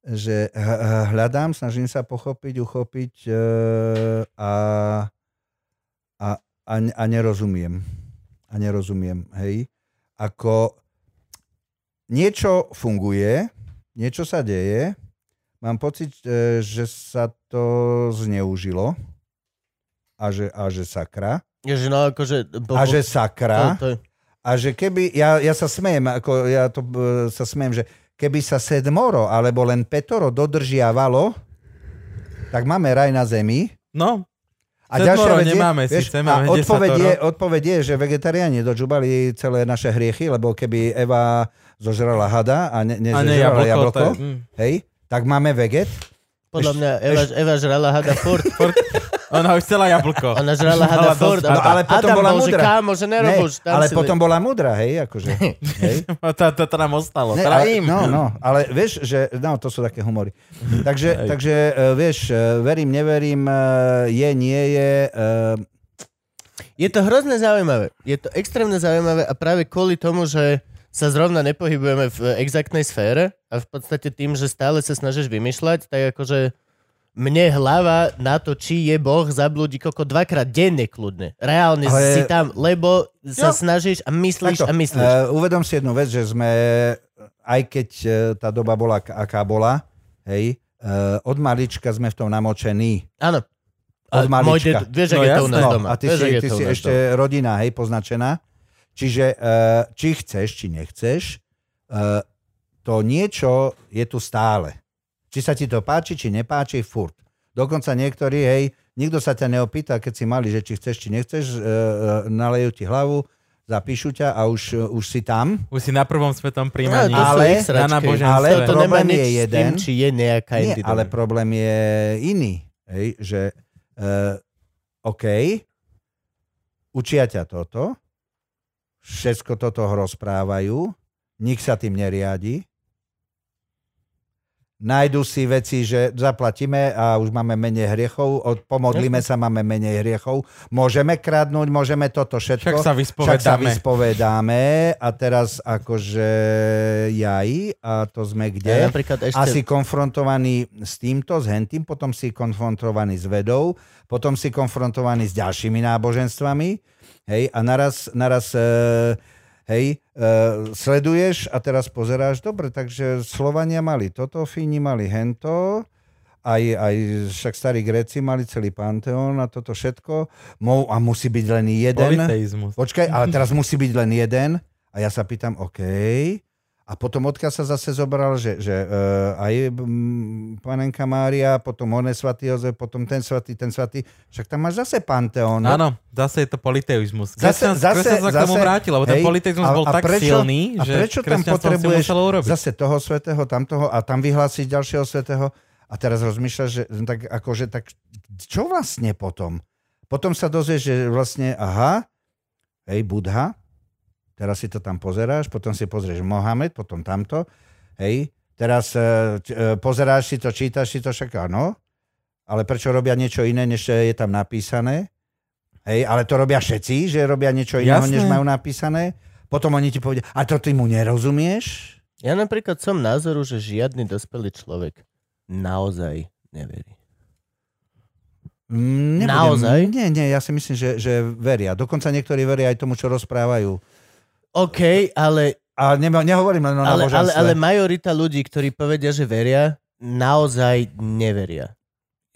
[SPEAKER 3] že h- h- hľadám, snažím sa pochopiť, uchopiť uh, a, a, a, a nerozumiem. A nerozumiem, hej. Ako niečo funguje, niečo sa deje, Mám pocit, e, že sa to zneužilo a že, a že sakra.
[SPEAKER 2] Ježi, no akože... Bo,
[SPEAKER 3] A že
[SPEAKER 2] to,
[SPEAKER 3] sakra.
[SPEAKER 2] to, je-
[SPEAKER 3] A že keby, ja, ja sa smejem, ako ja to e, sa smejem, že keby sa sedmoro alebo len petoro dodržiavalo, tak máme raj na zemi.
[SPEAKER 1] No,
[SPEAKER 3] A
[SPEAKER 1] Sedmoro
[SPEAKER 3] ďalšia vec je,
[SPEAKER 1] nemáme
[SPEAKER 3] vieš,
[SPEAKER 1] síce,
[SPEAKER 3] a
[SPEAKER 1] máme
[SPEAKER 3] odpoveď
[SPEAKER 1] desatoro.
[SPEAKER 3] je, odpoveď je, že vegetariáni dožubali celé naše hriechy, lebo keby Eva zožrala hada a, ne,
[SPEAKER 1] a
[SPEAKER 3] nezožrala
[SPEAKER 1] nie jablko.
[SPEAKER 3] jablko,
[SPEAKER 1] To je, mm.
[SPEAKER 3] hej, tak máme veget.
[SPEAKER 2] podľa mňa Eva, Eva žrala hada furt.
[SPEAKER 1] Ona už chcela jablko.
[SPEAKER 2] Ona žrala hada
[SPEAKER 1] Mala dosť
[SPEAKER 2] furt.
[SPEAKER 1] hada.
[SPEAKER 2] a-
[SPEAKER 3] ale potom
[SPEAKER 2] Adam
[SPEAKER 3] bola
[SPEAKER 2] bol, že
[SPEAKER 3] múdra.
[SPEAKER 2] kámo, že nerobúš.
[SPEAKER 3] Ne, ale potom bola múdra, hej, akože. Hej.
[SPEAKER 1] To, to, to nám ostalo.
[SPEAKER 3] Ne,
[SPEAKER 1] teda
[SPEAKER 3] ale,
[SPEAKER 1] im.
[SPEAKER 3] No, no, ale vieš, že no, to sú také humory. Takže, takže e, vieš, e, verím, neverím, e, je, nie je. e,
[SPEAKER 2] Je to hrozne zaujímavé. Je to extrémne zaujímavé a práve kvôli tomu, že sa zrovna nepohybujeme v e, exaktnej sfére a v podstate tým, že stále sa snažíš vymýšľať, tak akože mne hlava na to, či je Boh, zablúdi koko dvakrát denne kľudne. Reálne
[SPEAKER 3] Ale-
[SPEAKER 2] si tam, lebo sa
[SPEAKER 1] Jo.
[SPEAKER 2] snažíš a myslíš a
[SPEAKER 3] takto.
[SPEAKER 2] myslíš.
[SPEAKER 3] E, uvedom si jednu vec, že sme, aj keď e, tá doba bola, ak- aká bola, hej, e, od malička sme v tom namočení.
[SPEAKER 2] Áno.
[SPEAKER 3] od malička.
[SPEAKER 2] môj dedo- vieš,
[SPEAKER 1] No
[SPEAKER 2] no, je to u nás
[SPEAKER 1] jasné.
[SPEAKER 2] doma.
[SPEAKER 3] No, a ty
[SPEAKER 2] vieš,
[SPEAKER 3] si,
[SPEAKER 2] ak je
[SPEAKER 3] ty
[SPEAKER 2] to u
[SPEAKER 3] si
[SPEAKER 2] nás
[SPEAKER 3] ešte
[SPEAKER 2] doma.
[SPEAKER 3] rodina, hej, poznačená. Čiže eh, či chceš, či nechceš, eh, to niečo je tu stále. Či sa ti to páči, či nepáči, furt. Dokonca niektorí, hej, nikto sa ťa neopýta, keď si mali, že či chceš, či nechceš, eh, eh, nalejú ti hlavu, zapíšu ťa a už, už si tam.
[SPEAKER 1] Už si na prvom
[SPEAKER 2] No,
[SPEAKER 1] svetom príjmaní.
[SPEAKER 2] to sú
[SPEAKER 3] Ale-
[SPEAKER 2] ich sračky.
[SPEAKER 1] na náboženstve.
[SPEAKER 2] ale to nemá
[SPEAKER 3] problém
[SPEAKER 2] nič
[SPEAKER 3] je
[SPEAKER 2] s tým,
[SPEAKER 3] jeden.
[SPEAKER 2] či je nejaká
[SPEAKER 3] Nie,
[SPEAKER 2] individuum.
[SPEAKER 3] ale problém je iný. Hej, že uh, OK, učia ťa toto, všetko toto rozprávajú, nik sa tým neriadi, nájdu si veci, že zaplatíme a už máme menej hriechov, od, pomodlíme sa, máme menej hriechov, môžeme kradnúť, môžeme toto
[SPEAKER 1] Však
[SPEAKER 3] všetko.
[SPEAKER 1] sa
[SPEAKER 3] Však sa
[SPEAKER 1] vyspovedáme.
[SPEAKER 3] vyspovedáme a teraz akože jaj a to sme kde?
[SPEAKER 2] Ja napríklad ešte...
[SPEAKER 3] A si konfrontovaný s týmto, s hentým, potom si konfrontovaný s vedou, potom si konfrontovaný s ďalšími náboženstvami, hej, a naraz, naraz e, hej, e, sleduješ a teraz pozeráš, dobre, takže Slovania mali toto, Fíni mali hento, aj, aj však starí Gréci mali celý panteón a toto všetko. Mo, a musí byť len jeden.
[SPEAKER 1] Politeizmus.
[SPEAKER 3] Počkaj, ale teraz musí byť len jeden. A ja sa pýtam, OK. A potom odkiaľ sa zase zobral, že, že uh, aj mm, panenka Mária, potom oné svatý Jozef, potom ten svatý, ten svatý. Však tam máš zase panteón.
[SPEAKER 1] Áno, zase je to politeizmus.
[SPEAKER 3] No. Zase-
[SPEAKER 1] Zase, zase,
[SPEAKER 3] zase-
[SPEAKER 1] sa k tomu
[SPEAKER 3] zase-
[SPEAKER 1] vrátil, lebo ten
[SPEAKER 3] hej,
[SPEAKER 1] politeizmus
[SPEAKER 3] a-
[SPEAKER 1] bol
[SPEAKER 3] a
[SPEAKER 1] tak
[SPEAKER 3] prečo-
[SPEAKER 1] silný,
[SPEAKER 3] A
[SPEAKER 1] že
[SPEAKER 3] prečo tam
[SPEAKER 1] kresťanstvo si
[SPEAKER 3] potrebuješ
[SPEAKER 1] muselo urobiť.
[SPEAKER 3] zase toho svetého, tamtoho a tam vyhlásiť ďalšieho svetého? A teraz rozmýšľaš, že tak akože tak čo vlastne potom? Potom sa dozvieš, že vlastne aha, hej, Budha, teraz si to tam pozeráš, potom si pozrieš Mohamed, potom tamto, hej, teraz e, č- e, pozeráš si to, čítaš si to, však áno, ale prečo robia niečo iné, než e, je tam napísané? Hej, ale to robia všetci, že robia niečo iného,
[SPEAKER 1] Jasné.
[SPEAKER 3] než majú napísané. Potom oni ti povedia, a to ty mu nerozumieš?
[SPEAKER 2] Ja napríklad som názoru, že žiadny dospelý človek naozaj neverí.
[SPEAKER 3] Mm, Nebudem,
[SPEAKER 2] Naozaj?
[SPEAKER 3] Nie, nie, ja si myslím, že, že veria. Dokonca niektorí veria aj tomu, čo rozprávajú.
[SPEAKER 2] OK, ale,
[SPEAKER 3] A ne,
[SPEAKER 1] No,
[SPEAKER 3] nehovorím len o
[SPEAKER 2] ale, ale,
[SPEAKER 3] náboženstve.
[SPEAKER 2] ale majorita ľudí, ktorí povedia, že veria, naozaj neveria.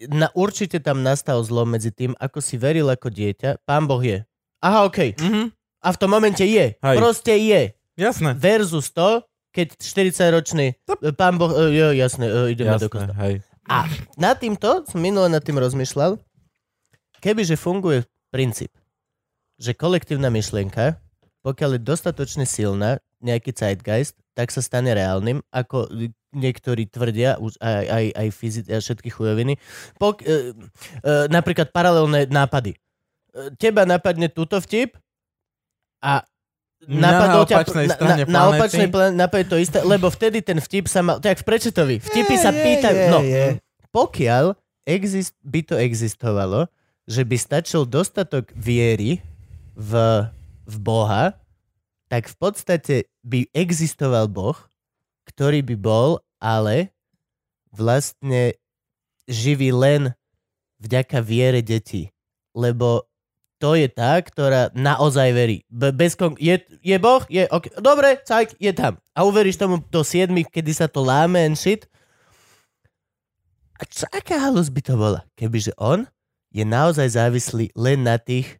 [SPEAKER 2] Na, určite tam nastal zlom medzi tým, ako si veril ako dieťa. Pán Boh je. Aha, OK.
[SPEAKER 1] Mhm,
[SPEAKER 2] A v tom momente je.
[SPEAKER 1] Hej.
[SPEAKER 2] Proste je.
[SPEAKER 1] jasné.
[SPEAKER 2] Versus to, keď 40-ročný e, pán Boh... e, Jo, jasné, e, ideme do kostola.
[SPEAKER 1] Jasné, hej.
[SPEAKER 2] A nad týmto, som minule nad tým rozmýšľal, kebyže funguje princíp, že kolektívna myšlienka, pokiaľ je dostatočne silná, nejaký zeitgeist, tak sa stane reálnym, ako niektorí tvrdia, už aj, aj, aj fyzi- a všetky chujoviny. Pok, e, e, napríklad paralelné nápady. E, teba napadne túto vtip a
[SPEAKER 1] Na
[SPEAKER 2] napadol ťa-
[SPEAKER 1] opačnej
[SPEAKER 2] na-
[SPEAKER 1] strane
[SPEAKER 2] na, na
[SPEAKER 1] planety.
[SPEAKER 2] opačnej pla- napadne to isté, lebo vtedy ten vtip sa mal, tak v prečetovi, vtipy sa pýtajú, no, pokiaľ exist, by to existovalo, že by stačil dostatok viery v, v Boha, tak v podstate by existoval Boh, ktorý by bol, ale vlastne živý len vďaka viere detí. Lebo to je tá, ktorá naozaj verí. Be- bez kon- je, je Boh, je ok. Dobre, cajk, je tam. A uveríš tomu do siedmých, kedy sa to láme and shit. A čo, aká halus by to bola, kebyže on je naozaj závislý len na tých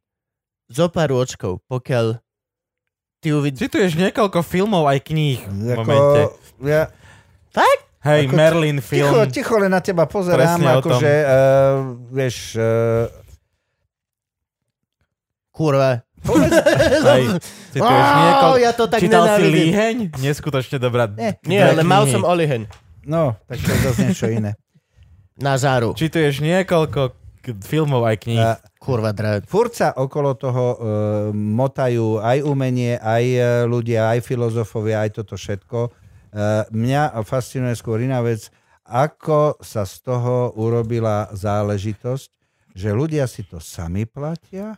[SPEAKER 2] zo pár očkov, pokiaľ ty uvidíš.
[SPEAKER 1] Cituješ niekoľko filmov aj kníh v
[SPEAKER 3] Ako,
[SPEAKER 1] momente.
[SPEAKER 3] ja,
[SPEAKER 1] Hej,
[SPEAKER 3] ako-
[SPEAKER 1] Merlin film.
[SPEAKER 3] Ticho, ticho, len na teba pozerám,
[SPEAKER 1] Presne o tom.
[SPEAKER 3] akože, uh, vieš, uh,
[SPEAKER 2] Kurva.
[SPEAKER 1] Hej, cituješ
[SPEAKER 2] Á,
[SPEAKER 1] niekoľko...
[SPEAKER 2] ja to tak
[SPEAKER 1] Čítal si
[SPEAKER 2] nenávidím.
[SPEAKER 1] Líheň? Neskutočne dobrá.
[SPEAKER 3] Nie.
[SPEAKER 2] Nie, ale mal som
[SPEAKER 1] O...
[SPEAKER 2] olihen.
[SPEAKER 3] no, tak to je zase niečo iné.
[SPEAKER 2] Na žáru.
[SPEAKER 1] Čítuješ niekoľko k- filmov aj kníh.
[SPEAKER 3] A
[SPEAKER 2] Kurva drát.
[SPEAKER 3] furt sa Eh, okolo toho uh, motajú aj umenie, aj uh, ľudia, aj filozofovia, aj toto všetko. Uh, mňa fascinuje skôr iná vec, ako sa z toho urobila záležitosť, že ľudia si to sami platia,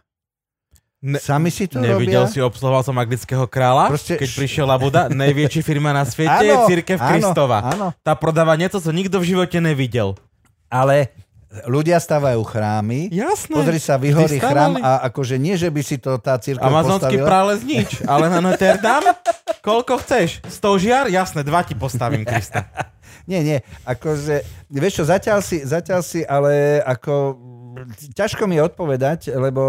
[SPEAKER 1] Ne-
[SPEAKER 3] sami si to
[SPEAKER 1] Nevidel
[SPEAKER 3] robia.
[SPEAKER 1] si, obsluhoval som anglického kráľa,
[SPEAKER 3] Proste
[SPEAKER 1] keď
[SPEAKER 3] š-
[SPEAKER 1] prišiel Labuda, najväčší firma na svete, je
[SPEAKER 3] Áno,
[SPEAKER 1] Církev
[SPEAKER 3] áno,
[SPEAKER 1] Kristova.
[SPEAKER 3] áno.
[SPEAKER 1] Tá prodáva niečo, co nikto v živote nevidel.
[SPEAKER 3] Ale ľudia stavajú chrámy,
[SPEAKER 1] Jasné.
[SPEAKER 3] Pozri sa, vyhorí
[SPEAKER 1] Vždy
[SPEAKER 3] chrám
[SPEAKER 1] stávali.
[SPEAKER 3] a akože nie, že by si to tá církev
[SPEAKER 1] Amazonský
[SPEAKER 3] postavila.
[SPEAKER 1] prales nič, ale na Notre Dame koľko chceš? 100 žiar? Jasné, dva ti postavím, Krista.
[SPEAKER 3] Nie, nie, akože, vieš čo, zatiaľ si, zatiaľ si, ale ako, ťažko mi je odpovedať, lebo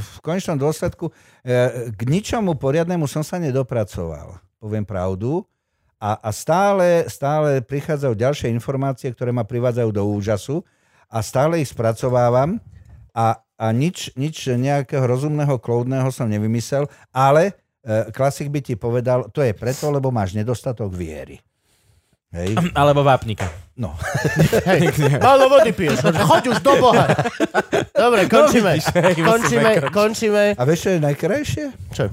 [SPEAKER 3] v konečnom dôsledku eh, k ničomu poriadnemu som sa nedopracoval, poviem pravdu. A, a stále, stále prichádzajú ďalšie informácie, ktoré ma privádzajú do úžasu a stále ich spracovávam a, a nič, nič nejakého rozumného, kloudného som nevymyslel, ale e, klasik by ti povedal, to je preto, lebo máš nedostatok viery. Hej?
[SPEAKER 1] Alebo vápnika.
[SPEAKER 3] No.
[SPEAKER 2] Hej, málo vody piješ. Choď už do Boha.
[SPEAKER 3] No,
[SPEAKER 2] Dobre, končíme.
[SPEAKER 1] vidíš, hej, musíme
[SPEAKER 2] Končíme,
[SPEAKER 1] končiť.
[SPEAKER 2] končíme.
[SPEAKER 3] A vieš, čo je najkrajšie?
[SPEAKER 2] Čo?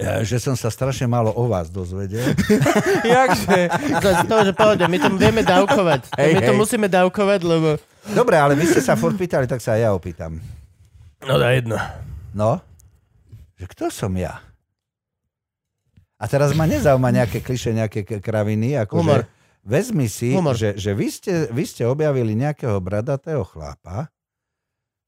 [SPEAKER 3] E, Že som sa strašne málo o vás dozvedel.
[SPEAKER 1] Jakže?
[SPEAKER 2] To, to že pohode, my to vieme dávkovať.
[SPEAKER 1] Hej,
[SPEAKER 2] my to
[SPEAKER 1] hej.
[SPEAKER 2] musíme dávkovať, lebo...
[SPEAKER 3] Dobre, ale vy ste sa furt pýtali, tak sa aj ja opýtam.
[SPEAKER 2] No na jedno.
[SPEAKER 3] No? Že kto som ja? A teraz ma nezaujíma nejaké kliše, nejaké k- kraviny. Ako
[SPEAKER 2] Humor.
[SPEAKER 3] Že, vezmi si,
[SPEAKER 2] Humor.
[SPEAKER 3] že, že vy, ste, vy ste objavili nejakého bradatého chlápa.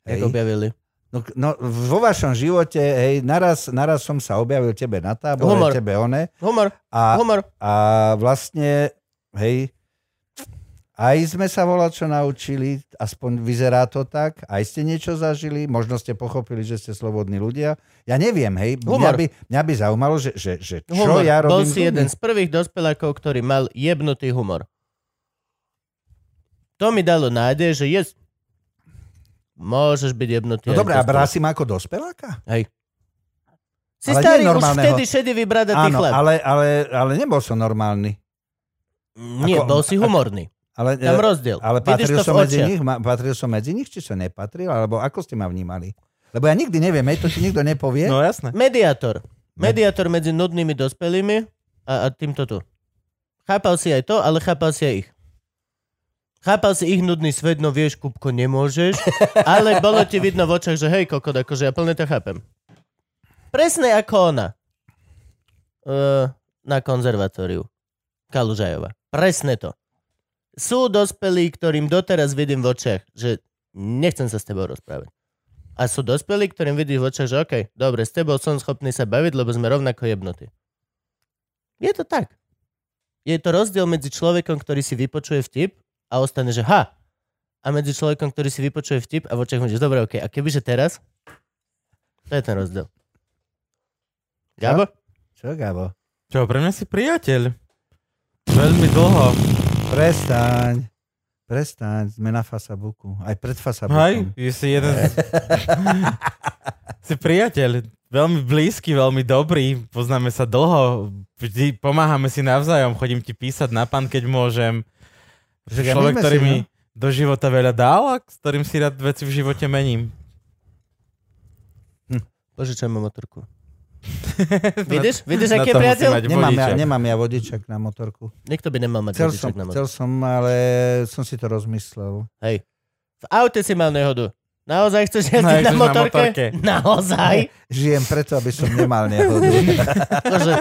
[SPEAKER 2] Jak
[SPEAKER 3] Hej.
[SPEAKER 2] objavili.
[SPEAKER 3] No, k- no, vo vašom živote, hej, naraz, naraz som sa objavil tebe na tábore,
[SPEAKER 2] Humor.
[SPEAKER 3] tebe one.
[SPEAKER 2] Humor,
[SPEAKER 3] A,
[SPEAKER 2] humor.
[SPEAKER 3] a vlastne, hej, a Aj sme sa volá, čo naučili, aspoň vyzerá to tak, aj ste niečo zažili, možno ste pochopili, že ste slobodní ľudia. Ja neviem, hej, mňa
[SPEAKER 2] Humor.
[SPEAKER 3] by, mňa by zaujímalo, že, že, že čo
[SPEAKER 2] Humor.
[SPEAKER 3] ja robím.
[SPEAKER 2] Bol si
[SPEAKER 3] tu?
[SPEAKER 2] jeden z prvých dospelákov, ktorý mal jebnutý humor. To mi dalo nádej, že je... Môžeš byť jebnutý.
[SPEAKER 3] No
[SPEAKER 2] aj
[SPEAKER 3] dobre, a
[SPEAKER 2] dospelý.
[SPEAKER 3] bral si ma ako dospeláka?
[SPEAKER 2] Hej. Si
[SPEAKER 3] Ale nie
[SPEAKER 2] starý, už
[SPEAKER 3] normálneho.
[SPEAKER 2] vtedy šedivý bradatý
[SPEAKER 3] Áno,
[SPEAKER 2] chlap.
[SPEAKER 3] ale, ale, ale nebol som normálny.
[SPEAKER 2] Nie,
[SPEAKER 3] ako-
[SPEAKER 2] bol si humorný.
[SPEAKER 3] Ale, e,
[SPEAKER 2] Tam rozdiel.
[SPEAKER 3] ale
[SPEAKER 2] Vidíš
[SPEAKER 3] patril
[SPEAKER 2] to
[SPEAKER 3] som,
[SPEAKER 2] v
[SPEAKER 3] medzi
[SPEAKER 2] očiach.
[SPEAKER 3] nich, ma, patril som medzi nich, či som nepatril, alebo ako ste ma vnímali? Lebo ja nikdy neviem, hej, to ti nikto nepovie.
[SPEAKER 1] No jasné.
[SPEAKER 2] Mediátor. Mediátor medzi nudnými dospelými a, a týmto tu. Chápal si aj to, ale chápal si aj ich. Chápal si ich nudný svet, no vieš, Kupko, nemôžeš, ale bolo ti vidno v očach, že hej, kokot, akože ja plne to chápem. Presne ako ona. Uh, na konzervatóriu. Kalužajová. Presne to. Sú dospelí, ktorým doteraz vidím v očiach, že nechcem sa s tebou rozprávať. A sú dospelí, ktorým vidíš v očiach, že OK, dobre, s tebou som schopný sa baviť, lebo sme rovnako jebnutí. Je to tak. Je to rozdiel medzi človekom, ktorý si vypočuje vtip a ostane, že ha, a medzi človekom, ktorý si vypočuje vtip a v očiach mu ideš, dobre, OK, a kebyže teraz? To je ten rozdiel. Gabo?
[SPEAKER 3] Čo, Gabo?
[SPEAKER 1] Čo, pre mňa si priateľ. Veľmi dlho.
[SPEAKER 3] Prestaň. Prestaň, sme na Fasabuku. Aj pred
[SPEAKER 1] Hej,
[SPEAKER 3] Fasabukom.
[SPEAKER 1] je si jeden z... si priateľ. Veľmi blízky, veľmi dobrý. Poznáme sa dlho. Vždy pomáhame si navzájom. Chodím ti písať na pán, keď môžem.
[SPEAKER 3] Že ja
[SPEAKER 1] Človek,
[SPEAKER 3] my sme
[SPEAKER 1] ktorý
[SPEAKER 3] si,
[SPEAKER 1] mi do života veľa dal a s ktorým si rád veci v živote mením.
[SPEAKER 2] Požičajme motorku. vidíš, vidíš,
[SPEAKER 1] Na
[SPEAKER 2] aký je
[SPEAKER 1] to musí
[SPEAKER 2] priateľ?
[SPEAKER 1] mať
[SPEAKER 3] Nemám ja,
[SPEAKER 1] vodiča.
[SPEAKER 3] nemám ja vodičak na motorku.
[SPEAKER 2] Nikto by nemal mať
[SPEAKER 3] Chcel
[SPEAKER 2] vodičak
[SPEAKER 3] som,
[SPEAKER 2] na motorku.
[SPEAKER 3] chcel som, ale som si to rozmyslel.
[SPEAKER 2] Hej. V aute si mal nehodu. Naozaj chceš jazdiť na
[SPEAKER 1] Hej, chceš No, na
[SPEAKER 2] motorke?
[SPEAKER 1] motorke.
[SPEAKER 2] Naozaj?
[SPEAKER 3] Žijem preto, aby som nemal nehodu.
[SPEAKER 2] Akože...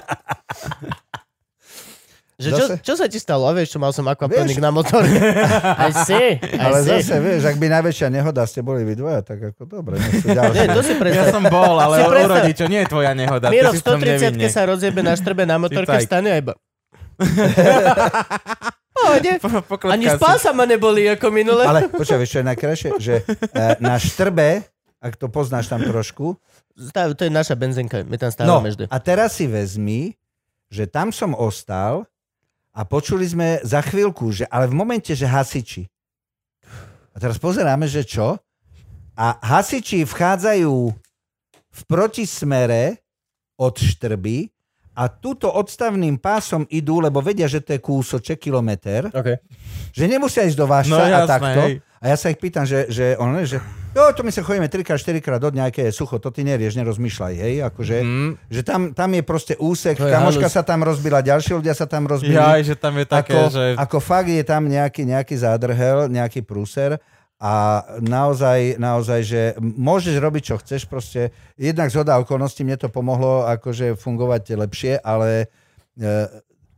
[SPEAKER 2] Že čo,
[SPEAKER 3] Zase-
[SPEAKER 2] čo sa ti stalo? A Vieš, čo mal som akvaponik
[SPEAKER 3] Vieš-
[SPEAKER 2] na motorke. Aj si, aj
[SPEAKER 3] Ale
[SPEAKER 2] si.
[SPEAKER 3] zase, vieš, ak by najväčšia nehoda ste boli vy dvoja, tak ako dobre. nech sú ďalšie.
[SPEAKER 2] Nie, to si
[SPEAKER 1] Ja
[SPEAKER 2] predstav.
[SPEAKER 1] som bol,
[SPEAKER 2] Si
[SPEAKER 1] ale u
[SPEAKER 2] predstav-
[SPEAKER 1] rodičov nie je tvoja nehoda. ty
[SPEAKER 2] Miro v
[SPEAKER 1] si v tom
[SPEAKER 2] 130
[SPEAKER 1] nevinne.
[SPEAKER 2] sa rozjebe na štrbe na motorke,
[SPEAKER 1] cajk.
[SPEAKER 2] stane aj iba. Pohode.
[SPEAKER 1] Po- poklepká
[SPEAKER 2] Ani
[SPEAKER 1] si.
[SPEAKER 2] spása ma neboli ako minule.
[SPEAKER 3] Ale počkaj, vieš, čo je najkrajšie? Že e, na štrbe, ak to poznáš tam trošku,
[SPEAKER 2] Stav, to je naša benzinka, my tam
[SPEAKER 3] no,
[SPEAKER 2] stávame vždy.
[SPEAKER 3] a teraz si vezmi, že tam som ostal a počuli sme za chvíľku, že, ale v momente, že hasiči. A teraz pozeráme, že čo? A hasiči vchádzajú v protismere od štrby a tuto odstavným pásom idú, lebo vedia, že to je kúsoček, kilometr.
[SPEAKER 2] Okay.
[SPEAKER 3] Že nemusia ísť do vášca
[SPEAKER 1] No
[SPEAKER 3] no, a
[SPEAKER 1] jasné,
[SPEAKER 3] takto.
[SPEAKER 1] hej.
[SPEAKER 3] A ja sa ich pýtam, že, že on len, že jo, to my sa chodíme 3 4 krát do dňa, aké je sucho, to ty nerieš, nerozmýšľaj, hej, akože,
[SPEAKER 1] Mhm.
[SPEAKER 3] mm. že tam, tam je proste úsek,
[SPEAKER 2] To je
[SPEAKER 3] kamoška
[SPEAKER 2] halus.
[SPEAKER 3] sa tam rozbila, ďalší ľudia sa tam rozbili.
[SPEAKER 1] Jaj, že tam je také,
[SPEAKER 3] ako,
[SPEAKER 1] že...
[SPEAKER 3] ako fakt je tam nejaký, nejaký zádrhel, nejaký prúser a naozaj, naozaj, že môžeš robiť, čo chceš, proste jednak zhoda okolností mne to pomohlo akože fungovať lepšie, ale e,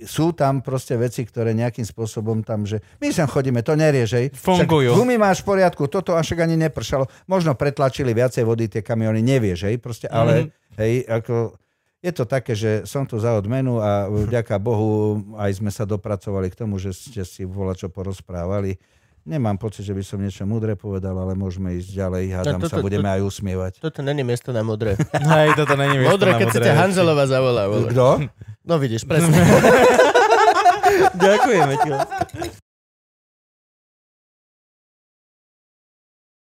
[SPEAKER 3] sú tam proste veci, ktoré nejakým spôsobom tam, že my sem chodíme, to neriežej.
[SPEAKER 1] Fungujú.
[SPEAKER 3] Gumy máš v poriadku, toto až však ani nepršalo. Možno pretlačili viacej vody tie kamiony, nevieš, hej, proste, ale hej, ako je to také, že som tu za odmenu a vďaka Bohu aj sme sa dopracovali k tomu, že ste si vola čo porozprávali. Nemám pocit, že by som niečo múdre povedal, ale môžeme ísť ďalej.
[SPEAKER 2] No
[SPEAKER 3] Hádam no,
[SPEAKER 2] toto-
[SPEAKER 3] sa, budeme aj usmievať.
[SPEAKER 2] Toto není miesto na modré.
[SPEAKER 1] Hej, toto není miesto
[SPEAKER 2] Modré,
[SPEAKER 1] na
[SPEAKER 2] keď sa
[SPEAKER 1] modré
[SPEAKER 2] ťa
[SPEAKER 1] veci.
[SPEAKER 2] Hanzelová zavolá. vole.
[SPEAKER 3] Kto?
[SPEAKER 2] No vidíš, presne.
[SPEAKER 1] Ďakujeme ti.